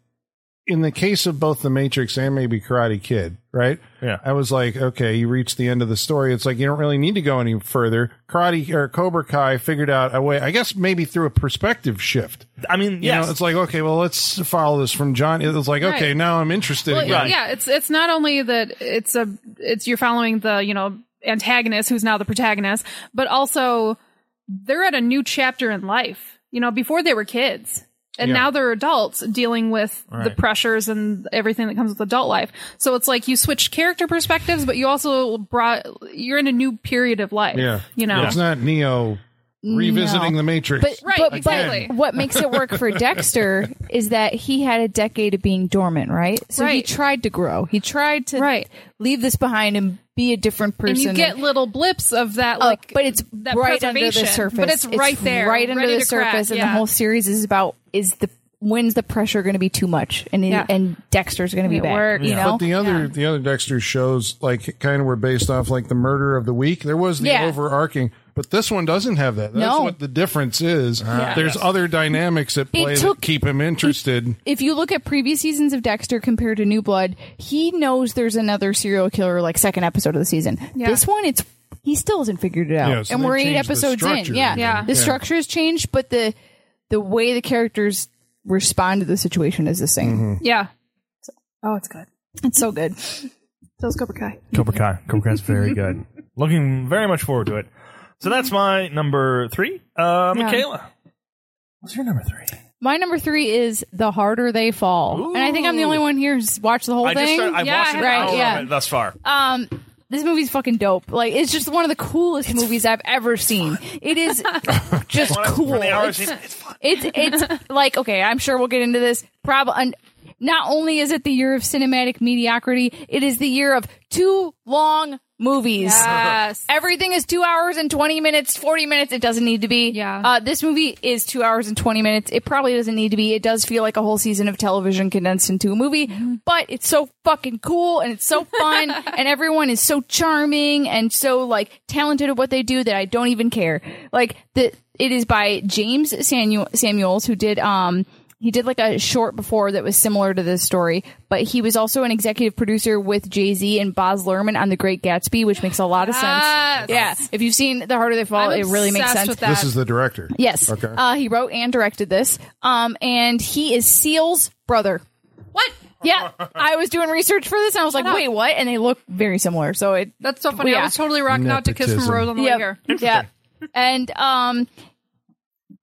S2: in the case of both the Matrix and maybe Karate Kid, right?
S4: Yeah.
S2: I was like, okay, you reach the end of the story. It's like you don't really need to go any further. Karate or Cobra Kai figured out a way. I guess maybe through a perspective shift.
S4: i mean
S2: You
S4: yes
S2: know, it's like okay, well, let's follow this from John. It was like
S3: Right.
S2: okay, now I'm interested.
S3: Well,
S2: again.
S4: Right.
S3: yeah, it's it's not only that it's a it's you're following the you know antagonist who's now the protagonist, but also they're at a new chapter in life. You know, before they were kids, and now they're adults dealing with the
S4: Right.
S3: pressures and everything that comes with adult life. So it's like you switch character perspectives, but you also brought you're in a new period of life.
S2: Yeah.
S3: you know,
S2: It's not Neo revisiting
S5: No.
S2: the Matrix.
S5: But,
S3: Right,
S5: but,
S3: exactly.
S5: but what makes it work for Dexter is that he had a decade of being dormant, right? So he
S3: Right.
S5: tried to grow. He tried to
S3: Right.
S5: leave this behind and be a different person.
S3: and you get little blips of that, like,
S5: Oh, but it's
S3: that
S5: right under the
S3: preservation,
S5: surface.
S3: But it's, right there,
S5: right under
S3: ready
S5: the
S3: to crack,
S5: surface, and
S3: yeah.
S5: the whole series is about is the when's the pressure going to be too much, and
S3: Yeah.
S5: and Dexter's going to be
S3: It
S5: back.
S3: works.
S5: You know,
S2: But the other the other Dexter shows like kind of were based off like the murder of the week. There was the
S5: Yeah.
S2: overarching, but this one doesn't have that. That's
S5: No.
S2: what the difference is. There's other dynamics at play
S5: took-
S2: that keep him interested.
S5: if you look at previous seasons of Dexter compared to New Blood, he knows there's another serial killer like second episode of the season. This one, it's he still hasn't figured it out,
S2: Yeah, so
S5: and
S2: they
S5: we're eight
S2: changed the
S5: episodes in.
S2: structure.
S5: Yeah,
S3: Yeah.
S5: The
S3: Yeah.
S5: structure has changed, but the the way the characters respond to the situation is the same.
S3: yeah. Oh, it's good.
S5: It's so good.
S3: Those Cobra Kai.
S4: Cobra Kai. Cobra Kai's very good. Looking very much forward to it. So
S5: Mm-hmm.
S4: that's my number three. Uh, Michaela, what's your number three?
S5: My number three is the harder they fall, and I think I'm the only one here who's watched the whole
S4: I
S5: thing.
S4: just started, I've
S3: Yeah,
S4: watched
S3: I
S4: an
S3: have-
S4: hour
S5: Right,
S4: of
S5: yeah.
S4: it thus far.
S5: um this movie's fucking dope. Like it's just one of the coolest movies I've ever seen. It is just cool.
S4: For the hour I've
S5: It's,
S4: seen, it's fun.
S5: it's it's like okay, I'm sure we'll get into this. Probably not only is it the year of cinematic mediocrity, it is the year of too long movies.
S3: Yes.
S5: Everything is two hours and 20 minutes, 40 minutes. It doesn't need to be.
S3: Yeah.
S5: Uh, this movie is two hours and 20 minutes. It probably doesn't need to be. It does feel like a whole season of television condensed into a movie,
S3: Mm-hmm.
S5: but it's so fucking cool and it's so fun and everyone is so charming and so like talented at what they do that I don't even care. Like the, it is by James Samuel, Samuels who did, um, he did like a short before that was similar to this story, but he was also an executive producer with Jay Z and Boz Lerman on The Great Gatsby, which makes a lot of sense. Uh, Yeah, if you've seen The Harder They Fall,
S3: um, I'm
S5: it really makes
S3: obsessed
S5: sense.
S3: with that.
S2: This is the director.
S5: Yes,
S2: Okay.
S5: uh, he wrote and directed this, um, and he is Seal's brother.
S3: What?
S5: Yeah, I was doing research for this, and I was like,
S3: up.
S5: "Wait, what?" And they look very similar. So it
S3: That's so funny.
S5: Yeah.
S3: I was totally rocking out to Kiss from
S2: Nepotism.
S3: Rose on the way
S5: Yep.
S3: here.
S5: Yeah. And um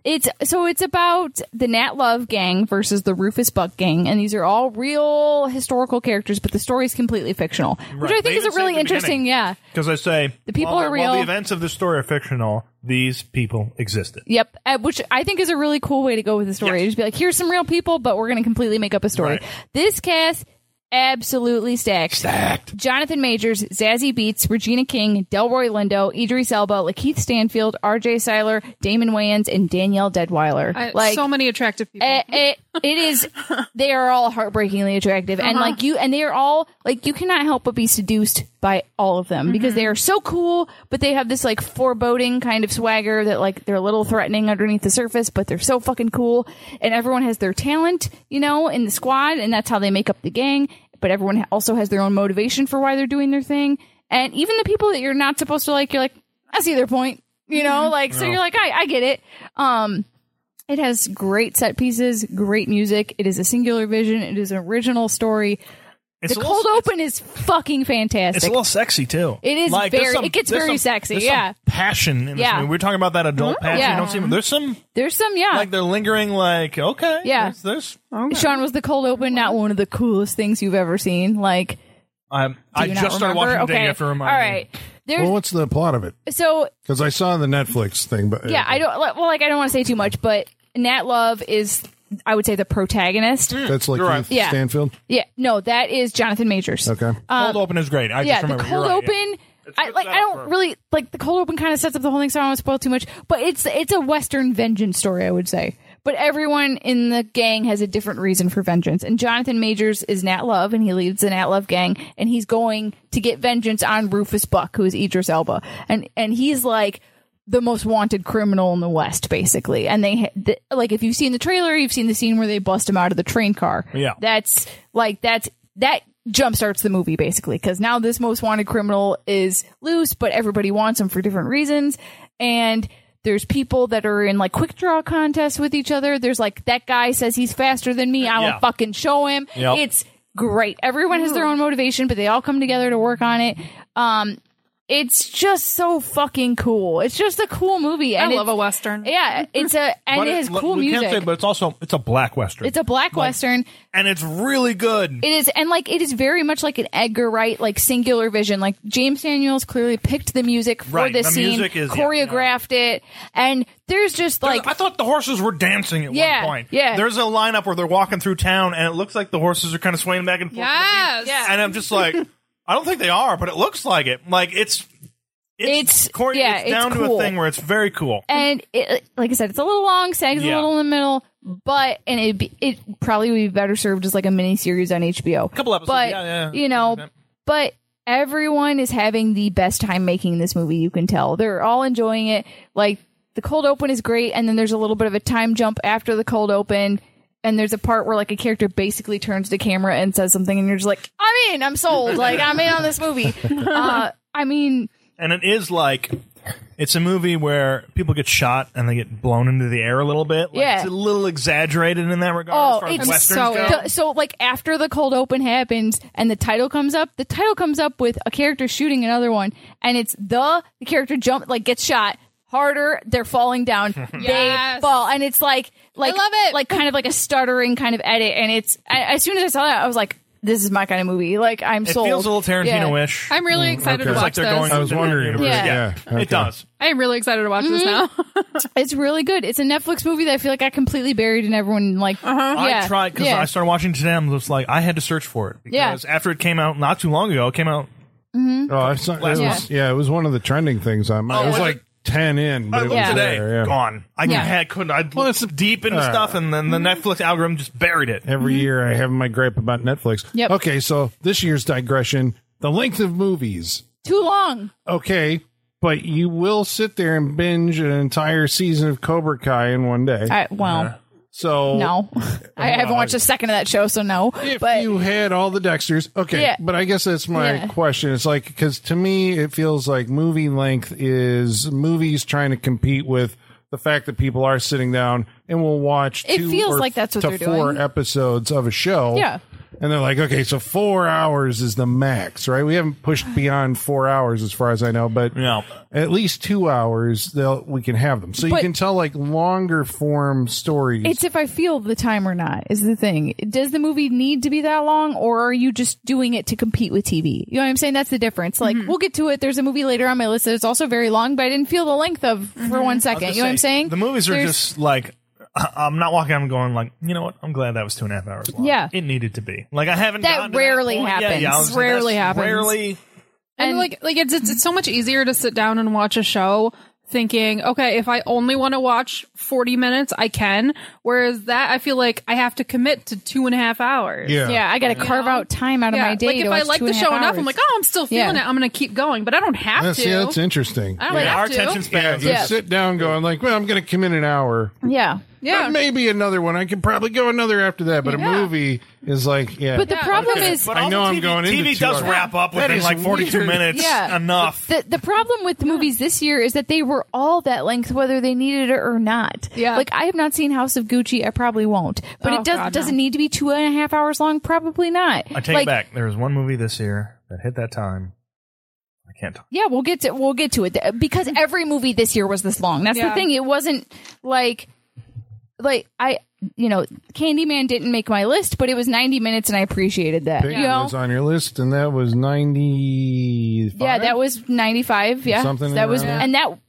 S5: it's so it's about the Nat Love gang versus the Rufus Buck gang, and these are all real historical characters, but the story is completely fictional,
S4: Right.
S5: which
S4: They
S5: I think is
S4: even
S5: a
S4: say
S5: really
S4: at the
S5: interesting.
S4: beginning.
S5: Yeah,
S4: Because I say
S5: The people
S4: while
S5: are
S4: while
S5: real.
S4: the events of the story are fictional, these people existed.
S5: Yep, uh, which I think is a really cool way to go with the story.
S4: Yes.
S5: Just be like, here's some real people, but we're going to completely make up a story.
S4: Right.
S5: This cast absolutely stacked. Stacked. Jonathan Majors, Zazie Beats, Regina King, Delroy Lindo, Idris Elba, Lakeith Stanfield, R.J. Seiler, Damon Wayans, and Danielle Deadweiler.
S3: I- so many attractive people.
S5: it, it, Eh, it is they are all heartbreakingly attractive and like you and they are all like you cannot help but be seduced by all of them because they are so cool but they have this like foreboding kind of swagger that like they're a little threatening underneath the surface but they're so fucking cool and everyone has their talent you know in the squad and that's how they make up the gang but everyone ha- also has their own motivation for why they're doing their thing and even the people that you're not supposed to like you're like i see their point you know like so you're like i, I get it um it has great set pieces, great music. It is a singular vision. It is an original story.
S4: It's
S5: the
S4: a little-
S5: cold open is fucking fantastic.
S4: It's a little sexy too.
S5: It is
S4: there's
S5: very- it gets
S4: there's
S5: very sexy,
S4: there's
S5: yeah.
S4: Some passion. In this
S5: Yeah. Mm-hmm.
S4: movie. we were talking about that adult passion.
S5: yeah.
S4: You don't see. There's some
S5: There's some, yeah.
S4: like they're lingering. Like okay,
S5: Yeah.
S4: There's, there's
S5: Sean was the cold open, not one of the coolest things you've ever seen. Like,
S4: um,
S5: do
S4: I
S5: you
S4: just
S5: not
S4: started
S5: remember?
S4: watching the
S5: okay.
S4: day after. Remind
S5: All right. There's,
S2: Well, what's the plot of it?
S5: so
S2: Because I saw the Netflix thing, but uh,
S5: yeah, I don't. like- Well, like I don't want to say too much, but Nat Love is, I would say, the protagonist.
S2: Mm. That's like
S4: You're right.
S2: Keith
S5: Yeah.
S2: Stanfield.
S5: Yeah, no, that is Jonathan Majors.
S2: Okay.
S4: Cold um, open is great. I
S5: Yeah,
S4: just
S5: the
S4: remember.
S5: cold
S4: You're right.
S5: open. I like. I don't really like the cold open. Kind of sets up the whole thing, so I don't want to spoil too much. But it's it's a Western vengeance story, I would say. But everyone in the gang has a different reason for vengeance. And Jonathan Majors is Nat Love, and he leads the Nat Love gang, and he's going to get vengeance on Rufus Buck, who is Idris Elba, and and he's like the most wanted criminal in the West, basically. And they ha- th- like if you've seen the trailer, you've seen the scene where they bust him out of the train car.
S4: Yeah.
S5: that's like that's that jumpstarts the movie basically because now this most wanted criminal is loose, but everybody wants him for different reasons, and. There's people that are in like quick draw contests with each other. There's like that guy says he's faster than me. I will
S4: Yeah.
S5: fucking show him.
S4: Yep.
S5: It's great. Everyone has their own motivation, but they all come together to work on it. Um, it's just so fucking cool. It's just a cool movie.
S3: I
S5: And
S3: love a
S5: it's-
S3: western.
S5: Yeah, it's a and
S4: But
S5: it has
S4: we
S5: cool
S4: can't
S5: music.
S4: say- but it's also it's a black western.
S5: it's a black western.
S4: and it's really good.
S5: It is, and like it is very much like an Edgar Wright, like singular vision. Like James Daniels clearly picked the music for
S4: Right,
S5: this
S4: the
S5: scene,
S4: music is- yeah,
S5: choreographed it, and there's just like
S4: I thought the horses were dancing at
S5: Yeah,
S4: one point.
S5: yeah.
S4: There's a lineup where they're walking through town and it looks like the horses are kind of swaying back and forth.
S3: Yes.
S4: And I'm just like, I don't think they are, but it looks like it. Like it's it's,
S5: It's-
S4: chore-
S5: yeah,
S4: it's
S5: it's
S4: down to
S5: cool.
S4: a thing where it's very cool.
S5: and it, like I said, it's a little long, sags a
S4: Yeah.
S5: little in the middle, but and it be, it probably would be better served as like a mini series on HBO. A
S4: Couple episodes,
S5: but
S4: yeah, yeah, yeah.
S5: you know,
S4: Okay.
S5: but everyone is having the best time making this movie. You can tell they're all enjoying it. Like the cold open is great, and then there's a little bit of a time jump after the cold open. And there's a part where like a character basically turns to camera and says something, and you're just like, I'm in, I'm sold, like I'm in on this movie. Uh, I mean,
S4: And it is like it's a movie where people get shot and they get blown into the air a little bit. Like,
S5: Yeah.
S4: It's a little exaggerated in that regard as
S5: Oh,
S4: far as
S5: it's
S4: westerns
S3: so-
S4: go.
S5: The- so like after the cold open happens and the title comes up, the title comes up with a character shooting another one, and it's the the character jump like gets shot harder. They're falling down. They
S3: Yes.
S5: fall, and it's like like
S3: love it.
S5: Like kind of like a stuttering kind of edit, and it's I, as soon as I saw that, I was like, this is my kind of movie. Like I'm
S4: it
S5: sold.
S4: feels a little
S5: Yeah.
S4: Tarantino-ish. Mm,
S3: I'm really excited
S2: okay.
S3: to
S2: It's
S3: watch
S4: like they're
S3: this.
S4: going-
S2: I was wondering.
S4: Yeah.
S5: Yeah.
S2: okay.
S4: It does.
S3: I am really excited to watch this
S5: Mm-hmm.
S3: now.
S5: It's really good. It's a Netflix movie that I feel like I completely buried, and everyone like
S3: Uh-huh.
S5: yeah,
S4: I tried because
S5: yeah.
S4: I started watching today. I'm just like I had to search for it
S5: Yeah.
S4: because after it came out not too long ago, it came out.
S2: Oh, I saw, it was,
S5: Yeah.
S2: yeah. it was one of the trending things on mine.
S4: Oh,
S2: it was
S4: was it?
S2: like ten in. But it was
S5: looked
S4: today
S2: there, yeah.
S4: gone. I
S5: Yeah. Mm-hmm.
S4: had couldn't. I looked deep into
S2: uh,
S4: stuff, and then the Netflix algorithm just buried it.
S2: Every year I have my gripe about Netflix.
S5: Yep.
S2: Okay, so this year's digression: the length of movies.
S5: too long.
S2: Okay, but you will sit there and binge an entire season of Cobra Kai in one day.
S5: I, well.
S2: so
S5: No, I haven't watched a second of that show, so no.
S2: if
S5: But
S2: you had all the Dexters, okay.
S5: Yeah.
S2: But I guess that's my
S5: Yeah.
S2: question. It's like because to me, it feels like movie length is movies trying to compete with the fact that people are sitting down and will watch.
S5: It
S2: two
S5: feels
S2: or
S5: like that's what
S2: to
S5: they're
S2: four
S5: doing.
S2: episodes of a show.
S5: Yeah.
S2: And they're like, okay, so four hours is the max, right? We haven't pushed beyond four hours, as far as I know, but
S4: No.
S2: at least two hours, they'll we can have them. So you
S5: But-
S2: can tell like longer form stories.
S5: it's if I feel the time or not is the thing. Does the movie need to be that long, or are you just doing it to compete with TV? You know what I'm saying? That's the difference.
S3: Mm-hmm.
S5: Like we'll get to it. There's a movie later on my list that is also very long, but I didn't feel the length of
S3: Mm-hmm.
S5: for one second. You know what I'm saying?
S4: The movies are
S5: There's-
S4: just like I- I'm not walking. I'm going like you know what? I'm glad that was two and a half hours. Long.
S5: Yeah.
S4: it needed to be. Like I haven't.
S5: That
S4: gotten to
S5: rarely
S4: point yet.
S5: happens.
S4: Yeah, I was-
S5: Rarely
S4: that's
S5: happens.
S4: Rarely.
S3: and,
S5: And-
S3: like like it's, it's it's so much easier to sit down and watch a show thinking okay if i only want to watch 40 minutes i can whereas that i feel like i have to commit to two and a half hours
S2: yeah.
S5: yeah, I got to carve out time out of my day.
S3: like if
S5: to
S3: i
S5: watch
S3: like
S5: two
S3: the
S5: and a half
S3: show enough
S5: hours.
S3: i'm like oh i'm still feeling
S5: Yeah.
S3: it i'm gonna keep going but i don't have
S2: Yeah,
S3: to
S2: see, that's interesting.
S3: i don't
S4: Yeah,
S3: have
S4: our
S3: to
S4: attention span. is-
S2: You
S5: Yeah.
S2: sit down going like, well, I'm going to commit an hour.
S5: yeah.
S3: "Oh, Yeah.
S2: But maybe another one. I could probably go another after that, but
S3: Yeah.
S2: a movie is like, yeah.
S5: But the
S3: Yeah,
S5: problem
S3: okay.
S5: is,
S4: But
S2: I
S4: all
S2: know
S4: the
S2: I'm
S4: TV,
S2: going into
S4: TV
S2: two
S4: does
S2: hours.
S4: wrap up
S2: That
S4: within
S2: is
S4: like 42
S2: weird.
S4: minutes.
S5: Yeah.
S4: Enough.
S5: the the problem with movies this year is that they were all that length, whether they needed it or not.
S3: Yeah.
S5: Like I have not seen House of Gucci. I probably won't. But
S3: Oh,
S5: it does
S3: God, no.
S5: doesn't need to be two and a half hours long. Probably not.
S4: I take
S5: like,
S4: it back. There was one movie this year that hit that time. I can't talk.
S5: Yeah, we'll get to we'll get to it Th- because every movie this year was this long. That's
S3: Yeah.
S5: the thing. It wasn't like like I you know Candyman didn't make my list, but it was ninety minutes, and I appreciated that.
S2: Pig
S5: You know?
S2: was on your list, and that was 95.
S5: Yeah, that was ninety five. Yeah,
S2: Something
S5: that was
S2: around there.
S5: and that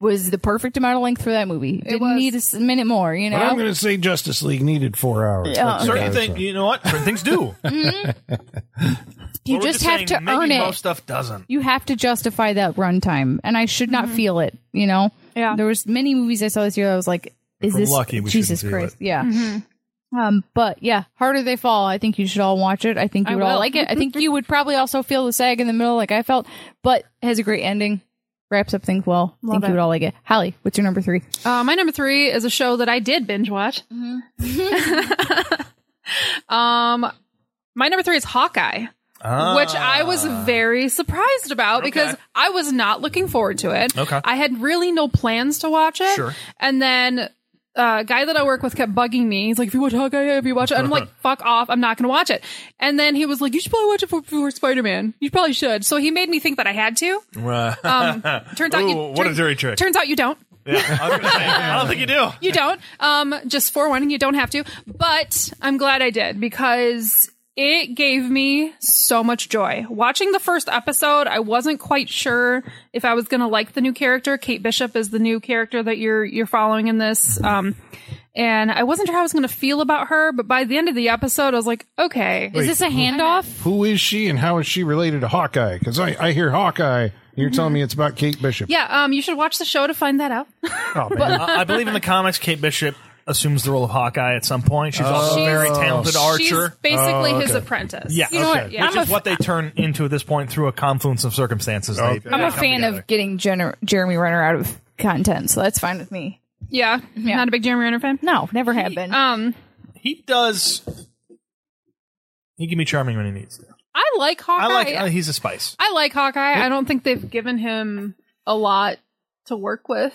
S5: was the perfect amount of length for that movie. Didn't
S3: was.
S5: need a s- minute more. You know,
S2: But I'm going to say Justice League needed four hours.
S5: Yeah.
S2: That's
S4: Certain
S2: what I
S4: things,
S2: said.
S4: you know what? Certain things do.
S5: you
S4: We're
S5: just have
S4: saying
S5: to
S4: maybe
S5: earn it.
S4: Most stuff doesn't.
S5: you have to justify that runtime, and I should not feel it. You know,
S3: Yeah.
S5: There was many movies I saw this year. that I was like, is
S4: we're
S5: this
S4: lucky, we
S5: Jesus
S4: shouldn't feel
S5: Christ? Yeah. Um, but yeah, harder they fall. I think you should all watch it. I think you
S3: I
S5: would all
S3: will.
S5: like it. I think you would probably also feel the sag in the middle, like I felt, but has a great ending. Wraps up things well. I
S3: Love
S5: think you
S3: it.
S5: would all like it. Holly, what's your number three?
S3: Uh, my number three is a show that I did binge watch. um, my number three is Hawkeye,
S4: Ah.
S3: which I was very surprised about because I was not looking forward to it.
S4: Okay.
S3: I had really no plans to watch it.
S4: Sure.
S3: And then uh, guy that I work with kept bugging me. He's like, if you watch Hawkeye, if you watch it, and I'm like, fuck off. I'm not going to watch it. And then he was like, you should probably watch it before, before Spider-Man. You probably should. So he made me think that I had to. Um, turns out you,
S4: Ooh, what a
S3: turn-
S4: dirty trick.
S3: Turns out you don't.
S4: Yeah, I, was gonna say, I don't think you do.
S3: You don't. Um, just forewarning, you don't have to. But I'm glad I did because it gave me so much joy. Watching the first episode, I wasn't quite sure if I was going to like the new character. Kate Bishop is the new character that you're you're following in this. Um, and I wasn't sure how I was going to feel about her, but by the end of the episode, I was like, okay,
S5: Is this a handoff?
S2: Who is she, and how is she related to Hawkeye? Because I, I hear Hawkeye, and you're telling me it's about Kate Bishop.
S3: yeah. Um, you should watch the show to find that out.
S2: Oh,
S5: Um,
S2: man.
S4: I I believe in the comics, Kate Bishop assumes the role of Hawkeye at some point. She's also a
S5: Oh.
S4: very talented
S3: She's
S4: archer.
S3: basically
S2: Oh,
S3: his
S2: okay.
S3: apprentice.
S4: yeah,
S5: You know what?
S3: Yeah.
S4: which
S5: I'm a
S4: is what they turn into at this point through a confluence of circumstances. They-
S2: Okay.
S4: they
S5: I'm a
S4: come
S5: fan
S4: together.
S5: of getting Jenner- Jeremy Renner out of content, so that's fine with me.
S3: yeah. Not a big Jeremy Renner fan.
S5: No, never have been.
S3: Um,
S4: He does. He can be charming when he needs to.
S3: I like Hawkeye.
S4: I like. uh, he's a spice.
S3: I like Hawkeye. I don't think they've given him a lot to work with.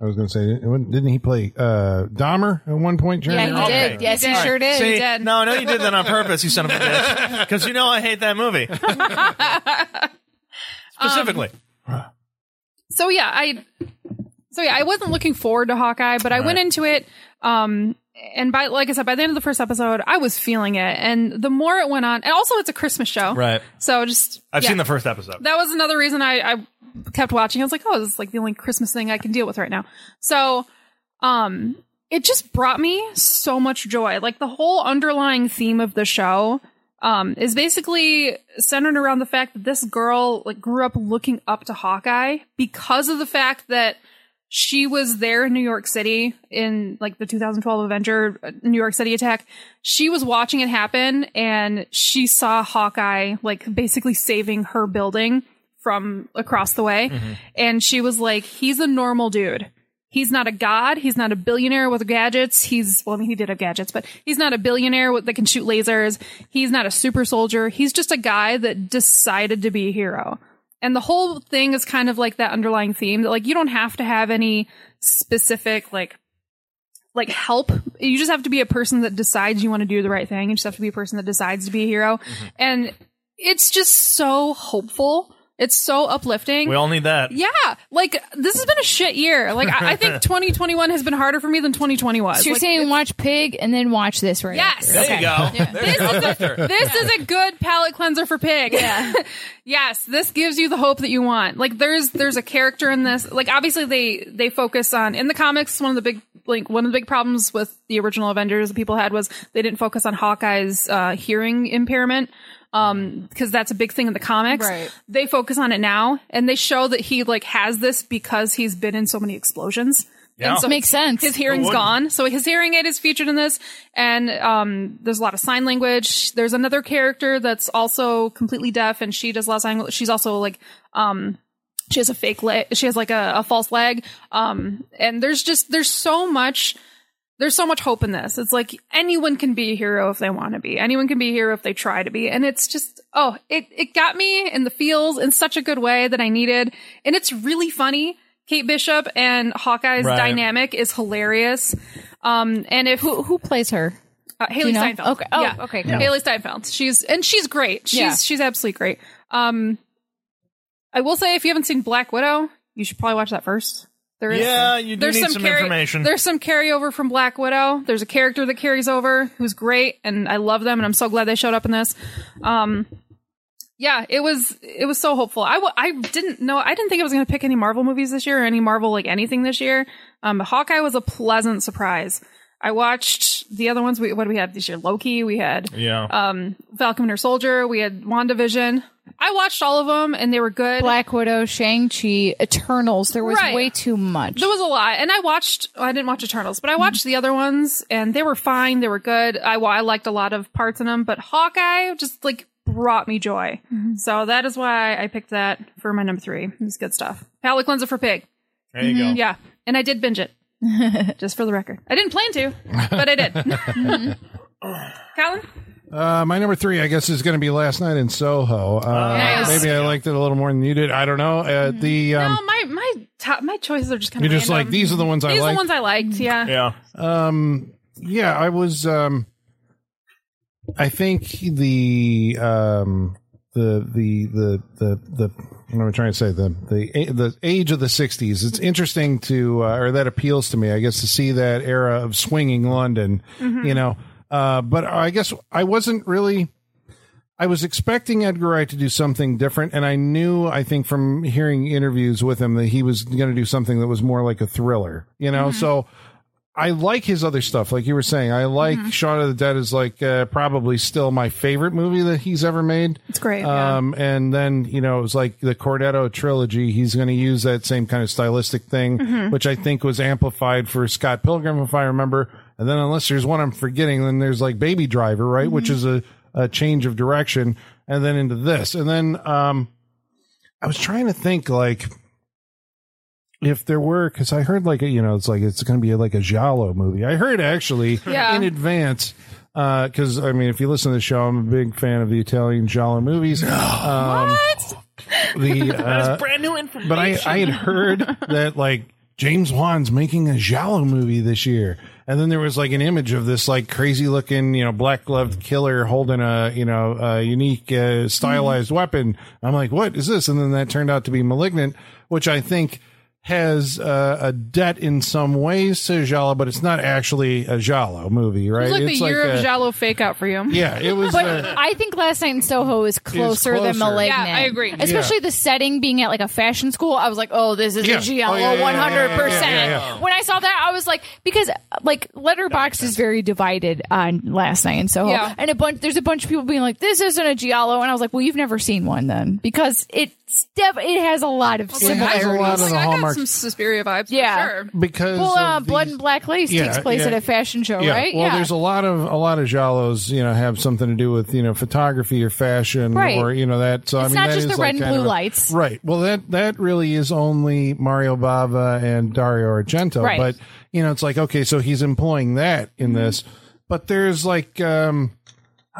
S2: I was going to say, didn't didn't he play uh, Dahmer at one point? Jeremy
S5: yeah, he
S2: Renner?
S4: Okay.
S5: did. Yes, he
S3: did.
S5: sure did.
S4: See,
S5: He did.
S4: no, I know you did that on purpose, you son of a bitch. Because you know I hate that movie.
S5: Um,
S4: Specifically.
S3: So yeah, I so yeah, I wasn't looking forward to Hawkeye, but I went
S4: Right.
S3: into it um and by like I said, by the end of the first episode, I was feeling it. And the more it went on, and also it's a Christmas show.
S4: right.
S3: So just
S4: I've
S3: yeah.
S4: seen the first episode.
S3: that was another reason I, I kept watching. I was like, oh, this is like the only Christmas thing I can deal with right now. So, um, it just brought me so much joy. Like the whole underlying theme of the show, um, is basically centered around the fact that this girl like grew up looking up to Hawkeye because of the fact that she was there in New York City in like the 2012 Avenger uh, New York City attack. She was watching it happen and she saw Hawkeye like basically saving her building from across the way. And she was like, he's a normal dude. He's not a god. He's not a billionaire with gadgets. He's, well, I mean, he did have gadgets, but he's not a billionaire with, that can shoot lasers. He's not a super soldier. He's just a guy that decided to be a hero. And the whole thing is kind of like that underlying theme that like you don't have to have any specific like like help. You just have to be a person that decides you want to do the right thing. You just have to be a person that decides to be a hero. And it's just so hopeful. It's so uplifting.
S4: We all need that.
S3: yeah, like this has been a shit year. Like I, I think 2021 has been harder for me than 2020 was.
S5: So you're
S3: Like,
S5: saying watch Pig and then watch this right
S3: Yes.
S5: after.
S4: There you go.
S3: this is a, this is a good palate cleanser for pig. yes, this gives you the hope that you want. Like there's there's a character in this. Like obviously they they focus on in the comics one of the big like one of the big problems with the original Avengers that people had was they didn't focus on Hawkeye's uh, hearing impairment um because that's a big thing in the comics
S5: Right.
S3: they focus on it now and they show that he like has this because he's been in so many explosions
S4: Yeah.
S3: and so
S5: Makes sense.
S3: his hearing's
S4: wouldn't?
S3: gone, so his hearing aid is featured in this, and um, there's a lot of sign language. There's another character that's also completely deaf, and she does a lot of sign. She's also like, um, she has a fake leg. She has like a, a false leg. Um, and there's just there's so much there's so much hope in this. It's like anyone can be a hero if they want to be. Anyone can be a hero if they try to be. And it's just oh, it it got me in the feels in such a good way that I needed. And it's really funny. Kate Bishop and Hawkeye's
S4: Right.
S3: dynamic is hilarious. Um, and if
S5: Who who plays her?
S3: uh, Haley
S5: you know?
S3: Steinfeld.
S5: Okay. Oh, okay, cool.
S3: Haley Steinfeld. She's and she's great. She's
S5: Yeah.
S3: she's absolutely great. Um, I will say if you haven't seen Black Widow, you should probably watch that first. There
S4: Yeah, you do need some information.
S3: There's some carryover from Black Widow. There's a character that carries over who's great, and I love them, and I'm so glad they showed up in this. Um, yeah, it was it was so hopeful. I w- I didn't know I didn't think I was going to pick any Marvel movies this year or any Marvel like anything this year. Um, Hawkeye was a pleasant surprise. I watched the other ones. We, what do we have this year? Loki. We had
S4: Yeah.
S3: um, Falcon Winter Soldier. We had WandaVision. I watched all of them and they were good.
S5: Black Widow, Shang Chi, Eternals. There was
S3: Right.
S5: way too much.
S3: There was a lot, and I watched. I didn't watch Eternals, but I watched the other ones, and they were fine. They were good. I, well, I liked a lot of parts in them, but Hawkeye just like brought me joy. So that is why I picked that for my number three. It's good stuff. Palate cleanser for pig.
S4: There you go.
S3: Yeah, and I did binge it. just for the record, I didn't plan to, but I did. Colin,
S2: Uh, my number three, I guess, is going to be last night in Soho. Uh,
S3: Nice.
S2: Maybe I liked it a little more than you did. I don't know. Uh, the um,
S3: Mm-hmm. no, my my top my choices are just kind of
S2: you're just like these are the ones I
S3: These are
S2: like.
S3: the ones I liked. Yeah,
S4: Yeah.
S2: um, yeah, I was. Um, I think the um, the the the the the what am I trying to say the the the age of the '60s. It's interesting to uh, or that appeals to me. I guess to see that era of swinging London, you know. Uh, but I guess I wasn't really. I was expecting Edgar Wright to do something different, and I knew, I think, from hearing interviews with him that he was going to do something that was more like a thriller, you know. So I like his other stuff, like you were saying. I like
S3: Mm-hmm.
S2: Shaun of the Dead is like uh, probably still my favorite movie that he's ever made.
S3: it's great. yeah.
S2: Um, and then you know it was like the Cordetto trilogy. He's going to use that same kind of stylistic thing,
S3: Mm-hmm.
S2: which I think was amplified for Scott Pilgrim, if I remember. And then unless there's one I'm forgetting, then there's like Baby Driver, right,
S3: Mm-hmm.
S2: which is a, a change of direction, and then into this, and then um, I was trying to think like if there were because I heard like you know it's like it's going to be like a Giallo movie. I heard actually
S3: Yeah.
S2: in advance because I mean if you listen to the show, I'm a big fan of the Italian Giallo movies. Um, The uh,
S4: Brand new information.
S2: but I I had heard that like James Wan's making a Giallo movie this year. And then there was like an image of this like crazy looking, you know, black gloved killer holding a, you know, a unique uh, stylized weapon. I'm like, what is this? And then that turned out to be Malignant, which I think has uh, a debt in some ways to Giallo, but it's not actually a Giallo movie, right?
S3: it's like the year of
S2: a-
S3: Jalo fake out for you.
S2: Yeah, it was.
S5: But
S2: uh,
S5: I think Last Night in Soho is closer,
S2: closer.
S5: than Malignant.
S3: Yeah, I agree.
S5: Especially the setting being at like a fashion school. I was like, oh, this is
S2: Yeah.
S5: a Giallo
S2: Oh, yeah, yeah, yeah,
S5: 100%.
S2: yeah, yeah, yeah, yeah.
S5: When I saw that, I was like, because like Letterbox is very divided on Last Night in Soho.
S3: Yeah.
S5: And a bunch, there's a bunch of people being like, this isn't a Giallo. And I was like, well, you've never seen one then because it's def- it has a lot of
S2: It has
S5: similarities.
S2: a lot of
S3: Like,
S2: the
S3: I got
S2: hallmarks.
S3: some Suspiria vibes.
S5: Yeah.
S3: for sure.
S2: because
S5: well,
S2: of
S5: uh, Blood
S2: these-
S5: and Black Lace
S2: Yeah,
S5: takes place
S2: yeah.
S5: at a fashion show,
S2: Yeah.
S5: right?
S2: Well, there's a lot of a lot of giallos, you know, have something to do with you know photography or fashion
S5: Right.
S2: or you know that. So I
S5: It's
S2: mean,
S5: not
S2: that
S5: just
S2: is,
S5: the
S2: like,
S5: red and
S2: kind
S5: blue
S2: of a-
S5: lights.
S2: right? Well, that that really is only Mario Bava and Dario Argento,
S5: Right. Mm-hmm.
S2: but you know, it's like okay, so he's employing that in this, but there's like. um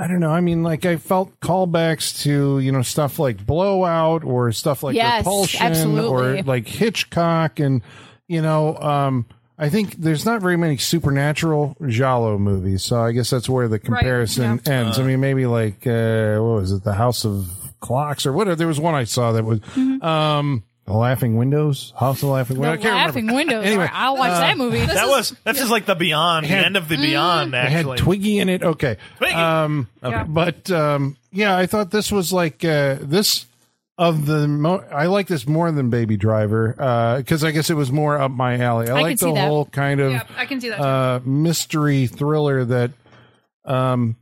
S2: I don't know. I mean, like I felt callbacks to you know stuff like Blowout or stuff like
S5: Yes,
S2: Repulsion
S5: absolutely.
S2: or like Hitchcock, and you know, um, I think there's not very many supernatural giallo movies, so I guess that's where the comparison ends. I mean, maybe like uh, what was it, The House of Clocks or whatever. There was one I saw that was um, The Laughing Windows, House of Laughing Windows. I
S5: Mm-hmm. The
S2: can't
S5: laughing
S2: remember.
S5: windows.
S2: Anyway, uh,
S5: I'll watch that movie.
S4: that was that's just like the beyond, the end
S3: Mm-hmm.
S4: of the beyond.
S2: I had
S4: Actually,
S2: Twiggy in it. Okay.
S4: Twiggy.
S2: Um, But um, yeah, I thought this was like uh, this of the. Mo- I like this more than Baby Driver because I guess it was more up my alley. I,
S5: can
S2: like the
S5: see that.
S2: whole kind of
S3: Yeah, I can see that. too.
S2: uh, mystery thriller that um,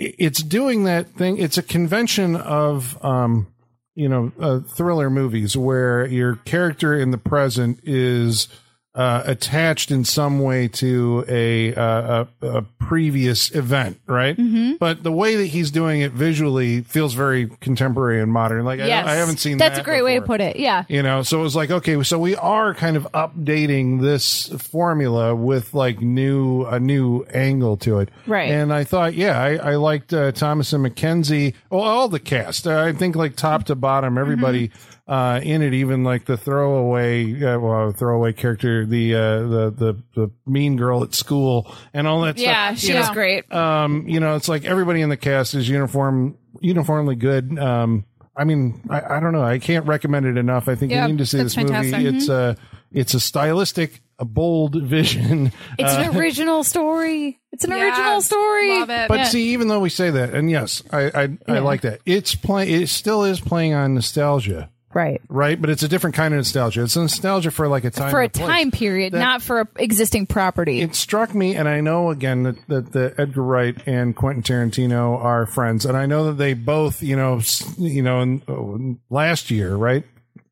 S2: i- it's doing that thing. It's a convention of um, you know uh, thriller movies where your character in the present is uh, attached in some way to a, uh, a, a previous event, right?
S5: Mm-hmm.
S2: But the way that he's doing it visually feels very contemporary and modern. Like I,
S5: Yes.
S2: don't- I haven't seen
S5: That's
S2: that
S5: a great way to
S2: before.
S5: put it. Yeah.
S2: You know, so it was like, okay, so we are kind of updating this formula with like new a new angle to it,
S5: Right.
S2: And I thought, yeah, I, I liked uh, Thomas and McKenzie, well, all the cast. Uh, I think like top to bottom, everybody uh, in it, even like the throwaway, uh, well, throwaway character, the uh, the the the mean girl at school, and all that.
S5: Yeah,
S2: stuff,
S5: she
S2: you
S5: was
S2: know?
S5: great.
S2: um, you know, it's like everybody in the cast is uniform, uniformly good. Um, I mean, I, I don't know. I can't recommend it enough. I think
S3: Yeah,
S2: you need to see
S3: that's
S2: this
S3: fantastic.
S2: movie. It's a, it's a stylistic, a bold vision.
S5: It's
S4: Uh,
S5: an original story. It's an original
S3: Yes.
S5: story.
S3: Love it.
S2: But see, even though we say that, and yes, I, I, I like that. It's play, it still is playing on nostalgia,
S5: Right.
S2: right? But it's a different kind of nostalgia. It's nostalgia for like a time
S5: For a
S2: and place.
S5: time period, not for an existing property.
S2: it struck me, and I know again that, that, that Edgar Wright and Quentin Tarantino are friends, and I know that they both, you know, s- you know, in, oh, last year, right,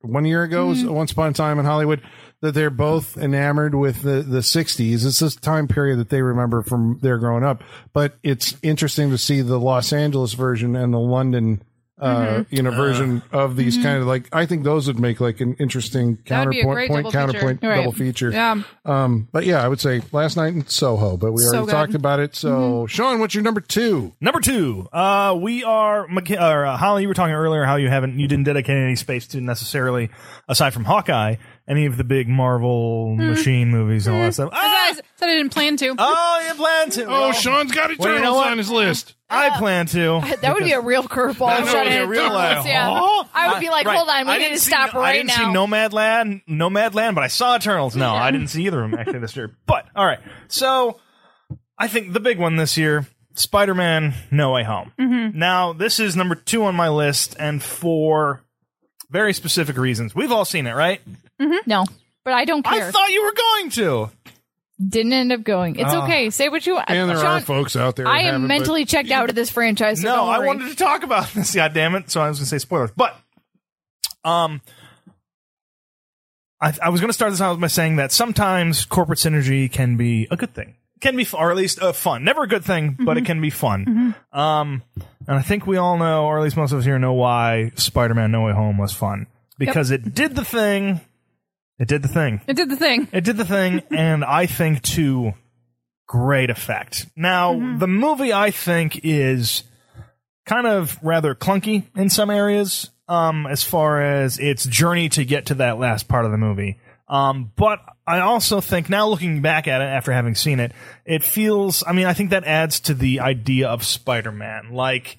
S2: one year ago,
S3: Mm-hmm.
S2: was Once Upon a Time in Hollywood, that they're both enamored with the the '60s. It's this time period that they remember from their growing up. But it's interesting to see the Los Angeles version and the London. Uh,
S3: Mm-hmm.
S2: you know, version of these kind of like I think those would make like an interesting
S3: That'd Mm-hmm. be a
S2: counterpoint
S3: great
S2: point
S3: double feature.
S2: counterpoint
S5: Right.
S2: double feature.
S3: Yeah.
S2: Um, but yeah, I would say last night in Soho, but we
S3: So
S2: already
S3: good.
S2: talked about it. So,
S4: Mm-hmm.
S2: Sean, what's your number two?
S4: Number two, uh, we are McK- or, uh, Holly. You were talking earlier how you haven't you didn't dedicate any space to necessarily aside from Hawkeye any of the big Marvel
S3: Mm-hmm.
S4: machine movies and all that stuff. Ah!
S3: Guys, said Mm-hmm. I didn't plan to.
S4: Oh, you plan to?
S2: Oh,
S4: Well,
S2: Sean's got Eternals
S4: you know what?
S2: on his list.
S4: I plan to.
S5: that would be a real curveball.
S4: I
S5: if
S4: know, it
S5: Sean
S4: was a
S5: had
S4: real
S5: done
S4: laugh.
S5: this, yeah.
S4: Oh.
S5: I would be like,
S4: Right.
S5: hold on, we
S4: I
S5: need
S4: didn't
S5: to
S4: see-
S5: stop
S4: I
S5: right
S4: didn't
S5: now.
S4: see Nomad Land, Nomad Land, but I saw Eternals. No, I didn't see either of them actually this year. But all right, so I think the big one this year, Spider Man: No Way Home.
S5: Mm-hmm.
S4: Now this is number two on my list, and for very specific reasons. We've all seen it, right?
S5: no, but I don't care.
S4: I thought you were going to.
S5: Didn't end up going.
S4: Oh.
S5: It's okay. Say what you want.
S2: And there
S5: Sean,
S2: are folks out there. that
S5: I
S2: haven't,
S5: am
S2: but-
S5: mentally checked out of this franchise. So
S4: no,
S5: don't
S4: I
S5: worry.
S4: wanted to talk about this. God damn it! So I was going to say spoilers, but um, I, I was going to start this out by saying that sometimes corporate synergy can be a good thing, can be, f- or at least uh, fun. Never a good thing, but
S5: Mm-hmm.
S4: it can be fun. Um, and I think we all know, or at least most of us here know, why Spider-Man: No Way Home was fun because it did the thing. It did the thing.
S3: it did the thing.
S4: It did the thing, and I think to great effect. Now, the movie I think is kind of rather clunky in some areas, um, as far as its journey to get to that last part of the movie. Um, but I also think now looking back at it after having seen it, it feels. I mean, I think that adds to the idea of Spider-Man, like.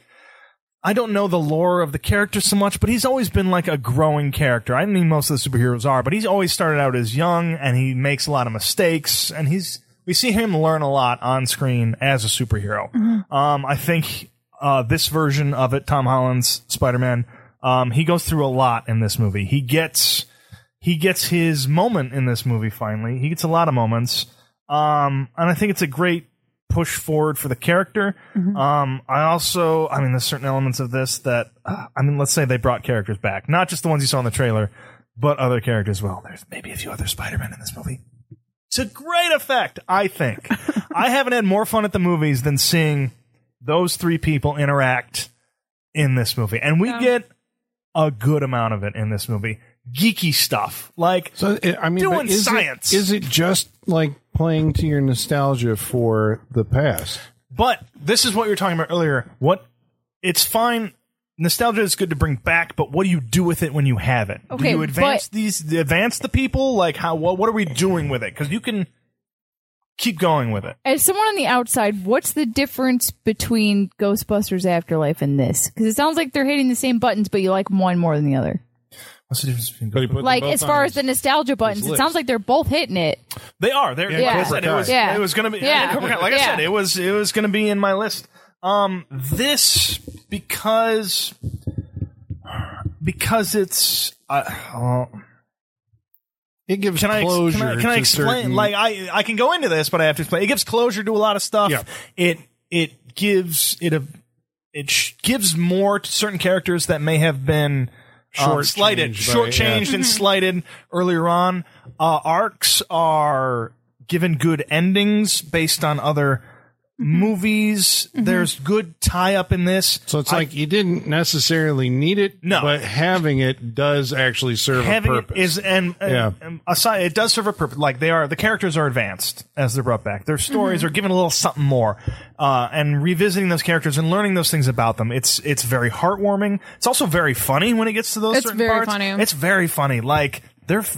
S4: I don't know the lore of the character so much, but he's always been like a growing character. I mean, most of the superheroes are, but he's always started out as young, and he makes a lot of mistakes, and he's we see him learn a lot on screen as a superhero. Um, I think uh, this version of it, Tom Holland's Spider-Man, um, he goes through a lot in this movie. He gets he gets his moment in this movie finally. He gets a lot of moments. Um, and I think it's a great push forward for the character. Um, I also, I mean, there's certain elements of this that, uh, I mean, let's say they brought characters back, not just the ones you saw in the trailer, but other characters as well. There's maybe a few other Spider-Man in this movie. To great effect, I think. I haven't had more fun at the movies than seeing those three people interact in this movie. And we get a good amount of it in this movie. Geeky stuff. Like,
S2: So, I- I mean, but
S4: Doing
S2: is it-
S4: science.
S2: Is it just like playing to your nostalgia for the past?
S4: But this is what you were talking about earlier. What it's fine. Nostalgia is good to bring back, but what do you do with it when you have it?
S5: Okay,
S4: do you advance
S5: but-
S4: these advance the people? Like how what, what are we doing with it? Because you can keep going with it.
S5: As someone on the outside, what's the difference between Ghostbusters Afterlife and this? Because it sounds like they're hitting the same buttons, but you like one more than the other.
S4: What's the difference between
S2: But he put
S5: Like
S2: them both
S5: as
S2: on
S5: far
S2: his-
S5: as the nostalgia buttons, it
S2: list.
S5: sounds like they're both hitting it.
S4: They are. They're
S2: Yeah,
S4: like I
S5: Cobra
S4: said, it
S2: Kai.
S4: was
S5: Yeah.
S4: it was gonna be
S5: Yeah.
S4: Cobra Kai. like I
S5: Yeah.
S4: said, it was it was gonna be in my list. Um this because because it's uh, oh,
S2: it gives
S4: can I, ex-
S2: closure.
S4: can I can I
S2: to
S4: explain?
S2: certain-
S4: Like I I can go into this, but I have to explain. It gives closure to a lot of stuff.
S2: Yeah.
S4: It it uh, gives it a it sh- gives more to certain characters that may have been um, slighted,
S2: Shortchanged by-
S4: shortchanged and slighted earlier on. Uh, arcs are given good endings based on other movies. There's good tie up in this.
S2: So it's like you didn't necessarily need it,
S4: No.
S2: but having it does actually serve
S4: having
S2: a
S4: it
S2: purpose.
S4: is and, and-
S2: Yeah.
S4: and aside it does serve a purpose like they are the characters are advanced as they're brought back their stories
S3: Mm-hmm.
S4: are given a little something more uh, and revisiting those characters and learning those things about them it's it's very heartwarming it's also very funny when it gets to those
S3: It's
S4: certain
S3: very
S4: parts
S3: funny.
S4: it's very funny like they're f-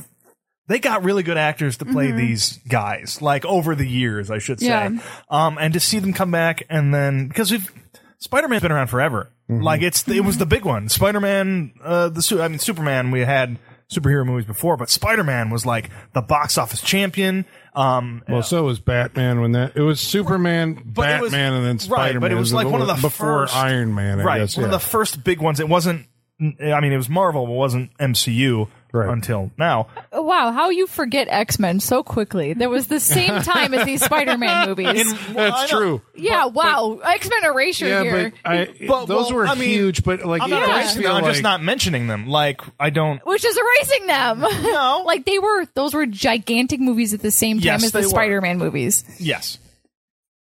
S4: they got really good actors to play these guys like over the years i should say
S3: Yeah.
S4: um, and to see them come back and then because we've spider-man's been around forever
S2: Mm-hmm.
S4: like it's it was the big one spider-man uh, the su- i mean superman we had superhero movies before but spider-man was like the box office champion um,
S2: well, so was Batman when that it was Superman,
S4: it
S2: Batman,
S4: was-
S2: and then Spider-Man.
S4: Right, but it was like one of the
S2: before
S4: first-
S2: Iron Man, I
S4: right
S2: guess.
S4: one
S2: yeah.
S4: of the first big ones it wasn't i mean it was marvel but it wasn't mcu
S2: Right.
S4: until now
S5: Oh, wow, how you forget X Men so quickly? That was the same time as these Spider Man movies.
S4: I know.
S2: That's true.
S5: yeah, wow, X Men erasure
S2: Yeah,
S5: here.
S2: but, I,
S4: But,
S2: those
S4: well,
S2: were
S4: I mean,
S2: huge. But like,
S4: i'm,
S2: it
S4: not
S2: does
S4: erasing
S2: feel
S4: them, I'm
S2: like-
S4: just not mentioning them like i don't
S5: which is erasing them. No, like they were; those were gigantic movies at the same time
S4: Yes,
S5: as the
S4: they were.
S5: Spider-Man movies.
S4: yes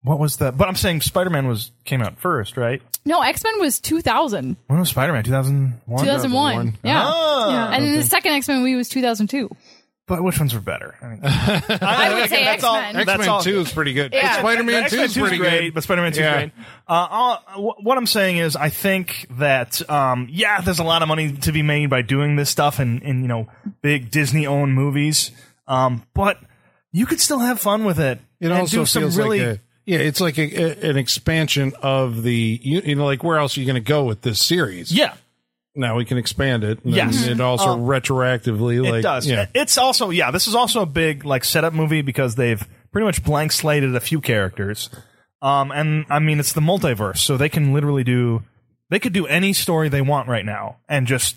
S4: what was the but i'm saying spider-man was came out first right
S5: No, X Men was 2000,
S4: When was Spider Man? 2001?
S5: 2001. yeah.
S4: Oh.
S3: Yeah.
S5: and then the second X Men movie was 2002.
S4: But which ones were better? I, mean, I,
S5: would say
S4: that's all-
S5: X-Men.
S4: that's
S2: X-Men
S4: all-
S2: Two is pretty good.
S5: Yeah.
S2: Spider-Man
S4: X-Men
S2: Two is
S4: 2's
S2: pretty
S4: great,
S2: good.
S4: but Spider Man 2
S2: Yeah.
S4: is great. Uh, all- wh- what I'm saying is, I think that, um, yeah, there's a lot of money to be made by doing this stuff and, and you know, big Disney owned movies, um, but you could still have fun with it.
S2: It
S4: and
S2: also
S4: do some
S2: feels
S4: really.
S2: like a, yeah, it's like a, a- an expansion of the you, you know like where else are you going to go with this series?
S4: yeah.
S2: now we can expand it. And
S4: Yes. Um,
S2: it also retroactively like
S4: it does.
S2: yeah.
S4: It's also yeah. This is also a big like setup movie because they've pretty much blank slated a few characters, um, and I mean it's the multiverse, so they can literally do they could do any story they want right now and just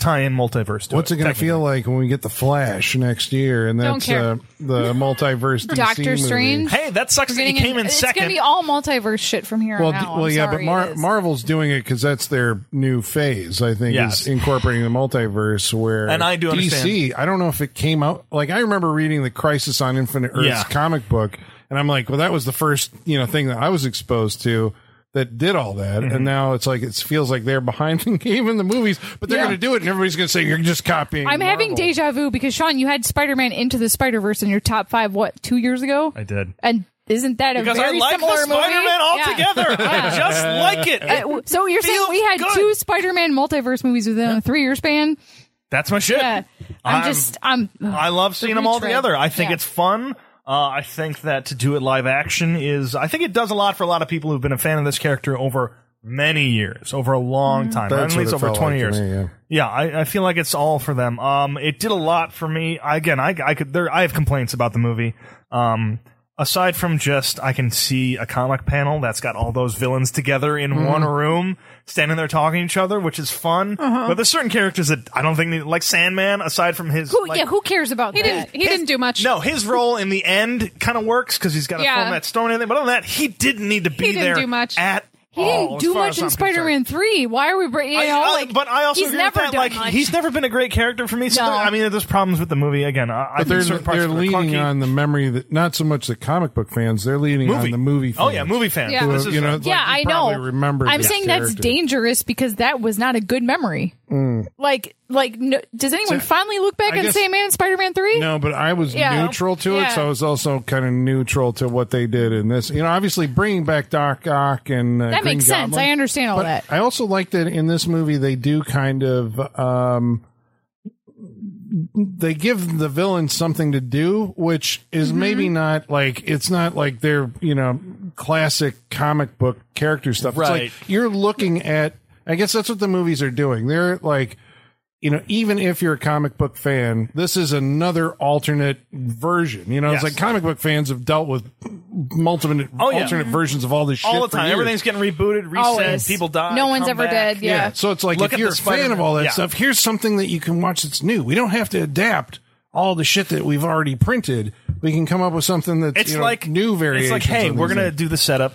S4: tie in multiverse. To
S2: What's it going to
S4: technically.
S2: feel like when we get the Flash next year? And
S3: Don't
S2: that's
S3: care.
S2: uh, the multiverse DC
S5: Doctor
S2: movie.
S5: Strange.
S4: Hey, that sucks that
S5: Getting
S4: you came in,
S5: it's
S4: second.
S5: gonna be all multiverse shit from here
S2: Well,
S5: on
S2: d-
S5: out.
S2: well,
S5: I'm
S2: yeah, but
S5: sorry, it
S2: Mar-
S5: is.
S2: Marvel's doing it because that's their new phase. I think
S4: Yes.
S2: is incorporating the multiverse. Where
S4: And I do
S2: DC.
S4: understand.
S2: I don't know if it came out. Like I remember reading the Crisis on Infinite Earths
S4: Yeah.
S2: comic book, and I'm like, well, that was the first you know thing that I was exposed to that did all that,
S4: Mm-hmm.
S2: and now it's like it feels like they're behind the game in the movies, but they're
S5: Yeah.
S2: going to do it, and everybody's going to say you're just copying.
S5: I'm having
S2: Marvel."
S5: deja vu because Sean, you had Spider-Man into the Spider-Verse in your top five. What two years ago?
S4: I did.
S5: And isn't that a
S4: because I
S5: very
S4: like the
S5: similar movie?
S4: Spider-Man
S5: Yeah.
S4: altogether. I just like it.
S5: Uh, w- so you're saying
S4: feels
S5: we had
S4: good.
S5: two Spider-Man multiverse movies within a three-year span?
S4: That's my shit.
S5: Yeah, I'm, just I'm.
S4: I love seeing them all
S5: retread.
S4: together. I think
S5: Yeah.
S4: it's fun. Uh, I think that to do it live action is, I think it does a lot for a lot of people who've been a fan of this character over many years, over a long
S5: Mm-hmm.
S4: time,
S2: That's
S4: at least
S2: what it
S4: over
S2: felt
S4: 20
S2: like
S4: years.
S2: to me, yeah.
S4: Yeah, I, I feel like it's all for them. Um, it did a lot for me. I- Again, I, I could there. I have complaints about the movie. Um, aside from just I can see a comic panel that's got all those villains together in
S5: Mm-hmm.
S4: one room, standing there talking to each other, which is fun.
S5: Uh-huh.
S4: But there's certain characters that I don't think they- like Sandman. Aside from his,
S5: Who,
S4: like-
S5: yeah, who cares about
S3: He
S5: that?
S3: didn't. He didn't do much.
S4: no, his role in the end kind of works because he's got to
S3: Yeah.
S4: form that stone in there. But other than that, he didn't need to be
S3: didn't
S4: there
S3: do much.
S4: at
S5: He
S4: Oh,
S5: didn't do much in Spider-Man Three. Why are we bringing? You know, like,
S4: but I also
S5: he's
S4: agree
S5: never
S4: with that.
S5: done
S4: Like
S5: much.
S4: he's never been a great character for me. So
S5: No.
S4: there- I mean, there's problems with the movie again. I, I
S2: But
S4: think
S2: they're,
S4: certain parts
S2: they're
S4: of it are
S2: leaning
S4: clunky.
S2: on the memory that not so much the comic book fans, they're leaning on the movie. Fans.
S4: Oh yeah, movie fans.
S3: Yeah.
S2: Who,
S4: This is
S2: you know,
S5: yeah,
S2: like, you
S5: I know.
S2: probably Remember
S5: I'm
S2: this
S5: saying that's
S2: character.
S5: dangerous because that was not a good memory. Like, like, no, does anyone finally look back
S2: I
S5: and
S2: guess-
S5: say, "Man, Spider-Man 3?
S2: No, but I was
S5: Yeah.
S2: neutral to it,
S5: Yeah.
S2: so I was also kind of neutral to what they did in this. You know, obviously bringing back Doc Ock and uh,
S5: That
S2: Green
S5: makes sense.
S2: Goblin.
S5: I understand all that.
S2: I also like that in this movie they do kind of um they give the villain something to do, which is
S4: Mm-hmm.
S2: maybe not like it's not like their you know classic comic book character stuff.
S4: Right.
S2: It's like you're looking at. I guess that's what the movies are doing. They're like you know, even if you're a comic book fan, this is another alternate version. You know,
S4: Yes.
S2: it's like comic book fans have dealt with multiple
S4: Oh, yeah.
S2: alternate versions of all this shit
S4: all the
S2: for
S4: time.
S2: years.
S4: Everything's getting rebooted, reset.
S5: Always.
S4: People die.
S5: No one's
S4: come
S5: ever
S4: back.
S5: dead. Yeah.
S2: So it's like
S4: Look
S2: if
S4: at
S2: you're a
S4: the
S2: fan of
S4: Spider-Man.
S2: all that
S4: Yeah.
S2: stuff, here's something that you can watch that's new. We don't have to adapt all the shit that we've already printed. We can come up with something that's
S4: It's
S2: you know,
S4: like
S2: new
S4: It's
S2: variations.
S4: like, hey,
S2: on
S4: we're
S2: these
S4: gonna
S2: things.
S4: do the setup.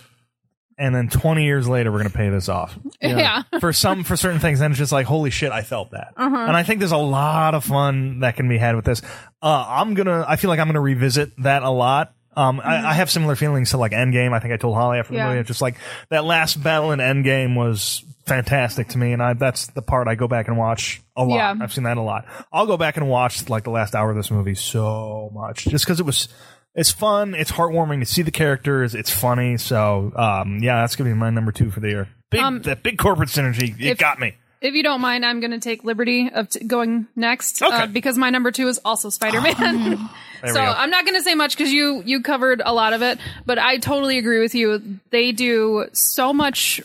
S4: and then 20 years later we're going to pay this off
S3: Yeah.
S4: for some for certain things and it's just like holy shit i felt that
S3: Uh-huh.
S4: and i think there's a lot of fun that can be had with this uh, i'm gonna i feel like i'm gonna revisit that a lot um, I, I have similar feelings to like Endgame. I think I told Holly after the
S3: Mm-hmm. Yeah.
S4: movie, it's just like that last battle in Endgame was fantastic to me, and I that's the part I go back and watch a lot.
S3: Yeah.
S4: I've seen that a lot. I'll go back and watch like the last hour of this movie so much just because it was it's fun, it's heartwarming to see the characters, it's funny. So um, yeah, that's gonna be my number two for the year. Big that big corporate synergy, it
S3: Um, if-
S4: got me.
S3: If you don't mind, I'm going to take liberty of t- going next
S4: Okay.
S3: uh, because my number two is also Spider Man.
S4: There
S3: so
S4: we go.
S3: I'm not going to say much because you you covered a lot of it, but I totally agree with you. They do so much.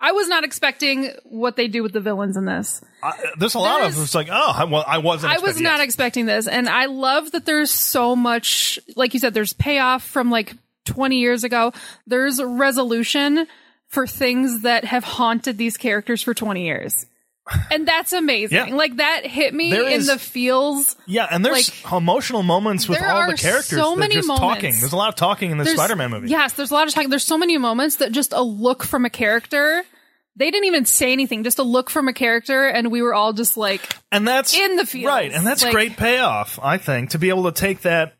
S3: I was not expecting what they do with the villains in this.
S4: I, there's a lot of
S3: there's-
S4: it's like oh I, well, I wasn't.
S3: I was
S4: expecting
S3: not
S4: that.
S3: expecting this, and I love that there's so much. Like you said, there's payoff from like 20 years ago. There's resolution for things that have haunted these characters for 20 years, and that's amazing.
S4: Yeah.
S3: Like that hit me
S4: There
S3: in
S4: is-
S3: the feels.
S4: yeah, and there's emotional moments with
S3: there
S4: all
S3: are
S4: the characters.
S3: so
S4: They're
S3: many
S4: just
S3: moments.
S4: talking. There's a lot of talking in this
S3: There's-
S4: Spider-Man movie.
S3: Yes, there's a lot of talking. There's so many moments that just a look from a character. They didn't even say anything. Just a look from a character, and we were all just like,
S4: and that's
S3: in the fields.
S4: right and that's
S3: Like-
S4: great payoff i think to be able to take that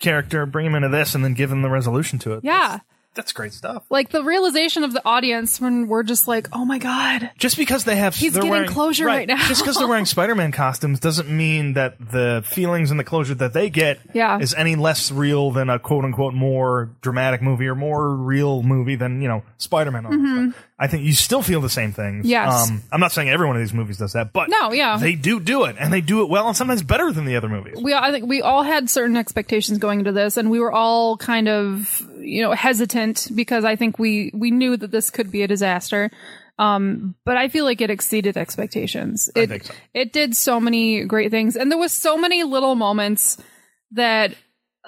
S4: character bring him into this and then give him the resolution to it
S3: "Yeah."
S4: that's, that's great stuff
S3: Like the realization of the audience when we're just like, "Oh my god,
S4: just because they have he's
S3: getting
S4: wearing,
S3: closure right now.
S4: just because they're wearing spider-man costumes doesn't mean that the feelings and the closure that they get
S3: Yeah.
S4: is any less real than a quote-unquote more dramatic movie or more real movie than you know spider-man all that stuff. i think you still feel the same things
S3: Mm-hmm.
S4: Um,
S3: Yes.
S4: i'm not saying every one of these movies does that but
S3: No, yeah.
S4: they do do it and they do it well and sometimes better than the other movies
S3: we all, I think we all had certain expectations going into this, and we were all kind of you know hesitant because I think we we knew that this could be a disaster. Um, but I feel like it exceeded expectations. It
S4: think so.
S3: it did so many great things, and there was so many little moments that.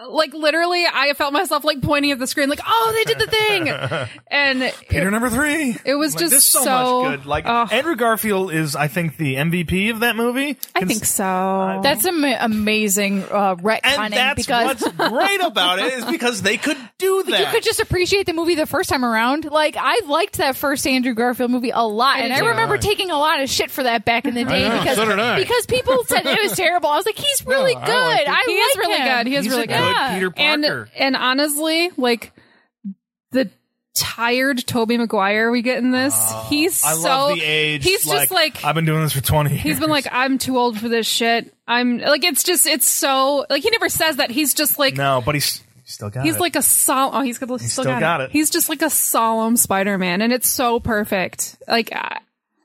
S3: Like literally, I felt myself like pointing at the screen, like, "Oh, they did the thing," and
S4: Peter
S3: it,
S4: number three.
S3: it was
S4: Like,
S3: just
S4: there's so,
S3: so-
S4: much good. Like
S3: Ugh.
S4: Andrew Garfield is, I think, the MVP of that movie.
S3: I think so.
S5: That's an amazing uh, retconning
S4: And that's
S5: because
S4: what's great about it is because they could do that.
S5: you could just appreciate the movie the first time around. Like I liked that first Andrew Garfield movie a lot, and I
S3: too.
S5: remember taking a lot of shit for that back in the day
S2: know,
S5: because
S2: so did I.
S5: because people said it was terrible. I was like, he's really
S2: I
S5: good.
S2: liked it.
S5: I,
S3: he is
S5: like
S3: really
S5: him.
S3: good. He is
S4: He's a
S3: really
S4: good Peter
S3: and
S4: Parker.
S3: and honestly, like the tired Toby Maguire we get in this, he's
S4: Oh, I
S3: so
S4: love the age.
S3: he's just like
S4: I've been doing this for twenty. Years.
S3: he's been like I'm too old for this shit. I'm like it's just it's so like he never says that. He's just like
S4: no, but he's he's still got
S3: he's
S4: it.
S3: like a solemn. Oh, he's, got, he's still,
S4: still
S3: got,
S4: got
S3: it.
S4: it.
S3: He's just like a solemn Spider Man, and it's so perfect. Like I-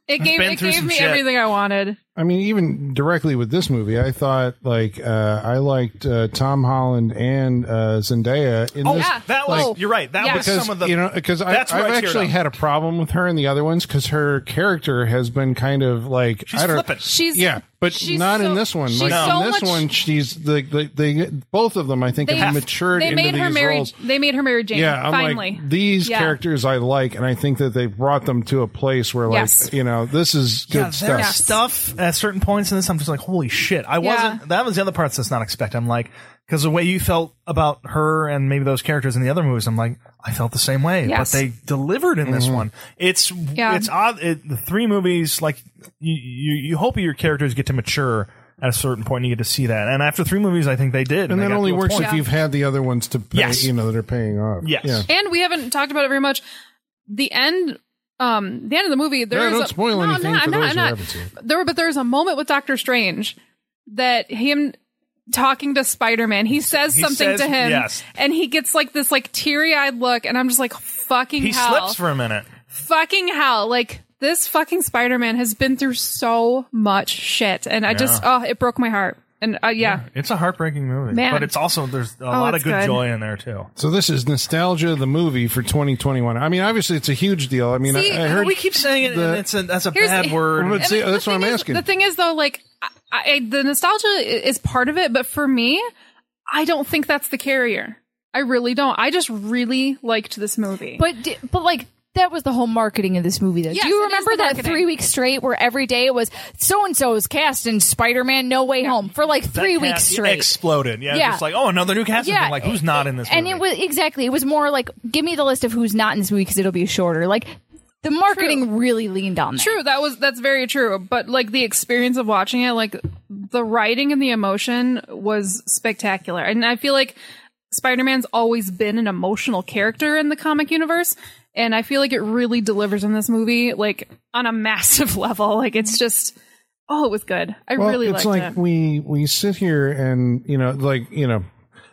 S3: it gave
S4: been
S3: it
S4: through
S3: gave
S4: some
S3: me
S4: shit.
S3: everything I wanted.
S2: I mean, even directly with this movie, I thought like uh, I liked uh, Tom Holland and uh, Zendaya in this.
S3: yeah.
S4: Oh,
S3: Oh,
S4: that was.
S3: like-
S4: you're right. That
S3: Yeah.
S4: was
S2: Because
S4: some of the.
S2: you know, because I've
S4: that's where I teared
S2: actually
S4: up.
S2: had a problem with her in the other ones because her character has been kind of like
S4: She's
S2: I don't
S4: flippant.
S3: She's
S2: yeah, but
S3: she's
S2: not
S3: so-
S2: in this one.
S3: she's
S2: Like
S3: so
S2: in this
S3: much-
S2: one, she's the, the they both of them. I think have matured
S3: They
S2: into
S3: made
S2: these
S3: her Mary.
S2: roles.
S3: They made her Mary Jane.
S2: Yeah, I'm
S3: finally.
S2: like these
S3: Yeah.
S2: characters I like, and I think that they brought them to a place where like
S3: Yes.
S2: you know this is good
S4: Yeah,
S2: stuff.
S4: there's stuff at certain points in this. I'm just like, holy shit! I
S3: Yeah.
S4: wasn't. That was the other parts that's not expected. I'm like, because the way you felt about her and maybe those characters in the other movies, I'm like, I felt the same way.
S3: Yes.
S4: But they delivered in
S2: Mm-hmm.
S4: this one. It's
S3: Yeah.
S4: it's odd. It, the three movies, like you, you you hope your characters get to mature at a certain point. And you get to see that, and after three movies, I think they did.
S2: And
S4: they
S2: that
S4: got
S2: only
S4: to a
S2: works
S4: point.
S2: if you've had the other ones to pay,
S4: Yes.
S2: you know that are paying off.
S4: Yes.
S2: Yeah.
S3: And we haven't talked about it very much. The end, um, the end of the movie. There
S2: Yeah,
S3: is
S2: don't
S3: a,
S2: spoil
S3: no, I'm
S2: anything
S3: not-
S2: for
S3: I'm not-
S2: those
S3: I'm
S2: who
S3: not.
S2: haven't seen
S3: There, but there's a moment with Doctor Strange that him talking to Spider-Man. He says
S4: He
S3: something
S4: says-
S3: to him,
S4: yes.
S3: and he gets like this like teary-eyed look, and I'm just like, fucking
S4: He
S3: hell,
S4: slips for a minute.
S3: fucking hell, like. This fucking Spider-Man has been through so much shit, and I just oh, it broke my heart. And uh, yeah,
S4: It's a heartbreaking movie,
S3: Man.
S4: but it's also there's a lot of
S3: it's
S4: good,
S3: good.
S4: joy in there too.
S2: So this is nostalgia the movie for 2021. I mean, obviously it's a huge deal. I mean,
S3: See,
S2: I, I heard
S4: we keep saying it,
S2: the-
S4: and it's a, that's a
S3: Here's-
S4: bad word.
S2: But
S3: And
S2: see,
S3: the-
S2: that's
S3: the
S2: what I'm
S3: thing is-
S2: asking.
S3: The thing is, though, like I, I, the nostalgia i- is part of it, but for me, I don't think that's the carrier. I really don't. I just really liked this movie.
S5: But d- but like that was the whole marketing of this movie. Though,
S3: Yes,
S5: do you
S3: it is
S5: remember
S3: the
S5: that
S3: marketing.
S5: three weeks straight where every day it was so and so's cast in Spider Man No Way Home for like three
S4: That
S5: weeks
S4: cast
S5: straight?
S4: Exploded. Yeah,
S5: Yeah.
S4: Just like, oh, another new cast. Yeah. Like, who's not in this
S5: And
S4: movie?
S5: it was exactly. It was more like, give me the list of who's not in this movie because it'll be shorter. Like the marketing really leaned on that.
S3: True, that was that's very true. But like the experience of watching it, like the writing and the emotion was spectacular. And I feel like Spider-Man's always been an emotional character in the comic universe, and I feel like it really delivers in this movie, like on a massive level. Like it's just oh, it was good. I
S2: Well,
S3: really
S2: it's
S3: liked
S2: like
S3: it.
S2: we we sit here and you know like you know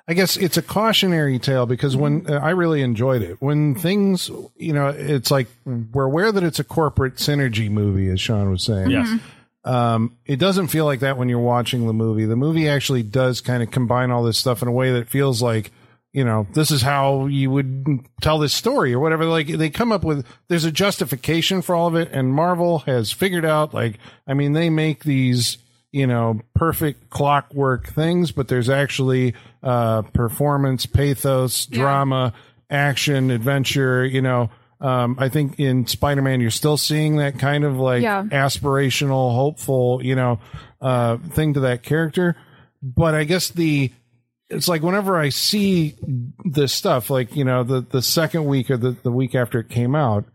S2: i guess it's a cautionary tale because when uh, i really enjoyed it when things you know it's like we're aware that it's a corporate synergy movie as sean was saying
S4: Yes.
S2: um, it doesn't feel like that when you're watching the movie the movie actually does kind of combine all this stuff in a way that feels like you know this is how you would tell this story or whatever like they come up with there's a justification for all of it and marvel has figured out like i mean they make these you know perfect clockwork things but there's actually uh performance pathos drama action adventure you know um i think in spider-man you're still seeing that kind of like
S3: Yeah.
S2: aspirational hopeful you know uh thing to that character but i guess the it's like whenever I see this stuff, like you know, the the second week or the, the week after it came out,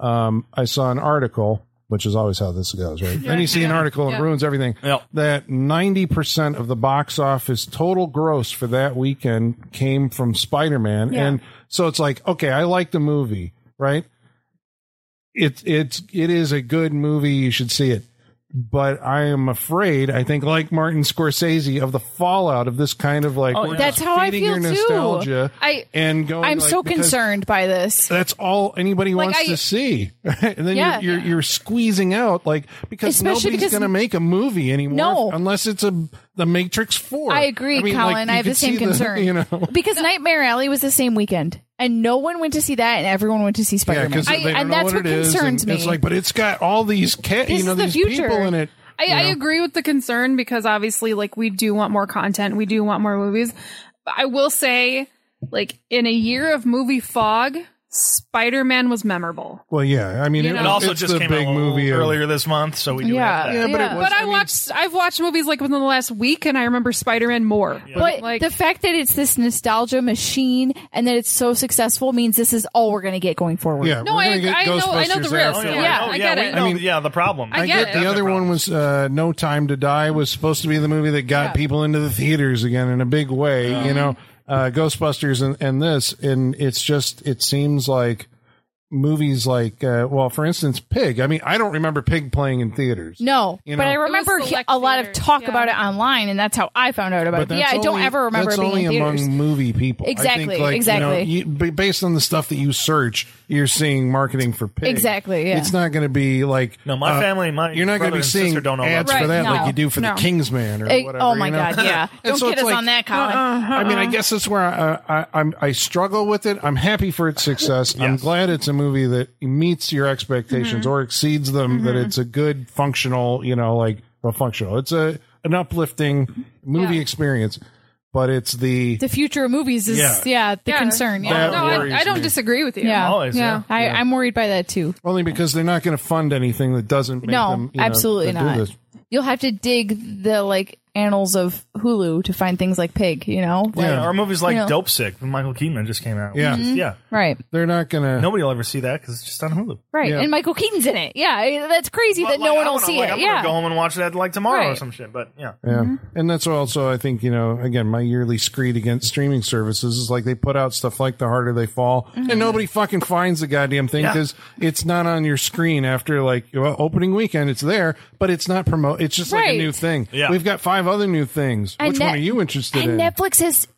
S2: um, I saw an article, which is always how this goes, right? then you see an article and it ruins everything.
S4: Yep.
S2: That ninety percent of the box office total gross for that weekend came from Spider Man, and so it's like, okay, I like the movie, right? It's it's it is a good movie. You should see it but I am afraid. I think, like Martin Scorsese, of the fallout of this kind of like
S4: Oh,
S2: we're
S5: That's
S2: just
S5: how I
S2: feeding your
S5: feel, too.
S2: nostalgia
S3: I-
S2: and going.
S5: I'm
S2: like,
S5: so
S2: because
S5: concerned by this.
S2: That's all anybody
S3: Like,
S2: wants
S3: I-
S2: to see, and then
S5: Yeah.
S2: you're, you're you're squeezing out like because
S5: Especially
S2: nobody's
S5: because-
S2: going to make a movie anymore.
S5: No.
S2: unless it's a the Matrix Four.
S5: I agree,
S2: mean, like,
S5: Colin.
S2: you
S5: I have the
S2: could
S5: same
S2: see
S5: concern.
S2: you know,
S5: Because Nightmare Alley was the same weekend, and no one went to see that, and everyone went to see
S2: yeah,
S5: Spider Man.
S2: because they don't
S5: and
S2: know
S5: that's
S2: what,
S5: what,
S2: it is.
S5: concerns
S2: and
S5: me.
S2: It's like, but it's got all these cat,
S5: This
S2: you know,
S5: is the
S2: these
S5: future.
S2: people in it.
S3: I,
S2: you
S3: I
S2: know?
S3: agree with the concern because obviously, like, we do want more content, we do want more movies. But I will say, like, in a year of movie fog, Spider Man was memorable.
S2: Well, yeah, I mean,
S3: You
S2: it,
S3: know.
S4: It also
S2: it's
S4: just
S2: the
S4: came
S2: big
S4: out a little
S2: movie of-
S4: earlier this month, so we do
S5: Yeah.
S4: have that.
S2: Yeah, but it
S5: Yeah.
S2: was.
S3: But I,
S2: mean,
S3: watched, I've watched movies like within the last week, and I remember Spider Man more.
S5: but
S3: like,
S5: the fact that it's this nostalgia machine and that it's so successful means this is all we're going to get going forward.
S2: Yeah,
S3: no,
S2: we're
S3: I,
S2: gonna get
S3: I know, I know
S2: Ghostbusters
S3: the riff.
S4: Oh,
S3: Yeah,
S4: yeah,
S5: yeah.
S4: Oh,
S3: I get
S4: we
S3: it.
S4: know- yeah, the problem.
S3: I get it.
S2: the other one was uh, No Time to Die was supposed to be the movie that got people into the theaters again in a big way.
S4: Uh-huh.
S2: You know, uh, Ghostbusters and, and this, and it's just it seems like movies like uh, well, for instance, Pig. I mean, I don't remember Pig playing in theaters.
S5: No,
S2: You
S5: but
S2: know.
S5: I
S2: It was
S5: remember he-
S3: select
S5: a lot of
S3: theaters,
S5: talk
S3: yeah.
S5: about it online, and that's how I found out about it. But yeah,
S2: that's
S5: I don't
S2: only-
S5: ever remember
S2: that's
S5: it being
S2: only
S5: in theaters.
S2: among movie people. I think,
S5: Exactly,
S2: like,
S5: exactly.
S2: You know, you, b- based on the stuff that you search, you're seeing marketing for pig.
S5: Exactly, yeah.
S2: It's not going to be like uh,
S4: No, my family, my
S2: You're not going
S4: brother
S2: to be
S4: and
S2: seeing
S4: sister don't know
S2: ads
S4: about
S2: for
S3: that.
S2: that
S5: Right,
S2: like
S5: no,
S2: you do for
S3: no.
S2: the Kingsman or
S5: Eh,
S2: whatever.
S5: oh my
S2: you know?
S5: god, yeah!
S2: And
S5: Don't
S2: so
S5: get
S2: it's
S5: us
S2: like- uh-uh.
S5: on that, Colin.
S2: I mean, I guess that's where I, I, I'm, I struggle with it. I'm happy for its success. I'm glad it's a movie that meets your
S5: Mm-hmm.
S2: expectations or exceeds them. That it's a good functional, you know, like well, functional. It's a an uplifting movie
S3: Yeah.
S2: experience, but it's the
S5: the future of movies is yeah,
S2: Yeah.
S5: the
S3: Yeah.
S5: concern. Yeah,
S2: That
S3: no,
S2: worries
S3: I, I don't
S2: me.
S3: disagree with you.
S5: yeah,
S4: Always, yeah.
S5: I, I'm worried by that too.
S2: only because they're not going to fund anything that doesn't. Make
S5: no,
S2: them, you know,
S5: absolutely
S2: to do
S5: not.
S2: this.
S5: You'll have to dig the like annals of Hulu to find things like Pig. You know,
S4: Yeah,
S2: Yeah.
S4: Our movies like
S5: You know.
S4: Dope Sick when Michael Keaton just came out.
S2: Yeah.
S5: Mm-hmm.
S4: Just- yeah.
S5: right,
S2: They're not going to.
S4: Nobody will ever see that because it's just on Hulu.
S5: right.
S2: Yeah.
S5: And Michael Keaton's in it. Yeah, I- that's crazy that
S4: But,
S5: no
S4: like,
S5: one
S4: I
S5: will
S4: don't know,
S5: see
S4: like,
S5: it.
S4: I'm
S5: yeah,
S4: gonna go home and watch that like tomorrow or
S5: Right.
S4: some shit. But yeah,
S2: Yeah.
S4: Mm-hmm.
S2: And that's also, I think, you know, again, my yearly screed against streaming services is like they put out stuff like The Harder They Fall, and nobody fucking finds the goddamn thing
S4: Mm-hmm. Yeah.
S2: because it's not on your screen after like well, opening weekend. It's there, but it's not promote. It's just like
S5: Right.
S2: a new thing.
S4: Yeah.
S2: We've got five other new things.
S5: And
S2: Which
S5: Net-
S2: one are you interested in?
S5: and Netflix has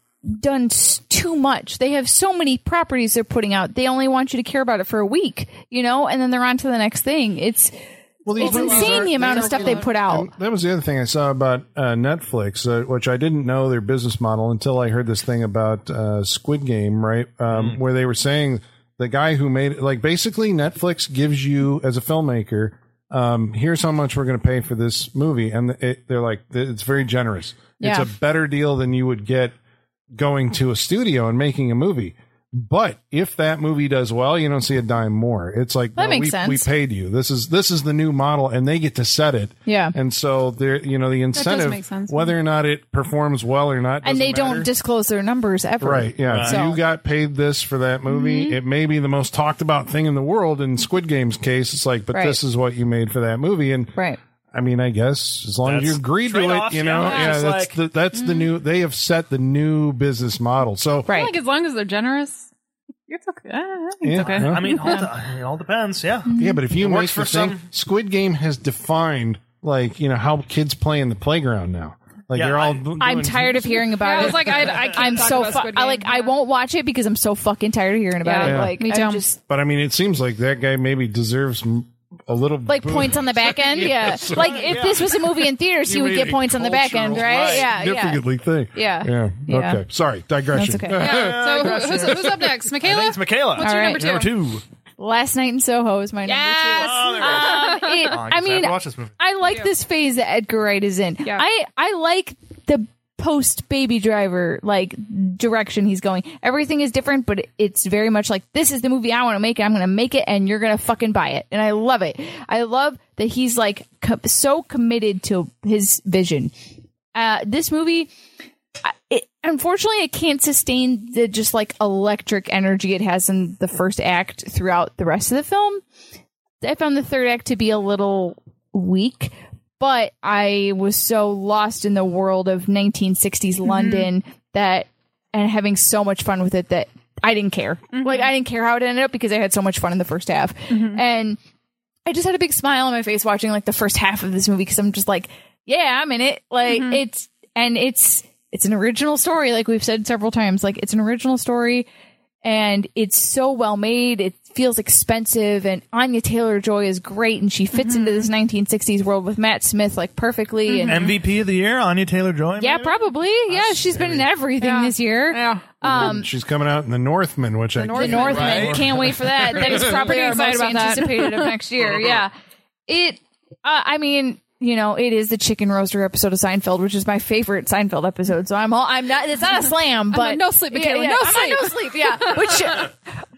S5: done s- too much. They have so many properties they're putting out. They only want you to care about it for a week, you know, and then they're on to the next thing. It's
S2: well, these
S5: it's
S2: movies
S5: insane
S2: are-
S5: the amount of
S2: are
S5: stuff they put out.
S2: And that was the other thing I saw about uh, Netflix, uh, which I didn't know their business model until I heard this thing about uh, Squid Game, right? Um, Where they were saying the guy who made it, like basically Netflix gives you as a filmmaker, um, here's how much we're going to pay for this movie, and it, they're like, it's very generous.
S5: Yeah.
S2: It's a better deal than you would get going to a studio and making a movie. But if that movie does well, you don't see a dime more. It's like
S5: That
S2: no,
S5: makes
S2: we,
S5: sense.
S2: we paid you. This is this is the new model, and they get to set it.
S5: Yeah.
S2: and so there, you know, the
S3: does
S2: incentive,
S3: make sense.
S2: whether or not it performs well or not,
S5: Mhm. and they
S2: doesn't matter.
S5: don't disclose their numbers ever.
S2: Right, yeah. If
S5: So- Mm-hmm.
S2: you got paid this for that movie. It may be the most talked about thing in the world. In Squid Game's case, it's like, but
S5: Right.
S2: this is what you made for that movie. And
S5: Right.
S2: I mean, I guess as long as you
S4: That's
S2: agree to it,
S4: trade-off,
S2: you know,
S4: yeah,
S2: yeah,
S4: it's
S2: that's
S4: like-
S2: the, that's the new. They have set the new business model. So
S3: I
S5: Mm-hmm. Right.
S3: feel like as long as they're generous, it's okay.
S5: Ah,
S3: I think
S2: Yeah,
S3: it's okay.
S2: yeah.
S4: I mean, all de- it all depends. Yeah.
S5: Mm-hmm.
S2: yeah, but if you make
S4: works
S2: for
S4: for
S2: the thing,
S4: some-
S2: Squid Game has defined like you know how kids play in the playground now. Like
S4: Yeah,
S2: they're all.
S4: I-
S2: doing-
S5: I'm tired of hearing about
S3: Yeah,
S5: it.
S3: I was like, I, I can't
S5: I'm
S3: talk
S5: so
S3: about
S5: fu-
S3: Squid
S5: I
S3: Game.
S5: like I won't watch it because I'm so fucking tired of hearing about
S3: Yeah.
S5: it. Like
S3: Me
S5: I'm
S3: too.
S5: just
S2: But I mean, it seems like that guy maybe deserves m- a little
S5: like
S2: boo-
S5: points on the back end. Yeah. Like if this was a movie in theaters, he
S2: You
S5: would
S2: made
S5: get
S2: a
S5: points on the back end,
S2: cultural,
S5: right? Yeah. Yeah.
S2: significantly thing.
S5: Yeah.
S2: Yeah.
S5: Yeah.
S2: Okay. Sorry. Digression. Uh,
S5: That's okay.
S3: Yeah. So who, who's, who's up next,
S4: I
S3: Michaela?
S4: think it's Michaela.
S3: What's your
S5: All right.
S3: number two?
S4: number two.
S5: Last night in Soho is my
S3: Yes.
S4: Oh, there we go.
S5: number two. Um, it-
S4: Oh, I, guess
S5: I
S4: I have
S5: mean, mm-hmm.
S4: to watch this movie.
S5: I like this phase that Edgar Wright is in.
S3: Yeah.
S5: I I like the post Baby Driver like direction he's going. Everything is different, but it's very much like this is the movie I want to make. and I'm going to make it, and you're going to fucking buy it. And I love it. I love that he's like co- so committed to his vision. Uh, this movie. I- It, unfortunately, it can't sustain the just like electric energy it has in the first act throughout the rest of the film. I found the third act to be a little weak, but I was so lost in the world of 1960s London that and having so much fun with it that I didn't care.
S3: Mm-hmm.
S5: Like I didn't care how it ended up because I had so much fun in the first half. And I just had a big smile on my face watching like the first half of this movie because I'm just like, yeah, I'm in it. Like
S3: Mm-hmm.
S5: it's and it's it's an original story like we've said several times. Like it's an original story and it's so well made. It feels expensive, and Anya Taylor Joy is great, and she fits
S3: Mm-hmm.
S5: into this 1960s world with Matt Smith like perfectly. And
S4: MVP of the year, Anya Taylor Joy.
S5: yeah, probably. Yeah, she's been in everything this year.
S3: Yeah.
S2: She's coming out in The Northman, which I
S5: Um, The
S3: Northman.
S5: Northman.
S4: Right.
S5: Can't wait for that. That is probably
S3: Pretty
S5: our
S3: excited
S5: most
S3: about that. Uh-huh.
S5: anticipated of next year. Yeah. It. Uh, I mean, you know, it is the chicken roaster episode of Seinfeld, which is my favorite Seinfeld episode. So I'm all. I'm not. It's not a slam, but
S3: no sleep, Michaela, no
S5: I'm on no sleep. Yeah. Which.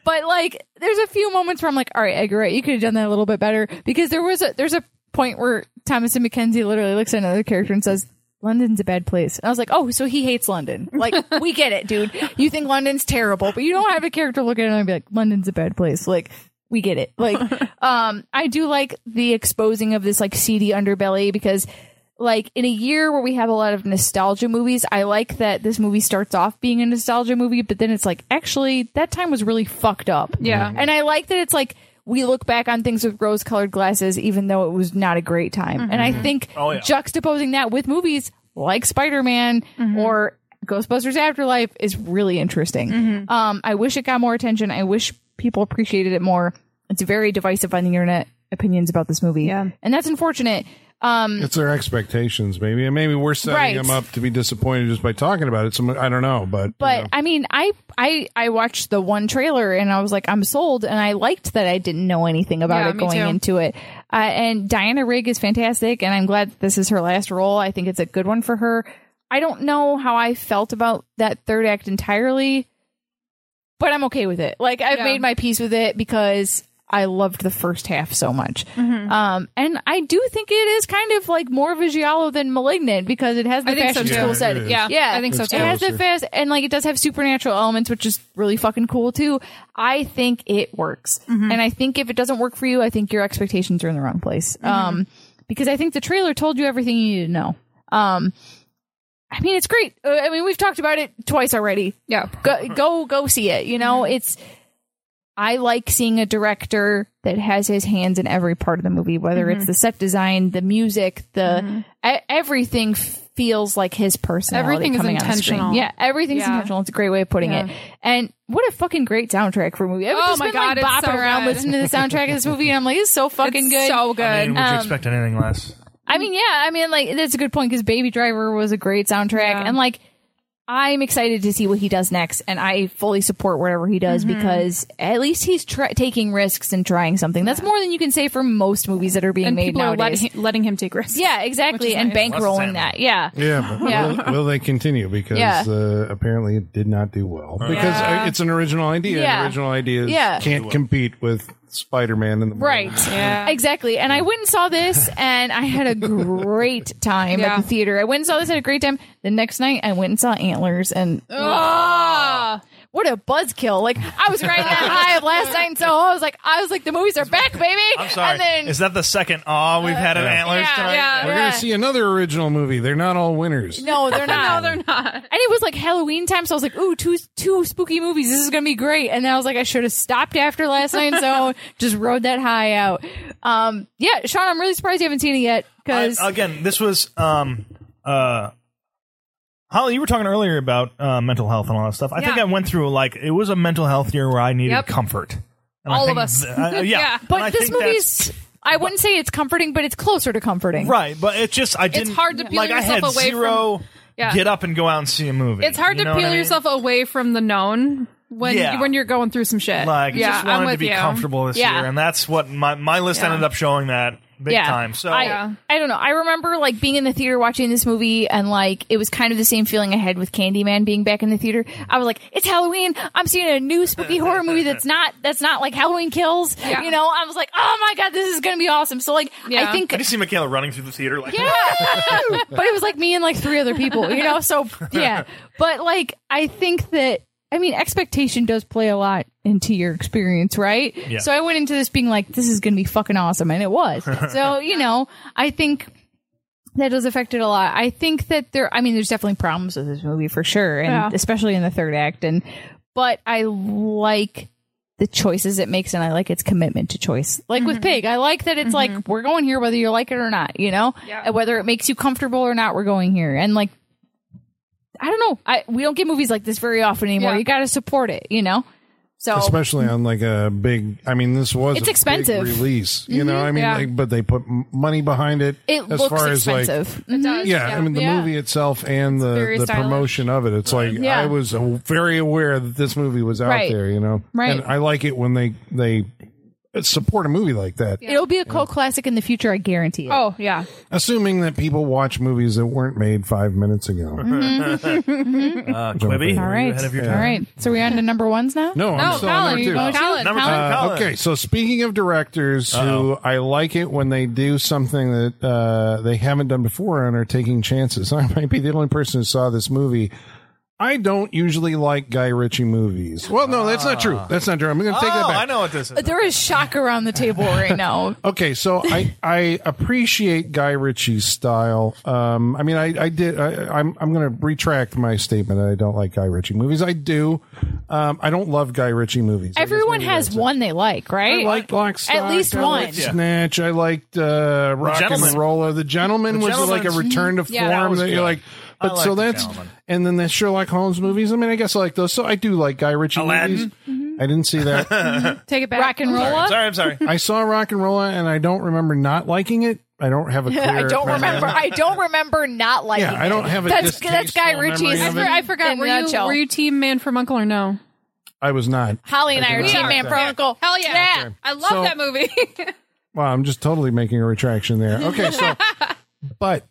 S5: But like, there's a few moments where I'm like, all right, Edgar, Wright, you could have done that a little bit better because there was a there's a point where Thomas and Mackenzie literally looks at another character and says. London's a bad place. And I was like, oh, so he hates London. Like, we get it, dude. You think London's terrible, but you don't have a character look at it and be like, London's a bad place. Like, we get it. Like, um, I do like the exposing of this like seedy underbelly because like in a year where we have a lot of nostalgia movies, I like that this movie starts off being a nostalgia movie, but then it's like, actually, that time was really fucked up.
S3: Yeah.
S5: And I like that it's like we look back on things with rose colored glasses, even though it was not a great time. And I think
S4: yeah.
S5: juxtaposing that with movies like Spider Man or Ghostbusters Afterlife is really interesting. Um, I wish it got more attention. I wish people appreciated it more. It's very divisive on the internet opinions about this movie.
S3: Yeah.
S5: And that's unfortunate. Um,
S2: it's their expectations, maybe, and maybe we're setting
S5: Right.
S2: them up to be disappointed just by talking about it. So I don't know, but you
S5: but
S2: know.
S5: I mean, I I I watched the one trailer and I was like, I'm sold, and I liked that I didn't know anything about
S3: Yeah,
S5: it
S3: me
S5: going
S3: too.
S5: into it. Uh, and Diana Rigg is fantastic, and I'm glad that this is her last role. I think it's a good one for her. I don't know how I felt about that third act entirely, but I'm okay with it. Like I've
S3: Yeah.
S5: made my peace with it because I loved the first half so much.
S3: Mm-hmm.
S5: Um, and I do think it is kind of like more of a giallo than malignant because it has the
S3: I think so
S5: fashion
S3: too.
S5: school
S2: Yeah,
S5: set.
S2: it is.
S3: Yeah,
S5: yeah,
S3: I think so
S2: It's
S3: too.
S5: It has the
S2: closer.
S5: fast and like it does have supernatural elements, which is really fucking cool too. I think it works,
S3: Mm-hmm.
S5: and I think if it doesn't work for you, I think your expectations are in the wrong place.
S3: Mm-hmm.
S5: Um, because I think the trailer told you everything you need to know. Um, I mean, it's great. Uh, I mean, we've talked about it twice already.
S3: Yeah.
S5: Go, go, go see it. You know, it's. I like seeing a director that has his hands in every part of the movie, whether
S3: Mm-hmm.
S5: it's the set design, the music, the e- everything feels like his personality.
S3: Everything is
S5: coming on the screen.
S3: intentional.
S5: Yeah, everything's
S3: Yeah.
S5: intentional. It's a great way of putting it.
S3: Yeah.
S5: And what a fucking great soundtrack for a movie. I've
S3: Oh
S5: just
S3: my
S5: been
S3: God,
S5: like
S3: it's
S5: bopping
S3: so
S5: around
S3: good.
S5: listening to the soundtrack of this movie, and I'm like, it's so fucking
S3: It's
S5: good. um,
S3: so good.
S4: I mean, would you expect anything less?
S5: I mean, yeah, I mean, like that's a good point because Baby Driver was a great soundtrack,
S3: Yeah.
S5: and like I'm excited to see what he does next, and I fully support whatever he does
S3: Mm-hmm.
S5: because at least he's try taking risks and trying something. That's more than you can say for most movies that are being
S3: and
S5: made
S3: people are
S5: nowadays.
S3: letting him, letting him take risks.
S5: yeah, exactly,
S3: Which is
S5: and
S3: nice.
S5: bankrolling
S4: Animal.
S5: that. Yeah,
S2: Yeah, but
S5: Yeah.
S2: Will, will they continue? Because
S5: Yeah.
S2: uh, apparently it did not do well. Because uh, it's an original idea. and
S5: Yeah.
S2: original ideas
S5: Yeah.
S2: can't compete with Spider Man in the
S5: right.
S3: Yeah.
S5: Exactly. And I went and saw this and I had a great time
S3: Yeah.
S5: at the theater. I went and saw this had a great time. The next night I went and saw Antlers and
S3: Ah.
S5: what a buzzkill. Like I was riding that high of last night and so I was like I was like the movies are back, baby.
S4: I'm sorry.
S5: And then
S4: Is that the second? Oh, we've had an
S3: Uh,
S4: antlers
S5: yeah,
S4: tonight.
S5: yeah.
S2: We're going to see another original movie. They're not all winners.
S5: no, they're not.
S3: No, they're not.
S5: and it was like Halloween time, so I was like, "Ooh, two two spooky movies. This is gonna be great." And I was like, "I should have stopped after last night." So just rode that high out. Um, yeah, Sean, I'm really surprised you haven't seen it yet because
S4: I- uh, again, this was um uh Holly, you were talking earlier about uh, mental health and all that stuff. I think
S3: Yeah.
S4: I went through like it was a mental health year where I needed
S3: Yep.
S4: comfort. And I
S3: All of
S4: think
S3: us.
S4: th- I- yeah.
S3: Yeah.
S4: And
S5: But
S4: I
S5: this
S4: think
S5: movie's. I wouldn't say it's comforting, but it's closer to comforting.
S4: that's- right, but it's just I didn't.
S3: hard to peel
S4: like, I
S3: yourself
S4: had
S3: away
S4: zero.
S3: Yeah.
S4: Get up and go out and see a movie.
S3: It's hard
S4: You know
S3: to
S4: what
S3: peel
S4: I mean?
S3: yourself away from the known when
S4: Yeah.
S3: when you're going through some shit.
S4: Like, I
S3: yeah,
S4: just
S3: I'm
S4: wanted
S3: with
S4: to be
S3: you.
S4: comfortable this
S5: Yeah.
S4: year, and that's what my my list
S3: Yeah.
S4: ended up showing that big
S5: yeah.
S4: time. So
S5: I,
S3: Yeah. uh,
S5: I don't know. I remember like being in the theater watching this movie, and like it was kind of the same feeling I had with Candyman being back in the theater. I was like, it's Halloween. I'm seeing a new spooky horror movie that's not that's not like Halloween Kills.
S3: Yeah.
S5: You know, I was like, oh my god, this is gonna be awesome. So like, I
S3: Yeah.
S5: think
S4: I just see Michaela running through the theater like
S5: yeah. but it was like me and like three other people, you know? So, yeah. But like, I think that, I mean, expectation does play a lot into your experience, right?
S4: Yeah.
S5: So I went into this being like, this is going to be fucking awesome. And it was. so, you know, I think that does affect it a lot. I think that there, I mean, there's definitely problems with this movie for sure. And
S3: Yeah.
S5: especially in the third act. And, but I like the choices it makes and I like its commitment to choice. Like
S3: Mm-hmm.
S5: with Pig, I like that it's like we're going here whether you like it or not, you know?
S3: Yeah.
S5: And Whether it makes you comfortable or not, we're going here. And like I don't know. I we don't get movies like this very often anymore.
S3: Yeah.
S5: You got to support it, you know? So
S2: Especially on like a big, I mean, this was
S5: It's
S2: a big
S5: expensive. Mm-hmm.
S2: release, you know. I mean,
S3: yeah.
S2: like, but they put m- money behind it.
S5: it
S2: as
S5: looks
S2: far as like
S5: expensive. Mhm.
S3: Does,
S2: yeah, I mean the
S5: Yeah.
S2: movie itself and the,
S3: very
S2: the
S3: stylish.
S2: promotion of it. It's like
S5: Yeah.
S2: I was uh, very aware that this movie was out
S5: Right.
S2: there, you know.
S5: Right.
S2: And I like it when they they support a movie like that,
S5: It'll be a cult classic in the future, I guarantee it.
S3: Oh yeah.
S2: assuming that people watch movies that weren't made five minutes ago.
S4: uh, Quibby.
S5: all right.
S4: Ahead of your
S5: All
S4: time.
S5: right. So we're on to number ones now?
S2: No, I'm
S3: No,
S2: still
S3: Colin,
S2: on number
S3: Colin,
S2: two.
S4: Number two,
S2: Uh,
S4: Colin.
S2: okay, so speaking of directors who I like it when they do something that uh, they haven't done before and are taking chances. I might be the only person who saw this movie. I don't usually like Guy Ritchie movies. Ah. Well, no, that's not true. That's not true. I'm going to
S4: Oh,
S2: take that back.
S4: I know what this is.
S5: There is shock around the table right now.
S2: Okay, so I I appreciate Guy Ritchie's style. Um, I mean, I I did. I, I'm I'm going to retract my statement. that I don't like Guy Ritchie movies. I do. Um, I don't love Guy Ritchie movies. I guess
S5: Everyone
S2: maybe
S5: has
S2: that's it.
S5: one they like, right?
S2: I liked Lockstock.
S5: uh, At least
S2: I
S5: one.
S2: Liked
S4: Yeah.
S2: Snatch. I liked uh, Rock and
S4: Gentleman.
S2: Roller. The Gentleman
S4: The
S2: was like a
S4: Gentleman's-
S2: return to form
S5: Yeah, that
S2: that,
S4: was
S2: you're
S4: good.
S2: like.
S4: I
S2: But so
S4: liked The
S2: that's
S4: Gentleman.
S2: and then the Sherlock Holmes movies. I mean, I guess I like those. So I do like Guy Ritchie
S4: Aladdin?
S2: movies.
S5: Mm-hmm.
S2: I didn't see that.
S3: Take it back.
S5: Rock and roll up.
S4: Sorry, I'm sorry.
S2: I saw Rock and Roller, and I don't remember not liking it. I don't have a clear.
S5: I don't remember. I don't remember not liking.
S2: Yeah, I don't have a.
S5: That's- that's Guy
S2: distasteful memory
S5: Ritchie's-
S3: I,
S2: of
S3: for-
S2: it.
S3: I forgot.
S5: In a
S3: Were you,
S5: nutshell.
S3: were you team man from Uncle or no?
S2: I was not.
S5: Holly and I, are
S2: did not
S5: team
S2: like
S5: man
S2: that.
S5: pro uncle.
S3: Hell yeah!
S2: Okay.
S3: I love
S2: So-
S3: that movie.
S2: Well, I'm just totally making a retraction there. Okay, so but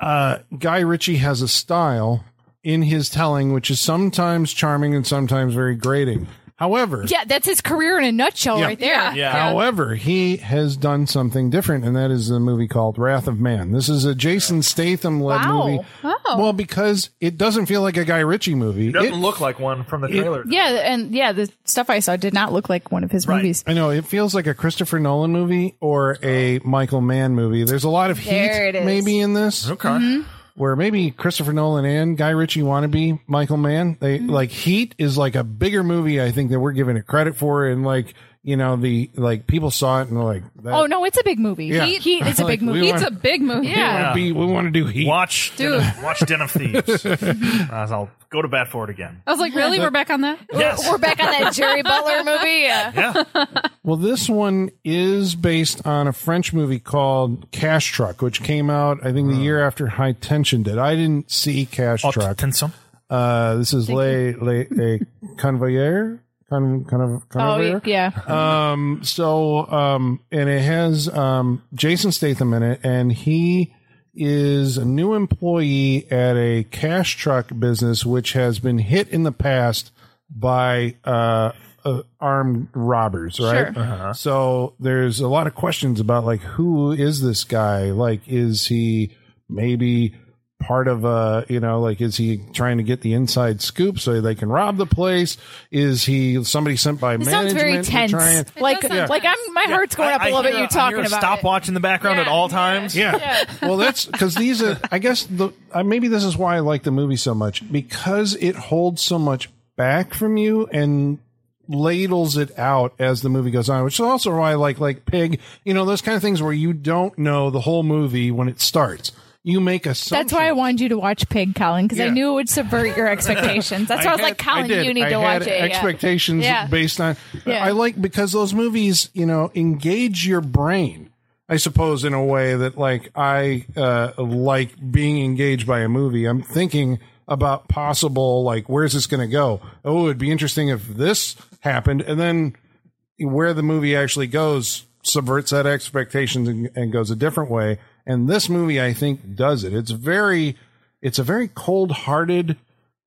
S2: uh Guy Ritchie has a style in his telling which is sometimes charming and sometimes very grating. However,
S5: Yeah, that's his career in a nutshell,
S2: Yeah.
S5: right there.
S4: Yeah.
S2: however, he has done something different and that is the movie called Wrath of Man. This is a Jason Statham led
S5: Wow. Oh.
S2: movie. Well, because it doesn't feel like a Guy Ritchie movie.
S4: Doesn't
S2: It-
S4: look like one from the trailer.
S5: Yeah, and yeah, the stuff I saw did not look like one of his
S4: Right.
S5: movies.
S2: I know it feels like a Christopher Nolan movie or a Michael Mann movie. There's a lot of heat
S5: There it is.
S2: maybe in this.
S4: Okay.
S5: Mm-hmm.
S2: where maybe Christopher Nolan and Guy Ritchie wannabe Michael Mann. They
S5: Mm-hmm.
S2: like Heat is like a bigger movie I think that we're giving it credit for, and like you know the like people saw it and they're like, that,
S5: Oh no, it's a big movie.
S2: Yeah.
S5: Heat, Heat is a
S2: Like,
S5: big
S2: we
S5: movie.
S2: were-
S3: it's a big movie.
S5: yeah.
S2: we, want to do Heat.
S4: Watch,
S3: Dude.
S4: Den of, watch Den of Thieves. Uh, I'll go to bat for it again.
S3: I was like, really? We're back on that?
S4: Yes.
S5: We're back on that Jerry Butler movie. Yeah.
S4: yeah.
S2: Well, this one is based on a French movie called Cash
S4: Oh,
S2: Truck, which came out I think the year after High Tension did. I didn't see Cash Truck.
S4: Tinsel.
S2: Uh, this is Le, Le, Le Convoyeur. Con, kind of,
S5: Oh yeah.
S2: um, so, um, and it has um, Jason Statham in it, and he is a new employee at a cash truck business which has been hit in the past by uh, uh, armed robbers, right?
S5: Sure.
S2: So there's a lot of questions about like who is this guy? Like, is he maybe part of a you know like is he trying to get the inside scoop so they can rob the place? Is he somebody sent by
S5: It sounds
S2: management?
S5: very
S2: to
S5: tense.
S2: try and-
S5: Like,
S3: does sound
S5: like
S3: tense.
S5: I'm, my heart's going up a
S4: I- I
S5: little bit.
S4: hear-
S5: You
S4: I
S5: talking
S4: hear a
S5: about it.
S4: stopwatch in the background at
S3: Yeah.
S4: all times.
S2: Yeah. Well, that's because these are, I guess, the, uh, maybe this is why I like the movie so much because it holds so much back from you and ladles it out as the movie goes on, which is also why I like, like Pig, you know, those kind of things where you don't know the whole movie when it starts. You make assumptions.
S5: That's why I wanted you to watch Pig, Colin, because I
S2: Yeah.
S5: knew it would subvert your expectations. That's why I, was
S2: had-
S5: like, Colin,
S2: did.
S5: you need
S2: I
S5: to
S2: had
S5: watch it. yeah.
S2: Expectations
S5: Yeah.
S2: based on
S5: Yeah.
S2: I like because those movies, you know, engage your brain. I suppose in a way that like I uh, like being engaged by a movie. I'm thinking about possible like where's this going to go? Oh, it'd be interesting if this happened, and then where the movie actually goes subverts that expectations and, and goes a different way. And this movie, I think, does it. It's very, it's a very cold-hearted,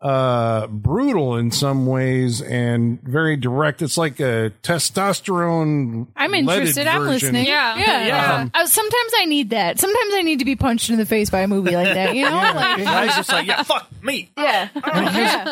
S2: uh, brutal in some ways, and very direct. It's like a testosterone.
S5: I'm
S2: leaded
S5: interested. I'm
S2: version.
S5: listening.
S3: Yeah.
S5: yeah.
S3: Yeah.
S2: Um,
S5: Uh, sometimes I need that. Sometimes I need to be punched in the face by a movie like that. You know, like
S4: I was just like, yeah, fuck me.
S5: yeah,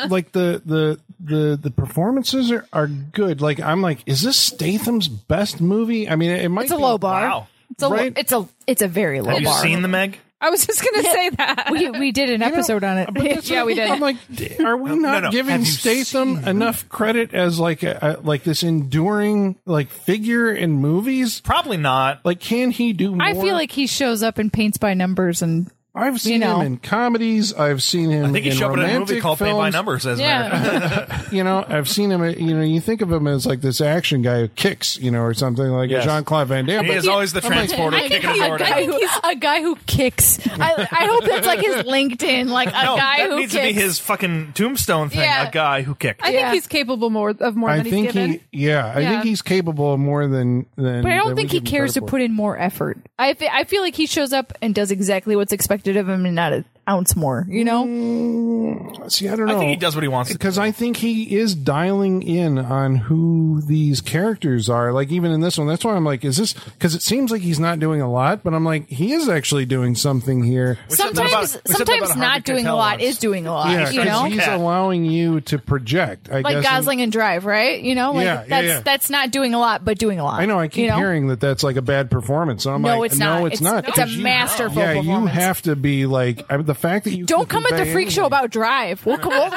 S2: like the the the the performances are, are good. Like I'm like, is this Statham's best movie? I mean, it might
S5: It's a
S2: be-
S5: low bar.
S4: Wow.
S5: It's a
S2: Right?
S5: lo- it's a it's a very low
S4: Have you
S5: bar.
S4: seen the Meg?
S3: I was just gonna say that.
S5: we we did an episode on it.
S2: But that's
S3: Yeah,
S2: what
S3: we
S2: I-
S3: did.
S2: I'm like, d- are we not
S4: no.
S2: giving
S4: Have you
S2: Statham enough credit as like a, a- like this enduring like figure in movies?
S4: Probably not.
S2: Like, can he do? More?
S5: I feel like he shows up and paints by numbers and
S2: I've seen
S5: know.
S2: him in comedies. I've seen him.
S4: I think he
S2: in
S4: showed up in a movie
S2: romantic
S4: called Pay by
S2: films.
S4: Numbers. As yeah.
S5: yeah,
S2: You know, I've seen him. You know, you think of him as like this action guy who kicks, you know, or something like
S4: Yes.
S2: Jean Claude Van Damme.
S4: He
S2: but-
S4: is always the
S2: I'm like,
S4: transporter kicking his
S5: a
S4: door
S5: guy
S4: down.
S5: who a guy who kicks. I I hope that's like his LinkedIn, like a
S4: No,
S5: guy
S4: that
S5: who
S4: needs
S5: kicks.
S4: to be his fucking tombstone thing.
S5: Yeah.
S4: A guy who kicked.
S3: I
S5: Yeah.
S3: think he's capable more of more
S2: I
S3: than he's
S2: think
S3: given.
S2: he, yeah, I
S3: Yeah.
S2: think he's capable of more than than.
S5: But I
S2: than
S5: don't
S2: we
S5: think he
S2: give him
S5: cares to
S2: credit for.
S5: put in more effort. I fe- I feel like he shows up and does exactly what's expected of him and not an ounce more. You
S2: Mm.
S5: know,
S2: See, I don't know.
S4: I think he does what he wants. to
S2: because I think he is dialing in on who these characters are. Like even in this one, that's why I'm like, is this because it seems like he's not doing a lot, but I'm like, he is actually doing something here.
S4: We said that about-
S5: sometimes
S4: we said that
S5: sometimes
S4: about
S5: not
S4: Harvey
S5: doing a
S4: Keitel
S5: lot
S4: once.
S5: is doing a lot.
S2: Yeah,
S5: you
S2: 'cause
S5: know,
S2: he's allowing you to project. I
S5: like
S2: guess.
S5: Gosling and Drive, right? You know, like
S2: Yeah, yeah,
S5: that's
S2: yeah.
S5: that's not doing a lot, but doing a lot.
S2: I know. I keep
S5: you
S2: hearing that that's like a bad performance. And I'm
S5: No,
S2: like,
S5: it's
S2: no,
S5: not.
S2: it's
S5: It's-
S2: not.
S5: it's a
S2: 'Cause you-
S5: masterful
S2: Yeah, you
S5: performance.
S2: have to be like I mean, the fact that you
S5: Don't
S2: could
S5: come
S2: be
S5: at the freak
S2: banging-
S5: show about Drive. We'll we'll, we'll, we'll,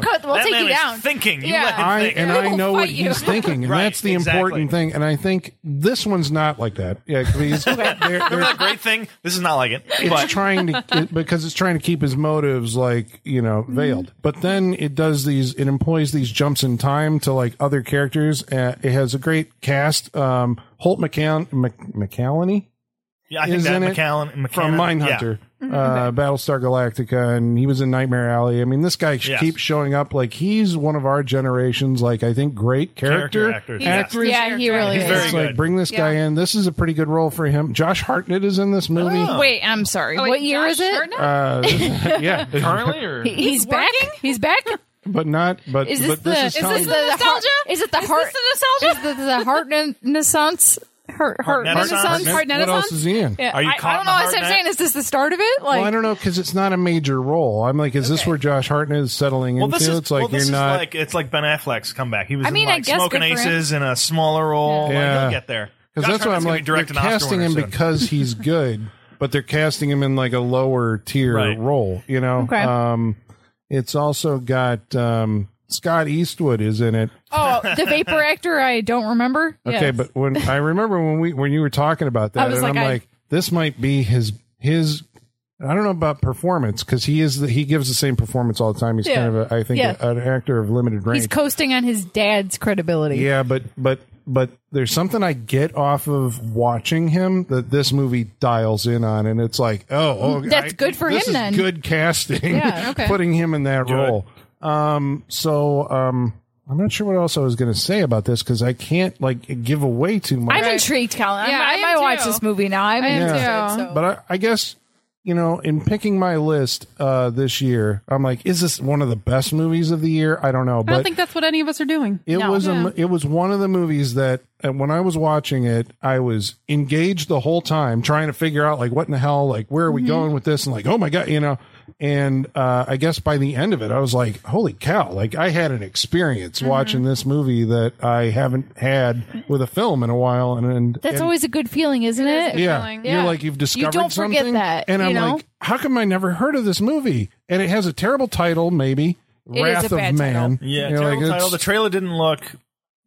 S5: cut, we'll
S4: That
S5: take
S4: man
S5: you
S4: is
S5: down.
S4: thinking. You
S5: Yeah.
S4: let him
S2: I
S4: think.
S2: and I
S3: will
S2: know what
S3: fight you.
S2: he's thinking, and
S4: Right,
S2: that's the
S4: exactly.
S2: important thing. And I think this one's not like that. Yeah, 'cause he's- they're- they're-
S4: Isn't that a great thing. This is not like it.
S2: it's
S4: But
S2: trying to it, because it's trying to keep his motives like you know
S4: Mm-hmm.
S2: veiled but then it does these it employs these jumps in time to like other characters uh, it has a great cast um holt McCown, Mc, mccallany
S4: yeah, I think
S2: is
S4: that
S2: in it
S4: McCallum McCann,
S2: from mindhunter uh battlestar galactica and he was in nightmare alley i mean this guy sh
S4: Yes.
S2: keeps showing up like he's one of our generations like i think great character,
S4: Character actors,
S5: He's-
S2: actress
S5: yeah, he really
S4: He's
S5: is.
S4: very
S2: it's
S4: good.
S2: like bring this guy in this is a pretty good role for him josh hartnett is in this movie
S5: Wait, I'm sorry.
S3: Oh, wait,
S5: what year
S3: Josh
S5: is it?
S3: Hartnett?
S2: uh, yeah
S4: Yeah. Currently, or
S5: He- He's, back.
S3: working?
S5: He's back.
S2: but not but
S5: Is this
S2: but
S5: the?
S2: this is,
S5: is
S2: telling
S5: this the,
S3: the
S5: the heart?
S3: nostalgia?
S5: Is it the
S3: Is
S5: heart?
S3: this the nostalgia?
S5: Is the, the heart renaissance? Heart, heart,
S4: Heart
S5: renaissance.
S4: Renaissance?
S5: Heart
S2: what else
S5: renaissance.
S2: is he in
S5: Yeah,
S4: Are you
S5: I,
S4: caught
S5: I
S4: in
S5: don't
S4: the
S5: know. That's
S4: heart
S5: what I'm saying.
S4: net?
S5: Is this the start of it? Like,
S2: well, I don't know because it's not a major role. I'm like, is this where Josh Hartnett is settling
S4: Well,
S2: into?
S4: this is
S2: it's like
S4: well, this
S2: you're
S4: is
S2: not.
S4: like it's like Ben Affleck's comeback. He was
S5: I mean,
S4: in
S5: I
S4: like
S5: guess
S4: Smoking
S5: good for him.
S4: Aces in a smaller role.
S2: Yeah.
S4: Like, he'll get there.
S2: Because that's
S4: Josh
S2: why I'm
S4: Hartnett's gonna
S2: like
S4: be
S2: they're
S4: directing Oscar
S2: casting
S4: winner
S2: him
S4: soon.
S2: because he's good, but they're casting him in like a lower tier
S4: Right.
S2: role. You know,
S5: Okay.
S2: um, it's also got um, Scott Eastwood is in it.
S5: Oh, the vapor actor. I don't remember.
S2: Okay, but when I remember when we when you were talking about that,
S5: was
S2: and
S5: like,
S2: I'm
S5: I-
S2: like, this might be his his I don't know about performance because he is the, he gives the same performance all the time. He's
S5: Yeah.
S2: kind of a, I think
S5: Yeah.
S2: a- an actor of limited range.
S5: He's coasting on his dad's credibility.
S2: yeah, but but but there's something I get off of watching him that this movie dials in on, and it's like, oh, oh
S5: Mm, That's
S2: I-
S5: good for
S2: this
S5: him
S2: is
S5: then.
S2: Good casting.
S5: Yeah, okay.
S2: putting him in that role. Um, so um, I'm not sure what else I was going to say about this because I can't like give away too much.
S5: I'm intrigued, Colin.
S3: Yeah, I
S5: I, I
S3: am
S5: might watch
S3: too.
S5: this movie now. I'm
S3: I am
S5: interested,
S3: too.
S5: so-
S2: but I, I guess you know in picking my list uh this year i'm like is this one of the best movies of the year i don't know
S3: I don't
S2: but
S3: think that's what any of us are doing.
S2: it
S5: no.
S2: was a,
S3: Yeah.
S2: mo- it was one of the movies that uh, when i was watching it i was engaged the whole time trying to figure out like what in the hell like where are we going with this and like oh my god you know and uh i guess by the end of it i was like holy cow like i had an experience watching this movie that i haven't had with a film in a while and, and
S5: That's
S2: and-
S5: always a good feeling, isn't
S3: It is
S5: it?
S3: a good
S2: yeah,
S3: feeling.
S2: you're
S5: Yeah.
S2: like you've
S5: You
S2: discovered
S5: don't forget
S2: something,
S5: that,
S2: and
S5: you
S2: I'm
S5: know?
S2: like, how come I never heard of this movie? And it has a terrible title, maybe
S5: is
S2: Wrath
S5: a
S2: of
S5: bad
S2: Man. You're
S4: Yeah, terrible
S2: like,
S4: title.
S2: it's-
S4: The trailer didn't look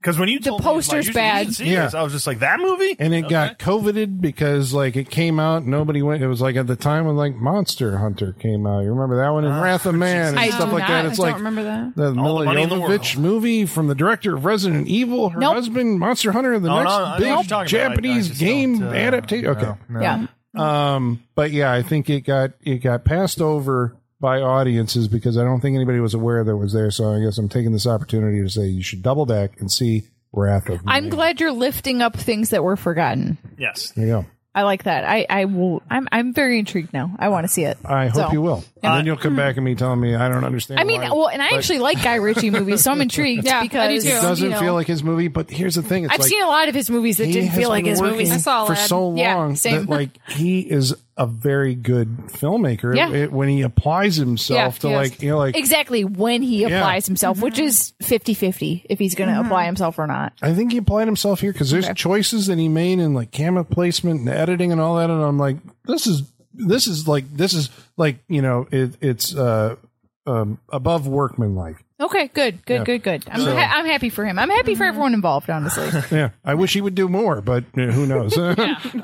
S4: because when you
S5: The
S4: told me, like,
S5: poster's
S4: you should-
S5: bad.
S4: you should see
S2: Yeah.
S4: this, I was just like that movie.
S2: and it
S4: Okay.
S2: got coveted because like it came out, nobody went. It was like at the time when like Monster Hunter came out. You remember that one? And Wrath of Man and
S5: I
S2: stuff
S5: do
S2: like
S5: not.
S2: that.
S5: I
S2: It's
S3: I
S2: like.
S3: don't remember that.
S2: The
S4: Ah, All
S2: Mila
S4: the money in the
S2: Jovovich
S4: world.
S2: movie from the director of Resident Evil, her
S5: Nope.
S2: husband, Monster Hunter, and the
S4: No, Oh, no,
S2: next
S4: I know what you're
S2: big
S4: talking about. I- I
S2: Japanese
S4: just
S2: game
S4: don't, uh,
S2: adaptation. Okay,
S5: Yeah.
S2: Um, but yeah, I think it got it got passed over by audiences because I don't think anybody was aware that it was there. So I guess I'm taking this opportunity to say you should double back and see Wrath of Man.
S5: I'm glad you're lifting up things that were forgotten.
S4: Yes.
S2: There you go.
S5: I like that. I, I will. I'm I'm very intrigued now. I want to see it.
S2: I hope
S5: So- uh,
S2: you will. And then you'll come back and me telling me I don't understand.
S5: I mean,
S2: why.
S5: well, and I actually like Guy Ritchie movies, so I'm intrigued.
S3: Yeah, I do
S5: because
S3: too.
S5: you
S2: it doesn't
S5: know,
S2: feel like his movie. But here's the thing: it's
S5: I've
S2: like
S5: seen a lot of his movies that
S2: he
S5: didn't
S2: has
S5: feel like
S2: been
S5: his
S2: working
S5: movies.
S3: I saw
S2: for
S3: that.
S2: so long
S5: Yeah, same.
S2: that like he is a very good filmmaker.
S5: Yeah.
S2: It- when he applies himself
S3: Yeah,
S2: to
S3: he is.
S2: like you know like
S5: Exactly when he applies himself, which is 50-50 if he's going to apply himself or not.
S2: I think he applied himself here because there's choices that he made in like camera placement and editing and all that, and I'm like, this is this is like this is like you know it, it's uh um above workmanlike.
S5: Okay, good, good, good, good. I'm ha- I'm happy for him. I'm happy for everyone involved. Honestly,
S2: Yeah, I wish he would do more, but uh, who knows?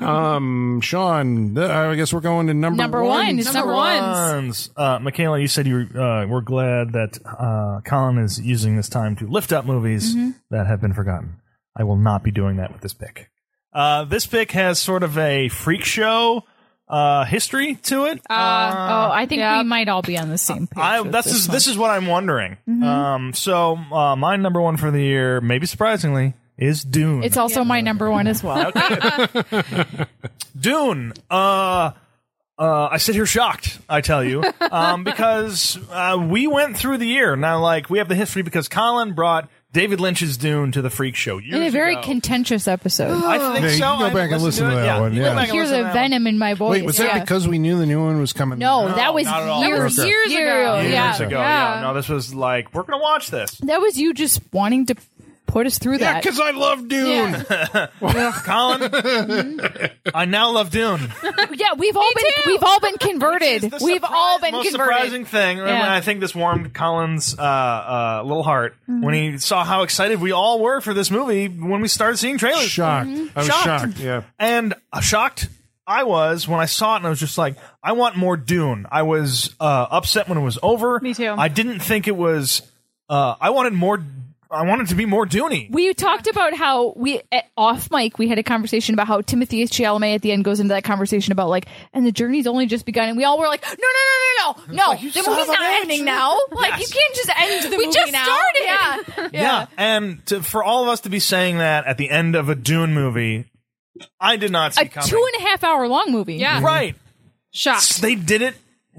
S2: um, Sean, th- I guess we're going to number
S5: number one is number
S3: Number
S5: one.
S4: Ones. Uh, Michaela, you said you were, uh, were glad that uh, Colin is using this time to lift up movies
S5: Mm-hmm.
S4: that have been forgotten. I will not be doing that with this pick. Uh, this pick has sort of a freak show uh, history to it.
S5: oh, I think
S3: yeah.
S5: we might all be on the same page.
S4: I,
S5: with
S4: this,
S5: this
S4: is
S5: one. Mm-hmm.
S4: this is what I'm wondering. Um, so uh, my number one for the year, maybe surprisingly, is Dune.
S5: It's also my number one as well.
S4: Dune. Uh, uh, I sit here shocked. I tell you, um, because uh, we went through the year now. Like we have the history because Colin brought David Lynch's Dune to the Freak Show. Years
S5: In a very
S4: ago.
S5: contentious episode.
S4: I think
S2: Yeah, you
S4: so.
S2: can go
S4: I've
S2: back and
S4: listened
S2: listen
S4: it.
S2: to that
S4: Yeah,
S2: one,
S4: you can
S2: yeah.
S4: go back and
S5: Hear
S4: listen
S5: the
S4: to that one.
S5: venom in my voice.
S2: Wait, was that
S5: yeah.
S2: because we knew the new one was coming? Oh.
S5: No, that was
S4: not at all.
S5: years,
S2: Okay.
S5: years,
S3: Years ago.
S5: ago.
S4: Years
S5: Yeah.
S4: ago,
S3: Yeah.
S4: yeah. No, this was like we're gonna watch this.
S5: That was you just wanting to put us through
S2: yeah,
S5: that.
S2: because I love Dune.
S5: yeah.
S4: Colin, I now love Dune.
S5: Yeah, we've all been we've all been converted.
S4: The
S5: We've
S4: surprise-
S5: all been
S4: most
S5: converted.
S4: surprising thing, and
S5: Yeah.
S4: I think this warmed Colin's uh, uh, little heart when
S5: Mm-hmm.
S4: he saw how excited we all were for this movie when we started seeing trailers.
S2: Shocked. I
S5: Mm-hmm.
S2: was shocked.
S4: Shocked.
S2: Yeah.
S4: And uh, shocked I was when I saw it, and I was just like, I want more Dune. I was uh, upset when it was over.
S3: Me too.
S4: I didn't think it was. Uh, I wanted more. I wanted to be more Dooney.
S5: We talked about how we at off mic we had a conversation about how Timothy Chalamet at the end goes into that conversation about like and the journey's only just begun and we all were like no no no no no no
S4: you
S5: the
S4: son of
S5: movie's
S4: a
S5: not
S4: bitch.
S5: ending now like
S4: Yes.
S5: you can't just end the
S3: We
S5: movie
S3: just
S5: now.
S3: started.
S5: yeah
S4: Yeah, and to, for all of us to be saying that at the end of a Dune movie, I did not see
S5: a
S4: coming.
S5: two and a half hour long movie
S3: Yeah.
S2: Mm-hmm.
S4: right.
S3: Shocked.
S4: They did it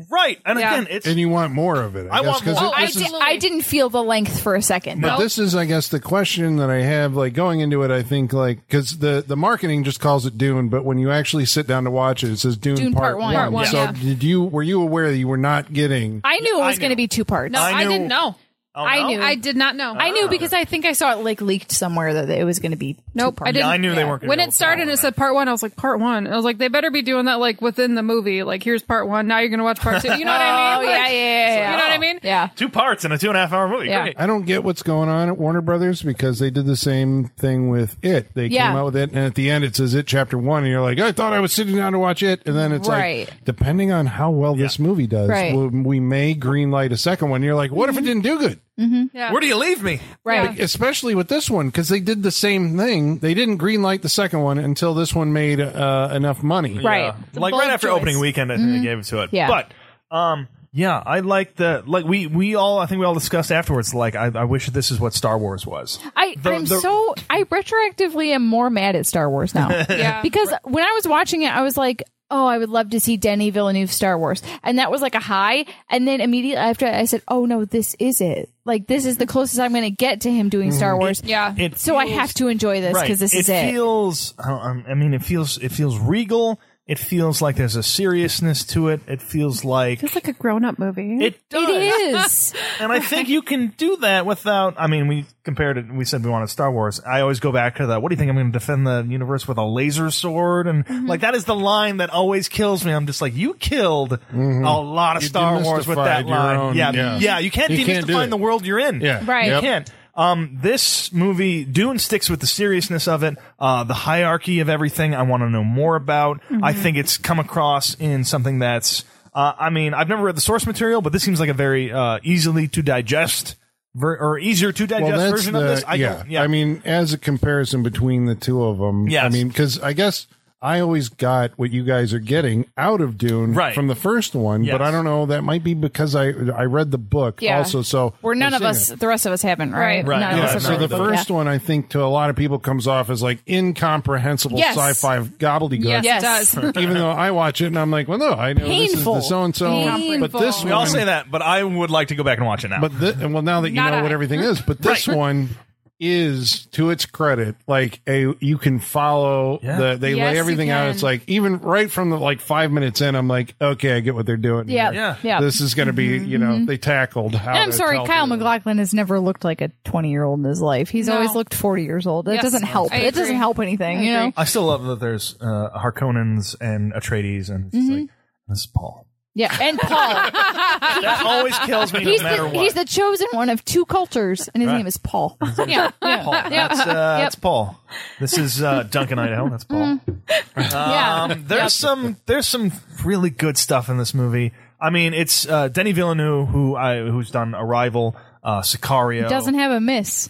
S4: right. And
S3: Yeah.
S4: again, it's
S2: And you want more of it? I,
S4: I
S2: guess,
S4: want
S2: 'cause
S4: more.
S5: Oh,
S2: it-
S5: I,
S2: this is-
S5: did, I didn't feel the length for a second.
S2: But this is, I guess, the question that I have, like going into it. I think, like, because the the marketing just calls it Dune, but when you actually sit down to watch it, it says Dune,
S5: Dune Part One. Part One,
S2: so,
S3: yeah.
S2: did you were you aware that you were not getting?
S5: I knew it
S4: I
S5: was going
S4: knew.
S5: to be two parts.
S3: No,
S4: I
S3: I,
S4: knew-
S3: didn't know. I
S4: no?
S3: knew. I did not know.
S5: I knew because I think I saw it like leaked somewhere that it was going to be.
S3: Nope, I
S5: two-part.
S3: didn't.
S4: I knew they weren't gonna
S3: When
S4: be able
S3: it
S4: to
S3: started,
S4: follow
S3: and it said part one. I was like, part one. And I was like, they better be doing that like within the movie. Like, here's part one. Now you're gonna watch part two. You know what I
S5: Oh
S3: mean?
S5: yeah, yeah,
S3: Like,
S5: yeah, yeah.
S3: You know what I mean?
S5: Yeah.
S4: Two parts in a two and a half hour movie.
S5: Yeah.
S4: Great.
S2: I don't get what's going on at Warner Brothers because they did the same thing with it. They
S5: Yeah.
S2: came out with it, and at the end it says it chapter one, and you're like, I thought I was sitting down to watch it, and then it's
S5: Right.
S2: like, depending on how well this movie does,
S5: Right. Mm-hmm.
S2: we, we may green light a second one. You're like, what if it didn't do good?
S3: Yeah.
S4: Where do you leave me?
S5: Right.
S2: Especially with this one because they did the same thing. They didn't green light the second one until this one made uh, enough money.
S5: Right.
S4: Yeah.
S5: The
S4: Like
S5: bold
S4: right after
S5: choice. Mm-hmm.
S4: opening weekend, I think they gave it to it.
S5: Yeah.
S4: But um, yeah, I like the like we we all I think we all discussed afterwards. Like I, I wish this is what Star Wars was.
S5: I,
S4: The-
S5: I'm
S4: the-
S5: so I retroactively am more mad at Star Wars now.
S3: Yeah.
S5: Because when I was watching it, I was like, Oh, I would love to see Denny Villeneuve Star Wars. And that was like a high. And then immediately after I said, Oh no, this is it. Like this is the closest I'm gonna get to him doing Star Wars.
S3: Yeah.
S4: Mm-hmm. It
S5: So I
S4: feels-
S5: have to enjoy this because this
S4: it
S5: is it.
S4: feels. I don't- I mean, it feels it feels regal. It feels like there's a seriousness to it. It feels like
S3: It's like a grown-up movie.
S4: it does.
S5: It is.
S4: and I think you can do that without. I mean, we compared it. We said we wanted Star Wars. I always go back to that. What do you think? I'm going to defend the universe with a laser sword, and like that is the line that always kills me. I'm just like, you killed a lot of Star Wars with that
S2: Mm-hmm. demystified your
S4: line.
S2: own-
S4: yeah,
S2: yeah.
S4: yeah, You can't
S2: You
S4: demystify
S2: can't do it.
S4: the world you're in.
S2: Yeah.
S5: Right.
S4: You
S5: Yep.
S4: can't. Um, this movie Dune sticks with the seriousness of it, uh, the hierarchy of everything. I want to know more about. I
S2: Mm-hmm.
S4: think it's come across in something that's. Uh, I mean, I've never read the source material, but this seems like a very uh, easily to digest ver- or easier to digest version of this. I
S2: yeah.
S4: don't, yeah.
S2: I mean, as a comparison between the two of them,
S4: Yes.
S2: I mean, because I guess I always got what you guys are getting out of Dune
S4: Right.
S2: from the first one,
S4: Yes.
S2: but I don't know. That might be because I I read the book
S5: Yeah.
S2: also, so
S5: We're none
S2: we're
S5: of
S2: seeing
S5: us
S2: it.
S5: the rest of us haven't, right?
S4: Right.
S5: None of
S4: Yeah,
S5: us have
S2: so
S5: read
S2: the
S5: the book, yeah.
S2: first one, I think, to a lot of people comes off as like incomprehensible
S5: Yes.
S2: sci-fi gobbledygook.
S3: yes,
S5: Yes.
S3: it does.
S2: Even though I watch it and I'm like, well, no, I know this is
S5: Painful.
S2: the so and so, but
S3: Painful.
S2: this
S4: we
S2: one,
S4: all say that, but I would like to go back and watch it now.
S2: um, but thi- and well, now that you
S3: Not
S2: know what
S3: I.
S2: everything is, but this one is to its credit like a you can follow
S4: Yeah.
S2: the they
S3: Yes,
S2: lay
S3: you
S2: everything out
S3: can.
S2: it's like even right from the like five minutes in i'm like okay i get what they're doing
S5: Yeah.
S2: here.
S5: Yeah.
S4: Yeah.
S2: this is going to be you know they tackled how
S5: Mm-hmm. And I'm
S2: to
S5: sorry,
S2: tell
S5: Kyle
S2: the-
S5: McLaughlin has never looked like a 20 year old in his life. He's
S3: No.
S5: always looked 40 years old. It
S3: Yes.
S5: doesn't help.
S3: I
S5: It doesn't
S3: agree.
S5: help anything,
S3: I
S5: you know?
S3: agree.
S4: I still love that there's uh, Harkonnens and Atreides, and it's
S2: Mm-hmm.
S4: just like this is Paul.
S5: Yeah. And Paul.
S4: That always kills me,
S5: he's,
S4: no matter
S5: the,
S4: what.
S5: he's the chosen one of two cultures, and his
S4: Right.
S5: name is Paul.
S3: yeah.
S4: Paul. That's, uh, that's Paul. This is uh, Duncan, Idaho. That's Paul.
S5: Mm. yeah.
S4: Um, there's some there's some really good stuff in this movie. I mean, it's uh, Denny Villeneuve who I who's done Arrival, uh, Sicario.
S5: Doesn't have a miss.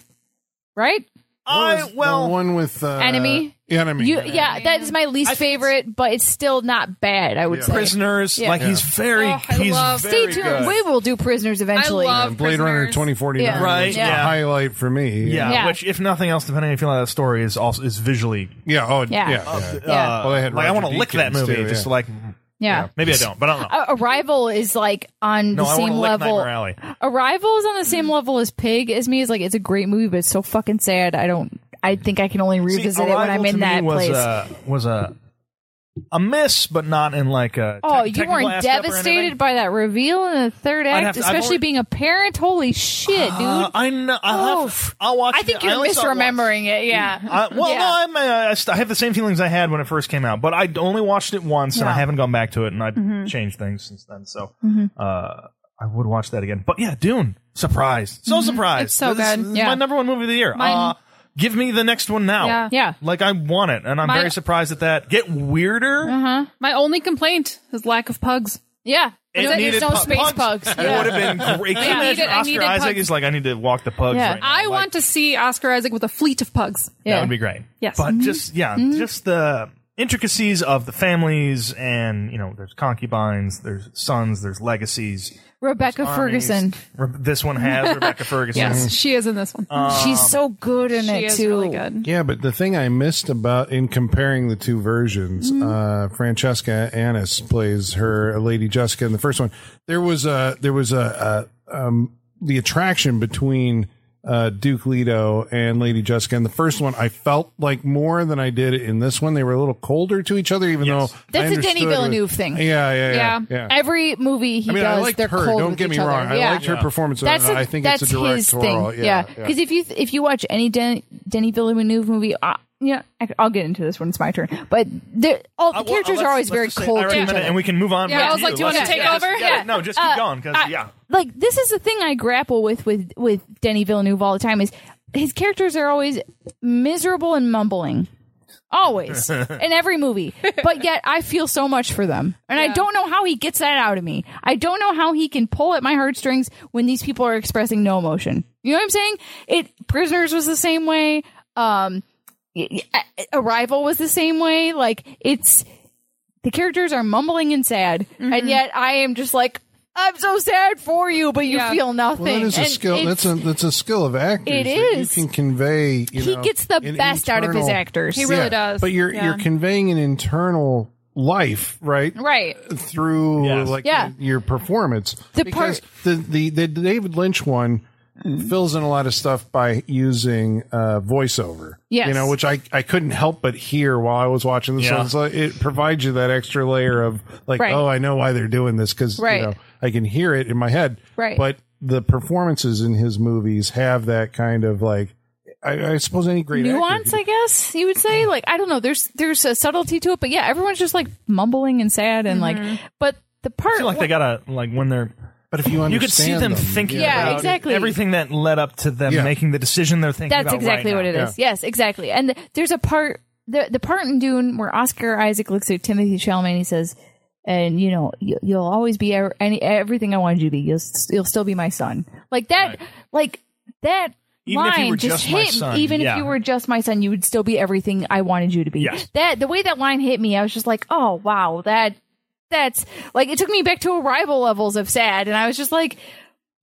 S5: Right?
S2: What
S4: I
S2: was the
S4: well
S2: one with uh,
S5: Enemy?
S2: enemy
S5: You, yeah, that is my least favorite, but it's still not bad, I would say.
S4: prisoners
S5: Yeah.
S4: like he's very
S3: Oh, I
S4: he's
S3: love-
S5: Stay
S4: very
S5: tuned.
S4: good.
S5: We will do prisoners
S3: I
S5: eventually.
S3: love
S2: blade runner
S3: Prisoners.
S2: 2049
S5: Yeah.
S4: Right,
S2: is the
S4: yeah.
S2: highlight for me
S4: yeah,
S5: Yeah.
S4: which if nothing else, depending on if you like that story, is also is visually.
S2: yeah oh
S5: Yeah.
S2: yeah,
S5: Yeah.
S2: yeah.
S5: Yeah.
S4: Uh,
S2: Well, they had
S4: like I
S2: Roger
S4: want to lick that
S2: Deakins,
S4: movie,
S2: too,
S4: just
S2: yeah.
S4: like
S5: yeah.
S4: maybe I don't, but I don't know.
S5: Uh, Arrival is like on
S4: No,
S5: the
S4: I wanna
S5: same
S4: lick Nightmare
S5: level.
S4: Alley.
S5: Arrival is on the
S3: Mm.
S5: same level as Pig as me. Is like it's a great movie, but it's so fucking sad. I don't. I think I can only
S4: See,
S5: revisit it when
S4: Arrival
S5: I'm
S4: to
S5: in
S4: me
S5: that
S4: was uh,
S5: place.
S4: A, was a a miss, but not in like a.
S5: oh,
S4: tech-
S5: you
S4: technical
S5: weren't
S4: aspect or anything.
S5: devastated by that reveal in the third
S4: I'd
S5: act,
S4: have to- I've
S5: especially
S4: already-
S5: being a parent. Holy shit, dude!
S4: Uh, I know. I'll, have to- I'll watch.
S5: I think
S4: it.
S5: you're
S4: only saw it once.
S5: misremembering it. Yeah.
S4: I, well,
S5: Yeah.
S4: no, I'm, uh, I, st- I have the same feelings I had when it first came out, but I only watched it once, and I
S5: Yeah. Mm-hmm.
S4: haven't gone back to it, and I've changed things since then. So uh, I would watch that again. But yeah, Dune, surprise,
S5: Mm-hmm.
S4: so surprised.
S3: It's so
S4: This is-
S3: good.
S4: this is
S5: Yeah.
S4: my number one movie of the year.
S3: Mine-
S4: Uh, give me the next one now.
S3: Yeah.
S5: yeah.
S4: Like I want it, and I'm
S3: My-
S4: very surprised at that. Get weirder.
S3: My only complaint is lack of pugs.
S5: Yeah.
S4: It
S5: There's
S4: needed
S5: no
S4: pu-
S5: space
S4: pugs.
S5: pugs. Yeah.
S4: It would have been great. Can you
S3: I
S4: imagine
S3: needed- I
S4: Oscar
S3: needed
S4: Isaac
S3: pugs.
S4: is like, I need to walk the pugs
S5: Yeah.
S4: right now.
S3: I
S4: Like,
S3: want to see Oscar Isaac with a fleet of pugs.
S5: Yeah.
S4: That would be great.
S3: Yes.
S4: But just yeah, just the intricacies of the families and you know, there's concubines, there's sons, there's legacies.
S5: Rebecca
S4: armies.
S5: Ferguson.
S4: Re- This one has Rebecca Ferguson. Mm-hmm.
S3: Yes, she is in this one.
S2: Uh,
S5: She's so good in
S3: she
S5: it
S3: is
S5: too.
S3: really good.
S2: Yeah, but the thing I missed about in comparing the two versions, uh, Francesca Annis plays her uh, Lady Jessica in the first one. There was a there was a, a um, the attraction between uh, Duke Leto and Lady Jessica. And the first one, I felt like more than I did in this one. They were a little colder to each other, even
S4: Yes.
S2: though I
S5: That's a Denny
S2: understood what-
S5: Villeneuve thing.
S2: Yeah, yeah, yeah.
S3: Yeah.
S2: yeah.
S5: Every movie he
S2: I mean,
S5: does,
S2: I liked
S5: they're
S2: her.
S5: cold
S2: Don't
S5: with
S2: get me
S5: each other.
S2: wrong.
S5: Yeah.
S2: I liked her performance. uh,
S5: That's
S2: I
S5: a-
S2: think
S5: that's
S2: it's a directorial.
S5: his thing. Yeah, because if you if you watch any Den- Denny Villeneuve movie, uh, yeah, I, I'll get into this when it's my turn. But the all the
S4: Uh, well,
S5: characters
S4: let's-
S5: are always
S4: let's
S5: very
S4: just say-
S5: cold
S4: all right,
S5: to
S4: a
S5: each
S4: minute,
S5: other.
S4: And we can move on.
S3: Yeah,
S4: back
S3: I was like, do you
S4: Let's
S3: wanna
S4: just-
S3: take
S4: yeah,
S3: over?
S4: just-
S3: Yeah.
S4: No, just keep
S5: Uh,
S4: going. Cause,
S5: I-
S4: yeah.
S5: Like this is the thing I grapple with with with Denny Villeneuve all the time is his characters are always miserable and mumbling. Always in every movie, but yet I feel so much for them, and I don't know how he gets that out of me. I don't know how he can pull at my heartstrings when these people are expressing no emotion. You know what I'm saying? It prisoners was the same way. Um, y- y- Arrival was the same way. Like it's the characters are mumbling and sad, and yet I am just like, I'm so sad for you, but you
S3: Yeah.
S5: feel nothing.
S2: Well, that is a
S5: And
S2: skill. That's
S5: it's-
S2: a that's a skill of actors.
S5: It
S2: that
S5: is.
S2: You can convey. You
S5: he
S2: know,
S5: gets the
S2: an
S5: best out of his
S2: internal-
S5: actors.
S3: He really does.
S2: But you're
S3: Yeah.
S2: you're conveying an internal life, right?
S5: right.
S2: Through
S4: Yes.
S2: like
S5: Yeah.
S2: your performance.
S5: The
S2: because
S5: part-
S2: the, the the David Lynch one fills in a lot of stuff by using uh voiceover.
S5: Yes.
S2: You know, which I I couldn't help but hear while I was watching this
S4: Yeah.
S2: one. So it provides you that extra layer of like,
S5: Right.
S2: oh, I know why they're doing this cuz
S5: Right.
S2: you know, I can hear it in my head.
S5: Right.
S2: But the performances in his movies have that kind of like I, I suppose any great actor
S5: Nuance,
S2: could-
S5: I guess you would say. Like I don't know. There's there's a subtlety to it, but yeah, everyone's just like mumbling and sad and like. But the part
S4: I feel like they gotta like when they're
S2: but if you understand
S4: you could see them thinking
S5: Yeah,
S4: about
S5: exactly.
S4: everything that led up to them
S2: Yeah.
S4: making the decision they're thinking
S5: That's
S4: about
S5: exactly
S4: right
S5: what it
S4: now.
S5: is. Yes, exactly. And there's a part the the part in Dune where Oscar Isaac looks at Timothy Chalamet and he says, "And you know, you, you'll always be ev- any everything I wanted you to be. You'll s- you'll still be my son." Like that. Like that.
S4: Even
S5: line
S4: if you were
S5: just,
S4: just my
S5: hit me.
S4: son,
S5: even
S4: yeah.
S5: if you were just my son you would still be everything i wanted you to be
S4: Yes.
S5: that the way that line hit me i was just like oh wow that that's like it took me back to arrival levels of sad and i was just like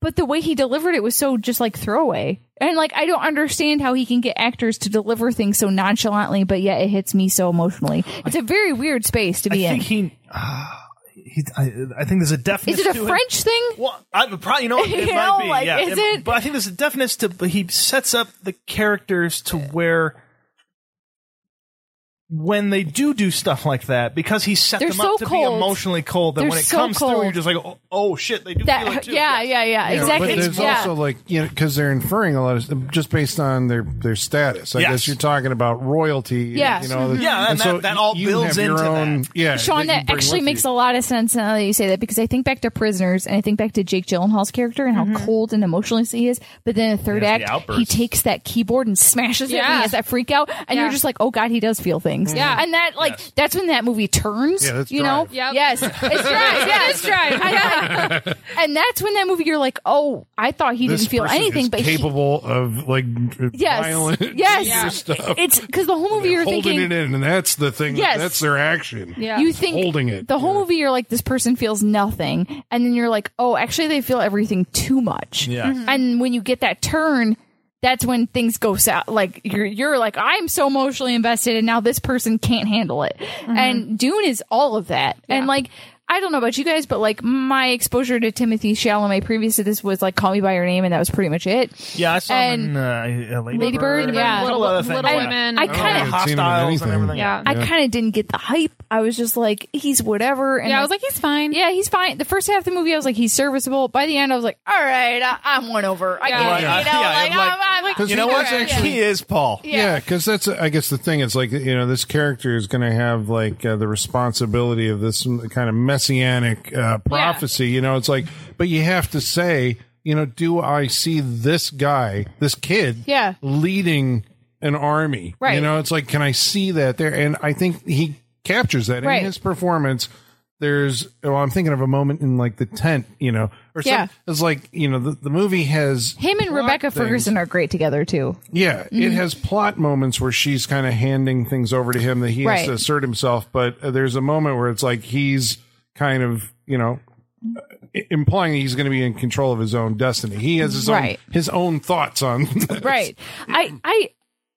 S5: but the way he delivered it was so just like throwaway and like i don't understand how he can get actors to deliver things so nonchalantly but yet it hits me so emotionally it's a very weird space to be
S4: I
S5: in
S4: think he, uh, he I, I think there's a definite.
S5: is it a french thing
S4: Well, I probably you know what, it
S5: You
S4: might
S5: know,
S4: be.
S5: like,
S4: yeah,
S5: is it-
S4: But I think there's a definiteness to. But he sets up the characters to where. When they do do stuff like that, because he set
S5: They're
S4: them up
S5: so
S4: to be
S5: cold.
S4: emotionally cold, that
S5: They're
S4: when it
S5: so
S4: comes through,
S5: cold.
S4: you're just like, oh, oh, shit, they do feel it
S5: that
S4: too.
S5: yeah, yeah yeah
S2: Yeah,
S5: exactly
S2: But there's
S5: yeah.
S2: also like you know because they're inferring a lot of just based on their their status. I
S4: Yes.
S2: guess you're talking about royalty.
S5: Yes.
S2: you know,
S4: Yeah, and that- that all
S2: you
S4: builds
S2: have your
S4: into that.
S2: Yeah,
S5: Sean,
S2: you
S5: that
S2: bring
S5: actually
S2: with
S5: makes
S2: you.
S5: a lot of sense now that you say that because I think back to Prisoners and I think back to Jake Gyllenhaal's character and how cold and emotionless he is. But then in the third
S4: He has the
S5: act, he
S4: outbursts.
S5: takes that keyboard and smashes it and
S3: Yeah.
S5: he has that freak out. And you're
S3: Yeah.
S5: just like, oh God, he does feel things.
S3: Yeah.
S5: And that, like,
S4: Yes.
S5: that's when that movie turns.
S2: Yeah, that's
S5: you know?
S2: Drive.
S3: Yep.
S5: Yes. It's drive. Yeah, it's drive. I know. and that's when that movie, you're like, oh, I thought he
S2: This
S5: didn't feel
S2: person
S5: anything,
S2: is
S5: but he.
S2: capable of like
S5: Yes.
S2: violent
S5: yes.
S2: dangerous stuff.
S5: It's because the whole movie you're
S2: holding
S5: thinking.
S2: it in, and that's the thing.
S5: Yes.
S2: that's their action.
S3: Yeah.
S5: you think
S2: holding it,
S5: the whole movie you're like this person feels nothing and then you're like oh actually they feel everything too much
S4: Yeah.
S5: and when you get that turn that's when things go south like you're, you're like i'm so emotionally invested and now this person can't handle it and dune is all of that and like I don't know about you guys, but like my exposure to Timothy Chalamet previous to this was like Call Me by Your Name, and that was pretty much it.
S4: Yeah, I saw him in uh, Lady,
S5: Lady Bird, yeah.
S4: a couple other things.
S3: Little
S4: yeah.
S3: Women.
S5: I
S3: I
S5: kinda- I
S2: seen
S5: haven't
S2: him in
S4: hostiles and
S2: anything.
S4: everything.
S3: Yeah.
S5: I kind of didn't get the hype. I was just like, he's whatever. And
S3: yeah, I was like, he's fine.
S5: Yeah, he's fine. The first half of the movie, I was like, he's serviceable. By the end, I was like, all right, I, I'm won over. I
S3: Yeah.
S5: get it.
S4: Yeah.
S5: You know,
S4: Yeah,
S5: like,
S4: I'm like-
S5: I'm, I'm like,
S2: Because
S4: You know what?
S5: Yeah.
S4: He is Paul.
S2: Yeah, because that's I guess the thing is like you know this character is going to have like uh, the responsibility of this m- kind of messianic uh, prophecy. You know, it's like, but you have to say, you know, do I see this guy, this kid,
S5: Yeah.
S2: leading an army?
S5: Right.
S2: You know, it's like, can I see that there? And I think he captures that
S5: Right.
S2: in his performance. There's, well, I'm thinking of a moment in like the tent, you know, or something.
S5: Yeah.
S2: It's like, you know, the, the movie has
S5: Him and
S2: plot
S5: Rebecca
S2: things.
S5: Ferguson are great together, too.
S2: Yeah, it
S5: Mm-hmm.
S2: has plot moments where she's kind of handing things over to him that he has
S5: Right.
S2: to assert himself, but uh, there's a moment where it's like he's kind of, you know, i- implying that he's going to be in control of his own destiny. He has his
S5: Right.
S2: own his own thoughts on this.
S5: Right. I, I,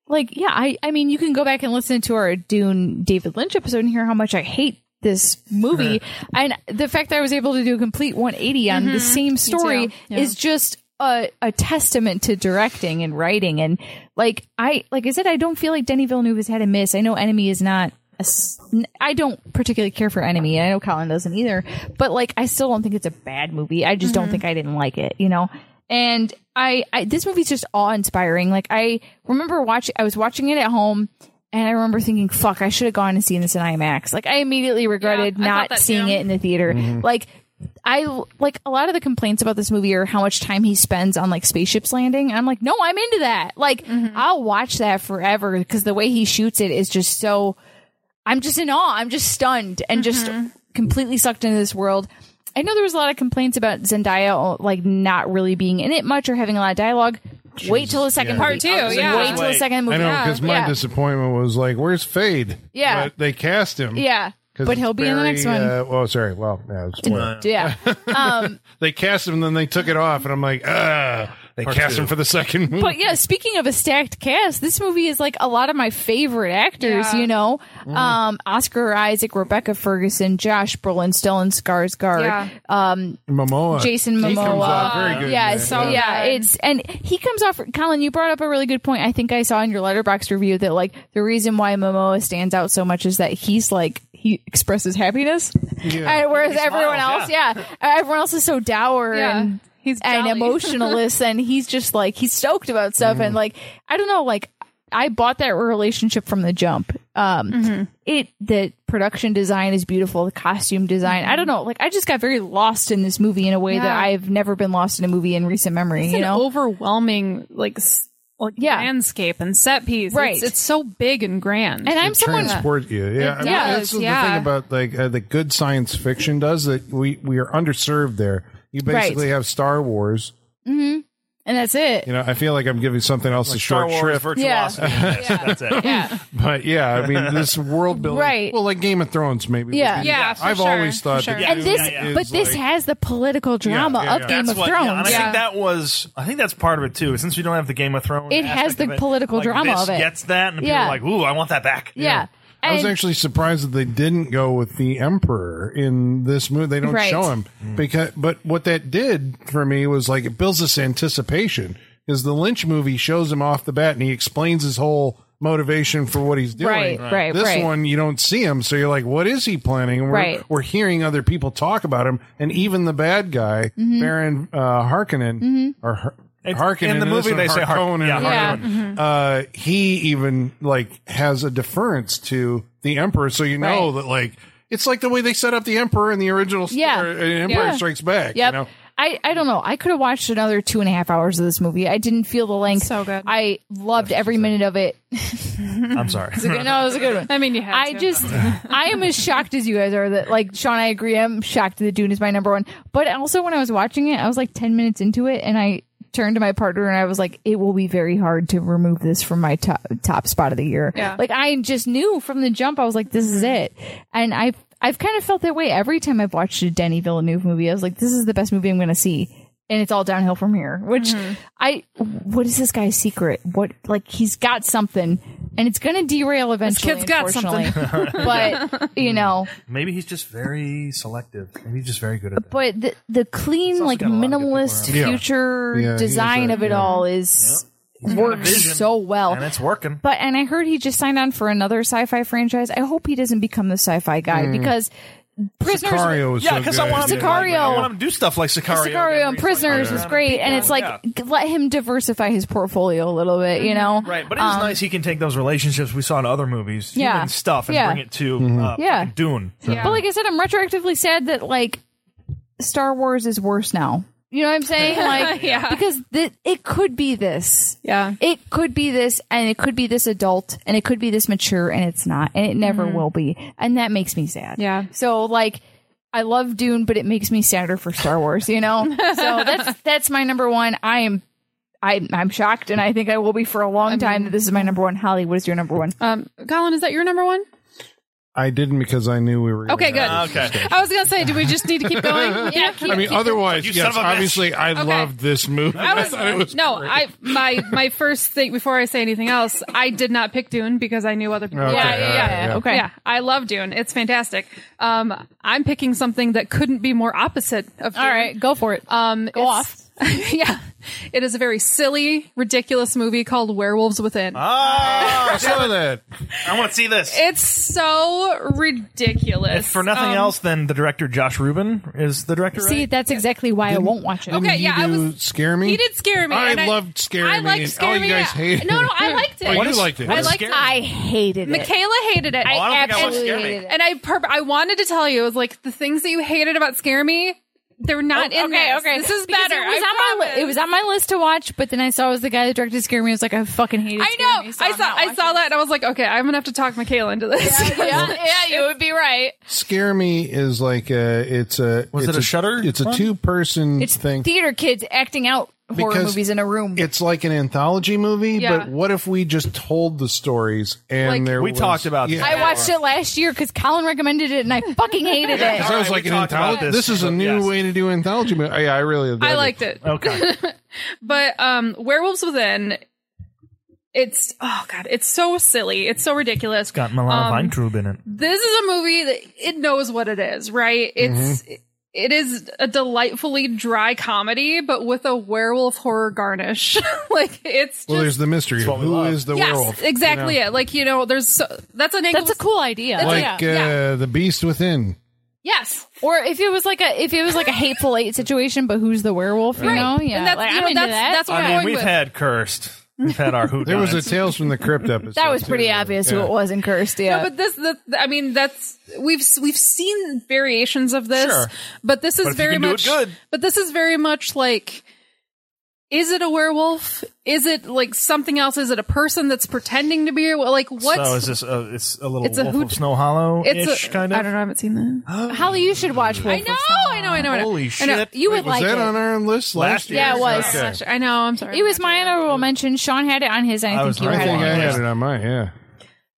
S5: like, yeah, I, I mean, you can go back and listen to our Dune David Lynch episode and hear how much I hate this movie. and the fact that I was able to do a complete 180 on the same story
S3: too. Mm-hmm. Yeah.
S5: is just a, a testament to directing and writing and like I like I said I don't feel like Denny Villeneuve has had a miss. I know Enemy is not a s- n- I don't particularly care for Enemy. and I know Colin doesn't either, but like I still don't think it's a bad movie. I just
S3: Mm-hmm.
S5: don't think I didn't like it, you know. And I, I this movie's just awe inspiring. Like I remember watching I was watching it at home and I remember thinking, "Fuck, I should have gone and seen this in IMAX." Like I immediately regretted
S3: I thought
S5: not
S3: that
S5: seeing
S3: too.
S5: it in the theater.
S2: Mm-hmm.
S5: Like I like a lot of the complaints about this movie are how much time he spends on like spaceships landing. I'm like, no, I'm into that. Like, I'll watch that forever because the way he shoots it is just so. I'm just in awe. I'm just stunned and just completely sucked into this world. I know there was a lot of complaints about Zendaya like not really being in it much or having a lot of dialogue. Wait till the
S2: yeah.
S5: second movie.
S3: Part two,
S5: I was like,
S3: yeah.
S5: Wait till the
S4: Wait.
S5: second movie.
S2: I know
S5: Yeah.
S2: because my
S5: yeah.
S2: disappointment was like, "Where's Fade?"
S5: Yeah.
S2: but they cast him.
S5: yeah.
S2: 'Cause
S5: But
S2: it's
S5: he'll be in the
S2: very,
S5: next one.
S2: Uh, well, sorry. Well, yeah, it's spoiler.
S5: yeah.
S2: they cast him, then they took it off, and I'm like, ah, they cast
S4: two.
S2: him for the second movie.
S5: But yeah, speaking of a stacked cast, this movie is like a lot of my favorite actors.
S3: Yeah.
S5: You know, um, Oscar Isaac, Rebecca Ferguson, Josh Brolin, Stellan Skarsgård,
S3: Yeah.
S5: um,
S2: Momoa,
S5: Jason
S2: He
S5: Momoa.
S2: comes off very good.
S5: yeah,
S2: in that.
S5: so
S3: Yeah.
S5: yeah,
S3: good.
S5: it's and he comes off. Colin, you brought up a really good point. I think I saw in your letterbox review that like the reason why Momoa stands out so much is that he's like he expresses happiness, and whereas everyone
S4: smiles,
S5: else, yeah. uh, everyone else is so dour
S3: Yeah.
S5: and
S3: He's
S5: and
S3: jolly.
S5: emotionalist and he's just like he's stoked about stuff and like i don't know like i bought that relationship from the jump um it the production design is beautiful the costume design i don't know like i just got very lost in this movie in a way that
S3: Yeah.
S5: i've never been lost in a movie in recent memory you
S3: an
S5: know
S3: overwhelming like s- like
S5: Yeah.
S3: landscape and set piece.
S5: Right.
S3: It's, it's so big and grand.
S5: and i'm
S2: It
S5: someone
S2: transports you. Yeah, I mean, that's
S3: does,
S2: the
S3: yeah.
S2: thing about like uh, the good science fiction does that we we are underserved there. You basically have Star Wars.
S5: and that's it
S2: You know, I feel like I'm giving something else a
S4: Star
S2: short
S4: Wars
S2: shrift,
S4: virtuosity. That's it.
S5: yeah
S2: but yeah, I mean this world building.
S5: Right.
S2: Well, like Game of Thrones, maybe. would
S5: Yeah.
S2: be-
S3: Yeah, for
S2: I've
S3: sure,
S2: always
S3: for
S2: thought.
S3: sure.
S2: that
S4: Yeah,
S5: and this
S4: yeah, yeah.
S5: but
S2: is,
S5: this
S2: like-
S5: has the political drama
S2: yeah,
S5: of
S2: yeah.
S5: game
S4: That's
S5: of
S4: what, yeah,
S5: thrones
S4: and I
S3: Yeah.
S4: think that was, I think that's part of it too. Since we don't have the Game of Thrones,
S5: It has
S4: aspect
S5: the
S4: of
S5: political
S4: like,
S5: drama
S4: this
S5: of it.
S4: Gets that, and
S5: Yeah.
S4: people are like, "Ooh, I want that back."
S5: yeah,
S2: I was
S5: And-
S2: actually surprised that they didn't go with the emperor in this movie. They don't
S5: Right.
S2: show him because, but what that did for me was like it builds this anticipation. Is the Lynch movie shows him off the bat and he explains his whole motivation for what he's doing.
S5: Right, right,
S2: This
S5: right.
S2: one you don't see him, so you're like, what is he planning? And we're,
S5: Right.
S2: we're hearing other people talk about him, and even the bad guy
S5: Mm-hmm.
S2: Baron uh, Harkonnen or. Har-
S4: It's-
S2: Harkonnen
S4: in the
S2: this
S4: movie
S2: one,
S4: they say Har-
S2: Harkonnen,
S4: yeah,
S2: Harkonnen
S5: Yeah.
S2: uh, he even like has a deference to the emperor. So you know
S5: Right.
S2: that like it's like the way they set up the emperor in the original. st-
S5: Yeah.
S2: or in Empire
S5: Yeah.
S2: Strikes Back.
S5: Yep.
S2: You know,
S5: I, I don't know. I could have watched another two and a half hours of this movie. I didn't feel the length.
S3: So good.
S5: I loved every minute of it.
S4: I'm sorry.
S5: no, it was a good one.
S3: I mean, you had
S5: I
S3: to.
S5: just, I am as shocked as you guys are that, like, Sean, I agree. I'm shocked that Dune is my number one. But also, when I was watching it, I was like 10 minutes into it and I turned to my partner and I was like, it will be very hard to remove this from my top, top spot of the year.
S3: Yeah.
S5: Like, I just knew from the jump, I was like, this is it. And I, I've kind of felt that way every time I've watched a Denny Villeneuve movie. I was like, this is the best movie I'm going to see. And it's all downhill from here, which I, what is this guy's secret? What, like, he's got something and it's going to derail eventually.
S3: kid's got something.
S5: unfortunately. but, you know,
S4: Maybe he's just very selective. Maybe he's just very good at that.
S5: but the, the clean,
S4: also
S5: like,
S4: got a lot of good people
S5: minimalist
S4: around.
S2: Yeah.
S5: future
S2: Yeah, he is
S5: design
S2: a-
S5: of it
S2: yeah.
S5: all is,
S4: He's got a
S5: works
S4: vision,
S5: so well.
S4: and it's working.
S5: But and I heard he just signed on for another sci-fi franchise. I hope he doesn't become the sci-fi guy because prisoners.
S2: Sicario is
S4: Yeah,
S2: because
S4: because I want him to
S5: Sicario.
S4: I want him to do stuff like Sicario.
S5: Sicario
S4: again,
S5: and
S4: where he's like,
S5: Prisoners
S4: around
S5: was great, and
S4: people.
S5: it's like
S4: Yeah.
S5: g- let him diversify his portfolio a little bit, you know?
S4: Right, but it is nice he can take those relationships we saw in other movies,
S5: um, Yeah.
S4: human stuff, and
S5: Yeah.
S4: bring it to uh,
S5: Yeah.
S4: fucking Dune.
S3: Yeah.
S5: But like I said, I'm retroactively sad that like Star Wars is worse now. You know what I'm saying? Like,
S3: Yeah.
S5: because th- it could be this.
S3: yeah.
S5: It could be this, and it could be this adult, and it could be this mature, and it's not, and it never will be, and that makes me sad.
S3: Yeah.
S5: So like, I love Dune, but it makes me sadder for Star Wars. You know. so that's that's my number one. I am. I, I'm shocked, and I think I will be for a long time. That this is my number one. Holly, what is your number one?
S3: Um, Colin, is that your number one?
S2: I didn't because I knew we were. gonna
S3: Okay,
S2: have
S3: good.
S4: Okay.
S3: I was gonna say, do we just need to keep going? Uh, yeah.
S2: I mean, otherwise,
S4: You
S2: yes,
S4: son of a bitch.
S2: obviously, I loved this movie.
S3: I was,
S2: thought it was
S3: no,
S2: great.
S3: I my my first thing before I say anything else, I did not pick Dune because I knew other people.
S2: Okay,
S3: yeah,
S2: all
S3: yeah,
S2: right,
S3: yeah,
S2: yeah.
S5: Okay.
S3: Yeah, I love Dune. It's fantastic. Um, I'm picking something that cououldn't be more opposite of. Dune.
S5: All right, go for it.
S3: Um,
S5: Go
S3: it's-
S5: off.
S3: yeah, it is a very silly, ridiculous movie called Werewolves Within.
S4: Ah,
S2: I saw that.
S4: I want to see this.
S3: It's so ridiculous.
S4: For nothing
S3: Um,
S4: else than the director Josh Rubin is the director.
S5: See,
S4: right?
S5: that's exactly why I won't watch it.
S3: Okay, yeah, I
S2: you do
S3: was.
S2: scare me.
S3: He did scare me.
S2: I
S3: and
S2: loved Scare
S3: I
S2: Me,
S3: liked
S2: and-
S3: scare
S2: oh, you
S3: me.
S2: guys hated
S3: No,
S2: it.
S3: no, I liked it.
S2: Oh,
S4: What
S2: you
S4: is-
S2: liked it.
S4: what
S3: I
S4: is
S3: liked.
S4: scary?
S3: I
S5: I hated it.
S3: Michaela hated it.
S4: Oh, I don't think I watched
S5: absolutely
S4: Scare Me.
S5: hated it.
S3: And I perp- I wanted to tell you, it was like the things that you hated about Scare Me, they're not in
S5: Oh, okay,
S3: this.
S5: okay.
S3: This is
S5: Because
S3: better.
S5: It was,
S3: I
S5: on my li-
S3: promise.
S5: it was on my list to watch, but then I saw it was the guy that directed Scare Me. I was like, I fucking hated
S3: I
S5: Scare
S3: know.
S5: Me, so
S3: I
S5: I'm
S3: saw.
S5: not
S3: I saw that, and I was like, okay, I'm gonna have to talk Michaela into this.
S5: watching it. Yeah, yeah, you would be right.
S2: Scare me is like a. It's a.
S4: Was
S2: it's
S4: it a Shudder
S2: It's a
S4: one?
S2: two person
S5: It's
S2: thing.
S5: theater kids acting out horror
S2: Because
S5: movies in a room.
S2: it's like an anthology movie,
S3: Yeah.
S2: but what if we just told the stories and
S3: Like-
S2: there
S4: We
S2: was-
S4: talked about
S2: yeah.
S4: that.
S5: I watched it last year because Colin recommended it, and I fucking hated it.
S2: Sounds
S4: Alright,
S2: like
S4: we
S2: an
S4: talked about
S2: anthology. This,
S4: this.
S2: is a new
S4: Yes.
S2: way to do anthology movie. Yeah, I really.
S3: I liked it.
S2: Oh.
S4: Okay.
S3: But um Werewolves Within it's oh god, it's so silly. It's so ridiculous.
S4: Got Milana
S3: Um,
S4: Weintraub in it.
S3: This is a movie that it knows what it is, right? It's it is a delightfully dry comedy, but with a werewolf horror garnish. like it's just
S2: Well, there's the mystery.
S4: what we
S2: Who
S4: love.
S2: is the
S3: yes,
S2: werewolf?
S3: exactly
S2: You know?
S3: it. Like you know, there's so, that's an angle.
S5: That's a cool idea.
S2: Like
S3: Yeah,
S2: uh, the Beast Within.
S3: yes,
S5: or if it was like a if it was like a hateful eight situation, but who's the werewolf? You know, yeah.
S3: and that's
S5: like,
S3: you
S5: I'm
S3: know,
S5: into
S3: that's
S5: that.
S3: that's what
S4: I
S3: am
S4: mean,
S3: going
S4: we've
S3: with.
S4: had cursed. We've had our hoot.
S2: There was a Tales from the Crypt episode.
S5: that was pretty
S2: too.
S5: obvious
S2: Yeah.
S5: who it was in cursed. Yeah,
S3: No, but this, the, I mean, that's we've we've seen variations of this,
S4: Sure.
S3: but this is
S4: But if you
S3: very
S4: can do it
S3: much.
S4: good.
S3: But this is very much like, is it a werewolf? Is it like something else? Is it a person that's pretending to be a werewolf? Like what?
S4: So is this? A, it's a little
S3: It's a
S4: Wolf
S3: hoot-
S4: of Snow Hollow
S3: it's
S4: ish
S3: a,
S4: kind of.
S3: I don't know. I haven't seen that.
S5: Holly, you should watch. Wolf
S3: I know. I know. I know. I know.
S4: Holy
S3: I know.
S4: shit.
S5: You would
S2: Was
S5: like
S2: that
S5: it.
S2: on our list last
S4: Last
S2: year?
S5: yeah, it was.
S2: Okay.
S3: I know. I'm sorry.
S5: It was my honorable mention. Sean had it on his. And I,
S4: I
S5: think
S4: was
S5: you
S4: right.
S2: I
S5: had it.
S2: think
S5: on
S2: I
S5: yours.
S2: had it on mine. Yeah.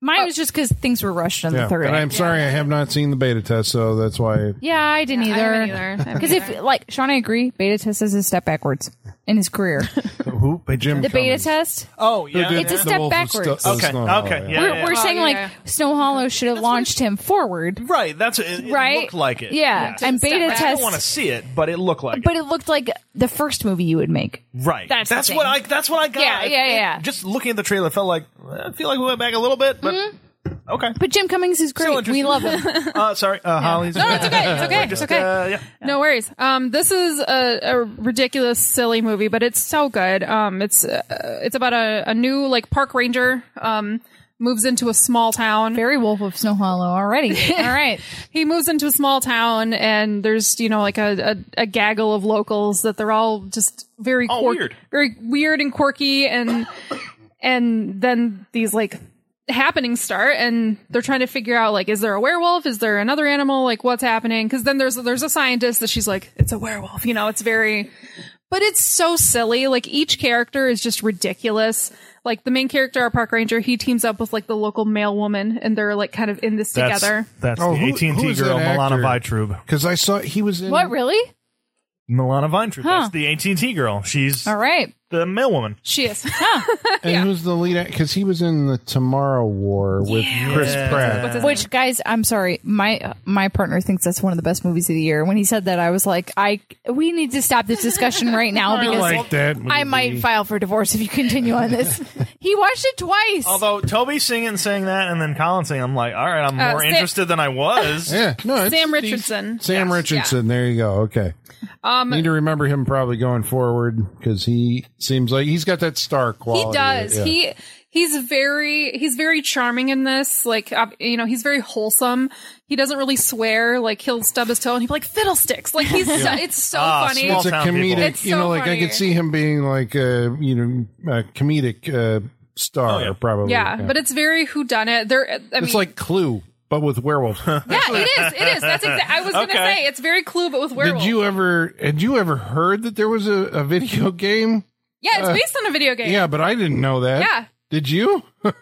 S5: Mine was just because things were rushed on
S2: Yeah.
S5: the third.
S2: And I'm sorry, I have not seen the beta test, so that's why.
S5: yeah, I didn't
S3: I haven't
S5: either.
S3: either. I haven't
S5: Because if
S3: either.
S5: like Sean, I agree. Beta test is a step backwards in his career.
S2: Who? Jim
S5: The beta
S2: Cummings.
S5: test.
S4: Oh yeah.
S2: Who did
S5: It's a
S2: The
S5: step
S2: Wolf of Sto-
S5: backwards.
S2: of
S4: Okay,
S2: Snow Hollow,
S4: okay,
S2: yeah.
S4: yeah.
S5: We're, we're saying
S3: yeah,
S5: like
S3: yeah.
S5: Snow Hollow should have launched him forward,
S4: right. That's it. it
S5: right?
S4: Looked like it.
S5: Yeah,
S4: I
S5: and beta
S3: back.
S5: test.
S4: don't want to see it, but it looked like
S5: But it looked like the first movie you would make.
S4: it. Right.
S5: That's the
S4: that's
S5: thing.
S4: what I. That's what I got.
S5: Yeah,
S4: It-
S5: yeah,
S4: it-
S5: yeah.
S4: Just looking at the trailer, felt like eh, I feel like we went back a little bit, but okay.
S5: But Jim Cummings is great.
S4: interesting.
S5: We love him.
S4: Uh, sorry, uh, Holly's.
S3: No, it's okay. It's okay. It's okay.
S4: Uh, yeah.
S3: No worries. Um, this is a, a ridiculous, silly movie, but it's so good. Um, it's uh, it's about a, a new like park ranger. Um, moves into a small town.
S5: Very Wolf of Snow Hollow already. All right.
S3: He moves into a small town, and there's you know like a a, a gaggle of locals that they're all just very
S4: All
S3: quirk-
S4: weird.
S3: very weird and quirky, and and then these like happenings start and they're trying to figure out like is there a werewolf is there another animal like what's happening because then there's there's a scientist that she's like it's a werewolf you know it's very but it's so silly like each character is just ridiculous like the main character our park ranger he teams up with like the local male woman and they're like kind of in this together
S4: That's
S2: Oh,
S4: the
S2: who-
S4: AT and
S2: who
S4: T
S2: is that
S4: girl,
S2: actor?
S4: Milana Weintraub.
S2: Because I saw he was in.
S5: What really?
S4: Milana Weintraub.
S5: Huh.
S4: That's the AT and T girl. She's
S5: All right.
S4: the male woman.
S3: she is
S2: And who's the lead? Because he was in the Tomorrow War with Chris
S4: Yeah.
S2: Pratt.
S5: Which guys, I'm sorry. My my partner thinks that's one of the best movies of the year. When he said that, I was like, I we need to stop this discussion right now because
S2: that.
S5: I might file for divorce if you continue on this. he watched it twice.
S4: Although Toby singing and saying that, and then Colin saying, I'm like, all right, I'm
S5: Oh,
S3: Uh,
S4: more
S3: Sa-
S4: interested than I was.
S2: Yeah, no, it's
S3: Sam
S2: the-
S3: Richardson.
S2: Sam
S3: Yes.
S2: Richardson. There you go. Okay. Um, Need to remember him probably going forward because he seems like he's got that star quality.
S3: he does
S2: Yeah.
S3: he he's very he's very charming in this like ob- you know he's very wholesome he doesn't really swear like he'll stub his toe and he'll be like fiddlesticks like he's so, it's so
S4: Ah,
S3: funny
S4: small
S2: it's a
S4: Small-town
S2: comedic.
S4: people.
S3: It's
S2: you know,
S3: so
S2: like I
S3: funny.
S2: could see him being like a you know a comedic uh, star
S4: Oh, yeah.
S2: probably.
S3: yeah but it's very who done it there i mean
S2: it's like Clue but with werewolves.
S3: yeah it is it is that's exactly i was gonna
S4: Okay.
S3: say it's very clue but with
S2: Did
S3: werewolves
S2: you ever? Had you ever heard that there was a, a video game?
S3: yeah it's based on a video game
S2: uh, Yeah, but I didn't know that.
S3: Yeah.
S2: Did you?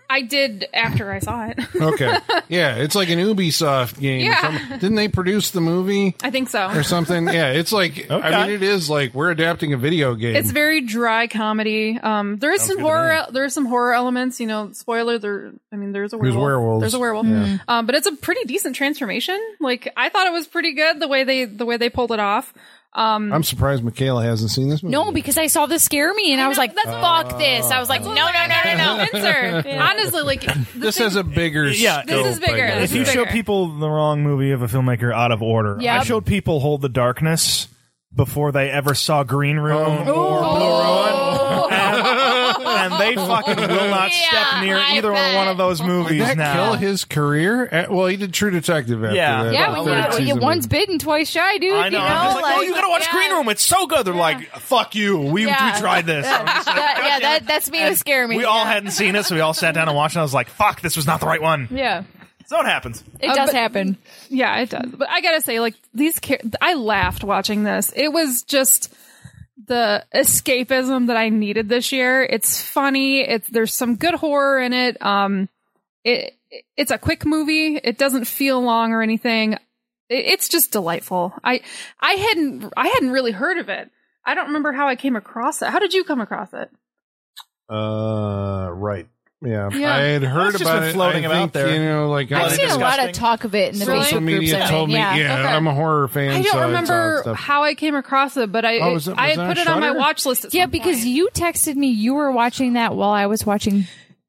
S3: i did after i saw it
S2: okay. Yeah, it's like an Ubisoft game. or
S3: Yeah.
S2: something. Didn't they produce the movie?
S3: i think so
S2: or something. Yeah, it's like I mean, it is like we're adapting a video game.
S3: It's very dry comedy. Um, there is some
S4: good to
S3: horror. There are some horror elements. You know, spoiler. There, I mean, there's a
S2: There's
S3: werewolf.
S2: werewolves.
S3: There's a werewolf. Mm-hmm. Um, but it's a pretty decent transformation. Like I thought it was pretty good the way they the way they pulled it off. Um,
S2: I'm surprised Michaela hasn't seen this movie.
S5: No, because I saw this scare me and I, was
S3: know,
S5: like,
S3: that's-
S5: fuck this. I was like, no, no, no, no, no.
S3: Answer. Honestly, like the
S2: this
S3: thing-
S2: has a bigger.
S4: Yeah,
S3: This is
S2: scope, I
S3: bigger.
S2: guess.
S3: This
S4: if
S3: is
S4: you show
S3: bigger.
S4: people the wrong movie of a filmmaker out of order,
S5: Yep.
S4: I showed people Hold the Darkness before they ever saw Green Room
S2: Oh.
S4: or Blue Ruin, and, and they fucking will not
S5: Yeah,
S4: step near
S5: I
S4: either
S5: bet.
S4: one of those movies
S2: Did that
S4: now.
S2: kill his career? Uh, Well, he did True Detective after
S4: Yeah.
S2: that.
S5: yeah,
S2: the third
S5: when you, when you
S2: season.
S5: once bitten, twice shy, dude.
S4: I know.
S5: You
S4: I'm
S5: know,
S4: just like, oh, you gotta watch
S5: yeah.
S4: Green Room. It's so good. They're like, fuck you. We,
S5: Yeah.
S4: we tried this. I'm just like,
S5: That-
S4: "God
S5: yeah,
S4: damn it."
S5: that, that's me. It was scare me.
S4: We all
S5: yeah.
S4: hadn't seen it, so we all sat down and watched. it. I was like, "Fuck, this was not the right one."
S3: yeah.
S4: So it happens.
S5: It does
S3: but-
S5: happen.
S3: Yeah, it does. But I gotta say, like these, char- I laughed watching this. It was just the escapism that I needed this year. It's funny. It's there's some good horror in it. Um, it it's a quick movie. It doesn't feel long or anything. It, it's just delightful. I I hadn't I hadn't really heard of it. I don't remember how I came across it. How did you come across it?
S2: Uh, right. Yeah.
S3: Yeah.
S2: I had heard
S4: just
S2: about
S4: been
S2: it.
S4: floating
S2: I
S4: about
S2: think,
S4: there.
S2: You know, like
S4: I've
S2: uh,
S5: I've
S4: Bloody
S5: seen a lot of
S4: disgusting.
S5: talk of it in the
S3: Really?
S5: Social
S2: social
S5: groups.
S2: media
S5: I
S2: told
S5: think.
S2: me.
S5: yeah.
S2: Yeah,
S3: Okay.
S2: I'm a horror fan.
S3: I
S2: so
S3: don't
S2: saw
S3: remember
S2: stuff.
S3: how I came across it, but I
S2: Oh, was it-
S3: I
S2: was
S3: had
S2: that
S3: put it
S2: on
S3: on my
S2: Shudder?
S3: watch list. at
S5: Yeah,
S3: some
S5: because
S3: point.
S5: you texted me you were watching that while I was watching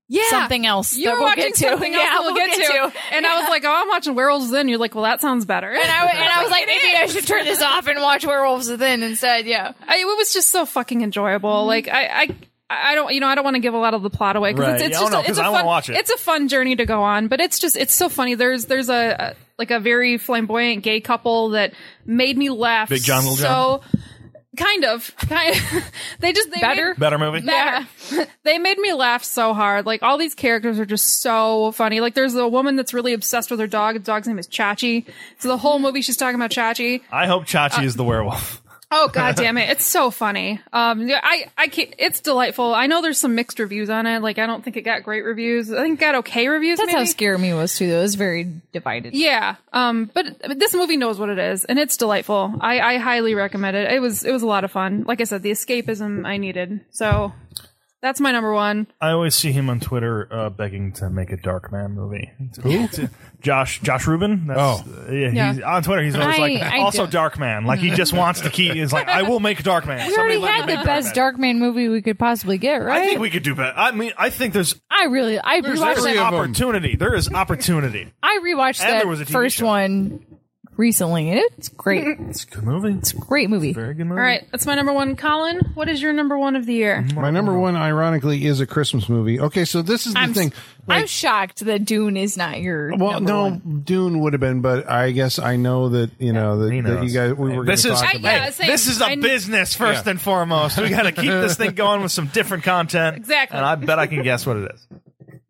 S3: yeah.
S5: something else.
S3: You
S5: that
S3: were
S5: we'll
S3: watching
S5: get to.
S3: something else
S5: yeah,
S3: that we'll, get, to. And I was like, oh, I'm watching Werewolves Then. You're like, well, that sounds better.
S5: And I, and I was like, maybe I should turn this off and watch Werewolves Within instead. Yeah.
S3: I, it was just so fucking enjoyable. Like, I, I, I don't, you know, I don't want to give a lot of the plot away because
S4: Right.
S3: it's, it's
S4: Yeah, oh,
S3: just,
S4: no,
S3: a, it's
S4: 'cause
S3: a
S4: I wanna
S3: fun,
S4: watch it.
S3: it's a fun journey to go on. But it's just, it's so funny. There's, there's a, a like a very flamboyant gay couple that made me laugh.
S4: Big John, Little
S3: so. Kind of, kind they just they
S5: Better?
S3: made-
S4: Better movie.
S3: Yeah. they made me laugh so hard. Like all these characters are just so funny. Like there's a woman that's really obsessed with her dog. The dog's name is Chachi. So the whole movie she's talking about Chachi.
S4: I hope Chachi
S5: Uh,
S4: is the werewolf.
S3: Oh god damn it. It's so funny. Um yeah, I I can't, it's delightful. I know there's some mixed reviews on it. Like I don't think it got great reviews. I think it got okay reviews
S5: That's how
S3: maybe.
S5: Scare Me was, too, though. It was very divided.
S3: Yeah. Um but but this movie knows what it is and it's delightful. I I highly recommend it. It was it was a lot of fun. Like I said, the escapism I needed. So that's my number one.
S4: I always see him on Twitter uh, begging to make a Dark Man movie. Who? Josh Josh Rubin. That's,
S2: Oh.
S4: uh, yeah,
S3: Yeah.
S4: He's, on Twitter, he's always
S5: I-
S4: like,
S5: I
S4: also
S5: do-
S4: Dark Man. Like he just wants to keep. He's like, I will make Dark Man.
S5: We already had the best Darkman movie we could possibly get, right?
S4: I think we could do better. I mean, I think there's
S5: I really, I
S2: There's
S5: rewatched
S2: every-
S5: that.
S4: there's
S2: of 'em.
S4: opportunity. There is opportunity.
S5: I rewatched
S4: And there
S5: that
S4: was a TV
S5: first
S4: show.
S5: one recently, and it's great.
S4: It's a good movie. It's a
S5: great movie.
S4: very good movie.
S3: All right, that's my number one. Colin, what is your number one of the year?
S2: My number one, ironically, is a Christmas movie. Okay, so this is the
S5: I'm,
S2: thing.
S5: I'm shocked that Dune is not your.
S2: Well,
S5: number
S2: no,
S5: one. Dune.
S2: Dune would have been, but I guess I know that you know that, that
S4: knows.
S2: you guys we were.
S4: This
S2: gonna
S4: is
S2: talk
S3: I-
S2: about
S3: yeah,
S2: it.
S3: same.
S4: this is a
S3: I-
S4: business first and foremost. We got to keep this thing going with some different content.
S3: Exactly.
S4: And I bet I can guess what it is.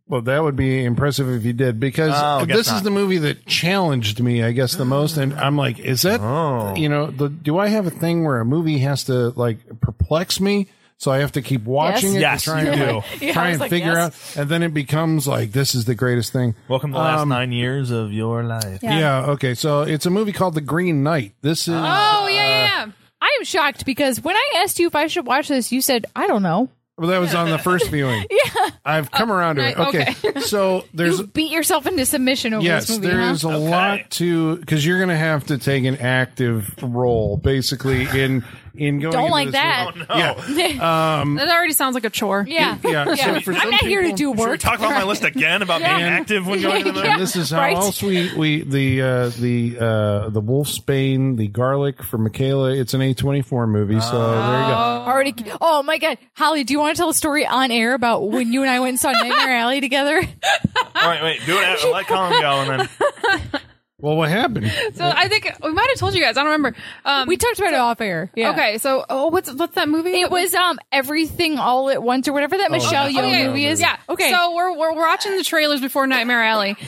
S2: Well, that would be impressive if you did, because
S4: Oh, guess
S2: this is
S4: not.
S2: the movie that challenged me, I guess, the most. And I'm like, is that
S4: Oh.
S2: you know, the, do I have a thing where a movie has to like perplex me? So I have to keep watching it
S4: Yes.
S2: to try and,
S4: You
S2: like,
S5: do. Yeah, I
S2: try
S5: was
S2: and
S5: like,
S2: figure
S5: yes.
S2: out, and then it becomes like this is the greatest thing.
S4: Welcome to the
S2: Um,
S4: last nine years of your life.
S5: Yeah.
S2: Yeah. okay. So it's a movie called The Green Knight. This is
S3: Oh yeah, yeah, yeah.
S5: I am shocked because when I asked you if I should watch this, you said I don't know.
S2: well, that was on the first viewing. yeah, I've come around to it.
S3: right,
S2: Okay, so there's
S5: Oh, You beat yourself into submission over
S2: yes,
S5: this movie.
S2: there
S5: huh?
S2: is a lot to because you're going to have to take an active role basically in in going.
S5: Don't
S2: into
S5: like
S2: this
S5: that.
S4: Oh,
S2: movie. Yeah,
S3: That already sounds like a chore.
S5: Yeah,
S2: Yeah, so for
S5: I'm
S2: some
S5: not here to
S2: people-
S5: do
S4: Should we
S5: work.
S4: talk about my list again about being
S5: Yeah.
S4: active when going to the
S5: Yeah.
S4: movie?
S2: And this is how
S5: Right.
S2: else we, we the uh, the uh, the wolf's bane, the garlic for Michaela. It's an A twenty four movie, so there you go.
S5: Already. Oh my god, Holly, do you want to tell a story on air about when you and I went and saw Nightmare Alley together?
S2: Um,
S4: All right, wait. Do it. after- Let Colin go, and then
S2: Well, what happened?
S3: So I think we might have told you guys. I don't remember. Um,
S5: We talked about it off air. Yeah.
S3: okay. So oh, what's what's that movie? Oh,
S5: It was um everything all at once or whatever that Michelle
S2: no,
S5: Yeoh
S2: no,
S5: movie
S2: no.
S5: is.
S3: yeah.
S5: Okay.
S3: So we're we're watching the trailers before Nightmare Alley.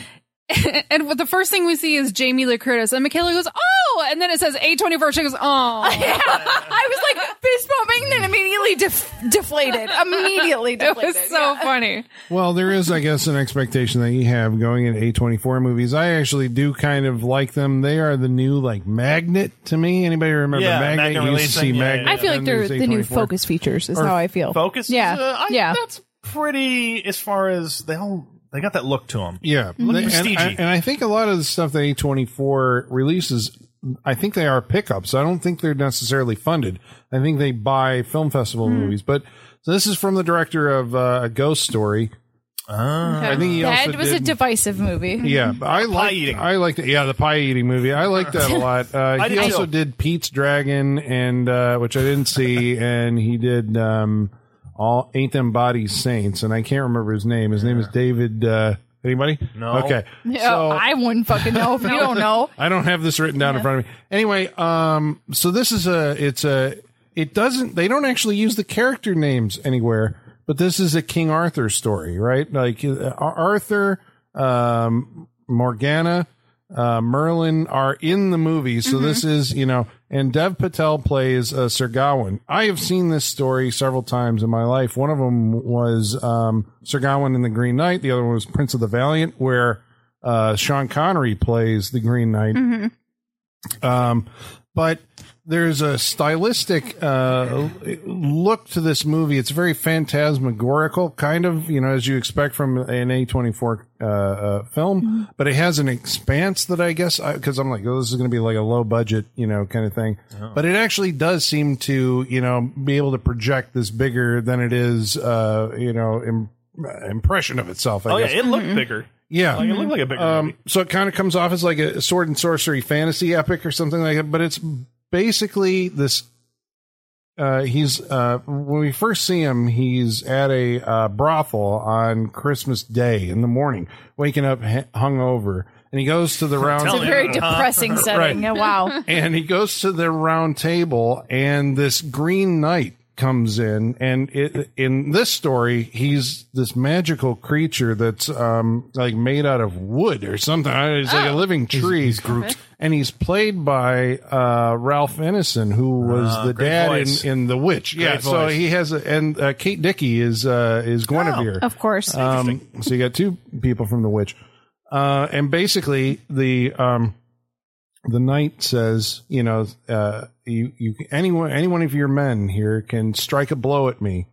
S3: And what the first thing we see is Jamie Lee Curtis, and Michaela goes, "Oh!" And then it says A24. She goes, "Oh!"
S5: I was like fist pumping and immediately def- deflated. Immediately
S3: It
S5: deflated.
S3: was so funny.
S2: Well, there is, I guess, an expectation that you have going in A24 movies. I actually do kind of like them. They are the new, like, magnet to me. Anybody remember
S4: Yeah,
S2: Magnet?
S4: Magnet
S2: You used
S4: releasing,
S2: to see
S4: yeah,
S2: Magnet.
S4: yeah.
S5: I feel like
S2: then
S5: they're
S2: there's
S5: the new
S2: A24.
S5: focus features. Is
S2: Or
S5: how I feel.
S4: focus.
S5: Yeah.
S4: Uh, I,
S5: Yeah.
S4: That's pretty as far as they all they got that look to them.
S2: Yeah. They- and,
S4: prestige-y.
S2: I, and I think a lot of the stuff that A24 releases I think they are pickups. I don't think they're necessarily funded. I think they buy film festival
S4: Hmm.
S2: movies. But so this is from the director of uh, A Ghost Story. I think he
S5: That
S2: also
S5: was a
S2: did-
S5: divisive movie.
S2: yeah, but I like
S4: Hmm. eating.
S2: I liked yeah the pie eating movie. I liked that a lot. Uh, he
S4: didn't
S2: also
S4: know.
S2: did Pete's Dragon and uh, which I didn't see, and he did um, all Ain't Them Bodies Saints, and I can't remember his name. His name is David. Uh, anybody?
S4: No.
S2: Okay.
S5: Oh, I wouldn't fucking know if you don't know.
S2: I don't have this written down in front of me. Anyway, um, so this is a, it's a, it doesn't, they don't actually use the character names anywhere, but this is a King Arthur story, right? Like uh, Ar- Arthur, um, Morgana, uh, Merlin are in the movie. So this is, you know, and Dev Patel plays uh, Sir Gawain. I have seen this story several times in my life. One of them was um, Sir Gawain and the Green Knight. The other one was Prince of the Valiant, where uh, Sean Connery plays the Green Knight. Um, but there's a stylistic uh, look to this movie. It's very phantasmagorical, kind of, you know, as you expect from an A24 uh, uh, film, but it has an expanse that I guess, because I'm like, oh, this is going to be like a low budget, you know, kind of thing.
S4: Oh.
S2: But it actually does seem to, you know, be able to project this bigger than it is, uh, you know, Im- impression of itself, I
S4: Oh yeah,
S2: guess.
S4: it looked bigger.
S2: yeah.
S4: Like it looked like a bigger.
S2: Um,
S4: movie.
S2: so it kind of comes off as like a sword and sorcery fantasy epic or something like that, but it's basically this. Uh, he's uh, when we first see him, he's at a uh, brothel on Christmas Day in the morning, waking up h- hungover, and he goes to the round
S4: telling
S5: Very depressing setting. Yeah, Wow.
S2: and he goes to the round table and this green knight comes in and it, in this story he's this magical creature that's um like made out of wood or something I- he's
S5: Oh.
S2: like a living tree he's, grouped and he's played by uh ralph Ineson, who was the
S4: Ah, great
S2: dad
S4: voice.
S2: in in the witch yeah so
S4: voice.
S2: he has a, and uh, kate dickey is uh is guinevere
S5: Oh, Of course.
S2: um, so you got two people from the witch, uh, and basically the um, the knight says, you know, uh, you you anyone any one of your men here can strike a blow at me,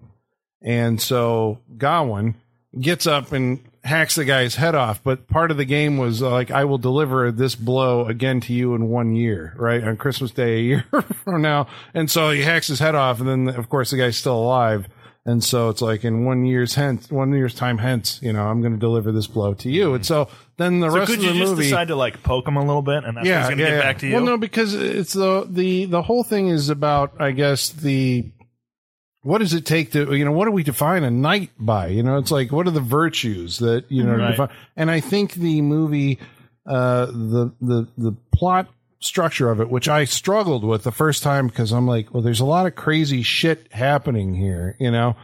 S2: and so Gawain gets up and hacks the guy's head off. But part of the game was uh, like, I will deliver this blow again to you in one year, right? On Christmas Day, a year from now. And so he hacks his head off. And then, of course, the guy's still alive. And so it's like in one year's hence, one year's time hence, you know, I'm going to deliver this blow to you. And so then the
S4: so
S2: rest
S4: could
S2: of the
S4: you just
S2: movie
S4: decide to like poke him a little bit, and that's
S2: yeah,
S4: what he's gonna
S2: yeah,
S4: get
S2: yeah.
S4: back to you?
S2: Well, no, because it's the the the whole thing is about, I guess the what does it take to you know what do we define a knight by? You know, it's like what are the virtues that you know
S4: Right.
S2: define? And I think the movie, uh, the the the plot structure of it, which I struggled with the first time because I'm like, well, there's a lot of crazy shit happening here, you know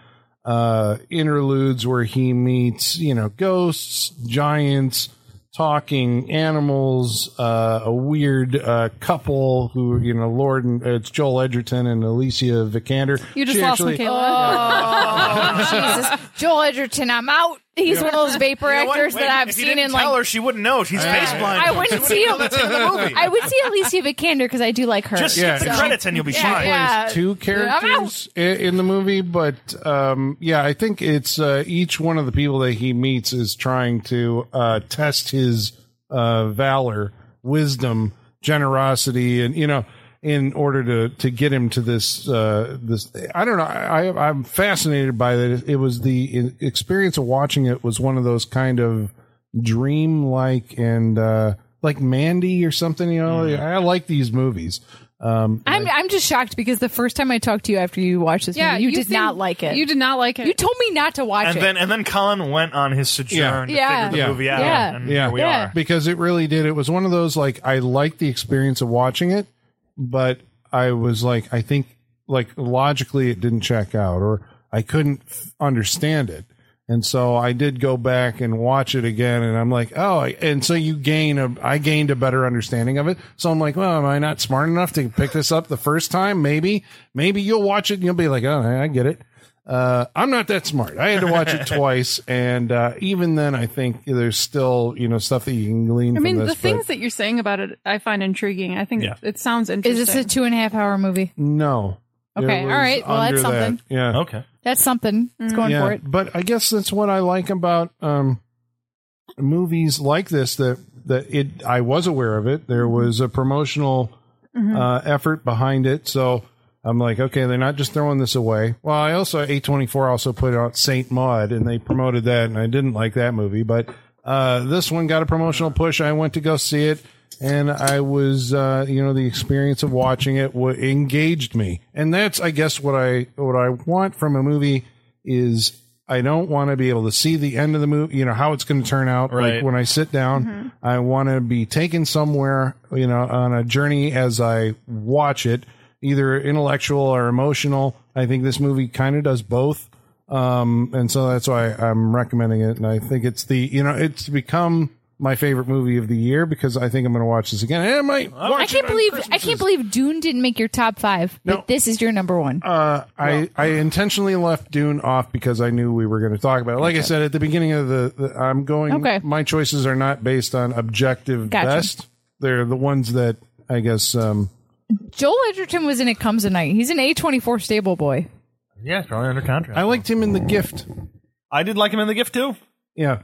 S2: uh, interludes where he meets, you know, ghosts, giants, talking animals, uh, a weird uh, couple who, you know, Lord and uh, it's Joel Edgerton and Alicia Vikander.
S3: You just
S2: She
S3: lost
S2: actually-
S3: Michaela.
S5: Jesus. Joel Edgerton, I'm out. He's one of those vapor
S4: You know what?
S5: actors
S4: Wait,
S5: that I've
S4: if you
S5: seen
S4: didn't
S5: in
S4: tell
S5: like.
S4: her she wouldn't know. She's face blind.
S5: I wouldn't
S4: She
S5: see
S4: know
S5: him.
S4: That's in the movie.
S5: I would see Alicia Vikander because I do like her.
S4: Just skip
S2: Yeah,
S4: the
S2: yeah.
S4: credits and you'll be
S5: Yeah,
S4: fine.
S5: yeah.
S2: plays two
S5: out.
S2: characters i- in the movie, but um, yeah, I think it's uh, each one of the people that he meets is trying to uh, test his uh, valor, wisdom, generosity, and you know, in order to to get him to this uh, this. I don't know. I, I- I'm fascinated by that. It was the experience of watching it was one of those kind of dream like and uh, like Mandy or something. You know,
S5: Mm.
S2: I like these movies.
S5: I'm, I'm just shocked because the first time I talked to you after you watched this
S3: Yeah,
S5: movie, you, did
S3: seem-
S5: not like it.
S3: You did not like it.
S5: You told me not to watch
S4: And
S5: it.
S4: then and then Colin went on his sojourn
S5: Yeah.
S4: to figure
S2: Yeah.
S4: the movie out.
S5: Yeah.
S4: And
S2: Yeah.
S4: here we
S5: Yeah.
S4: are.
S2: because it really did. It was one of those like I liked the experience of watching it, but I was like, I think like logically it didn't check out, or I couldn't f- understand it, and so I did go back and watch it again, and I'm like, oh, I- and so you gain a, I gained a better understanding of it. So I'm like, well, am I not smart enough to pick this up the first time? Maybe, maybe you'll watch it and you'll be like, oh, I get it uh, I'm not that smart. I had to watch it twice, and uh, even then, I think there's still you know stuff that you can glean.
S3: I mean,
S2: from
S3: the
S2: this,
S3: things
S2: but
S3: that you're saying about it, I find intriguing. I think
S4: Yeah.
S3: it sounds
S5: Is
S3: interesting.
S5: this a two and a half hour movie?
S2: no.
S5: Okay,
S2: It
S5: all
S2: was
S5: right. Well, that's
S2: under that.
S5: something.
S2: Yeah,
S4: Okay.
S5: That's something. It's going
S4: Mm.
S5: for
S2: yeah.
S5: it.
S2: But I guess that's what I like about um, movies like this that that it I was aware of it.
S5: Mm-hmm.
S2: There was a promotional uh, effort behind it, so I'm like, okay, they're not just throwing this away. Well, I also 824 also put out Saint Maud, and they promoted that, and I didn't like that movie, but uh, this one got a promotional push. I went to go see it. And I was, uh, you know, the experience of watching it w- engaged me, and that's, I guess, what I what I want from a movie is I don't want to be able to see the end of the movie, you know, how it's going to turn out. Like
S4: Right.
S2: when I sit down, I want to be taken somewhere, you know, on a journey as I watch it, either intellectual or emotional. I think this movie kind of does both. Um, and so that's why I'm recommending it. And I think it's the, you know, it's become my favorite movie of the year because I think I'm going to watch this again. And I might watch
S5: I
S2: it
S5: can't
S2: on
S5: believe I
S2: Christmas.
S5: can't believe Dune didn't make your top five.
S2: No.
S5: But this is your number one.
S2: Uh, I, I intentionally left Dune off because I knew we were going to talk about it. Like I said at the beginning of the, the I'm going.
S5: Okay.
S2: My choices are not based on objective
S5: Gotcha.
S2: best. They're the ones that I guess. Um,
S5: Joel Edgerton was in It Comes a Night. He's an A twenty four stable boy.
S4: Yeah, it's probably under contract.
S2: I liked him in The Gift.
S4: I, did like him in the gift too.
S2: Yeah.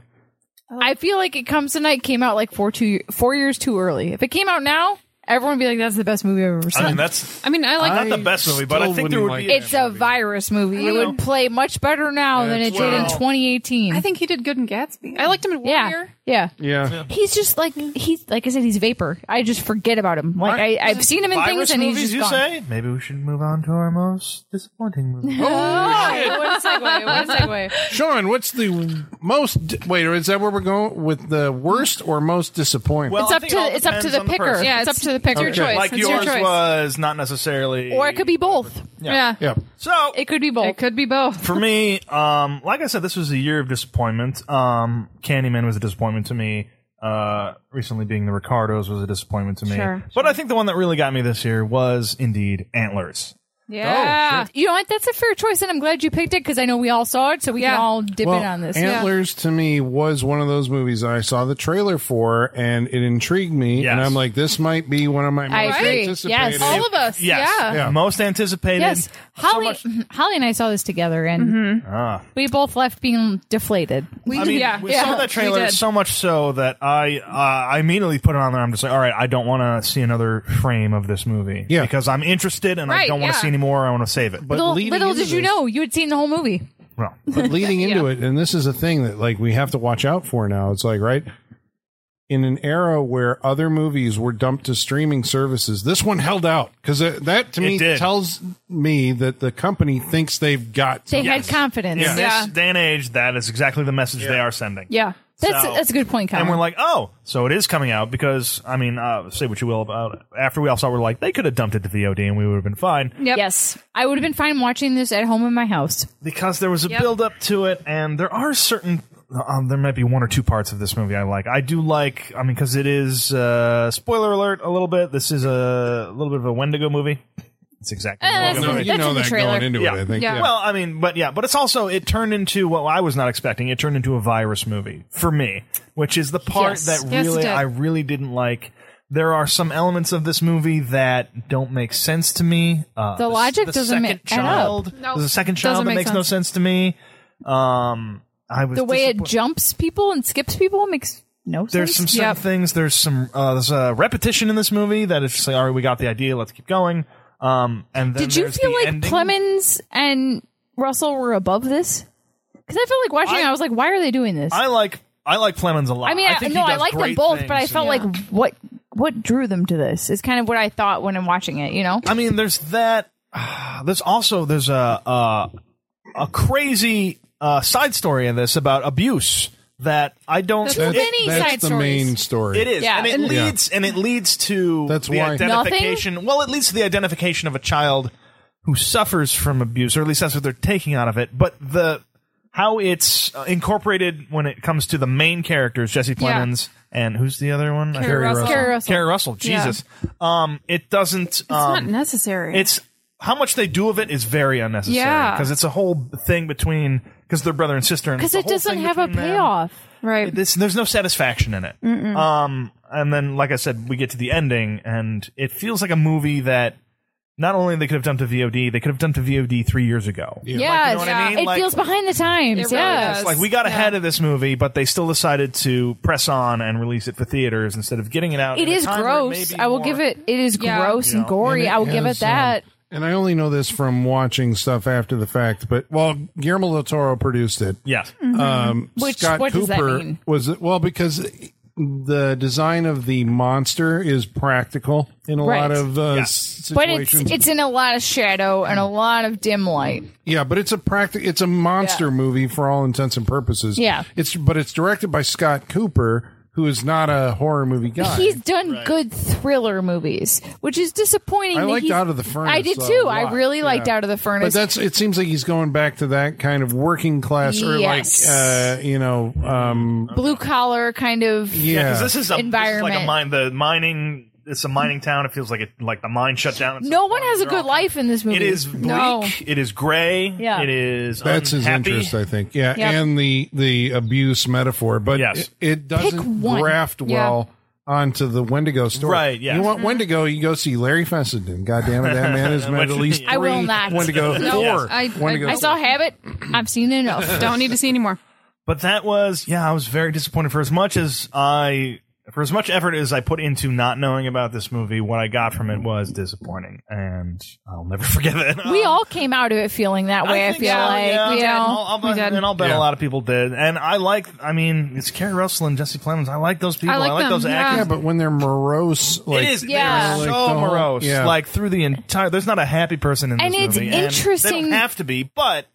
S3: Oh.
S5: I feel like It Comes a Night came out like four two four years too early. If it came out now, everyone would be like, "That's the best movie I've ever seen."
S4: I mean, that's
S3: I mean, I like.
S2: I-
S4: not the best movie, but I
S2: still
S4: think there would
S2: wouldn't
S4: be.
S2: like
S5: it's a virus movie. It would play much better now than it did in
S4: Well-
S5: twenty eighteen.
S3: I think he did good in Gatsby. I liked him in
S5: Yeah,
S3: Warrior.
S5: yeah.
S2: Yeah.
S5: He's just like he's like I said. He's vapor. I just forget about him. Like I, I've seen him in
S4: Virus
S5: things, and he's
S4: movies,
S5: just
S4: you
S5: gone.
S4: say? Maybe we should move on to our most disappointing movie.
S5: Oh, what a segue! What a segue!
S2: Sean, what's the most? di- Wait, is that where we're going with the worst or most disappointing?
S4: Well,
S5: It's
S4: I
S5: up
S4: think it all
S5: to it's up to
S4: depends
S5: the
S4: on the
S5: picker.
S4: person.
S3: Yeah,
S5: it's, up
S3: it's-
S5: to the picker.
S3: it's your choice.
S4: like
S3: it's your
S4: yours
S3: choice.
S4: was not necessarily,
S5: Or it could be both.
S4: Oh,
S3: Yeah.
S2: yeah.
S4: So
S5: It could be both.
S3: It could be both.
S4: for me, um, like I said, this was a year of disappointment. Um, Candyman was a disappointment to me. Uh, recently being the Ricardos was a disappointment to me.
S3: Sure,
S4: but I think the one that really got me this year was indeed Antlers.
S3: Yeah.
S5: Ah. You know what? That's a fair choice, and I'm glad you picked it because I know we all saw it, so we
S3: Yeah.
S5: can all dip
S2: Well,
S5: in on this.
S2: Antlers to me was one of those movies that I saw the trailer for and it intrigued me. And
S4: Yes.
S2: I'm like, this might be one of my
S5: I
S2: most
S5: agree.
S2: anticipated.
S5: Yes.
S3: All of us.
S4: Oh. Yes.
S3: Yeah.
S2: Yeah.
S4: Most anticipated.
S5: yes, Holly, Holly and I saw this together, and
S4: Ah.
S5: we both left being deflated.
S3: Mm-hmm. We,
S4: I mean,
S3: yeah.
S4: we
S3: yeah.
S4: saw that trailer so much so that I uh, I immediately put it on there. I'm just like, all right, I don't want to see another frame of this movie.
S2: Yeah.
S4: Because I'm interested and I
S3: Right,
S4: don't want to
S3: yeah.
S4: see any more. I want to save it. But
S5: Little,
S2: leading
S5: little
S2: into
S5: did you
S2: this-
S5: know you had seen the whole movie.
S4: well,
S2: But leading into it, and this is a thing that like we have to watch out for now. It's like right in an era where other movies were dumped to streaming services, this one held out because that to me
S4: did.
S2: tells me that the company thinks they've got.
S5: They
S4: Yes.
S5: had confidence.
S4: in
S3: Yeah.
S4: this day and age, that is exactly the message they are sending.
S3: Yeah.
S5: That's
S4: So-
S5: that's a good point, Colin.
S4: And we're like, oh, so it is coming out because I mean, uh, say what you will about it. After we all saw, it, we're like, they could have dumped it to VOD and we would have been fine
S3: Yep.
S5: yes, I would have been fine watching this at home in my house.
S4: because there was a build up to it, and there are certain. Um, there might be one or two parts of this movie I like. I do like, I mean, because it is uh, spoiler alert a little bit. This is a, little bit of a Wendigo movie. It's exactly. a
S5: Eh, that's
S4: Wendigo
S5: not-
S4: movie.
S5: that's in the trailer.
S2: going into
S4: Yeah.
S2: it. I think.
S3: Yeah.
S4: Well, I mean, but yeah, but it's also it turned into what I was not expecting. It turned into a virus movie for me, which is the part
S5: Yes.
S4: that
S3: Yes, it
S4: really
S3: did.
S4: I really didn't like. There are some elements of this movie that don't make sense to me. Uh,
S5: The
S4: s-
S5: logic
S4: the
S5: doesn't ma-
S4: second
S5: add up.
S4: child.
S3: Nope.
S4: There's a second
S3: Doesn't
S4: child that
S3: make
S4: makes no
S3: sense.
S4: sense to me. Um, I was
S5: The way it
S4: disappointed.
S5: jumps people and skips people makes no
S4: There's some
S5: sense.
S4: certain
S3: Yep.
S4: things. There's some uh, there's a repetition in this movie that is just like, all right, we got the idea. Let's keep going. Um, and then
S5: Did you
S4: there's
S5: feel
S4: the
S5: like
S4: ending.
S5: Clemens and Russell were above this? Because I felt like watching it,
S4: I-
S5: I was like, why are they doing this?
S4: I like I like Clemens a lot.
S5: I mean, I,
S4: think he
S5: no, I
S4: does
S5: like them
S4: great
S5: both, but I
S4: things.
S5: felt like what what drew them to this is kind of what I thought when I'm watching it. You know,
S4: I mean, there's that. There's also there's a a, a crazy uh, side story in this about abuse that I don't.
S5: That's- Too
S2: That's-
S5: many
S2: that's
S5: side
S2: the
S5: stories.
S2: main story.
S4: it is,
S5: Yeah.
S4: and it
S5: And-
S2: Yeah.
S4: leads and it leads to
S2: That's
S4: the
S2: why-
S4: identification. Well, it leads to the identification of a child who suffers from abuse, or at least that's what they're taking out of it. But the how it's uh, incorporated when it comes to the main characters, Jesse Plemons, and who's the other one? I
S3: Carrie Russell.
S5: Carrie Russell.
S4: Carrie Russell. Jesus. Um, it doesn't. It's
S3: It's not necessary.
S4: It's how much they do of it is very unnecessary.
S3: Yeah.
S4: because it's a whole thing between because they're brother and sister.
S5: because it doesn't have a payoff.
S3: right.
S4: This, there's no satisfaction in it. Um, and then like I said, we get to the ending, and it feels like a movie that not only they could have done to VOD, they could have done to VOD three years ago.
S5: Yes,
S4: Like, you know what I mean?
S5: it
S4: Like-
S5: feels behind the times.
S3: It really
S5: yes.
S3: does.
S4: Like we got ahead of this movie, but they still decided to press on and release it for theaters instead of getting it out. at
S5: It
S4: a
S5: is
S4: time where
S5: gross.
S4: maybe
S5: I will
S4: more-
S5: give it. It is
S3: Yeah.
S5: gross and
S4: Yeah.
S5: gory.
S2: And it
S5: I will give it
S2: has, um,
S5: that.
S2: And I only know this from watching stuff after the fact, but well, Guillermo del Toro produced it.
S4: Yes,
S5: Mm-hmm.
S2: Um,
S5: Which-
S2: Scott
S5: what does
S2: Cooper
S5: that mean?
S2: was well because the design of the monster is practical in a lot
S5: Right.
S2: of uh,
S4: Yeah.
S2: s-
S5: But it's
S2: situations.
S5: it's in a lot of shadow and a lot of dim light.
S2: yeah, but it's a practic. It's a monster
S5: Yeah.
S2: movie for all intents and purposes.
S5: Yeah.
S2: it's but it's directed by Scott Cooper, who is not a horror movie guy.
S5: He's done good thriller movies, which is disappointing.
S2: I
S5: that
S2: liked
S5: he's-
S2: Out of the Furnace,
S5: I did
S2: though,
S5: too.
S2: a
S5: I
S2: lot.
S5: really liked
S2: Yeah.
S5: Out of the
S2: but
S5: Furnace.
S2: that's it seems like he's going back to that kind of working class or
S5: Yes.
S2: like uh you know um
S5: blue collar kind of.
S4: yeah,
S2: yeah,
S4: because this is a This is
S5: Environment.
S4: like a mine. The mining. It's a mining town. It feels like it. Like the mine shut down. at some
S5: No one
S4: point.
S5: has a
S4: They're
S5: good
S4: all-
S5: life in this movie.
S4: It is bleak.
S5: No.
S4: It is gray.
S5: Yeah.
S4: It is.
S2: that's his
S4: unhappy.
S2: interest i think yeah
S5: Yep.
S2: and the the abuse metaphor but
S4: Yes.
S2: it, it doesn't
S5: one.
S2: graft
S3: Yeah.
S2: well onto the wendigo story
S4: Right, yes.
S2: you want
S5: Mm-hmm.
S2: wendigo you go see larry fessenden god damn it that man has met at least three
S5: I will not.
S2: wendigo
S5: No,
S2: four
S3: I-
S2: wendigo
S5: I saw Habit. I've seen enough.
S3: Don't need to see anymore.
S4: But that was yeah. I was very disappointed for as much as I. For as much effort as I put into not knowing about this movie, what I got from it was disappointing, and I'll never forget it.
S5: we all came out of it feeling that way. I,
S4: think
S5: feel
S4: so,
S5: like
S4: yeah.
S5: you
S4: And
S5: know.
S4: I'll, I'll bet,
S3: did.
S4: and I'll bet
S2: Yeah.
S4: a lot of people did. And I like, I mean, it's Carrie Russell and Jesse Plemons. I like those people.
S3: I like them,
S4: those
S3: yeah.
S2: yeah
S4: actors.
S2: but when they're morose like
S4: it is. They're
S5: Yeah.
S2: Like
S4: so
S2: the whole-
S4: morose.
S2: yeah.
S4: Like through the entire, there's not a happy person in this
S5: And it's
S4: movie. They
S5: interesting-
S4: don't have to be, but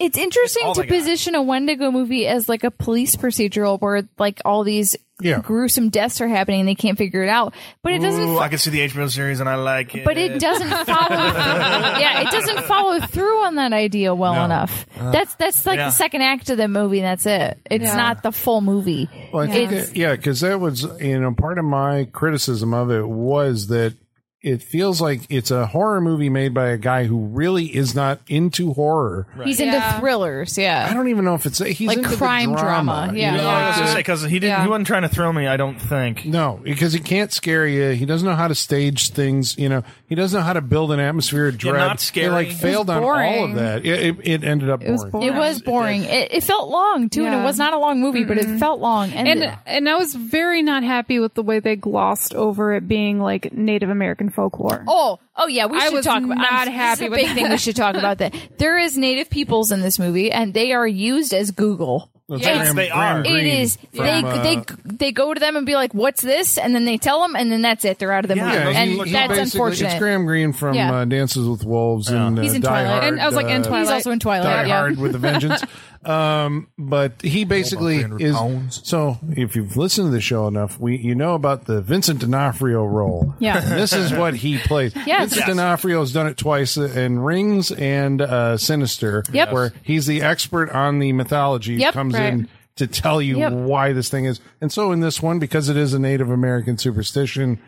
S5: It's interesting
S4: all
S5: to
S4: they got.
S5: position a Wendigo movie as like a police procedural where like all these
S2: Yeah.
S5: gruesome deaths are happening and they can't figure it out. But it doesn't
S4: ooh, I can see the HBO series and I like it.
S5: but it doesn't follow Yeah, it doesn't follow through on that idea well enough.
S2: Uh,
S5: That's that's like
S4: yeah.
S5: the second act of the movie and that's it. It's not the full movie.
S2: Well, I think
S5: It's-
S2: it, yeah, because that was you know part of my criticism of it was that it feels like it's a horror movie made by a guy who really is not into horror.
S5: He's
S3: Yeah.
S5: into thrillers,
S2: I
S5: yeah.
S2: don't even know if it's he's
S5: Like
S2: into the
S5: crime
S2: drama.
S5: drama,
S2: you
S5: yeah.
S2: know,
S4: I was
S2: like
S4: gonna
S2: the-
S4: say because he didn't.
S3: Yeah.
S4: He wasn't trying to thrill me. I don't think.
S2: no, because he can't scare you. He doesn't know how to stage things. You know, he doesn't know how to build an atmosphere of dread.
S4: not
S2: It
S4: scary.
S2: like
S4: It was
S2: failed on all of
S3: boring.
S2: that. It, it, it ended up
S3: It was boring.
S5: It was boring. It, it felt long too, and
S3: Yeah.
S5: it was not a long movie, but it felt long. Mm-hmm. And,
S3: And and I was very not happy with the way they glossed over it being like Native American folklore.
S5: Oh, oh yeah, we
S3: I
S5: should
S3: was
S5: talk about.
S3: not
S5: I'm,
S3: happy
S5: This is a
S3: with
S5: big
S3: that.
S5: thing we should talk about. That there is native peoples in this movie, and they are used as Google.
S2: That's
S5: Yes,
S2: Graham-
S4: they
S2: Graham
S4: are.
S5: It
S2: Greene
S5: is
S2: from,
S5: they
S2: uh,
S5: they they go to them and be like, "What's this?" and then they tell them, and then that's it. They're out of the
S4: Yeah,
S5: movie,
S4: he-
S5: and
S4: he
S5: that's
S2: basically-
S5: unfortunate.
S2: It's Graham Greene from
S5: Yeah.
S2: uh, Dances with Wolves and uh,
S5: He's in
S2: Die
S5: Twilight.
S2: Hard.
S3: And I was like, and
S2: uh,
S3: Twilight.
S5: He's also in Twilight.
S2: Die
S5: yeah.
S2: Hard with a Vengeance. um, but he basically
S4: 300
S2: is.
S4: pounds.
S2: So if you've listened to the show enough, we you know about the Vincent D'Onofrio role.
S5: Yeah.
S2: And this is what he plays.
S5: Yes.
S2: Vincent
S5: Yes.
S2: D'Onofrio has done it twice in Rings and uh, Sinister.
S5: Yep.
S2: Where he's the expert on the mythology. who
S5: Yep,
S2: comes
S5: right.
S2: in to tell you
S5: Yep.
S2: why this thing is. And so in this one, because it is a Native American superstition,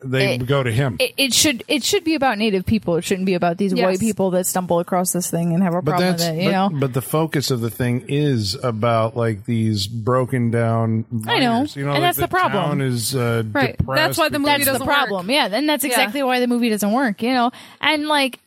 S2: they
S5: It-
S2: go to him.
S5: It, it should it should be about native people. It shouldn't be about these
S3: Yes.
S5: white people that stumble across this thing and have a problem with it. You
S2: but,
S5: know,
S2: but the focus of the thing is about like these broken down.
S5: I know.
S2: miners. you know,
S5: And
S2: like,
S5: that's the problem.
S2: Town is uh,
S3: Right.
S2: depressed
S3: That's why the
S2: because-
S3: movie
S5: that's
S3: doesn't
S5: the
S3: work.
S5: problem. Yeah, then that's exactly why the movie doesn't work, you know. And like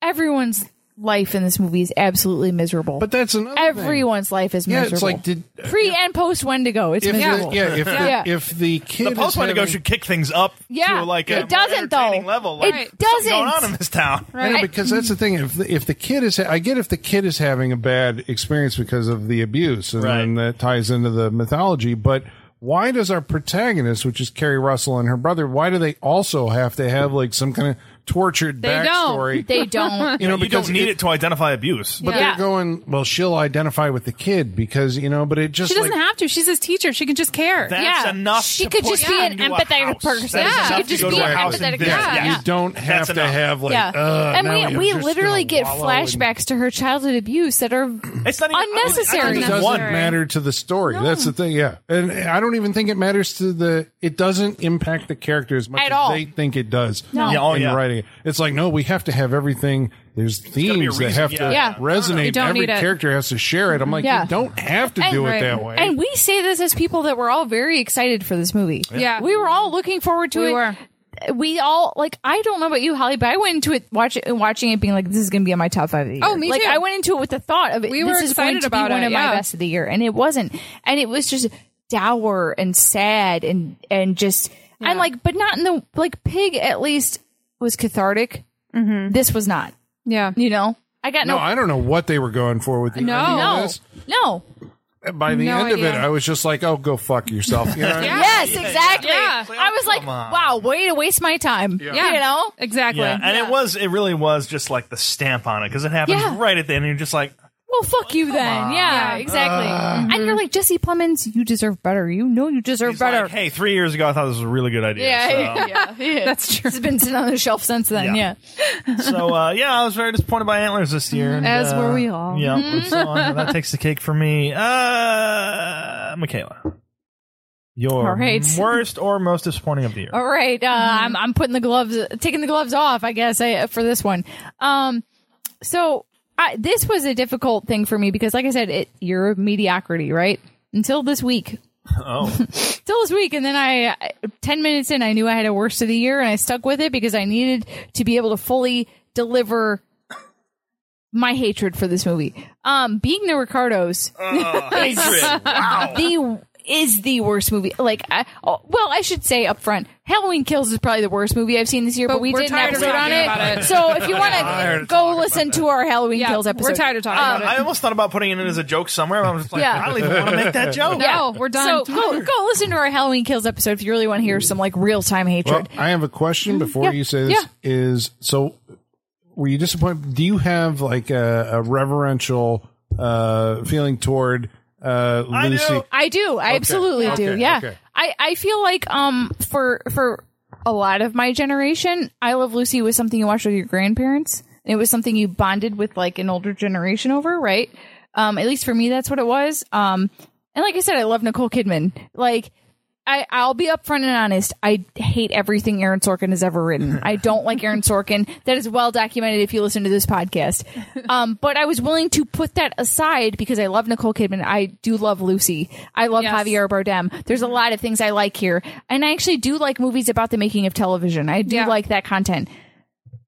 S5: everyone's life in this movie is absolutely miserable.
S2: But that's another thing.
S5: everyone's life is
S2: Yeah,
S5: miserable.
S2: it's like did
S5: pre and post Wendigo, it's
S2: if
S5: miserable.
S2: the, yeah if
S5: Yeah.
S2: The, if the kid
S4: The post
S2: is
S4: Wendigo
S2: having-
S4: should kick things up
S5: Yeah,
S4: to like a
S5: it doesn't,
S4: more entertaining
S5: though.
S4: level.
S5: It
S4: Like, something's going
S5: doesn't.
S4: on in this town.
S2: I know, because that's the thing. If the, if the kid is, I get if the kid is having a bad experience because of the abuse, and
S4: Right.
S2: then that ties into the mythology. But why does our protagonist, which is Carrie Russell and her brother, why do they also have to have like some kind of tortured
S3: They don't.
S2: backstory?
S5: They don't.
S2: you know,
S4: You
S2: because
S4: don't need
S2: it-
S4: it to identify abuse.
S2: But
S5: Yeah.
S2: they're going, well, she'll identify with the kid because, you know, but it just
S3: She doesn't
S2: like,
S3: have to. She's his teacher. She can just care.
S4: That's
S5: Yeah.
S4: enough.
S5: She
S4: to
S5: could
S4: put
S5: just be
S4: you
S5: an
S4: into a
S5: empathetic
S4: house.
S5: person.
S4: That is
S5: Yeah,
S4: enough
S5: she could
S4: to
S5: just
S4: go to
S5: be
S4: a
S5: an
S4: house and
S5: empathetic-
S4: visit.
S5: yeah,
S4: Yeah.
S5: yeah.
S2: you don't have
S4: That's
S2: to
S4: enough.
S2: have like,
S5: yeah.
S2: uh, now
S5: and
S2: you're
S5: we, we
S2: just
S5: literally
S2: gonna
S5: get
S2: wallow
S5: flashbacks to her childhood abuse that are
S4: It's not even
S5: Unnecessary.
S4: I
S2: in-
S4: think
S2: It
S4: it's
S2: doesn't
S4: one.
S2: matter to the story. That's the thing. Yeah. And I don't even think it matters to the, it doesn't impact the character as much
S5: At
S2: as
S5: all.
S2: they think it does.
S5: No.
S4: Yeah, oh,
S2: in
S4: yeah.
S2: writing it. It's like, no, we have to have everything. The's
S4: gotta be a
S2: themes that
S4: reason.
S2: have to
S4: Yeah.
S5: Yeah.
S2: resonate.
S3: don't
S2: Every
S3: need it.
S2: character has to share it. I'm like,
S5: Yeah.
S2: you don't have to
S5: And-
S2: do it
S3: right.
S2: that way.
S5: And we say this as people that were all very excited for this movie.
S3: Yeah.
S5: We were all looking forward to
S3: We
S5: it.
S3: were.
S5: we all like I don't know about you, Holly, but I went into it watch it, watching it being like, this is going to be on my top five of the year.
S3: Oh, me
S5: like,
S3: too.
S5: I went into it with the thought of it.
S3: We
S5: this
S3: were
S5: is going
S3: excited
S5: to
S3: about
S5: be one
S3: it,
S5: of
S3: yeah.
S5: my best of the year, and it wasn't. And it was just dour and sad and and just and like, but not in the like pig. At least was cathartic.
S3: Mm-hmm.
S5: This was not.
S3: Yeah.
S5: You know, I got
S2: No,
S5: no.
S2: I don't know what they were going for with the
S3: No.
S2: ending of
S5: no,
S2: this.
S5: no.
S2: By the
S3: No
S2: end of it,
S3: idea.
S2: I was just like, "Oh, go fuck yourself." You know what I mean?
S3: Yeah.
S5: Yes, exactly.
S3: Yeah.
S5: I was like,
S4: Come on.
S5: wow, way to waste my time.
S3: Yeah.
S5: You know?
S3: Exactly.
S4: Yeah, and uh, it was it really was just like the stamp on it because it happens
S5: Yeah.
S4: right at the end. and You're just like,
S5: Well, fuck you then. Yeah, exactly. and you're like, Jesse Plemons, you deserve better. You know you deserve
S4: it's
S5: better.
S4: like, hey, three years ago I thought this was a really good idea.
S5: yeah,
S4: so.
S5: yeah, That's true. It's been sitting on the shelf since then.
S4: Yeah.
S5: Yeah.
S4: So uh, yeah, I was very disappointed by antlers this
S5: Mm-hmm.
S4: year. and,
S3: As
S4: uh,
S3: were we all.
S4: Yeah, so uh, that takes the cake for me. Uh, Michaela, your
S3: All right.
S4: worst or most disappointing of the year?
S5: All right. Uh, I'm, I'm putting the gloves, taking the gloves off, I guess, I, for this one. Um, so I, this was a difficult thing for me because, like I said, it, you're mediocrity, right? Until this week,
S4: Oh,
S5: till this week. And then I, I- 10 minutes in, I knew I had a worst of the year and I stuck with it because I needed to be able to fully deliver my hatred for this movie. Um, being the Ricardos
S4: hatred. Wow.
S5: the is the worst movie. Like, I, oh, well, I should say up front, Halloween Kills is probably the worst movie I've seen this year. But,
S3: But
S5: we
S3: we're
S5: did an
S3: tired of
S5: episode on
S3: talking
S5: it.
S3: about it.
S5: So if you want
S4: tired
S5: to
S4: of
S5: go listen to our Halloween
S3: Yeah,
S5: Kills episode, Um,
S3: We're tired of talking about it.
S4: I almost thought about putting it in as a joke somewhere. But I'm just like,
S5: Yeah.
S4: I don't even want to make that joke.
S3: No, Oh, we're done.
S5: So go go listen to our Halloween Kills episode if you really want to hear some like real time hatred.
S2: Well, I have a question before
S5: Mm-hmm. Yeah.
S2: you say this: Is so? Were you disappointed? Do you have like a, a reverential uh, feeling toward uh,
S4: I do.
S2: Lucy?
S5: I do. I absolutely do.
S2: okay,
S5: Yeah.
S2: okay.
S5: I, I feel like um for for a lot of my generation, I Love Lucy was something you watched with your grandparents. And it was something you bonded with like an older generation over, right? Um, at least for me that's what it was. Um and like I said, I love Nicole Kidman. Like I, I'll be upfront and honest. I hate everything Aaron Sorkin has ever written. I don't like Aaron Sorkin. That is well documented if you listen to this podcast. Um, but I was willing to put that aside because I love Nicole Kidman. I do love Lucy. I love
S3: Yes.
S5: Javier Bardem. There's a lot of things I like here. And I actually do like movies about the making of television. I do
S3: Yeah.
S5: like that content.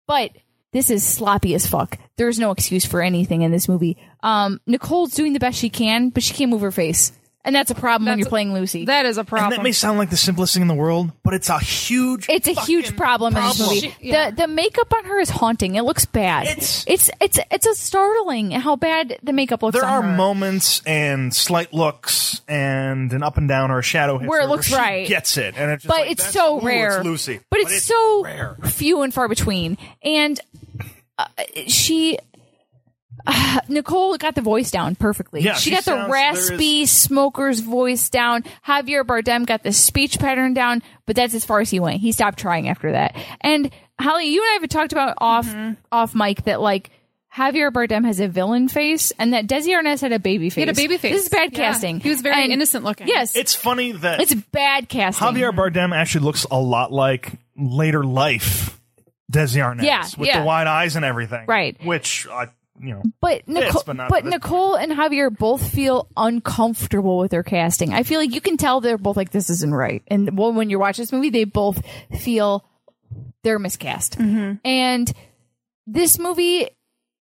S5: But this is sloppy as fuck. There's no excuse for anything in this movie. Um, Nicole's doing the best she can, but she can't move her face. And that's a problem when
S3: That's-
S5: you're playing Lucy.
S3: that is a
S4: And
S3: problem.
S4: that may sound like the simplest thing in the world, but it's a huge.
S5: It's a
S4: fucking
S5: huge problem, in this movie.
S3: She- yeah.
S5: The the makeup on her is haunting. It looks bad.
S4: It's-
S5: it's it's it's a startling how bad the makeup looks.
S4: There
S5: on
S4: are
S5: her.
S4: moments and slight looks and an up and down or a shadow hits
S5: Where it
S4: her
S5: looks
S4: she
S5: right.
S4: gets it, and it's just
S5: but
S4: like,
S5: it's
S4: that's-
S5: so
S4: ooh, it's
S5: rare.
S4: Lucy,
S5: but it's, so
S4: rare.
S5: few and far between. And uh, she. uh, Nicole got the voice down perfectly.
S4: Yeah,
S5: she,
S4: she
S5: got
S4: sounds-
S5: the raspy smoker's voice down. Javier Bardem got the speech pattern down, but that's as far as he went. He stopped trying after that. And Holly, you and I have talked about off
S4: Mm-hmm.
S5: off mic that like Javier Bardem has a villain face, and that Desi Arnaz had a baby face.
S3: he had a baby face.
S5: This is bad
S3: Yeah.
S5: casting.
S3: He was very
S5: And-
S3: innocent looking.
S5: Yes,
S4: It's funny that
S5: it's bad casting.
S4: Javier Bardem actually looks a lot like later life Desi Arnaz,
S5: Yeah,
S4: with
S5: yeah.
S4: the wide eyes and everything,
S5: Right.
S4: Which I, you know,
S5: But Nicole,
S4: but
S5: but,
S4: not for this
S5: Nicole and Javier both feel uncomfortable with their casting. I feel like you can tell they're both like this isn't right. And well, when you watch this movie, they both feel they're miscast. And this movie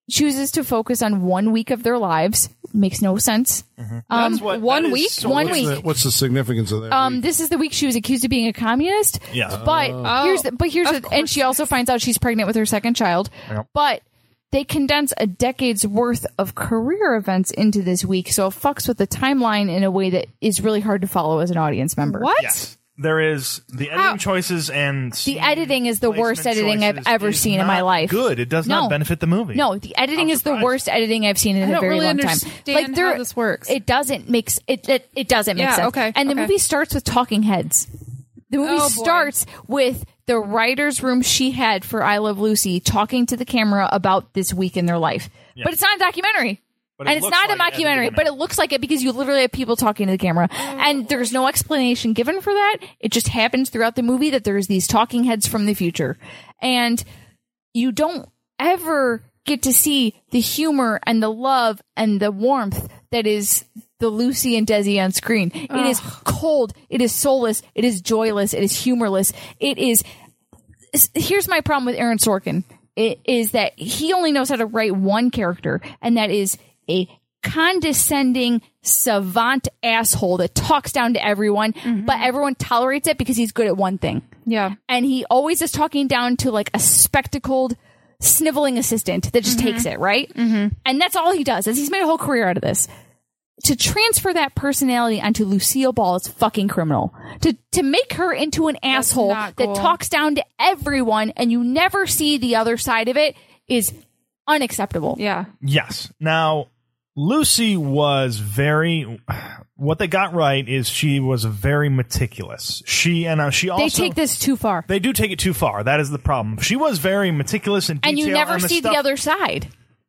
S5: chooses to focus on one week of their lives. Makes no sense. Um,
S4: Mm-hmm. That's what-
S5: one
S4: that is
S5: week,
S4: so
S5: one
S4: much
S5: week.
S2: The- What's the significance of that?
S5: Um, this is the week she was accused of being a communist.
S4: Yes.
S5: But
S4: Oh.
S5: here's the, but here's
S3: Of
S5: the, and she also finds out she's pregnant with her second child. But they condense a decade's worth of career events into this week, so it fucks with the timeline in a way that is really hard to follow as an audience member.
S3: What?
S4: yes, there is the editing
S5: How-
S4: choices and
S5: The editing is the worst
S4: placement
S5: editing I've
S4: choices
S5: ever
S4: is
S5: seen in my
S4: not
S5: life.
S4: Good. It does
S5: No.
S4: not benefit the movie.
S5: No, the editing is the
S4: surprised.
S5: worst editing I've seen in
S3: don't
S5: a very
S3: really
S5: long time.
S3: understand
S5: Like there,
S3: how this works.
S5: It doesn't make s- it. It, it doesn't make
S3: Yeah,
S5: sense.
S3: okay,
S5: And the
S3: okay.
S5: movie starts with talking heads. The movie
S3: Oh, boy.
S5: starts with the writers' room she had for I Love Lucy talking to the camera about this week in their life. But it's not a documentary.
S4: But it
S5: And it's
S4: looks
S5: not a
S4: like it at the
S5: mockumentary,
S4: beginning. Mm.
S5: but it looks like it because you literally have people talking to the camera. And there's no explanation given for that. It just happens throughout the movie that there's these talking heads from the future. And you don't ever get to see the humor and the love and the warmth that is the Lucy and Desi on screen. It is cold. It is soulless. It is joyless. It is humorless. It is s- here's my problem with Aaron Sorkin i- is that he only knows how to write one character, and that is a condescending savant asshole that talks down to everyone, but everyone tolerates it because he's good at one thing.
S3: Yeah.
S5: And he always is talking down to like a spectacled, sniveling assistant that just takes it, right? Mm-hmm. And that's all he does. Is he's made a whole career out of this to transfer that personality onto Lucille Ball is fucking criminal. To to make her into an asshole
S3: not cool.
S5: that talks down to everyone and you never see the other side of it is unacceptable.
S3: Yeah.
S4: Yes. Now, Lucy was very. What they got right is she was very meticulous. She and uh, she also
S5: They take this too far.
S4: they do take it too far. That is the problem. She was very meticulous and
S5: and you never
S4: on the
S5: see
S4: stuff-
S5: the other side.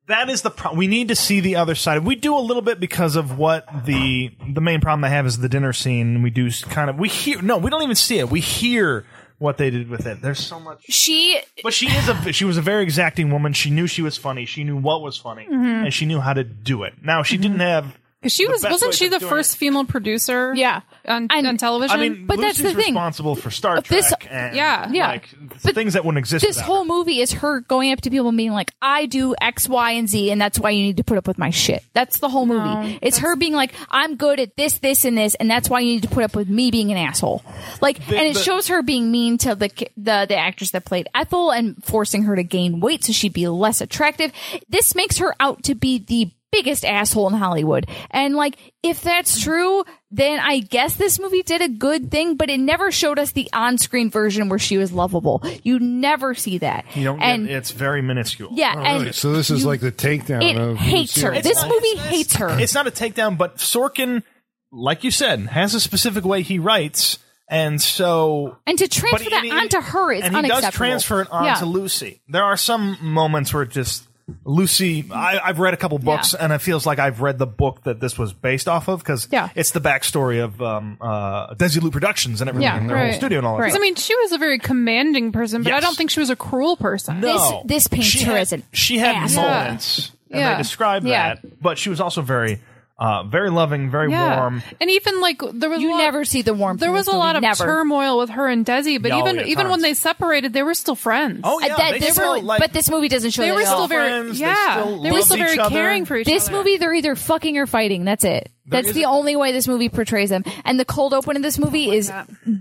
S4: That is the problem. We need to see the other side. We do a little bit because of what the the main problem I have is the dinner scene. We do s- kind of we hear no, we don't even see it. We hear what they did with it. There's so much
S5: She
S4: but she is a she was a very exacting woman. She knew she was funny. She knew what was funny,
S5: Mm-hmm.
S4: and she knew how to do it. Now she didn't have.
S3: Because she was
S4: best
S3: wasn't
S4: way
S3: she
S4: of
S3: the
S4: doing
S3: first female producer?
S5: Yeah.
S3: on,
S5: And-
S3: on television.
S4: I mean,
S5: But that's
S4: Lucy's
S5: the thing.
S4: responsible for Star Trek.
S5: this-
S4: and,
S3: yeah, yeah.
S4: like, things that wouldn't exist.
S5: this
S4: without
S5: whole movie is her going up to people and being like, I do X, Y, and Z, and that's why you need to put up with my shit. That's the whole
S3: Oh,
S5: movie. It's her being like, I'm good at this, this, and this, and that's why you need to put up with me being an asshole. Like, and it
S4: the-
S5: shows her being mean to the, ki- the the actress that played Ethel and forcing her to gain weight so she'd be less attractive. This makes her out to be the biggest asshole in Hollywood. And like, if that's true, then I guess this movie did a good thing, but it never showed us the on-screen version where she was lovable. You never see that.
S4: her. You don't get-
S5: and
S4: it's very minuscular.
S5: yeah, and
S2: Right, so this is
S5: you-
S2: like the takedown.
S5: it
S2: of
S5: hates her.
S2: Lucille.
S5: This
S4: not-
S5: movie
S4: it's-
S5: hates her.
S4: It's not a takedown, but Sorkin, like you said, has a specific way he writes, and so
S5: And to transfer
S4: he-
S5: that
S4: and he-
S5: onto her is
S4: and he
S5: unacceptable.
S4: does transfer it onto
S5: Yeah.
S4: Lucy. There are some moments where it just Lucy. I, I've read a couple books,
S5: Yeah.
S4: and it feels like I've read the book that this was based off of because
S5: Yeah.
S4: it's the backstory of um, uh, Desilu Productions and everything,
S5: Yeah,
S4: and their
S3: right.
S4: whole studio and all that.
S5: Right.
S3: I mean, she was a very commanding person, but I
S4: Yes.
S3: don't think she was a cruel person.
S4: No.
S5: this paints
S4: She
S5: her
S4: had-
S5: as an
S4: she had
S5: asshole.
S4: moments, and
S3: Yeah.
S4: they describe
S5: Yeah.
S4: that, but she was also very. Uh, very loving, very
S3: Yeah.
S4: warm.
S3: And even like there was a
S5: You
S3: lot-
S5: never see the warmth.
S3: there
S5: in
S3: was
S5: this
S3: a lot
S5: movie.
S3: of
S5: Never.
S3: turmoil with her and Desi, but
S4: Yeah, oh,
S3: even
S4: yeah,
S3: even when
S4: tons.
S3: they separated, they were still friends.
S4: Oh yeah,
S5: Uh, that-
S4: they
S5: this
S4: still,
S5: movie-
S4: like,
S5: but this movie doesn't show
S3: They
S5: that
S3: were
S5: at all.
S3: still very
S4: friends, they
S3: yeah.
S4: still
S3: They were
S4: loved
S3: still very
S4: each other.
S3: caring for each
S5: this
S3: other.
S5: movie they're either fucking or fighting that's it that's
S4: is-
S5: the only way this movie portrays them and the cold open of this movie is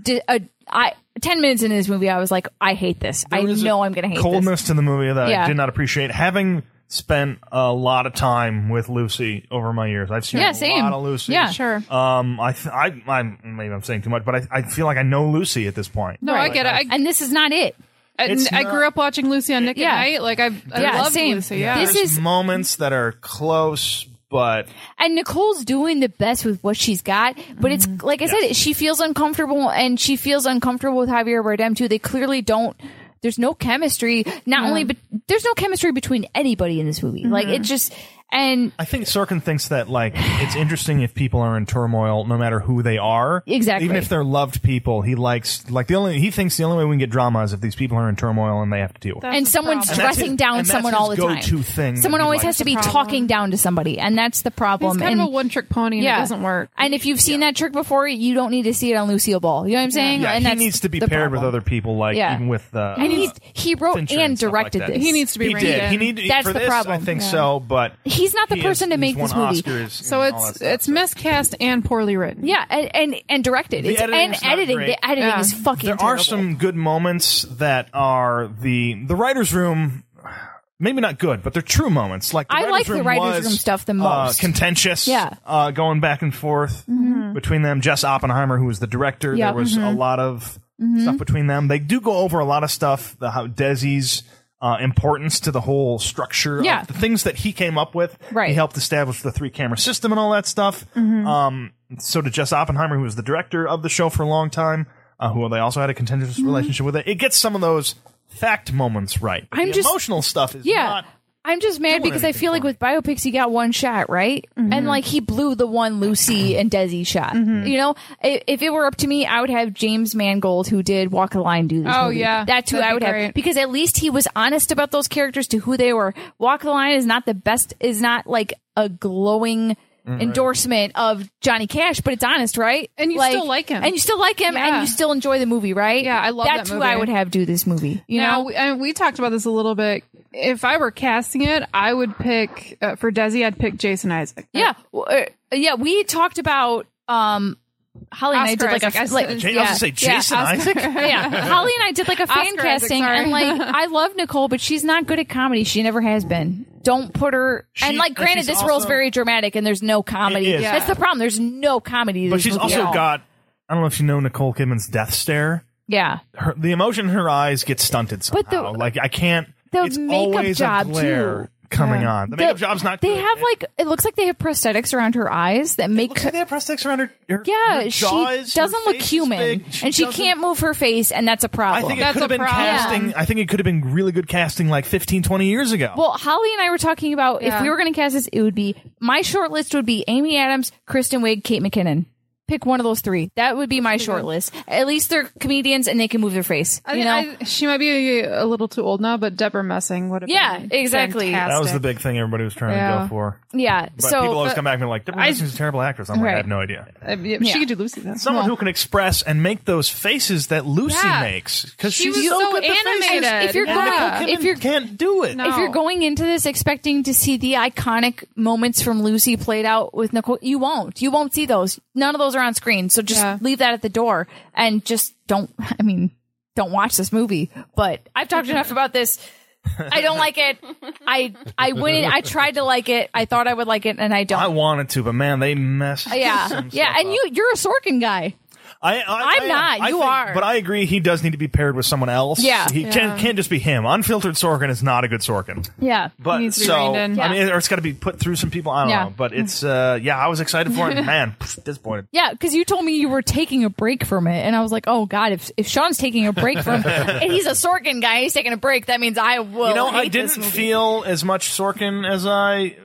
S5: di- a, I, 10 minutes into this movie i was like i hate this i
S4: There is a
S5: know i'm gonna hate this
S4: coldness to the movie that I
S5: Yeah.
S4: did not appreciate. Having spent a lot of time with Lucy over my years, I've seen
S5: Yeah,
S4: a
S5: same.
S4: lot of Lucy.
S5: Yeah.
S3: sure.
S4: Um, I, th- I, I, maybe I'm saying too much, but I, I feel like I know Lucy at this point.
S3: no, I
S5: Right.
S3: get it. I,
S5: and this is not it
S3: I,
S4: It's
S3: I
S4: not-
S3: grew up watching Lucy on Nick
S5: Yeah.
S3: at Night. Like I, I
S5: Yeah,
S3: loved
S5: same.
S3: Lucy. Yeah.
S5: This
S4: There's
S5: is-
S4: moments that are close, but
S5: and nicole's doing the best with what she's got but it's
S4: Mm-hmm.
S5: like i said she feels uncomfortable and she feels uncomfortable with javier bardem too they clearly don't there's no chemistry not only but there's no chemistry between anybody in this movie like
S4: Mm-hmm.
S5: it just and
S4: I think Sorkin thinks that like it's interesting if people are in turmoil, no matter who they are.
S5: Exactly.
S4: Even if they're loved people, he likes like the only he thinks the only way we can get drama is if these people are in turmoil and they have to deal with. it.
S5: and
S3: the
S5: someone's
S3: problem.
S4: And that's
S5: dressing
S4: his-
S5: down
S4: and that's
S5: someone
S4: his
S5: all the time.
S4: go-to thing
S5: someone
S4: that he
S5: always
S4: likes.
S5: has to be
S3: That's the
S5: talking down to somebody, and that's the problem.
S3: He's kind
S5: and
S3: of a one-trick pony, and
S5: yeah,
S3: it doesn't work.
S5: And if you've seen that trick before, you don't need to see it on Lucille Ball. You know what I'm saying?
S4: Yeah,
S5: and
S4: he
S5: that's
S4: needs to be
S5: the
S4: paired with
S5: problem.
S4: other people, like
S5: Yeah.
S4: even with. Uh,
S5: And he he wrote
S4: Fincher
S5: and
S4: stuff like
S5: directed
S4: that.
S5: this.
S3: He needs to be
S4: he
S3: reined
S4: did.
S3: in.
S4: He need
S5: That's
S4: for
S5: the
S4: this, I
S5: problem.
S4: think
S5: Yeah.
S4: so, but
S5: He's not the
S4: he
S5: person
S4: is-
S5: to make
S4: he's
S5: this
S4: won
S5: movie.
S4: Oscars
S3: So
S4: and all that
S3: it's
S4: stuff,
S3: it's
S4: so.
S3: miscast and poorly written.
S5: yeah, and and, and directed. It's,
S4: editing
S5: and
S4: is not
S5: editing.
S4: great.
S5: The editing
S3: Yeah.
S5: is fucking.
S4: There are
S5: terrible.
S4: some good moments that are the the writers' room. Maybe not good, but they're true moments. Like the
S5: I
S4: writers
S5: like the
S4: room
S5: writers'
S4: was,
S5: room stuff the
S4: uh,
S5: most.
S4: contentious,
S5: Yeah. Mm-hmm.
S4: uh, going back and forth between them. Jess Oppenheimer, who was the director,
S5: Yep.
S4: there was a lot of
S5: Mm-hmm.
S4: stuff between them. They do go over a lot of stuff. The how Desi's uh, importance to the whole structure, of
S5: Yeah.
S4: the things that he came up with.
S5: Right. Mm-hmm.
S4: he helped establish the three camera system and all that stuff. Um, so did Jess Oppenheimer, who was the director of the show for a long time, uh, who they also had a contentious
S5: Mm-hmm.
S4: relationship with. It. it gets some of those fact moments right. But
S5: I'm
S4: the
S5: just-
S4: emotional stuff is
S5: Yeah.
S4: not.
S5: I'm just mad because I
S4: anything
S5: feel like
S4: for
S5: with biopics you got one shot, right? And like he blew the one
S3: Mm-hmm.
S5: Lucy and Desi shot. You know, I- if it were up to me, I would have James Mangold who did Walk the Line do this.
S3: Oh,
S5: movie.
S3: yeah.
S5: that's who
S3: That'd
S5: I
S3: be
S5: would have
S3: great.
S5: because at least he was honest about those characters to who they were. Walk the Line is not the best. Is not like a glowing endorsement of Johnny Cash, but it's honest, right?
S3: Mm-hmm. And you still like him.
S5: and you still like him, and
S3: Yeah.
S5: you still enjoy the movie, right?
S3: Yeah, I love
S5: That's
S3: that
S5: who I
S3: movie.
S5: would have do this movie. You
S3: now,
S5: know,
S3: we, and we talked about this a little bit. If I were casting it, I would pick uh, for Desi. I'd pick Jason Isaac.
S5: yeah, Well, uh, yeah. We talked about um, Holly and I
S3: Oscar
S5: did like a
S3: Isaac, I
S5: f- like
S3: said.
S4: Jay- I was gonna say Jason Isaac.
S5: yeah, Holly and I did like a fan
S3: Oscar Isaac,
S5: casting,
S3: sorry.
S5: and like I love Nicole, but she's not good at comedy. She never has been. Don't put her. and like,
S4: and
S5: granted,
S4: she's
S5: this role's
S4: also-
S5: very dramatic, and there's no comedy.
S4: It is.
S5: That's the problem. There's no comedy. to
S4: But
S5: this
S4: she's
S5: movie
S4: also
S5: at all.
S4: got. I don't know if you know Nicole Kidman's death stare.
S5: yeah.
S4: Her, the emotion in her eyes gets stunted somehow.
S5: But the-
S4: like I can't.
S5: the
S4: it's
S5: makeup
S4: always
S5: job,
S4: a glare coming on. The makeup job's not.
S5: They
S4: good.
S5: have
S4: It
S5: like it looks like they have prosthetics around her eyes that make.
S4: looks like they have prosthetics around her. her
S5: yeah,
S4: her
S5: she
S4: jaw is- her
S5: doesn't look
S4: face is
S5: human,
S4: big.
S5: and she
S4: doesn't-
S5: can't move her face, and that's a
S4: I
S5: problem.
S4: think it
S3: That's
S4: could have
S3: a
S4: been
S3: problem.
S4: casting. I think it could have been really good casting like 15, 20 years ago.
S5: Well, Holly and I were talking about if
S3: Yeah.
S5: we were going to cast this, it would be my short list would be Amy Adams, Kristen Wiig, Kate McKinnon. Pick one of those three. That would be my short list. At least they're comedians and they can move their face.
S3: I,
S5: you
S3: think
S5: know,
S3: I, she might be a little too old now, but Deborah Messing would have.
S5: Yeah,
S3: been
S5: exactly.
S4: that was the
S3: fantastic.
S4: big thing everybody was trying to
S3: Yeah.
S4: go for.
S5: yeah.
S4: But
S5: so uh,
S4: people always come back and they're like, Deborah Mason's a terrible actress. I'm like, I
S5: Right.
S4: have no idea.
S3: Uh, yeah,
S5: Yeah.
S3: She could do Lucy though.
S4: Someone who can express and make those faces that Lucy
S3: Yeah.
S4: makes because
S3: She
S4: she's
S3: was
S4: so,
S3: so
S4: good at the faces.
S3: animated.
S5: if you're
S3: Yeah.
S5: gonna-
S4: Nicole Kidman
S5: if you're
S4: can't do it.
S3: No.
S5: if you're going into this expecting to see the iconic moments from Lucy played out with Nicole, you won't. You won't see those. None of those are on screen. So just
S3: Yeah.
S5: leave that at the door and just don't. I mean, don't watch this movie. But I've talked enough about this. I don't like it. I I wouldn't. I tried to like it. I thought I would like it, and I
S4: I
S5: don't.
S4: wanted to, but man, they messed.
S5: yeah,
S4: some
S5: yeah.
S4: stuff
S5: And
S4: up.
S5: you you're a Sorkin guy.
S4: I, I,
S5: I'm
S4: I am.
S5: not.
S4: I
S5: You
S4: think-
S5: are.
S4: But I agree. He does need to be paired with someone else.
S5: Yeah.
S4: he Can't, can't just be him. Unfiltered Sorkin is not a good Sorkin.
S5: Yeah.
S4: But
S3: Needs to be
S4: so
S3: reined in.
S4: I mean, or it's got to be put through some people. I don't
S5: Yeah.
S4: know. But it's uh, yeah. I was excited for it. Man, disappointed.
S5: Yeah, because you told me you were taking a break from it, and I was like, "Oh God, if if Sean's taking a break from, and he's a Sorkin guy, he's taking a break. That means I will.
S4: You know,
S5: hate
S4: I
S5: this
S4: didn't
S5: movie.
S4: feel as much Sorkin as I.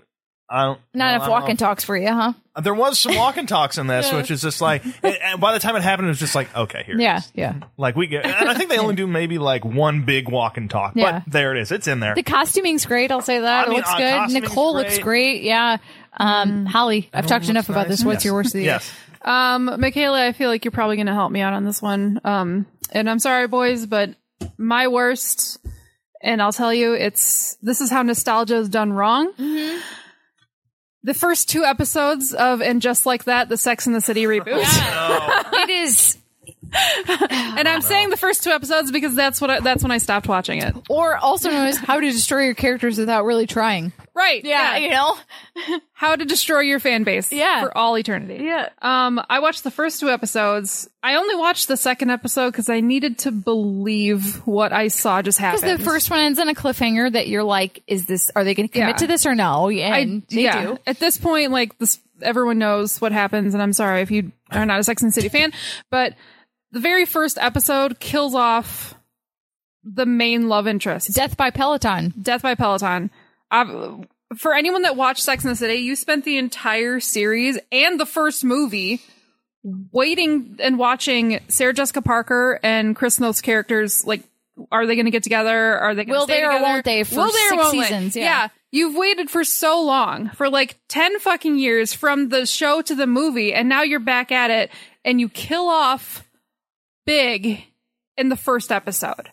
S4: I don't.
S5: not
S4: I
S5: enough
S4: don't
S5: walk
S4: know.
S5: and talks for you, huh?
S4: There was some walk and talks in this, which is just like. and- and by the time it happened, it was just like, okay, here. it
S5: Yeah,
S4: is.
S5: yeah.
S4: Like we get, and I think they only do maybe like one big walk and talk.
S5: Yeah.
S4: But there it is. It's in there.
S5: The costuming's great. I'll say
S4: I
S5: that it
S4: mean,
S5: looks
S4: uh,
S5: good.
S4: costuming's
S5: Nicole looks
S4: great.
S5: great. Yeah. Um, Holly, I've talked enough about this. What's
S4: Yes.
S5: your worst of the year?
S4: Yes.
S3: Um, Michaela, I feel like you're probably going to help me out on this one. Um, and I'm sorry, boys, but my worst, and I'll tell you, it's this is how nostalgia is done wrong.
S5: Mm-hmm.
S3: The first two episodes of And Just Like That, the Sex and the City reboot.
S5: It is,
S3: And I'm saying the first two episodes because that's what I, that's when I stopped watching it.
S5: or also known as how to destroy your characters without really trying.
S3: Right.
S5: you know.
S3: How to destroy your fan base
S5: Yeah.
S3: for all eternity.
S5: Yeah.
S3: Um, I watched the first two episodes. I only watched the second episode because I needed to believe what I saw just happen.
S5: Because the first one ends on a cliffhanger that you're like, is this? Are they going to commit
S3: Yeah.
S5: to this or no? And they
S3: yeah.
S5: do.
S3: At this point, like this, everyone knows what happens, and I'm sorry if you are not a Sex and the City fan, but the very first episode kills off the main love interest,
S5: Death by Peloton.
S3: death by Peloton. i for anyone that watched Sex and the City, you spent the entire series and the first movie waiting and watching Sarah Jessica Parker and Chris Noth's characters like. Are they going to get together? Are they gonna
S5: Will
S3: stay
S5: they or
S3: together?
S5: won't they for
S3: Will they or
S5: six
S3: won't they?
S5: seasons, yeah.
S3: you've waited for so long for like ten fucking years from the show to the movie, and now you're back at it, and you kill off big in the first episode.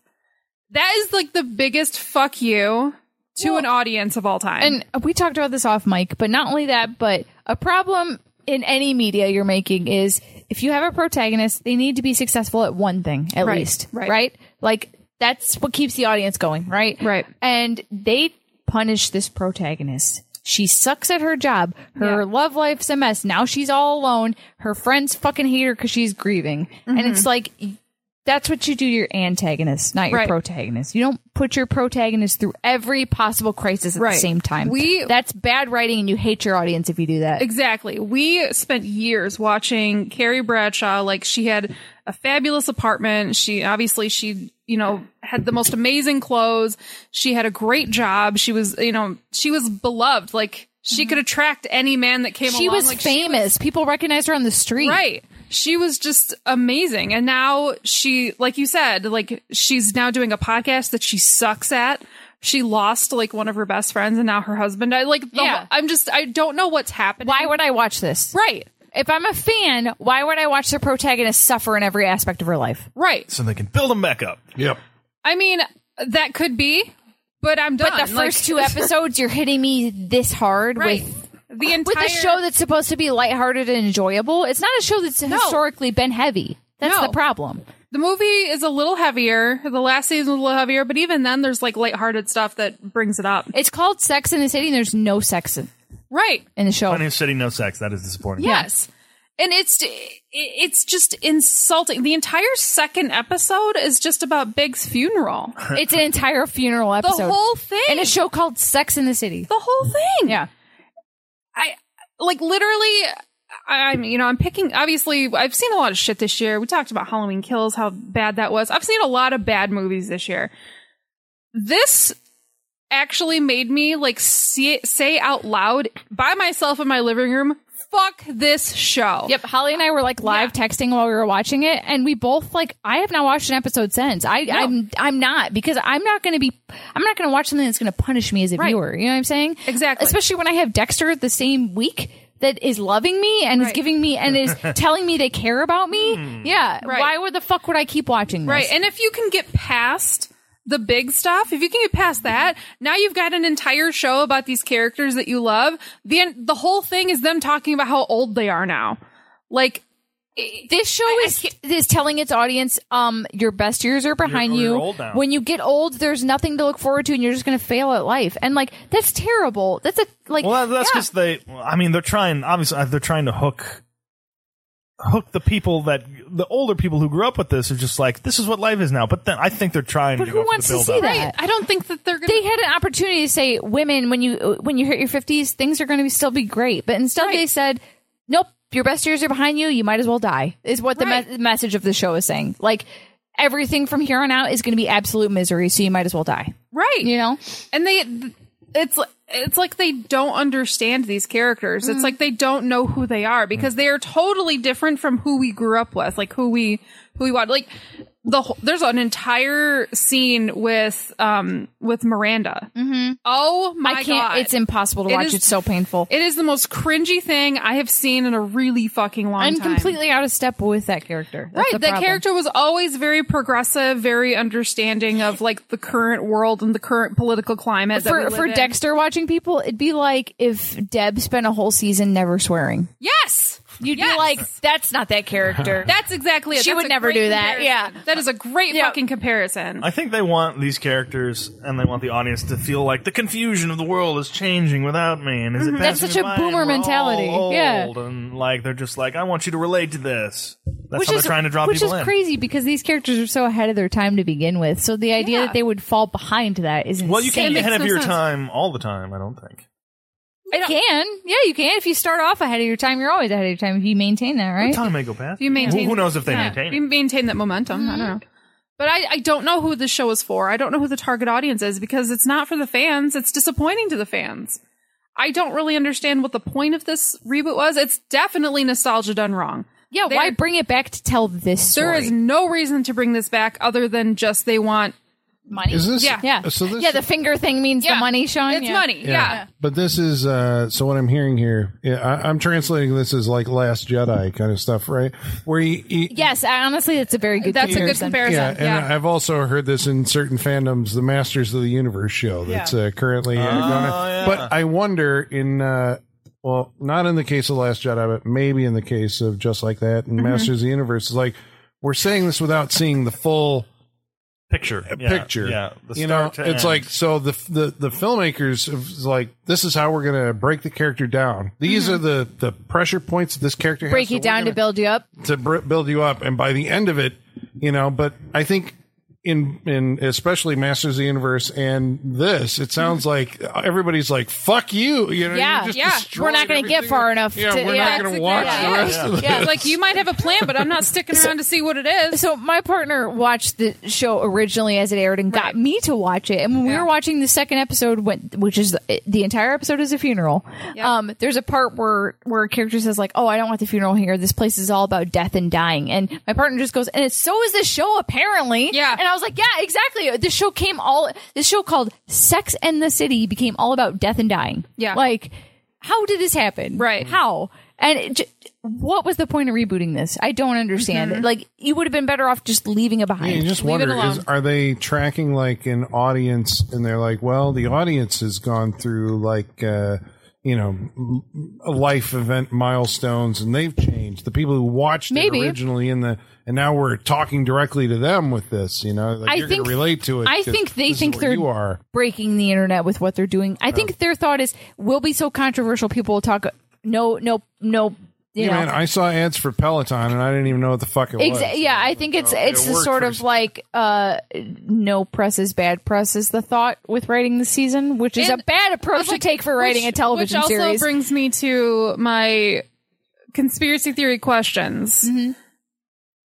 S3: That is like the biggest fuck you to an audience of all time.
S5: And we talked about this off mic, but not only that, but a problem in any media you're making is if you have a protagonist, they need to be successful at one thing at
S3: Right,
S5: least,
S3: right.
S5: Like that's what keeps the audience going, right?
S3: Right.
S5: And they punish this protagonist. She sucks at her job. Her
S3: Yeah.
S5: love life's a mess. Now she's all alone. Her friends fucking hate her because she's grieving.
S3: Mm-hmm.
S5: And it's like, that's what you do to your antagonist, not your
S3: Right.
S5: protagonist. You don't put your protagonist through every possible crisis at
S3: Right.
S5: the same time.
S3: We-
S5: that's bad writing, and you hate your audience if you do that.
S3: Exactly. We spent years watching Carrie Bradshaw. Like she had a fabulous apartment. She obviously she you know had the most amazing clothes. She had a great job. She was you know she was beloved. Like she could attract any man that came.
S5: Mm-hmm. She
S3: along.
S5: was
S3: Like,
S5: famous. People recognized her on the street.
S3: Right. She was just amazing. And now she, like you said, like she's now doing a podcast that she sucks at. she lost like one of her best friends and now her husband died. Like, the
S5: Yeah.
S3: whole- I'm just, I don't know what's happening.
S5: Why would I watch this?
S3: Right.
S5: If I'm a fan, why would I watch the protagonist suffer in every aspect of her life?
S3: Right.
S4: so they can build them back up.
S2: Yep.
S3: I mean, that could be, but I'm done.
S5: But the
S3: Like,
S5: first two episodes, you're hitting me this hard
S3: right.
S5: with
S3: the entire
S5: with a show that's supposed to be lighthearted and enjoyable. It's not a show that's historically been heavy. That's
S3: No.
S5: the problem.
S3: The movie is a little heavier. The last season was a little heavier, but even then, there's like lighthearted stuff that brings it up.
S5: It's called Sex in the City, and there's no sex in,
S3: Right.
S5: in the show.
S4: Funny City, no sex. That is disappointing.
S3: Yes. And it's it- it's just insulting. The entire second episode is just about Big's funeral.
S5: It's an entire funeral episode.
S3: whole thing.
S5: And a show called Sex in the City.
S3: The whole thing.
S5: Yeah.
S3: I like literally. I- I'm, you know, I'm picking. Obviously, I've seen a lot of shit this year. We talked about Halloween Kills, how bad that was. I've seen a lot of bad movies this year. This actually made me like see, say out loud by myself in my living room, "Fuck this show."
S5: Yep, Holly and I were like live texting while we were watching it, and we both like I have not watched an episode since. I I'm I'm not because I'm not going to be I'm not going to watch something that's going to punish me as a viewer. You know what I'm saying?
S3: Exactly.
S5: Especially when I have Dexter the same week that is loving me and is
S3: Right. Hmm.
S5: giving me and is telling me they care about me. Yeah.
S3: Right.
S5: Why would the fuck would I keep watching this?
S3: Right. And if you can get past the big stuff, if you can get past that, now you've got an entire show about these characters that you love. The en- the whole thing is them talking about how old they are now. Like
S5: this show is is telling its audience, um, your best years are behind
S4: You're-
S5: you.
S4: you're old now.
S5: When you get old, there's nothing to look forward to, and you're just going to fail at life. And like that's terrible. That's a like.
S4: Well, that- that's
S5: yeah.
S4: because they. well, I mean, they're trying. Obviously, uh, they're trying to hook, hook the people that the older people who grew up with this are just like, this is what life is now. But then I think they're trying.
S5: But
S4: to
S5: who
S4: go for
S5: wants
S4: the build
S5: to see
S4: up.
S5: that?
S3: I, I don't think that they're going
S5: they had an opportunity to say, women, when you when you hit your fifties, things are going to be still be great. But instead,
S3: Right.
S5: they said, nope, your best years are behind you. You might as well die. Is what the
S3: Right.
S5: me- message of the show is saying. Like everything from here on out is going to be absolute misery, so you might as well die.
S3: right.
S5: You know.
S3: And they th- it's it's like they don't understand these characters. It's like they don't know who they are because they are totally different from who we grew up with, like who we who we watched. Like the whole, there's an entire scene with um with Miranda. Mm-hmm. Oh my
S5: I can't.
S3: god,
S5: It's impossible to
S3: It
S5: watch.
S3: is-
S5: it's so painful.
S3: It is the most cringy thing I have seen in a really fucking long
S5: I'm
S3: time.
S5: completely out of step with that character. That's
S3: right.
S5: the
S3: That
S5: problem.
S3: character was always very progressive, very understanding of like the current world and the current political climate. that we
S5: for
S3: live
S5: for
S3: in.
S5: Dexter watching people, it'd be like if Deb spent a whole season never swearing.
S3: yes,
S5: You'd
S3: Yes.
S5: be like, that's not that character.
S3: That's exactly it.
S5: She
S3: That's
S5: would
S3: a
S5: never
S3: great
S5: do that.
S3: comparison.
S5: Yeah.
S3: That is a great fucking comparison.
S4: I think they want these characters and they want the audience to feel like the confusion of the world is changing without me. And is it
S5: Mm-hmm. That's
S4: passing
S5: such a
S4: by
S5: boomer
S4: and we're all
S5: mentality.
S4: old,
S5: Yeah.
S4: and like they're just like, I want you to relate to this. That's how they're trying to draw
S5: which
S4: people
S5: is
S4: in.
S5: crazy because these characters are so ahead of their time to begin with. So the idea
S3: Yeah.
S5: that they would fall behind that is insane.
S4: Well, you can't be
S3: makes
S4: ahead of
S3: no
S4: your
S3: sense.
S4: time all the time. I don't think.
S5: You can. Yeah, you can. If you start off ahead of your time, you're always ahead of your time if you maintain that, right?
S4: Time may go past.
S3: you maintain,
S4: Who, who knows if they
S3: yeah,
S4: maintain
S3: You
S4: it?
S3: maintain that momentum. I
S5: Mm-hmm.
S3: don't know. But I, I don't know who this show is for. I don't know who the target audience is because it's not for the fans. It's disappointing to the fans. I don't really understand what the point of this reboot was. It's definitely nostalgia done wrong.
S5: Yeah,
S3: There-
S5: why bring it back to tell this story?
S3: There is no reason to bring this back other than just they want
S5: money.
S2: Is this?
S3: Yeah.
S5: yeah.
S2: So this.
S5: yeah, the finger thing means
S3: Yeah.
S5: the money, Sean.
S3: it's
S5: Yeah.
S3: money. Yeah.
S2: But this is uh, so. What I'm hearing here, yeah, I, I'm translating this as like Last Jedi kind of stuff, right? Where you, you
S5: Yes, I, honestly, that's a very good
S3: That's a good
S5: comparison.
S2: yeah,
S3: comparison. Yeah.
S2: and I've also heard this in certain fandoms, the Masters of the Universe show that's uh, currently uh, going
S4: Oh,
S2: on. But I wonder in, uh, well, not in the case of Last Jedi, but maybe in the case of just like that
S3: Mm-hmm.
S2: and Masters of the Universe, is like we're saying this without seeing the full
S4: Picture. Yeah,
S2: picture.
S4: Yeah. The
S2: you know,
S4: start to
S2: it's
S4: end.
S2: like so the the the filmmakers is like this is how we're gonna break the character down. These are the the pressure points that this character has.
S5: Mm-hmm. Break
S2: so
S5: it
S2: we're
S5: down to
S2: gonna-
S5: build you up.
S2: to br- build you up and by the end of it you know but i think in in especially masters of the universe and this it sounds like everybody's like fuck you you know
S5: Mm-hmm. Yeah,
S2: you just
S5: yeah.
S2: destroyed
S5: We're not gonna get
S2: everything.
S5: far enough
S2: yeah
S5: to-
S2: we're
S5: yeah.
S2: not going
S3: That's
S2: to watch
S3: exactly-
S2: the rest
S4: yeah.
S2: of this
S5: Yeah.
S3: Like you might have a plan, but I'm not sticking around to see what it is.
S5: So my partner watched the show originally as it aired and got me to watch it. And when we
S3: Yeah.
S5: were watching the second episode, when- which is the, the entire episode is a funeral. Um, there's a part where where a character says like, "Oh, I don't want the funeral here. This place is all about death and dying." And my partner just goes, "And it so is this show apparently."
S3: Yeah.
S5: And I was like, yeah, exactly. This show came all this show called Sex and the City became all about death and dying.
S3: Yeah.
S5: Like, how did this happen?
S3: Right.
S5: How? And it, j- what was the point of rebooting this? I don't understand. Like, you would have been better off just leaving it behind.
S2: You just
S3: Leave it
S2: wonder is
S3: alone.
S2: are they tracking like an audience and they're like, well, the audience has gone through like uh you know m- life event milestones and they've changed. The people who watched
S5: Maybe.
S2: it originally in the and now we're talking directly to them with this, you know. Like
S5: I
S2: you're gonna
S5: think-
S2: relate to it.
S5: I
S2: 'cause
S5: think they
S2: this is
S5: think
S2: what
S5: they're-
S2: you are.
S5: breaking the internet with what they're doing. I think their thought is we'll be so controversial people will talk no no no
S2: Yeah,
S5: you know
S2: man, I saw ads for Peloton and I didn't even know what the fuck it was. uh,
S5: Exa- yeah, I think it's it's
S2: it
S5: the
S2: worked
S5: sort
S2: for
S5: of
S2: s-
S5: like uh no press is bad press is the thought with writing the season, which is
S3: And
S5: a bad approach
S3: was like-
S5: to take for writing
S3: which-
S5: a television
S3: which also
S5: series.
S3: brings me to my conspiracy theory questions.
S5: Mm-hmm.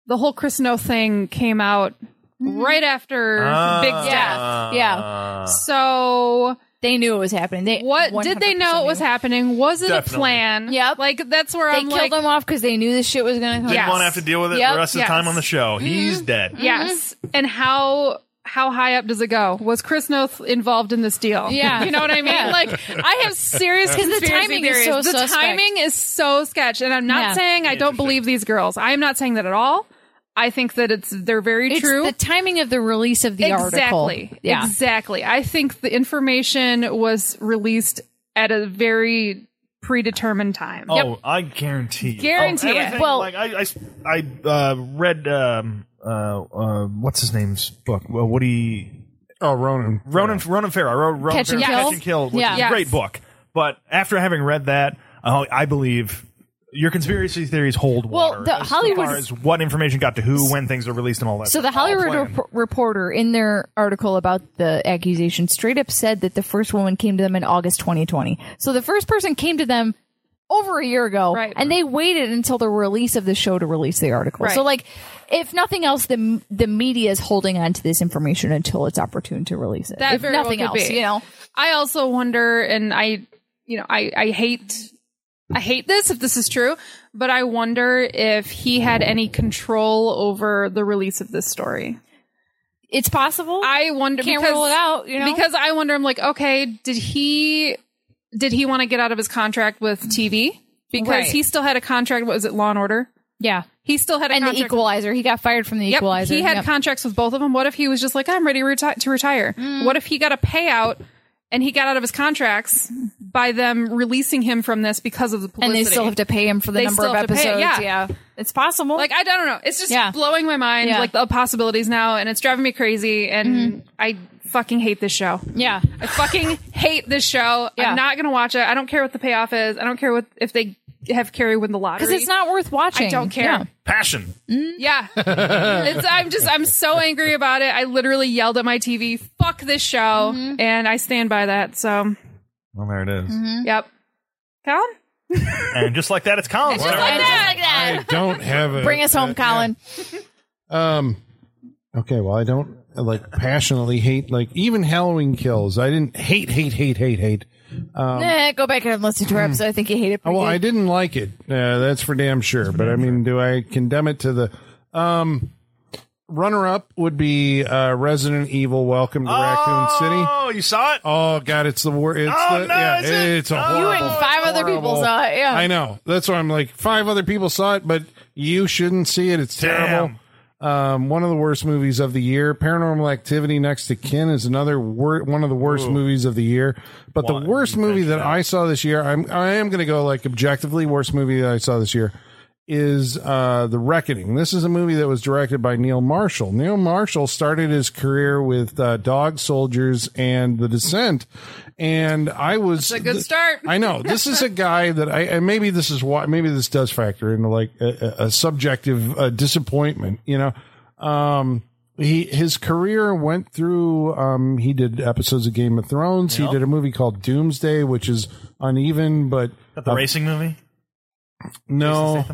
S3: The whole Chris No thing came out
S5: Mm-hmm.
S3: right after Big Death.
S5: yeah, yeah.
S3: So,
S5: They knew it was happening. They
S3: what did they know it was
S5: 100%
S3: happening? Was it a
S4: Definitely.
S3: plan?
S5: Yep.
S3: Like that's where
S5: They
S3: I'm
S5: killed
S3: like,
S5: him off because they knew this shit was going to come.
S4: Didn't
S3: Yes.
S4: want to have to deal with it
S5: Yep, Mm-hmm.
S4: the rest
S3: yes.
S4: of the time on the show. He's dead.
S3: yes. Mm-hmm. And how how high up does it go? Was Chris Noth involved in this deal?
S5: Yeah.
S3: you know what I mean.
S5: Yeah.
S3: Like I have serious
S5: 'Cause the
S3: conspiracy
S5: timing is
S3: theories.
S5: so
S3: the
S5: suspect.
S3: timing is so sketch, and I'm not
S5: Yeah.
S3: saying I don't believe these girls. I am not saying that at all. I think that it's they're very
S5: It's
S3: true.
S5: the timing of the release of the article.
S3: exactly.
S5: Yeah.
S3: Exactly. I think the information was released at a very predetermined time.
S4: Oh, I guarantee. You.
S3: Guarantee
S4: oh,
S3: it.
S4: everything,
S5: Well-
S4: like I, I, I uh, read um, uh, uh, what's his name's book. Well, Woody
S2: Oh, Ronan.
S4: Ronan Ronan Farrow. I wrote Ronan
S5: Catch and
S4: Farrow,
S5: Kill?
S4: Catch and Kill, which
S5: Yeah.
S4: is a
S5: Yes.
S4: great book. But after having read that, uh, I believe your conspiracy theories hold
S5: Well,
S4: water.
S5: the
S4: as
S5: Hollywood-
S4: far as what information got to who, when things are released, and all that.
S5: So the
S4: stuff. All
S5: Hollywood
S4: planned.
S5: Rep- Reporter, in their article about the accusation, straight up said that the first woman came to them in August 2020. So the first person came to them over a year ago,
S3: Right.
S5: and they waited until the release of the show to release the article.
S3: Right.
S5: So, like, if nothing else, the the media is holding on to this information until it's opportune to release it.
S3: That
S5: if
S3: very well
S5: nothing
S3: could
S5: else,
S3: be.
S5: you know,
S3: I also wonder, and I, you know, I, I hate, I hate this if this is true, but I wonder if he had any control over the release of this story.
S5: it's possible.
S3: I wonder
S5: Can't
S3: because,
S5: rule it out, you know?
S3: because I wonder. I'm like, okay, did he, did he want to get out of his contract with TV because
S5: Right.
S3: he still had a contract? What was it, Law and Order?
S5: yeah,
S3: He still had a
S5: and the
S3: contract
S5: Equalizer, he got fired from the
S3: Yep,
S5: Equalizer.
S3: He had
S5: Yep.
S3: contracts with both of them. What if he was just like, I'm ready reti- to retire?
S5: Mm.
S3: What if he got a payout and he got out of his contracts by them releasing him from this because of the
S5: and
S3: publicity?
S5: they still have to pay him for the
S3: They
S5: number
S3: still
S5: of
S3: have to
S5: episodes.
S3: pay it, yeah.
S5: it's possible.
S3: Like, I don't know. It's just
S5: Yeah.
S3: blowing my mind,
S5: Yeah. Mm-hmm.
S3: like the possibilities now, and it's driving me crazy. And I fucking hate this show.
S5: yeah,
S3: I fucking hate this show.
S5: Yeah.
S3: I'm not going to watch it. I don't care what the payoff is. I don't care what if they have Carrie win the lottery.
S5: because it's not worth watching.
S3: I don't care.
S5: Yeah.
S4: passion.
S3: Yeah. it's, I'm just, I'm so angry about it. I literally yelled at my TV, fuck this show. And I stand by that. So,
S4: Well, there it is.
S5: Mm-hmm.
S3: yep. Colin?
S4: And just like that, it's Colin's turn.
S5: And just like that.
S2: I don't have a
S5: Bring us home, Colin.
S2: Um. Okay. Well, I don't like passionately hate like even Halloween kills. I didn't hate, hate, hate, hate, hate.
S5: Eh, go back and listen to our episode. I think you hate it.
S2: Um, Oh, well, I
S5: pretty
S2: didn't like it. Uh, that's for damn sure. But I mean, do I condemn it to the? Um, runner up would be uh, Resident Evil. Welcome to Raccoon City.
S4: Oh, you saw it?
S2: Oh God, it's the war. It's
S4: Oh,
S2: the,
S4: no,
S2: yeah,
S4: is it?
S2: it's a
S4: Oh.
S2: horrible.
S4: You
S5: good.
S4: and
S5: five other
S2: horrible-
S5: people saw it. Yeah,
S2: I know. That's why I'm like five other people saw it, but you shouldn't see it. It's terrible. Um, one of the worst movies of the year. Paranormal Activity Next to Kin is another wor- one of the worst movies of the year. But
S4: Why?
S2: the worst movie that I saw this year, I'm I am going to go like objectively worst movie that I saw this year is uh, The Reckoning. This is a movie that was directed by Neil Marshall. Neil Marshall started his career with uh, Dog Soldiers and The Descent, and I was
S3: It's a good start.
S2: I know this is a guy that I and maybe this is why maybe this does factor into like a, a- a subjective uh, disappointment. You know, um, he his career went through. Um, he did episodes of Game of Thrones. He did a movie called Doomsday, which is uneven, but
S4: The racing movie?
S2: no,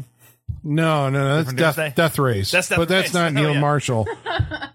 S2: no, no, no, that's
S4: Different
S2: Death,
S4: Doomsday?
S2: Death Race.
S4: That's Death
S2: but that's
S4: Race.
S2: not
S4: Hell
S2: Neil
S4: yeah.
S2: Marshall.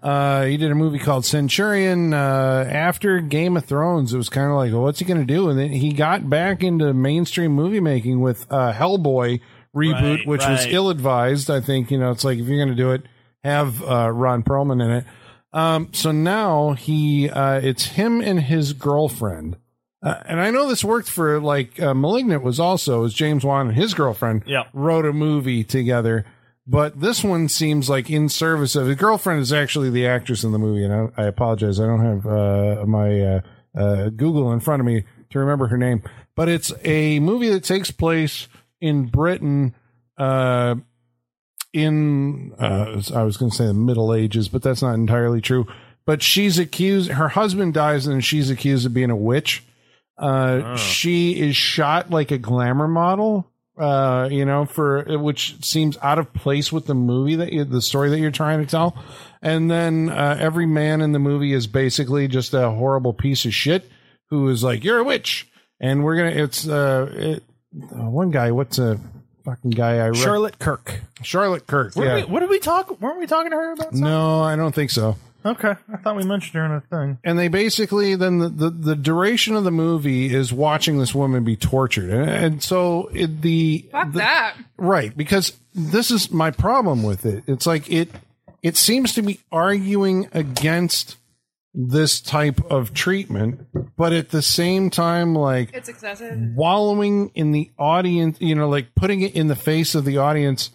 S2: uh, he did a movie called Centurion. Uh, after Game of Thrones, it was kind of like, well, what's he going to do? And then he got back into mainstream movie making with uh, Hellboy reboot,
S4: Right,
S2: which was
S4: right.
S2: ill advised. I think you know, it's like if you're going to do it, have uh, Ron Perlman in it. Um, so now he, uh, it's him and his girlfriend. Uh, and I know this worked for like uh, Malignant was also as James Wan and his girlfriend
S4: Yeah.
S2: wrote a movie together. But this one seems like in service of his girlfriend is actually the actress in the movie, and I, I apologize, I don't have uh, my uh, uh, Google in front of me to remember her name. But it's a movie that takes place in Britain uh, in uh, I was going to say the Middle Ages, but that's not entirely true. But she's accused. Her husband dies, and she's accused of being a witch. Uh, She is shot like a glamour model. Uh, you know, for which seems out of place with the movie that you, the story that you're trying to tell. And then uh, every man in the movie is basically just a horrible piece of shit who is like, "You're a witch," and we're gonna. It's uh, it, uh, one guy. What's a fucking guy? I read?
S4: Charlotte Kirk.
S2: Charlotte Kirk.
S4: What,
S2: yeah.
S4: did we, what did we talk? Weren't we talking to her about? Something?
S2: No, I don't think so.
S4: Okay, I thought we mentioned her in a thing.
S2: And they basically then the, the, the duration of the movie is watching this woman be tortured, and, and so it, the
S3: Fuck that.
S2: right because this is my problem with it. It's like it it seems to be arguing against this type of treatment, but at the same time, like
S3: It's excessive.
S2: wallowing in the audience, you know, like putting it in the face of the audience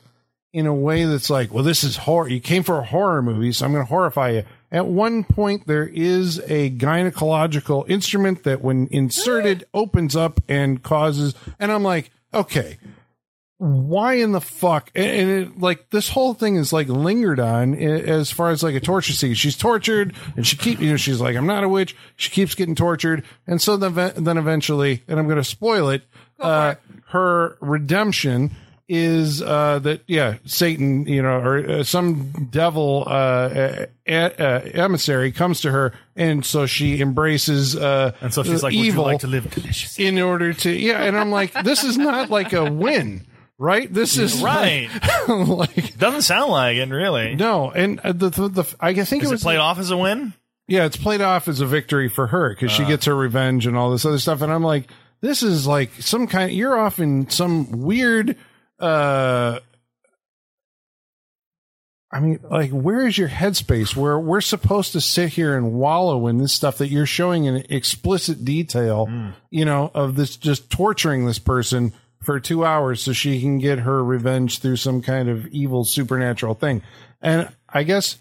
S2: in a way that's like, well, this is horror. You came for a horror movie, so I'm going to horrify you. At one point, there is a gynecological instrument that, when inserted, opens up and causes. And I'm like, okay, why in the fuck? And, and it, like this whole thing is like lingered on i- as far as like a torture scene. She's tortured, and she keep you know she's like I'm not a witch. She keeps getting tortured, and so then then eventually, and I'm going to spoil it. Uh, her redemption is uh that yeah satan you know or uh, some devil uh, uh, uh emissary comes to her and so she embraces uh
S4: And so she's like, "Would
S2: evil
S4: you like to live delicious?"
S2: in order to yeah and i'm like this is not like a win right this is
S4: Right.
S2: like, like,
S4: Doesn't sound like it, really.
S2: no and uh, the, the, the i think
S4: Is
S2: it
S4: it
S2: was
S4: played off as a win?
S2: yeah it's played off as a victory for her because
S4: Uh.
S2: she gets her revenge and all this other stuff and i'm like this is like some kind you're off in some weird uh I mean, like, where is your headspace? Where we're supposed to sit here and wallow in this stuff that you're showing in explicit detail, you know, of this just torturing this person for two hours so she can get her revenge through some kind of evil supernatural thing. And I guess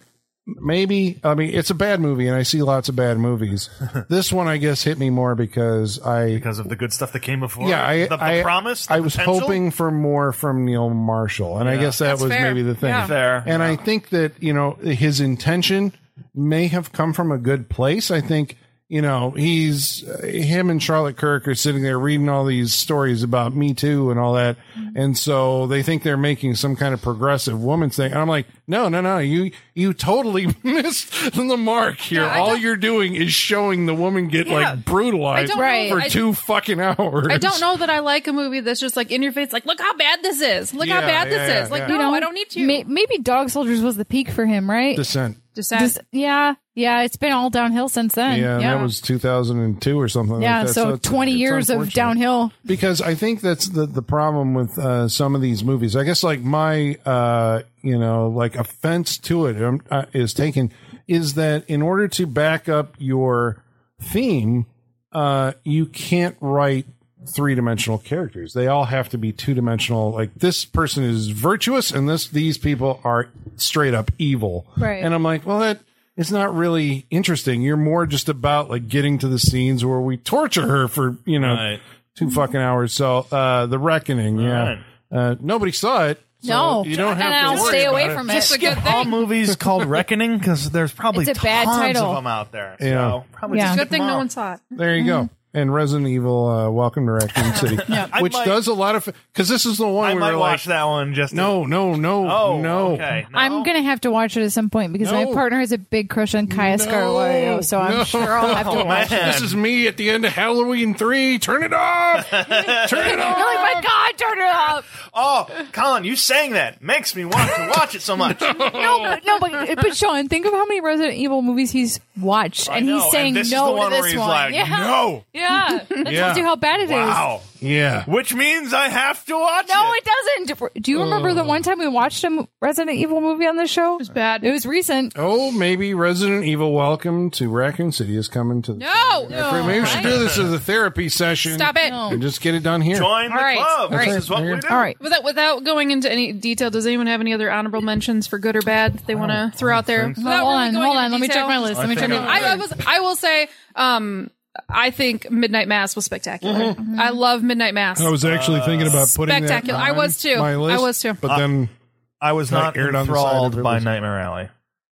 S2: maybe, I mean, it's a bad movie and I see lots of bad movies. this one, I guess, hit me more because I,
S4: Because of the good stuff that came before.
S2: yeah, I,
S4: the, the
S2: I
S4: promise. the
S2: I was
S4: potential?
S2: hoping for more from Neil Marshall, and I guess that
S3: That's
S2: was
S3: fair.
S2: maybe the thing.
S3: Yeah.
S4: Fair.
S2: And I think that you know his intention may have come from a good place. I think you know he's uh, him and Charlotte Kirk are sitting there reading all these stories about Me Too and all that,
S3: Mm-hmm.
S2: and so they think they're making some kind of progressive woman's thing. And I'm like, no, no, no, you you totally missed the mark here.
S3: Yeah, I
S2: all
S3: don't-
S2: you're doing is showing the woman get
S3: Yeah.
S2: like brutalized
S3: I don't
S5: know-
S2: for
S3: I-
S2: two fucking hours.
S3: I don't know that I like a movie that's just like in your face, like, look how bad this is. Look
S2: Yeah,
S3: how bad
S2: yeah,
S3: this is.
S2: yeah,
S3: Like,
S2: yeah.
S3: no,
S5: You know,
S3: I don't need you.
S5: May- maybe Dog Soldiers was the peak for him, right?
S2: Descent.
S3: Dissent.
S5: Just- yeah, yeah. It's been all downhill since then.
S2: Yeah,
S5: Yeah,
S2: and that was 2002 or something. like
S5: yeah.
S2: that.
S5: So,
S2: it's-
S5: twenty
S2: it's
S5: years of
S2: unfortunate.
S5: downhill.
S2: Because I think that's the the problem with uh, some of these movies. I guess like my uh, you know like offense to it um, uh, is taken is that in order to back up your theme, uh, you can't write three dimensional characters. They all have to be two dimensional. Like this person is virtuous, and this these people are straight up evil.
S5: Right.
S2: And I'm like, well, that it's not really interesting. You're more just about like getting to the scenes where we torture her for you know
S4: Right.
S2: two fucking hours. So uh, the reckoning, yeah.
S4: Right.
S2: Uh, nobody saw it. so
S5: No,
S2: you don't
S5: and
S2: have to
S5: I'll
S2: worry
S5: stay
S2: about
S5: away
S2: it.
S5: from it.
S4: Just
S3: It's a
S4: skip
S3: good
S4: all
S3: thing.
S4: movies called Reckoning because there's probably
S5: It's a
S4: tons
S5: bad title.
S4: of them out there. So
S2: Yeah.
S4: probably
S5: Yeah.
S4: just
S3: Good
S4: skip
S3: thing
S4: them
S3: no
S4: all.
S3: one saw it.
S2: There you go.
S3: Mm-hmm.
S2: And Resident Evil, uh, Welcome to Raccoon City,
S4: I
S2: which
S4: might-
S2: does a lot of because this is the one
S4: I
S2: we
S4: might
S2: were
S4: watch
S2: like,
S4: that one just. to-
S2: no, no, no,
S4: Oh
S2: no.
S4: Okay. No?
S5: I'm gonna have to watch it at some point because
S2: No.
S5: my partner has a big crush on Kaya Scarlario, so I'm
S2: No.
S5: sure I'll have to
S4: Oh,
S5: watch.
S4: man.
S2: This is me at the end of Halloween three. Turn it off. Turn it off.
S5: You're like, my God, turn order up.
S4: Oh, Colin, you sang that makes me want to watch it so much.
S5: No, but, no, but but Sean, think of how many Resident Evil movies he's watched,
S4: I
S5: and
S4: know,
S5: he's saying
S4: this is
S5: no
S4: the one
S5: to this
S4: where he's
S5: one.
S4: like,
S5: yeah,
S4: no.
S5: yeah. That tells you how bad it is.
S4: Wow.
S2: Yeah.
S4: Which means I have to watch
S5: No,
S4: it.
S5: it doesn't. Do you remember the one time we watched a m- Resident Evil movie on this show? It was
S3: bad.
S5: It was recent.
S2: Oh, maybe Resident Evil Welcome to Raccoon City is coming to the.
S4: Oh.
S3: No,
S2: Maybe we should do this as a therapy session.
S3: stop it.
S5: No.
S2: And just get it done here.
S4: Join the
S3: All right,
S4: club.
S3: all
S4: This
S3: right.
S4: is what we do.
S5: All right.
S3: Without without going into any detail, does anyone have any other honorable mentions for good or bad that they want to throw out there? Without
S5: Hold
S3: really
S5: on,
S3: going
S5: hold
S3: into
S5: on. Let me check
S3: detail.
S5: my list. Let me check
S4: think
S5: my
S4: I-
S5: list.
S3: I, I was. I will say. Um, I think Midnight Mass was spectacular.
S5: Mm-hmm.
S3: I love Midnight Mass.
S2: Mm-hmm. I was actually thinking about putting that
S3: spectacular. I
S2: on
S3: was too.
S2: My list,
S3: I was too.
S2: But
S4: Uh,
S2: then
S4: I was not
S2: Like, aired on the side
S4: enthralled
S2: of it
S4: by
S2: was-
S4: Nightmare Alley.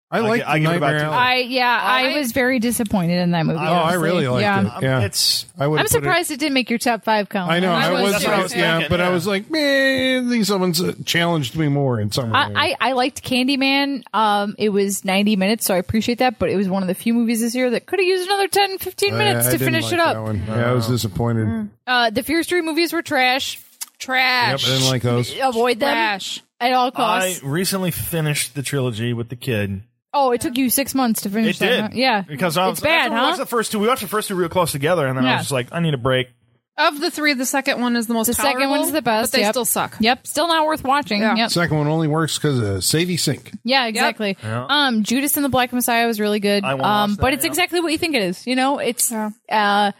S2: I like
S4: I give it about
S2: Nightmare
S4: two.
S2: Alley.
S5: I yeah, I,
S3: I-
S5: was very disappointed in that movie.
S2: Oh, I really liked
S5: yeah.
S2: it. Yeah.
S4: Um, It's
S2: I would
S5: I'm
S2: put it-
S5: surprised it, didn't make your top five count.
S2: I know.
S3: I
S2: I
S3: was
S2: was.
S3: too.
S2: I was- yeah,
S4: Yeah.
S2: but I was like, man, these someone's uh, challenged me more in some way.
S5: I, I, I liked Candyman. Um, it was 90 minutes, so I appreciate that, but it was one of the few movies this year that could have used another 10, 15 minutes
S2: Uh, I
S5: to
S2: didn't
S5: finish
S2: like
S5: it
S2: that
S5: up.
S2: one. Yeah, I
S4: Uh-huh.
S2: was disappointed.
S5: Uh, the Fear Street movies were trash.
S2: Yep,
S3: Trash.
S2: I didn't like those.
S5: Avoid them
S3: Trash.
S5: at all
S4: I
S5: costs.
S4: recently finished the trilogy with the kid.
S5: oh, it took you six months to finish
S4: It
S5: that,
S4: did.
S5: huh? Yeah.
S4: Because I was
S5: it's bad,
S4: after we watched
S5: huh?
S4: the first two. We watched the first two real close together, and then I
S5: Yeah.
S4: was just like, I need a break.
S3: Of the three, the second one is the most.
S5: The second
S3: tolerable,
S5: one's the best.
S3: but they
S5: yep.
S3: still suck.
S5: Yep, still not worth watching.
S3: Yeah.
S5: Yep.
S2: Second one only works because of Sadie Sink.
S5: Yeah, exactly. Um, Judas and the Black Messiah was really good.
S4: I won't
S5: um,
S4: watch that,
S5: but it's
S4: yeah.
S5: exactly what you think it is. You know, it's. Uh,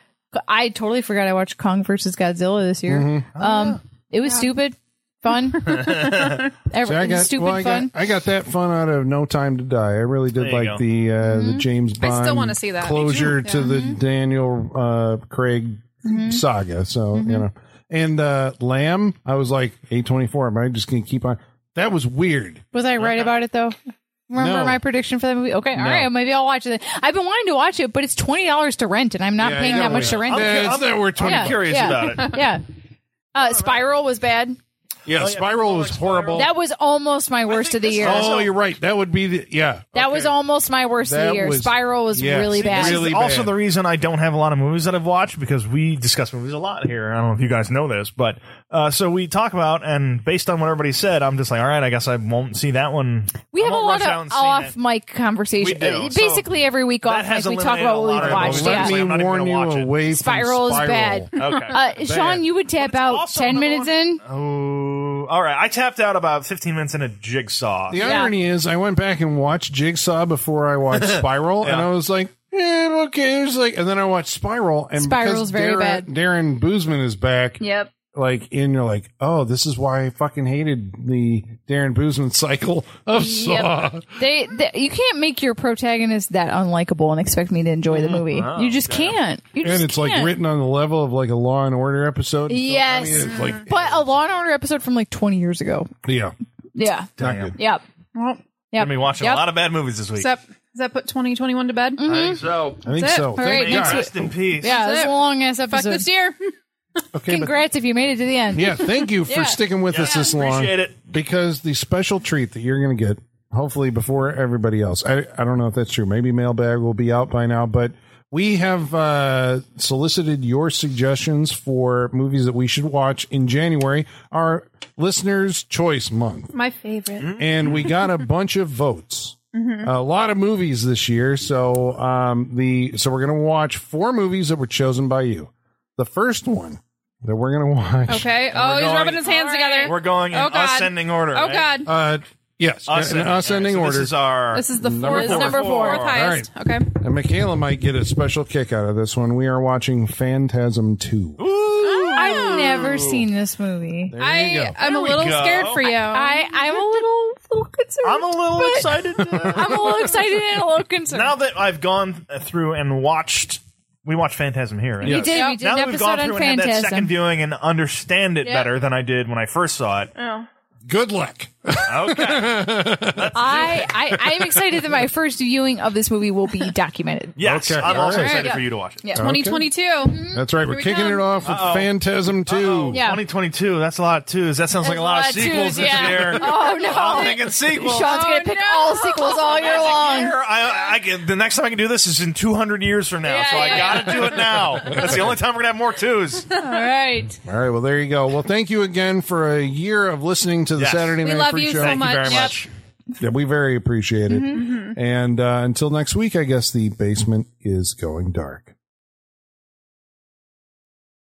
S5: I totally forgot I watched Kong versus Godzilla this year. Um, it was stupid, fun, Every,
S2: I got,
S5: stupid
S2: well, I,
S5: fun.
S2: got, I got that fun out of No Time to Die. I really did
S4: you go.
S2: like the uh, the
S5: Mm-hmm.
S2: James Bond
S3: still wanna see that. Me too.
S2: closure to the Daniel uh, Craig
S5: Mm-hmm.
S2: saga. So you know, and uh, Lamb, I was like a twenty four. Am I just gonna keep on? That was weird.
S5: Was I right about it though? Remember
S2: No.
S5: my prediction for that movie? Okay, all right, maybe I'll watch it. I've been wanting to watch it, but it's twenty dollars to rent, and I'm not
S2: Yeah,
S5: paying
S2: I
S5: that
S2: know.
S5: much to rent.
S2: Yeah,
S5: it.
S2: it's that we're twenty.
S5: Yeah.
S4: I'm curious about it.
S5: Yeah. Uh, Spiral was bad.
S4: Oh,
S2: Yeah, Spiral was horrible.
S5: That was almost my worst of the year.
S2: oh, you're right. That would be the yeah.
S5: That was almost my worst of
S2: That
S5: the year.
S2: was-
S5: Spiral was
S2: yes,
S5: really
S2: it
S5: bad.
S2: really-
S4: also
S2: bad.
S4: the reason I don't have a lot of movies that I've watched because we discuss movies a lot here. I don't know if you guys know this, but uh, so we talk about and based on what everybody said, I'm just like, all right, I guess I won't see that one.
S5: we
S4: I
S5: have a
S4: won't
S5: lot
S4: rush out
S5: of
S4: and see
S5: off
S4: that.
S5: mic conversation.
S4: We do,
S5: Uh, Basically, every week
S4: That
S5: off mic,
S4: has
S5: we talk
S4: eliminated a
S5: about what
S4: lot
S5: we've
S4: of
S5: watched.
S4: movies.
S5: Yeah.
S2: Let
S4: I'm not
S2: me
S4: even
S2: warn
S4: gonna
S2: you
S4: watch it.
S2: away from
S5: Spiral is bad.
S4: Okay.
S5: Uh, Sean, you would tap out
S4: also
S5: 10
S4: another
S5: minutes
S4: one-
S5: in.
S4: Oh, all right. I tapped out about 15 minutes in a jigsaw.
S2: The irony is, I went back and watched Jigsaw before I watched Spiral, and I was like, eh, okay, it was like, and then I watched Spiral, and because
S5: Spiral's very
S2: Darren,
S5: bad.
S2: Darren Boozman is back,
S5: Yep.
S2: like, and you're like, oh, this is why I fucking hated the Darren Boozman cycle of Saw.
S5: They, they, you can't make your protagonist that unlikable and expect me to enjoy the movie. you just can't. You just
S2: And it's like
S5: can't.
S2: written on the level of like a Law and Order episode. So, I mean,
S5: Yes.
S2: it's like,
S5: But a Law and Order episode from like 20 years ago.
S2: yeah,
S5: Yeah.
S2: not good.
S5: Yep.
S3: Well,
S5: Yep.
S4: I've been watching
S5: Yep.
S4: a lot of bad movies this week.
S3: does that, does that put twenty twenty one to bed?
S5: Mm-hmm.
S4: I think so.
S2: I think
S3: That's it.
S2: so.
S3: All
S2: Thank
S5: right, next
S2: God.
S4: Rest in peace.
S5: Yeah, that's
S3: That's
S5: a
S3: it.
S5: long ass
S3: Fuck
S5: episode.
S3: this year.
S2: Okay, but
S5: Congrats if you made it to the end.
S2: Yeah, thank you for
S5: Yeah.
S2: sticking with us this long.
S4: appreciate it.
S2: Because the special treat that you're going to get, hopefully before everybody else. I, I don't know if that's true. Maybe mailbag will be out by now, but we have uh, solicited your suggestions for movies that we should watch in January, our listeners' choice month,
S3: My favorite.
S2: and we got a bunch of votes.
S3: Mm-hmm.
S2: A lot of movies this year, so um, the so we're going to watch four movies that were chosen by you. The first one that we're going to watch,
S3: Okay. Oh, he's
S4: going-
S3: rubbing his hands together.
S4: We're going in
S3: Oh, God.
S4: ascending order.
S3: Oh
S4: right?
S3: God.
S2: Uh, yes, in ascending
S4: All right,
S2: order.
S4: so This is uh, our.
S3: This is the
S2: Number
S3: fourth,
S2: four.
S3: number four,
S4: Four.
S3: fourth highest. Okay.
S2: and Michaela might get a special kick out of this one. We are watching Phantasm Two.
S5: I've never seen this movie.
S2: There you
S3: I
S2: go.
S3: I'm a
S4: we
S3: little
S4: go.
S3: scared for you.
S5: I, I'm a little, little concerned.
S4: I'm a little excited. uh,
S5: I'm a little excited and a little concerned.
S4: now that I've gone through and watched, we watched Phantasm here. Right?
S2: Yeah.
S5: we did, we
S3: Yep.
S5: did
S4: Now
S5: an
S4: that we've gone
S5: episode
S4: through
S5: on
S4: and had that second
S5: Phantasm.
S4: viewing and understand it
S5: Yep. Uh,
S4: better than I did when I first saw it,
S2: Good luck.
S4: Okay.
S5: I, I I am excited that my first viewing of this movie will be documented.
S4: Yes,
S2: Okay.
S4: I'm also
S2: All right.
S4: excited
S3: Yeah.
S4: for you to watch it.
S5: Yeah.
S3: 2022. Mhm.
S2: That's right. We're
S3: we
S2: kicking
S3: come.
S2: it off with Phantasm 2.
S5: Oh. Yeah.
S4: 2022. That's a lot of twos. That sounds like a lot, of
S5: That's
S4: sequels
S5: twos,
S4: this
S5: yeah.
S4: year.
S5: Oh
S4: I'm
S5: no.
S4: thinking sequels.
S5: Sean's
S3: Oh,
S5: gonna pick
S3: no.
S5: all sequels all year long.
S4: Here, I, I can- the next time I can do this is in 200 years from now,
S5: Yeah,
S4: so I
S5: yeah,
S4: gotta do it now. That's the only time we're gonna have more twos.
S5: All right.
S2: All right. Well, there you go. Well, thank you again for a year of listening to the
S4: Yes.
S2: Saturday
S3: We
S2: Night
S3: love
S2: Freak
S3: you
S2: Show.
S3: so
S4: Thank you
S3: much.
S4: very
S3: Yep.
S4: much.
S2: Yeah, we very appreciate it. And uh, until next week, I guess the basement is going dark.